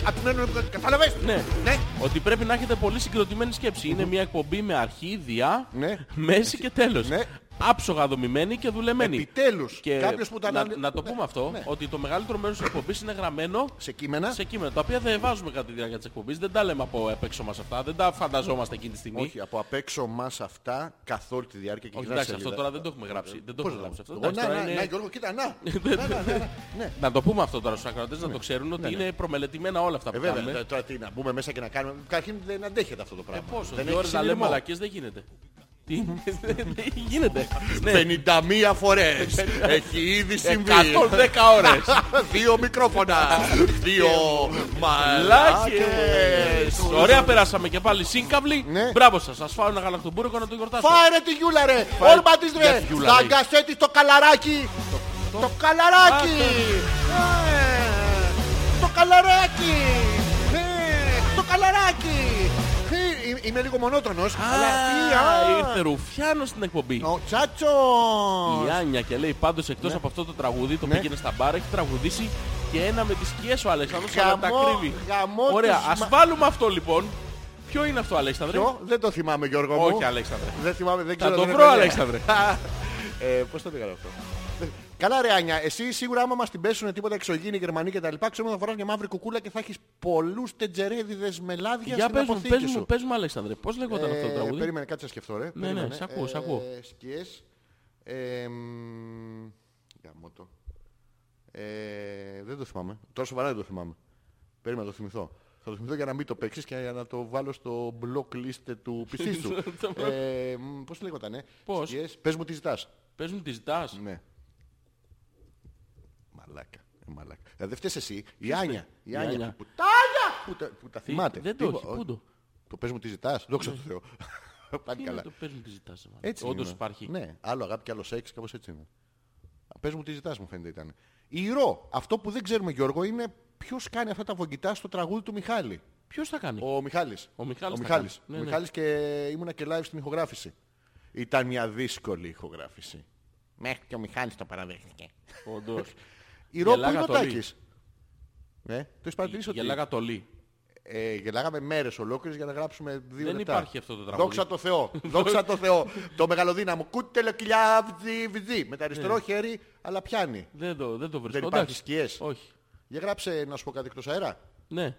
S2: Από την έννοια που κατάλαβες.
S1: Ναι.
S2: Ναι.
S1: Ότι πρέπει να έχετε πολύ συγκροτημένη σκέψη. Είναι μια εκπομπή με αρχή, διά,
S2: Ναι.
S1: μέση και τέλος.
S2: Ναι.
S1: Άψογα δομημένη και δουλεμένη.
S2: Επιτέλους,
S1: Και
S2: κάποιος που τα
S1: να,
S2: αναλυ-
S1: να το πούμε αυτό,
S2: ναι.
S1: ότι το μεγαλύτερο μέρος της εκπομπής είναι γραμμένο
S2: Σε κείμενα.
S1: σε κείμενα, τα οποία δεν βάζουμε κατά τη διάρκεια της εκπομπής, δεν τα λέμε από απ' έξω μας αυτά, δεν τα φανταζόμαστε εκείνη τη στιγμή.
S2: Όχι, από απ' έξω μας αυτά καθ' όλη τη διάρκεια και
S1: Όχι,
S2: γυρνάς
S1: εντάξει, αυτό
S2: σελίδα.
S1: τώρα δεν το έχουμε γράψει. Δεν το
S2: Πώς
S1: έχουμε γράψει αυτό.
S2: Εγώ,
S1: Εντάξει,
S2: να,
S1: τώρα
S2: να,
S1: είναι-
S2: να, Γιώργο, κοίτα, να.
S1: Δεν-
S2: Να, να, να, να. Ναι.
S1: Να το πούμε αυτό τώρα στους ακροατές, να το ξέρουν ότι είναι προμελετημένα όλα αυτά
S2: Ε,
S1: που
S2: βέβαια,
S1: κάνουμε.
S2: τώρα- τώρα τι να μπούμε μέσα και να κάνουμε. Καταρχήν δεν αντέχεται αυτό το
S1: Ε,
S2: πράγμα.
S1: πόσο,
S2: δεν
S1: δύο ώρες να λέμε
S2: συνειρμό.
S1: μαλακίες δεν γίνεται. Τι, δεν γίνεται. Ναι,
S2: 51 φορές έχει ήδη συμβεί.
S1: 110 ώρες.
S2: Δύο μικρόφωνα. Δύο μαλάκες.
S1: Λάκες. Ωραία περάσαμε και πάλι σύγκαβλοι.
S2: Ναι.
S1: Μπράβο σας, σας φάω ένα γαλακτομπούρικο να το γιορτάσουμε.
S2: Φάρε τη γιούλα ρε.
S1: Φάρε-
S2: Όλμα της
S1: Ποια
S2: ρε.
S1: γιούλα,
S2: Θα
S1: ρε.
S2: αγκασέτει το καλαράκι. Το καλαράκι. Ε, Το καλαράκι. Ε, Το καλαράκι. Ε, ε, Είμαι λίγο μονότονος. αλλά-
S1: Α, Ήρθε Ρουφιάνο στην εκπομπή.
S2: Ο Τσάτσος.
S1: Η Άνια και λέει πάντως εκτός από αυτό το τραγούδι το
S2: Ναι.
S1: πήγαινε στα μπάρα έχει τραγουδήσει και ένα με τις σκιές ο Αλέξανδρος αλλά τα
S2: Γαμό-
S1: κρύβει.
S2: γαμό
S1: Ωραία,
S2: τους
S1: ας
S2: μα-
S1: βάλουμε αυτό λοιπόν. Ποιο είναι αυτό Αλέξανδρε?
S2: Ποιο? Δεν το θυμάμαι Γιώργο μου.
S1: Όχι Αλέξανδρε.
S2: Δεν θυμάμαι, δεν
S1: Θα
S2: ξέρω.
S1: το
S2: δεν
S1: βρω
S2: έχω ιδέα.
S1: Αλέξανδρε.
S2: Ε, πώς το λέγανε αυτό. Καλά, ρε Άνια, εσύ σίγουρα άμα μας την πέσουν τίποτα εξωγήινοι Γερμανοί και τα λοιπά, ξέρουμε θα φοράς μια μαύρη κουκούλα και θα έχεις πολλούς τετζερέδιδε με λάδια
S1: Για
S2: στην
S1: πες μου,
S2: αποθήκη
S1: πες μου,
S2: σου.
S1: πες μου, Αλέξανδρε, πώς λεγόταν αυτό το
S2: Ε,
S1: τραγούδι.
S2: Περίμενε, κάτσε να σκεφτώ, ρε.
S1: ναι,
S2: Περίμενε.
S1: σ' ακούω, σ'
S2: Ε,
S1: ακούω.
S2: σκιές. Ε, μ, γαμώ το. Ε, δεν το θυμάμαι. Τώρα σοβαρά δεν το θυμάμαι. Περίμενα να το θυμηθώ. Θα το θυμηθώ για να μην το παίξεις και για να το βάλω στο block list του πιστή σου. ε, μ, πώς λέγονταν,
S1: Πώς.
S2: Σκιές. Πες μου τι ζητάς.
S1: Πες μου, τη ζητάς.
S2: Ναι. Μαλάκα. Ε, μαλάκα. Ε, δεν φταίς εσύ. Η Άνια. Η Άνια.
S1: Άνια.
S2: που- Πουτάνια! Που τα- Που τα
S1: Τι,
S2: θυμάται.
S1: δεν το
S2: Τίπο-
S1: έχει, πού το? Ναι.
S2: Το πες μου τι ζητάς. Δόξα τω Θεώ. Πάλι
S1: Τι είναι
S2: καλά.
S1: το πες μου, τη ζητάς. ρε, μάνα.
S2: Έτσι
S1: Όντως
S2: είναι.
S1: υπάρχει.
S2: Ναι, άλλο αγάπη και άλλο σεξ, κάπως έτσι είναι. Πες μου τι ζητάς μου φαίνεται ήταν. Η Ρο, αυτό που δεν ξέρουμε Γιώργο είναι ποιος κάνει αυτά τα βογγητά στο τραγούδι του Μιχάλη.
S1: Ποιος θα κάνει.
S2: Ο Μιχάλης.
S1: Ναι. Ο Μιχάλης τα
S2: Ο Μιχάλης,
S1: κάνει. Ναι,
S2: Ο
S1: ναι.
S2: Μιχάλης και ήμουνα και live στην ηχογράφηση. Ήταν μια δύσκολη ηχογράφηση.
S8: Μέχρι και ο Μιχάλης το παραδέχτηκε.
S1: Όντως.
S2: Η Ρο που
S1: Γελάγα
S2: είναι ο
S1: το λέει.
S2: Τάκης. Ναι, το έχεις παρατηρήσει ότι...
S1: Γελάγα το λί.
S2: Ε, γελάγαμε μέρες ολόκληρες για να γράψουμε δύο
S1: Δεν
S2: λεπτά.
S1: υπάρχει αυτό το τραγούδι.
S2: Δόξα τω Θεώ. δόξα τω Θεώ. το μεγαλοδύναμο. Κούτελο κοιλιάβδι βιδί. Με το
S1: Ναι.
S2: αριστερό χέρι, αλλά πιάνει.
S1: Δεν το, δεν το βρίσκω.
S2: Δεν υπάρχει
S1: Εντάξει.
S2: σκιές.
S1: Όχι.
S2: Για γράψε να σου πω κάτι εκτός αέρα.
S1: Ναι.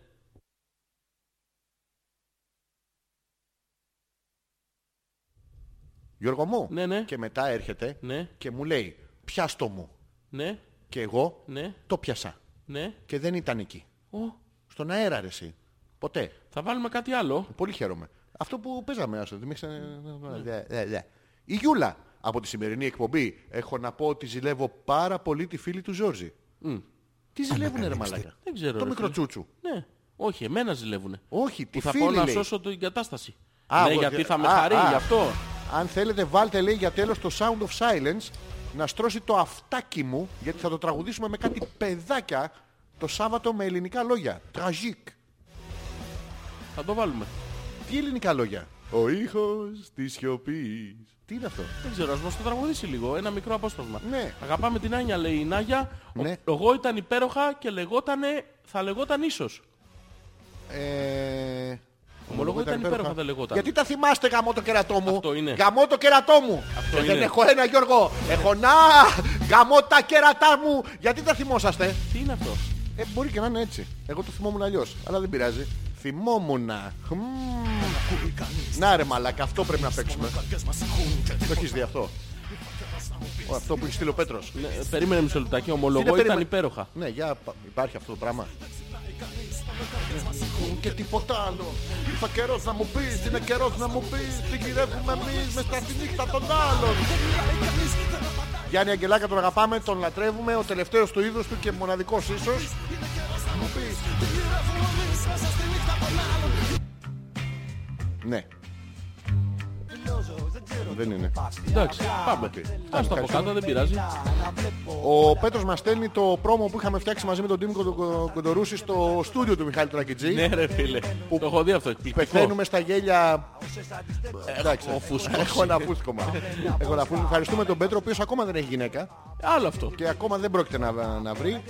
S2: Γιώργο μου.
S1: Ναι, ναι.
S2: Και μετά έρχεται
S1: Ναι.
S2: και μου λέει πιάστο μου.
S1: Ναι.
S2: Και εγώ
S1: Ναι.
S2: το πιάσα.
S1: Ναι.
S2: Και δεν ήταν εκεί.
S1: Ω,
S2: Στον αέρα ρε εσύ. Ποτέ.
S1: θα βάλουμε κάτι άλλο.
S2: Πολύ χαίρομαι. Αυτό που παίζαμε, άστο. Δεν ήξερα- Ναι, ναι, ναι. Η Γιούλα από τη σημερινή εκπομπή. Έχω να πω ότι ζηλεύω πάρα πολύ τη φίλη του Ζόρζη. Τι ζηλεύουνε ρε μαλάκα.
S1: Δεν ξέρω,
S2: Το
S1: ρε,
S2: μικρό
S1: φίλε.
S2: τσούτσου.
S1: Ναι. Όχι, εμένα ζηλεύουνε.
S2: Όχι, τη
S1: Που θα
S2: φίλη
S1: πω να
S2: λέει.
S1: σώσω την κατάσταση.
S2: Α,
S1: ναι,
S2: εγώ-
S1: γιατί θα με
S2: α,
S1: χαρεί
S2: α.
S1: γι' αυτό.
S2: Αν θέλετε βάλτε λέει για τέλος το Sound of Silence να στρώσει το αυτάκι μου γιατί θα το τραγουδήσουμε με κάτι παιδάκια το Σάββατο με ελληνικά λόγια. Τραγικ.
S1: Θα το βάλουμε.
S2: Τι ελληνικά λόγια. Ο ήχος της σιωπής. Τι είναι αυτό.
S1: Δεν ξέρω, ας μας το τραγουδήσει λίγο. Ένα μικρό απόσπασμα.
S2: Ναι.
S1: Αγαπάμε την Άνια, λέει η Νάγια.
S2: Ναι.
S1: Ο- Εγώ ήταν υπέροχα και λεγότανε, θα λεγόταν ίσως.
S2: Ε...
S1: Ομολογώ ήταν υπέροχα, δεν λεγόταν.
S2: Γιατί τα θυμάστε γαμό το κερατό μου.
S1: Αυτό είναι.
S2: Γαμό το κερατό μου.
S1: Αυτό
S2: Και δεν
S1: είναι.
S2: έχω ένα Γιώργο. Έχω να γαμό τα κερατά μου. Γιατί τα θυμόσαστε.
S1: Τι είναι αυτό.
S2: Ε, μπορεί και να είναι έτσι. Εγώ το θυμόμουν αλλιώς. Αλλά δεν πειράζει. Θυμόμουνα. Χμμ. Να ρε μαλάκα, αυτό πρέπει να παίξουμε. Το έχεις δει αυτό. Ο, αυτό που έχει στείλει ο Πέτρος.
S1: Ναι, ε, περίμενε μισό λεπτάκι.
S2: Τι είναι,
S1: Ομολογώ ήταν
S2: περίμενε.
S1: υπέροχα.
S2: Ναι, για πα- υπάρχει αυτό το πράγμα. Και τίποτα άλλο. Ήρθε καιρός να μου πεις, είναι καιρός να μου πεις. Τι γυρεύουμε εμείς μες στα τη νύχτα των άλλων. Γιάννη Αγγελάκα τον αγαπάμε, τον λατρεύουμε. Ο τελευταίος του είδους του και μοναδικός ίσως. Ναι. Δεν είναι.
S1: Εντάξει, πάμε. Ας τα από κάτω, δεν πειράζει.
S2: Ο Πέτρος μας στέλνει το πρόμο που είχαμε φτιάξει μαζί με τον Τίμη Κοντο- Κοντορούση στο στούντιο του Μιχάλη Τρακιτζή.
S1: Ναι, ρε φίλε. Το έχω δει αυτό. εκπληκτικό.
S2: Πεθαίνουμε στα γέλια. Εντάξει,
S1: ο φούσκος.
S2: έχω ένα φούσκωμα. έχω ένα φούσκωμα. Ευχαριστούμε τον Πέτρο, ο οποίος ακόμα δεν έχει γυναίκα
S1: Άλλο αυτό.
S2: και ακόμα δεν πρόκειται να, να βρει.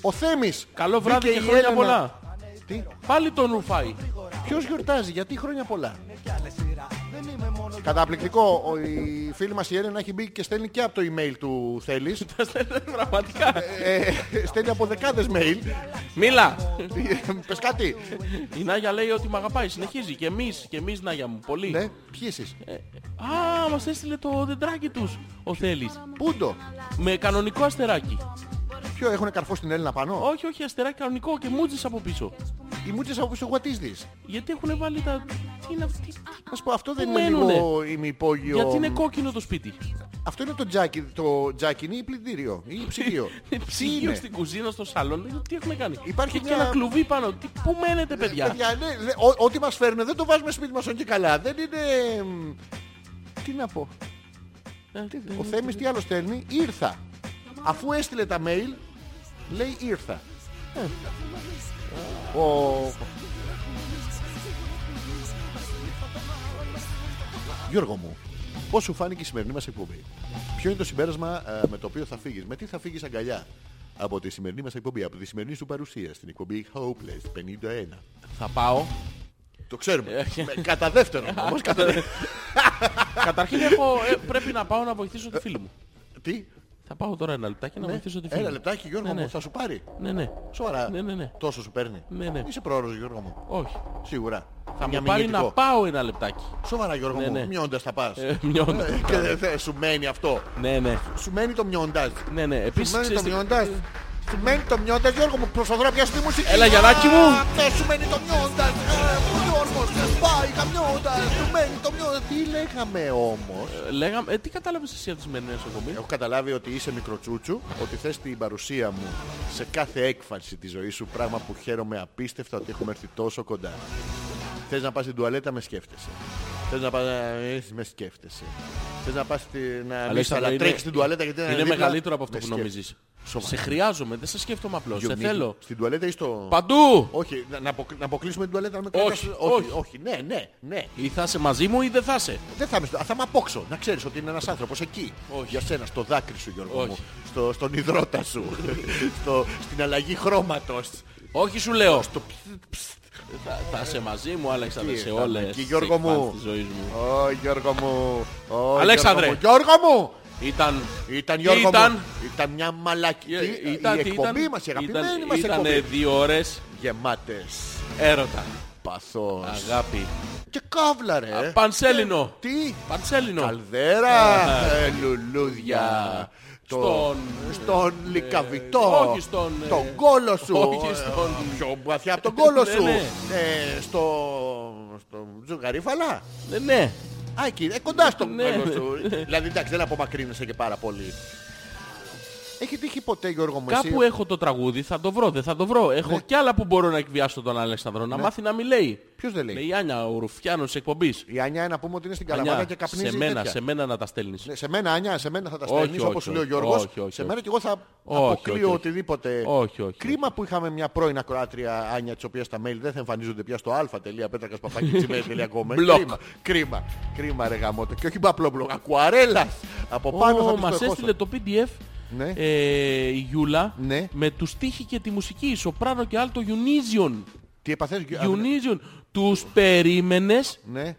S2: Ο Θέμης.
S1: Καλό βράδυ
S2: Μπήκε
S1: και
S2: η
S1: χρόνια
S2: Έλενα.
S1: πολλά.
S2: Τι,
S1: Πάλι τον ρουφάει.
S2: ποιος γιορτάζει, γιατί χρόνια πολλά. Καταπληκτικό, ο, η φίλη μας η Έλενα έχει μπει και στέλνει και από το email του θέλεις.
S1: Πραγματικά.
S2: Ε, στέλνει από δεκάδες mail.
S1: Μίλα.
S2: Πες κάτι.
S1: Η Νάγια λέει ότι με αγαπάει. Συνεχίζει. Και εμείς, και εμείς Νάγια μου. Πολύ.
S2: Ναι, ποιοι εσείς.
S1: Α, μας έστειλε το δεντράκι τους ο Θέλης.
S2: Πού το.
S1: Με κανονικό αστεράκι.
S2: Ποιο έχουν καρφώσει την Έλληνα πάνω.
S1: Όχι, όχι, αστεράκι κανονικό και μούτζης από πίσω.
S2: Οι μούτσε από πίσω what is this.
S1: Γιατί έχουν βάλει τα... Τι είναι αυτή...
S2: Να σου πω αυτό δεν
S1: Πού
S2: είναι
S1: μένουνε?
S2: λίγο ημυπόγειο.
S1: Γιατί είναι κόκκινο το σπίτι.
S2: Αυτό είναι το τζάκι. Το τζάκι είναι ή πλυντήριο ή ψυγείο.
S1: Είναι
S2: Τι
S1: ψυγείο
S2: είναι?
S1: στην κουζίνα, στο σαλόν. Τι έχουν κάνει.
S2: Υπάρχει
S1: και,
S2: μια-
S1: και ένα κλουβί πάνω. Τι, πού μένετε, παιδιά.
S2: Παιδιά, ναι, δε- ό- ό,τι μας φέρνουν δεν το βάζουμε σπίτι μας όχι και καλά. Δεν είναι... εμ, Τι να πω.
S1: Ε,
S2: Ο Θέμης τι άλλο στέλνει. Ήρθα. Αφού έστειλε τα mail, λέει ήρθα. Ε. Ο... Γιώργο μου, πώς σου φάνηκε η σημερινή μας εκπομπή. Ποιο είναι το συμπέρασμα ε, με το οποίο θα φύγεις. Με τι θα φύγεις αγκαλιά. Από τη σημερινή μας εκπομπή, από τη σημερινή σου παρουσία στην εκπομπή Hopeless 51.
S1: Θα πάω.
S2: Το ξέρουμε.
S1: Ε,
S2: Με- κατά δεύτερον όμως. κατά δε-
S1: Καταρχήν έχω, ε, πρέπει να πάω να βοηθήσω τη φίλη μου.
S2: Τι.
S1: Θα πάω τώρα ένα λεπτάκι να
S2: Ναι.
S1: βοηθήσω τη φίλη.
S2: Ένα
S1: μου.
S2: λεπτάκι, Γιώργο
S1: Ναι, ναι.
S2: μου, θα σου πάρει.
S1: Ναι, ναι.
S2: Σοβαρά.
S1: Ναι, ναι, ναι.
S2: Τόσο σου παίρνει.
S1: Ναι, ναι.
S2: Είσαι πρόωρος, Γιώργο μου.
S1: Όχι.
S2: Σίγουρα.
S1: Θα
S2: Για
S1: μου πάρει να
S2: μηνυτικό.
S1: πάω ένα λεπτάκι.
S2: Σοβαρά, Γιώργο
S1: Ναι, ναι.
S2: μου. Μειώντας θα πας.
S1: Ε, μειώντας.
S2: Ε, Και δεν θε- σου μένει αυτό.
S1: ναι, ναι.
S2: Σου μένει το μειώντας.
S1: Ναι, ναι. Επίσης,
S2: Σου μένει το
S1: ξέρεις τι- Ε,
S2: μειώντας. Σου μένει το μειώντας, Γιώργο μου. Προσπαθώ να πιάσω τη μουσική.
S1: Έλα, Γιαννάκη μου.
S2: Α, αυτό Σου μένει το μειώντας. Ε, Ο Γιώργος δεν πάει καμιώντας. Σου μένει το μειώντας. Τι λέγαμε όμως.
S1: Ε, Λέγαμε, ε, τι κατάλαβες εσύ από τη σημερινή εκπομπή.
S2: Έχω καταλάβει ότι είσαι μικροτσούτσου, ότι θες την παρουσία μου σε κάθε έκφανση της ζωής σου, πράγμα που χαίρομαι απίστευτα ότι έχουμε έρθει τόσο κοντά. Θες να πας στην τουαλέτα, με σκέφτεσαι. Θες να πας να είσαι, μες σκέφτεσαι. Θες να πας στη, να λύσεις,
S1: Αλέξανδρα,
S2: αλλά
S1: είναι-
S2: τρέξεις στην τουαλέτα γιατί
S1: Είναι
S2: δίπλα,
S1: μεγαλύτερο από αυτό
S2: με
S1: που
S2: σκέφτεσαι.
S1: νομίζεις.
S2: Σοβαρά.
S1: Σε χρειάζομαι, δεν σε σκέφτομαι απλώς. Σε
S2: Γιονίκη,
S1: θέλω.
S2: Στην τουαλέτα ή στο...
S1: Παντού!
S2: Όχι, να, να αποκλει- να αποκλείσουμε την τουαλέτα να με
S1: Όχι,
S2: κρατάς-
S1: όχι.
S2: όχι, όχι, ναι, ναι, ναι.
S1: Ή θα είσαι μαζί μου ή δεν θα είσαι.
S2: Δεν θα είμαι στο... Θα με απόξω. Να ξέρεις ότι είναι ένας άνθρωπος εκεί.
S1: Όχι.
S2: Για σένα, στο δάκρυ σου Γιώργο
S1: Όχι.
S2: μου. Στο, στον υδρότα σου. στο, στην αλλαγή χρώματος.
S1: Όχι σου λέω.
S2: Στο ψ- ψ-
S1: θα, θα είσαι μαζί μου, Αλέξανδρε,
S2: Τι,
S1: σε
S2: θα
S1: όλες
S2: εκεί,
S1: τις
S2: Γιώργο μου.
S1: εκφάνσεις της ζωής μου.
S2: Ω Γιώργο μου. Ω,
S1: Αλέξανδρε.
S2: Γιώργο μου. Γιώργο μου.
S1: Ήταν...
S2: Ήταν
S1: Τι
S2: Γιώργο
S1: ήταν?
S2: μου. Ήταν μια μαλακή.
S1: Ε,
S2: η
S1: τι
S2: εκπομπή μας, η αγαπημένη
S1: ήταν,
S2: μας
S1: ήταν
S2: εκπομπή.
S1: δύο ώρες
S2: Γεμάτες.
S1: έρωτα,
S2: Παθός.
S1: αγάπη,
S2: Και κάβλα ρε. Ε,
S1: Α, πανσέλινο.
S2: Τι.
S1: πανσέλινο.
S2: Καλδέρα, ε, λουλούδια. το-
S1: Στον- ε,
S2: στον λικαβιτό.
S1: όχι στον, ε,
S2: Τον κόλο σου.
S1: όχι στον-
S2: Ε, Πιο βαθιά από τον κόλο
S1: Ναι,
S2: σου.
S1: ναι.
S2: Ε, στο... στο ζουγαρίφαλα.
S1: Ναι, ναι.
S2: Α, εκεί, ε, κοντά στον
S1: Ναι.
S2: κόλο σου. δηλαδή εντάξει, δεν απομακρύνεσαι και πάρα πολύ. Έχει τύχει ποτέ Γιώργο μου
S1: Κάπου ε-
S2: εσύ. Ναι.
S1: έχω το τραγούδι, θα το βρω, δεν θα το βρω. Έχω κι άλλα που μπορώ να εκβιάσω τον Αλέξανδρο, να μάθει να μιλάει.
S2: Ποιος δεν Ναι. λέει?
S1: Λέει η Άνια, ο Ρουφιάνος της εκπομπής.
S2: Η Ανιά να πούμε ότι είναι στην Καλαμάτα
S1: Άνια,
S2: και καπνίζει
S1: σε μένα,
S2: τέτοια.
S1: σε μένα να τα στέλνεις.
S2: Ναι, σε μένα, Άνια, σε μένα θα τα
S1: Όχι,
S2: στέλνεις
S1: όχι,
S2: όπως σου λέει ο
S1: όχι,
S2: Γιώργος.
S1: όχι, όχι,
S2: σε
S1: όχι.
S2: μένα και εγώ θα
S1: Όχι,
S2: αποκλείω
S1: όχι, όχι.
S2: οτιδήποτε.
S1: Όχι, όχι,
S2: Κρίμα που είχαμε μια πρώην ακροάτρια Άνια, της οποίας τα mail δεν θα εμφανίζονται πια στο α.πέτρακα.gmail.com.
S1: Μπλοκ.
S2: κρίμα, κρίμα, κρίμα ρε γαμότο. Και όχι μπαπλό μπλοκ, ακουαρέλας. Από Ναι, πάνω θα
S1: Ω,
S2: της
S1: μας
S2: το έχω.
S1: έστειλε το PDF
S2: Ναι.
S1: ε, η Γιούλα
S2: Ναι.
S1: με τους στίχη και τη μουσική, σοπράνο και άλτο Unision.
S2: Τι έπαθες, Γιου-
S1: Unision. Τους περίμενες,
S2: Ναι.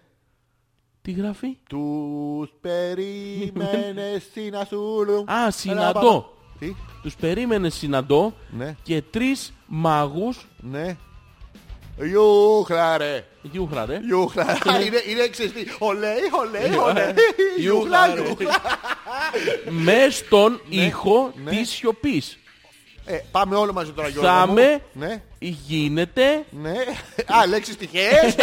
S1: τι γράφει.
S2: Τους περίμενες στην Ασούλου.
S1: Α, συναντώ.
S2: Έλα, πάμε. Τι,
S1: Τους περίμενες συναντώ
S2: Ναι.
S1: και τρεις μάγους,
S2: ναι. Γιούχλα ρε.
S1: γιούχρα ρε,
S2: Γιούχλα.
S1: Ναι.
S2: Είναι, είναι εξαιστή. Ολέ, ολέ, ολέ.
S1: Γιούχλα,
S2: Γιούχλα,
S1: ρε.
S2: γιούχλα.
S1: μες στον ήχο της σιωπής.
S2: Ε, Πάμε όλοι μαζί τώρα, Γιώργο.
S1: Θα
S2: μου.
S1: με
S2: Ναι.
S1: γίνεται
S2: Ναι. Α, λέξεις τυχαίες.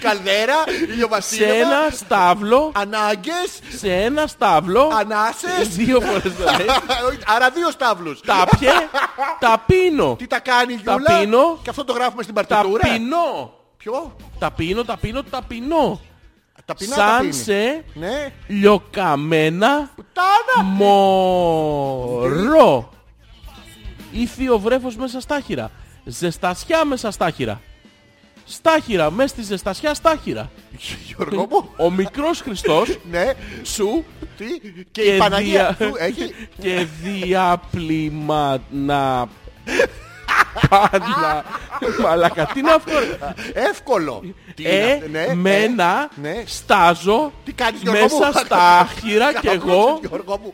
S2: Καλδέρα,
S1: σε
S2: ηλιοβασίλευμα.
S1: ένα στάβλο,
S2: Ανάγκες,
S1: σε ένα στάβλο,
S2: ναι. ανάσες.
S1: δύο φορές το λέει,
S2: Άρα δύο στάβλους.
S1: τα πιε, τα πίνω,
S2: Τι τα κάνει η Γιούλα.
S1: πίνω.
S2: Και αυτό το γράφουμε στην
S1: τα
S2: παρτιτούρα.
S1: πίνω,
S2: Ποιο.
S1: τα πίνω, τα πίνω, τα πίνω,
S2: Ταπεινά τα
S1: σαν
S2: πίνεις.
S1: σε
S2: Ναι.
S1: λιοκαμένα
S2: Τάνα.
S1: μωρό. Ήθιο βρέφος μέσα στάχυρα, ζεστασιά μέσα στάχυρα, στάχυρα μέσα στη ζεστασιά στάχυρα.
S2: Γιώργο μου.
S1: Ο μικρός Χριστός
S2: Ναι.
S1: σου
S2: Τι. Και η Παναγία
S1: δια-
S2: του έχει.
S1: και διάπλημα να Πάλα. Μαλακα, τι είναι αυτό. ρε.
S2: Εύκολο. Τι είναι αυτό, ναι,
S1: Ε,
S2: ναι.
S1: μένα
S2: ναι.
S1: στάζω
S2: Τι κάνεις, Γιώργο
S1: μέσα
S2: μου?
S1: στα άχυρα κι εγώ.
S2: Γιώργο μου.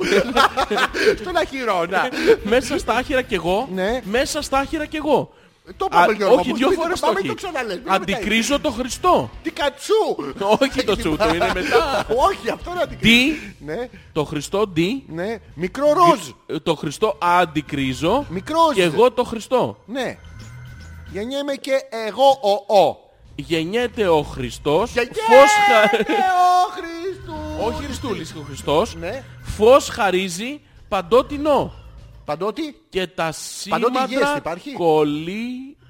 S2: Στον αχυρώνα.
S1: Μέσα στα άχυρα κι εγώ.
S2: Ναι.
S1: Μέσα στα άχυρα κι εγώ.
S2: Το είπαμε,
S1: Α,
S2: Γιώργο
S1: Όχι,
S2: μου,
S1: δύο
S2: μην το
S1: φορές το
S2: πάμε,
S1: όχι.
S2: το ξαναλέμε, μην
S1: Αντικρίζω το Χριστό.
S2: Τι κατσού.
S1: Όχι το τσούτο, είναι μετά.
S2: Όχι, αυτό να την
S1: Τι,
S2: Ναι,
S1: το Χριστό τι.
S2: ναι. Μικρό ροζ.
S1: Ε, Το Χριστό αντικρίζω.
S2: Μικρός.
S1: Και εγώ το Χριστό.
S2: Ναι. Γεννιέμαι και εγώ ο ο.
S1: Γεννιέται ο Χριστός.
S2: Γεννιέται
S1: Φως χα...
S2: ο Χριστού.
S1: Όχι Χριστούλης, ο Χριστός.
S2: Ναι.
S1: Φως χαρίζει παντότινό.
S2: Παντότι.
S1: Και τα
S2: Παντότινες
S1: σήματα
S2: υπάρχει?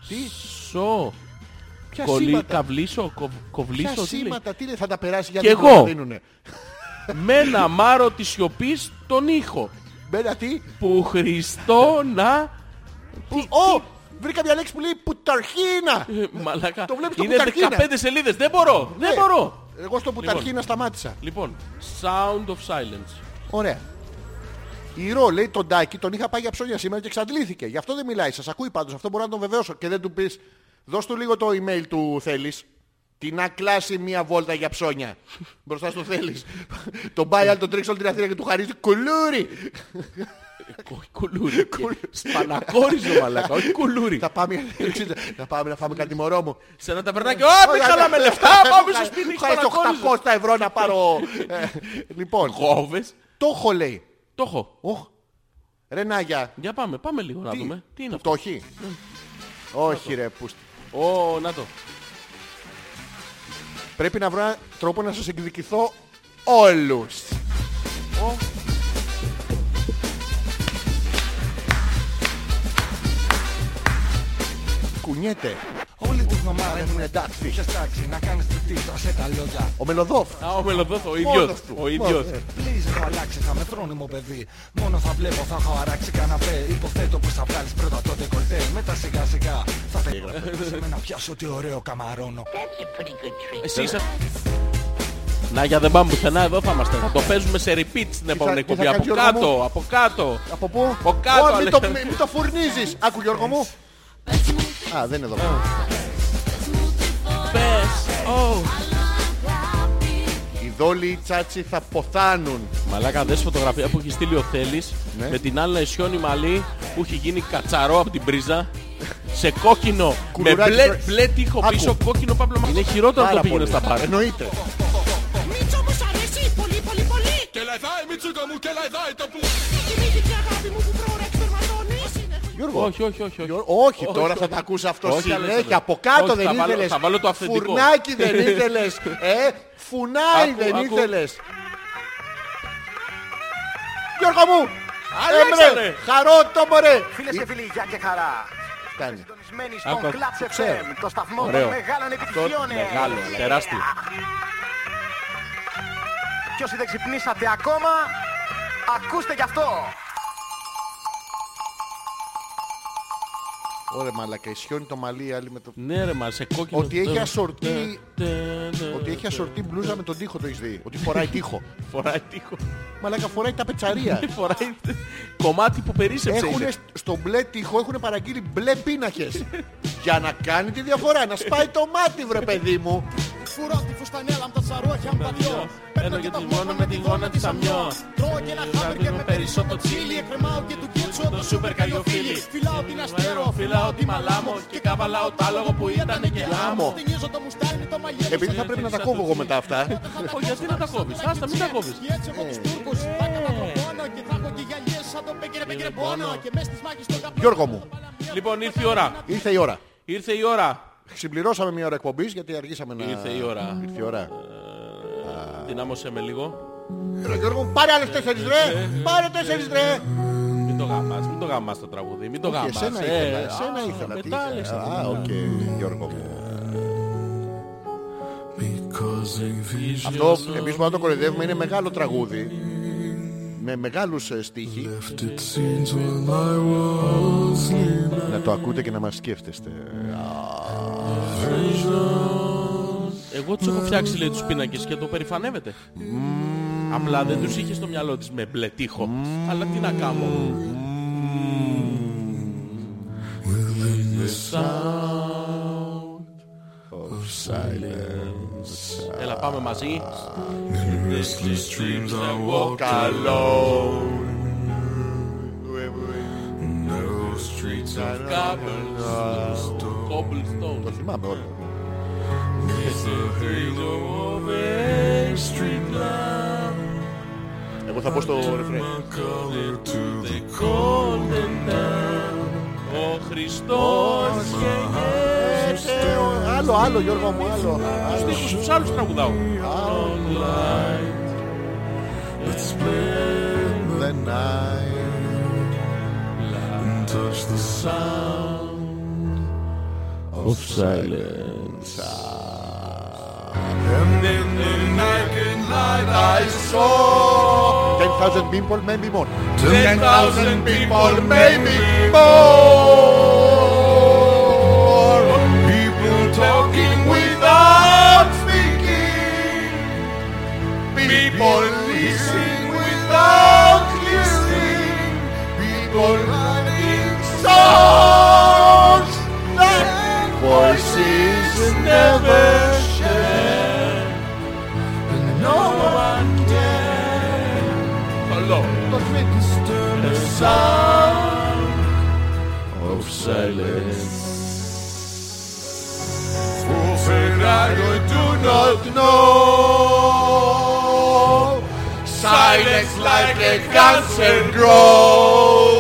S1: κολλήσω.
S2: Ποια
S1: Κολλή,
S2: σήματα.
S1: καβλήσω, κοβ,
S2: Ποια
S1: κοβλήσω. τι λέει.
S2: σήματα, τι λέει, θα τα περάσει
S1: Κι
S2: γιατί δεν
S1: εγώ.
S2: τα δίνουνε.
S1: Με ένα μάρο της σιωπής τον ήχο.
S2: Μπέλα τι.
S1: Που Χριστό να...
S2: Που- Ω, βρήκα μια λέξη που λέει πουταρχίνα.
S1: Ε, Μαλάκα.
S2: Το βλέπεις το
S1: Είναι
S2: κουταρκίνα.
S1: 15 σελίδες. Δεν μπορώ. Δεν
S2: Ναι.
S1: μπορώ.
S2: Εγώ στο πουταρχίνα σταμάτησα.
S1: Λοιπόν, Sound of Silence.
S2: Ωραία. Η Ρο λέει τον Τάκη, τον είχα πάει για ψώνια σήμερα και εξαντλήθηκε. Γι' αυτό δεν μιλάει. Σας ακούει πάντως, αυτό μπορώ να τον βεβαιώσω. Και δεν του πεις, δώσ' του λίγο το email του θέλεις. Τι να κλάσει μία βόλτα για ψώνια. Μπροστά στο θέλεις. τον πάει άλλο, τον τρίξει όλη την Αθήνα και του χαρίζει κουλούρι.
S1: Κου- Κουλούρι. Σπανακόριζο μαλάκα, όχι κουλούρι.
S2: θα, πάμε, θα πάμε να φάμε κάτι μωρό μου. ναι.
S1: Σε ένα ταβερνάκι, «Ω, μην χαλάμε λεφτά, πάμε στο σπίτι,
S2: Χάρη το
S1: σπανακόριζο.
S2: 800 ευρώ να πάρω. Ε, λοιπόν,
S1: Κόβες.
S2: το έχω λέει.
S1: Το έχω.
S2: Οχ. Ρε Νάγια,
S1: Για πάμε, πάμε λίγο να δούμε. Τι είναι
S2: το
S1: αυτό.
S2: έχει. Όχι ρε, πούστη.
S1: Ω, να το.
S2: Πρέπει να βρω έναν τρόπο να σας εκδικηθώ όλους. Κουνιέται.
S9: Όλη τη βδομάδα ήμουν εντάξει. Είχες τάξει να κάνεις τη τίτρα σε τα λόγια.
S2: Ο Μελοδόφ.
S1: Α, ο μελοδόθο, ο
S2: Μόνος
S1: ίδιος.
S2: του.
S1: Ο ίδιος.
S2: Μόνος.
S9: Please έχω αλλάξει, θα με φρόνιμο παιδί. Μόνο θα βλέπω, θα έχω αράξει καναπέ. Υποθέτω πως θα βγάλεις πρώτα το ντεκολτέ. Μετά σιγά σιγά θα τα σε μένα πιάσω τι ωραίο καμαρώνω.
S10: Ε,
S1: Εσύ είσαι... Να για δεν πάμε πουθενά, εδώ θα είμαστε. Θα το παίζουμε σε repeat στην επόμενη
S2: τι θα
S1: εκπομπή. Από
S2: κάνεις, Γιώργο
S1: κάτω, από κάτω.
S2: Από πού?
S1: Από κάτω,
S2: Ω, μην, το,
S1: Αλέξανδρε.
S2: μην το φουρνίζεις. Άκου Γιώργο μου. Α, δεν είναι εδώ.
S1: Ε. Πες. Ω.
S2: Οι δόλοι οι τσάτσι θα ποθάνουν.
S1: Μαλάκα, δες φωτογραφία που έχει στείλει ο Θέλης
S2: Ναι.
S1: με την άλλη σιώνη μαλλί που έχει γίνει κατσαρό από την πρίζα σε κόκκινο με
S2: Κουλουράκι
S1: μπλε,
S2: πρέ-
S1: μπλε τείχο
S2: Άκου.
S1: πίσω κόκκινο παπλωμα. Είναι χειρότερο από
S2: Πάρα
S1: το πήγαινε
S2: πολύ.
S1: στα μπαρ.
S2: Εννοείται.
S6: Μίτσο μου σ' αρέσει πολύ πολύ πολύ
S9: Και λαϊδάει μιτσούκα μου και λαϊδάει το που.
S6: Έχει μύθει και αγάπη μου που προώρα εκπερματώνει
S2: Γιώργο.
S1: Όχι, όχι, όχι. όχι.
S2: Γιώργο, Όχι,
S1: Όχι,
S2: τώρα
S1: όχι.
S2: θα τα ακούσει αυτό
S1: Όχι,
S2: συνέχεια.
S1: Αλέξανδρε.
S2: Από κάτω
S1: Όχι,
S2: δεν
S1: θα βάλω-
S2: ήθελες.
S1: θα βάλω το αυθεντικό.
S2: Φουρνάκι δεν ήθελες. Ε, φουνάρι
S1: Άκου,
S2: δεν
S1: άκου.
S2: ήθελες. Γιώργο μου!
S1: Αλέξανδρε.
S2: Έμπρε! Χαρό το μωρέ!
S10: Φίλες και φίλοι, γεια και χαρά.
S2: Φτάνει.
S10: Συντονισμένοι
S1: Άκου,
S10: στον
S1: άκου.
S10: Clutch
S2: Ξέρω.
S10: FM, το σταθμό των
S1: Ωραίο.
S10: μεγάλων επιτυχιών. ε.
S1: Μεγάλο, τεράστιο.
S10: Και όσοι δεν ξυπνήσατε ακόμα, ακούστε γι' αυτό.
S2: Ωραία μαλακα, ισιώνει το μαλλί η άλλη με το...
S1: Ναι ρε μα, σε κόκκινο. Ναι,
S2: Ότι έχει ασορτή-
S1: Τε, τε, τε,
S2: Ότι έχει ασορτή μπλούζα με τον τοίχο το έχεις δει. Ότι φοράει τοίχο.
S1: Φοράει τείχο.
S2: Μαλάκα φοράει τα πετσαρία.
S1: Φοράει κομμάτι που περίσεψε.
S2: Έχουνε
S1: είναι.
S2: σ- στο μπλε τοίχο έχουν παραγγείλει μπλε πίνακες. Για να κάνει τη διαφορά. Να σπάει το μάτι βρε παιδί μου.
S7: Φουρώ τη φουστανέλα με τα σαρόχια μου παλιό.
S1: Παίρνω και τη γόνα με τη γόνα της αμιό.
S7: Τρώω και ένα χάμπεργκερ με περισσότερο τσίλι. Εκρεμάω και του κίτσου το σούπερ καλιοφίλι. Φυλάω την αστέρο, φυλάω τη μαλάμο. Και καβαλάω το άλογο που ήταν και λάμο. Τινίζω το μουστάρι, το μαλλιέ μου.
S2: Επειδή θα πρέπει να τα κόβω εγώ μετά αυτά.
S1: Όχι, γιατί να τα κόβεις. Άστα, μην τα κόβεις.
S7: Και έτσι από
S2: Ε.
S7: τους Τούρκους θα έκανα τον πόνο και θα έχω και γυαλιές σαν τον Πέγκερε Πέγκερε Πόνο και μες στις μάχες των καπνών
S2: Γιώργο μου,
S1: Λοιπόν, ήρθε η ώρα.
S2: ήρθε η ώρα.
S1: Ήρθε η ώρα.
S2: Συμπληρώσαμε μια ώρα εκπομπής γιατί αργήσαμε να...
S1: Ήρθε η ώρα.
S2: Ήρθε η ώρα.
S1: Δυνάμωσέ με λίγο.
S2: Ρε Γιώργο μου, πάρε άλλες τέσσερις ρε. Πάρε τέσσερις ρε.
S1: Μην το γαμάς, μην το γαμάς το τραγούδι. Μην το
S2: Και
S1: γαμάς.
S2: εσένα
S1: Ε,
S2: ήθελα.
S1: α,
S2: Εσένα ήθελα. τι
S1: μετά,
S2: ήθελα.
S1: Αλέξανδρε.
S2: Α, οκ, Γιώργο μου. Αυτό εμείς μπορούμε να το κοροϊδεύουμε είναι μεγάλο τραγούδι. Με μεγάλους ε, στίχους. Να το ακούτε και να μας σκέφτεστε.
S1: Εγώ τους έχω φτιάξει λέει τους πίνακες και το περηφανεύεται. Απλά δεν τους είχε στο μυαλό της με μπλε τείχο. Αλλά τι να κάνω. Έλα πάμε μαζί.
S2: Καλό.
S1: Cobblestone.
S2: Το θυμάμαι όλο. Εγώ θα πω στο ρεφρέν.
S1: Ο Χριστός
S2: Ε, ο- Άλλο, άλλο Γιώργο μου, άλλο. άλλο.
S1: Στίχους στους άλλους τραγουδάω.
S2: The night. Ten thousand people, maybe more.
S1: Ten thousand people,
S2: maybe more. People talking without speaking. People listening without listening. People writing songs that voices never share.
S1: silence.
S5: Silence like a cancer grows.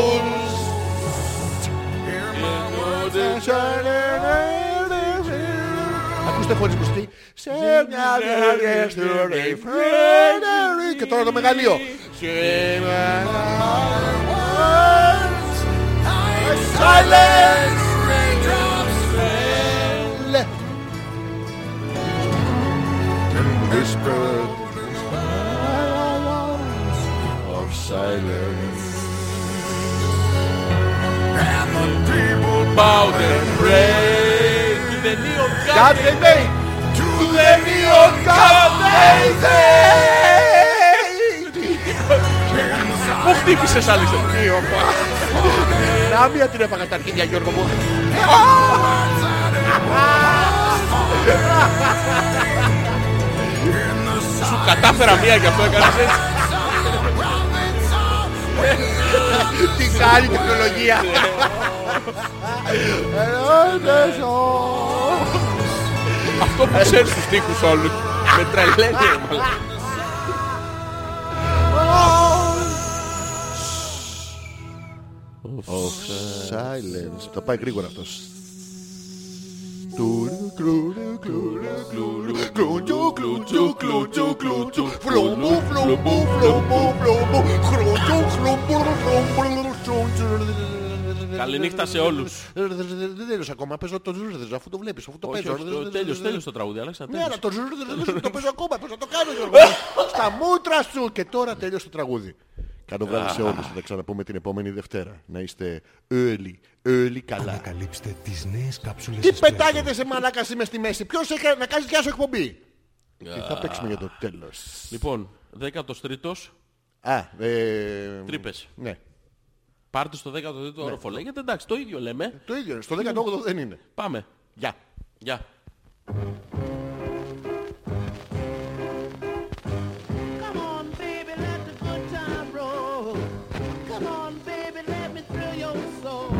S2: Ακούστε χωρίς μουσική. Σε μια δεύτερη φρένερη. Και τώρα το μεγαλείο. Λε.
S1: Bow their praise to the neon
S2: God they made. To the neon God they made.
S1: Πού χτύπησες Άλεξε
S2: Να μία την έφαγα τα αρχίδια Γιώργο μου.
S1: Σου κατάφερα μία και αυτό έκανες έτσι
S2: Τι κάνει η τεχνολογία.
S1: Αυτό που ξέρεις τους τείχους όλους Με τρελαίνει ρε μαλάκα.
S2: Silence. Το πάει γρήγορα αυτός.
S1: Καληνύχτα σε όλους.
S2: Δεν τέλειωσε ακόμα. Παίζω το ζούρδεζ αφού το βλέπεις, αφού το
S1: Όχι,
S2: παίζω.
S1: όχι, το- τέλειος, τέλειος το τραγούδι Άλεξα
S2: Ναι, αλλά
S1: τέλειος.
S2: το ζούρδεζ το παίζω ακόμα. Πώς θα το κάνω, Γιώργο. μου. Στα μούτρα σου. Και τώρα τέλειωσε το τραγούδι. Καλό βράδυ σε όλους. Θα τα ξαναπούμε την επόμενη Δευτέρα. Να είστε όλοι, όλοι καλά.
S9: Ανακαλύψτε τις νέες κάψουλες
S2: Τι
S9: εσπρέσο.
S2: πετάγεται σε μαλάκα εσύ μες στη μέση. Ποιος έχει να κάνει δικιά σου εκπομπή. Τι θα παίξουμε για το τέλος.
S1: Λοιπόν, 13ος
S2: Α, ε,
S1: Τρύπες.
S2: Ναι.
S1: Πάρτε στο 13ο όροφο. Λέγεται εντάξει, το ίδιο λέμε.
S2: Το ίδιο είναι. Στο 18ο δεν είναι.
S1: Πάμε.
S2: Γεια.
S1: Γεια.
S7: Come on, baby, let the good time roll. Come on, baby, let me thrill your soul.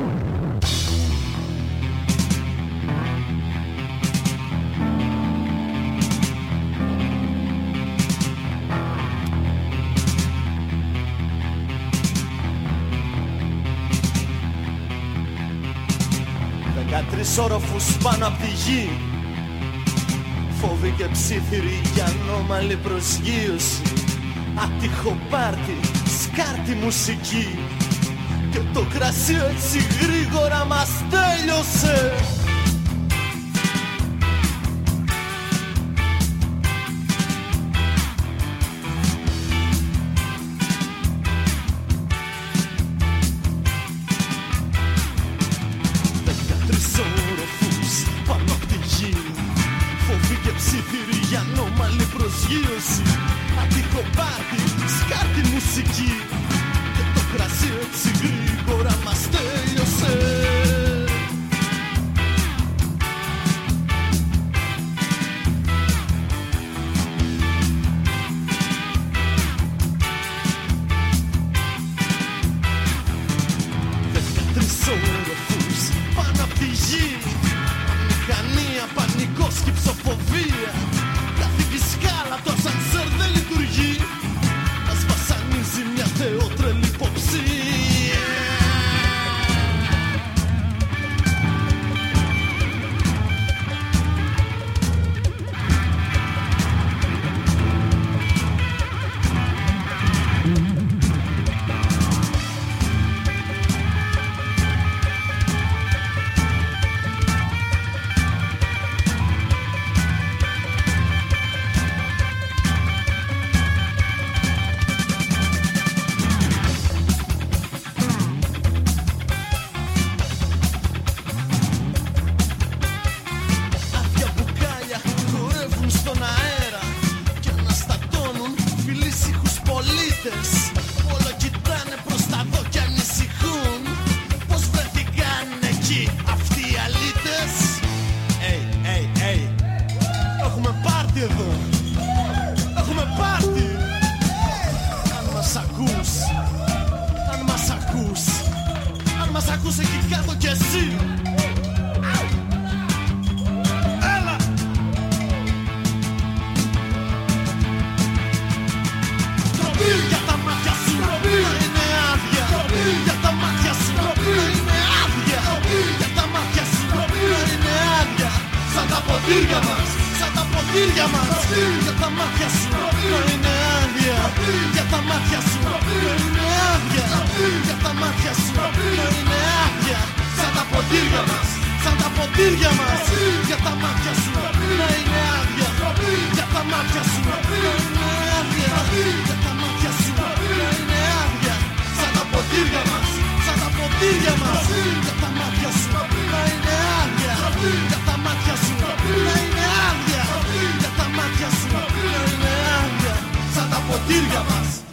S7: Δεκατρεις όροφους πάνω απ' τη γη Φόβοι και ψήθυροι για ανώμαλη προσγείωση Ατύχο πάρτι, σκάρτη μουσική Και το κρασί έτσι γρήγορα μας τέλειωσε Δεκατρεις όροφους πάνω απ' τη γη Φοβή και ψήθυρη για ανώμαλη προσγείωση Ατύχο πάρτι, σκάρτη μουσική Και το κρασί έτσι γρήγορα μας τέλειωσε Δεκατρεις όροφους πάνω απ' τη γη Αμηχανία, πανικός και ψοφοβία Καθήκη σκάλα, το ασανσέρ δεν λειτουργεί Μας βασανίζει μια θεότρελη υποψία Άδεια μπουκάλια χορεύουν στον αέρα Και αναστατώνουν φιλήσυχους πολίτες Όλο κοιτάνε προς τα δω και ανησυχούν Πώς βρεθήκαν εκεί αυτοί οι αλήτες Ει, ει, ει Έχουμε πάρτι εδώ Έχουμε πάρτι Αν μας ακούς Αν μας ακούς Αν μας ακούς εκεί κάτω κι εσύ ποτήρια μας Σαν τα ποτήρια μας Για τα μάτια σου να είναι άδεια Για τα μάτια σου να είναι άδεια Για τα μάτια σου να είναι άδεια Σαν τα ποτήρια μας Σαν τα ποτήρια μας Για τα μάτια σου να είναι άδεια Για τα μάτια σου να είναι άδεια Για τα μάτια σου να είναι άδεια Σαν τα ποτήρια μας Σαν τα ποτήρια μας Για τα μάτια σου να είναι άδεια Για τα μάτια σου να είναι άδεια Για τα μάτια σου να είναι άδεια Σαν τα ποτήρια μας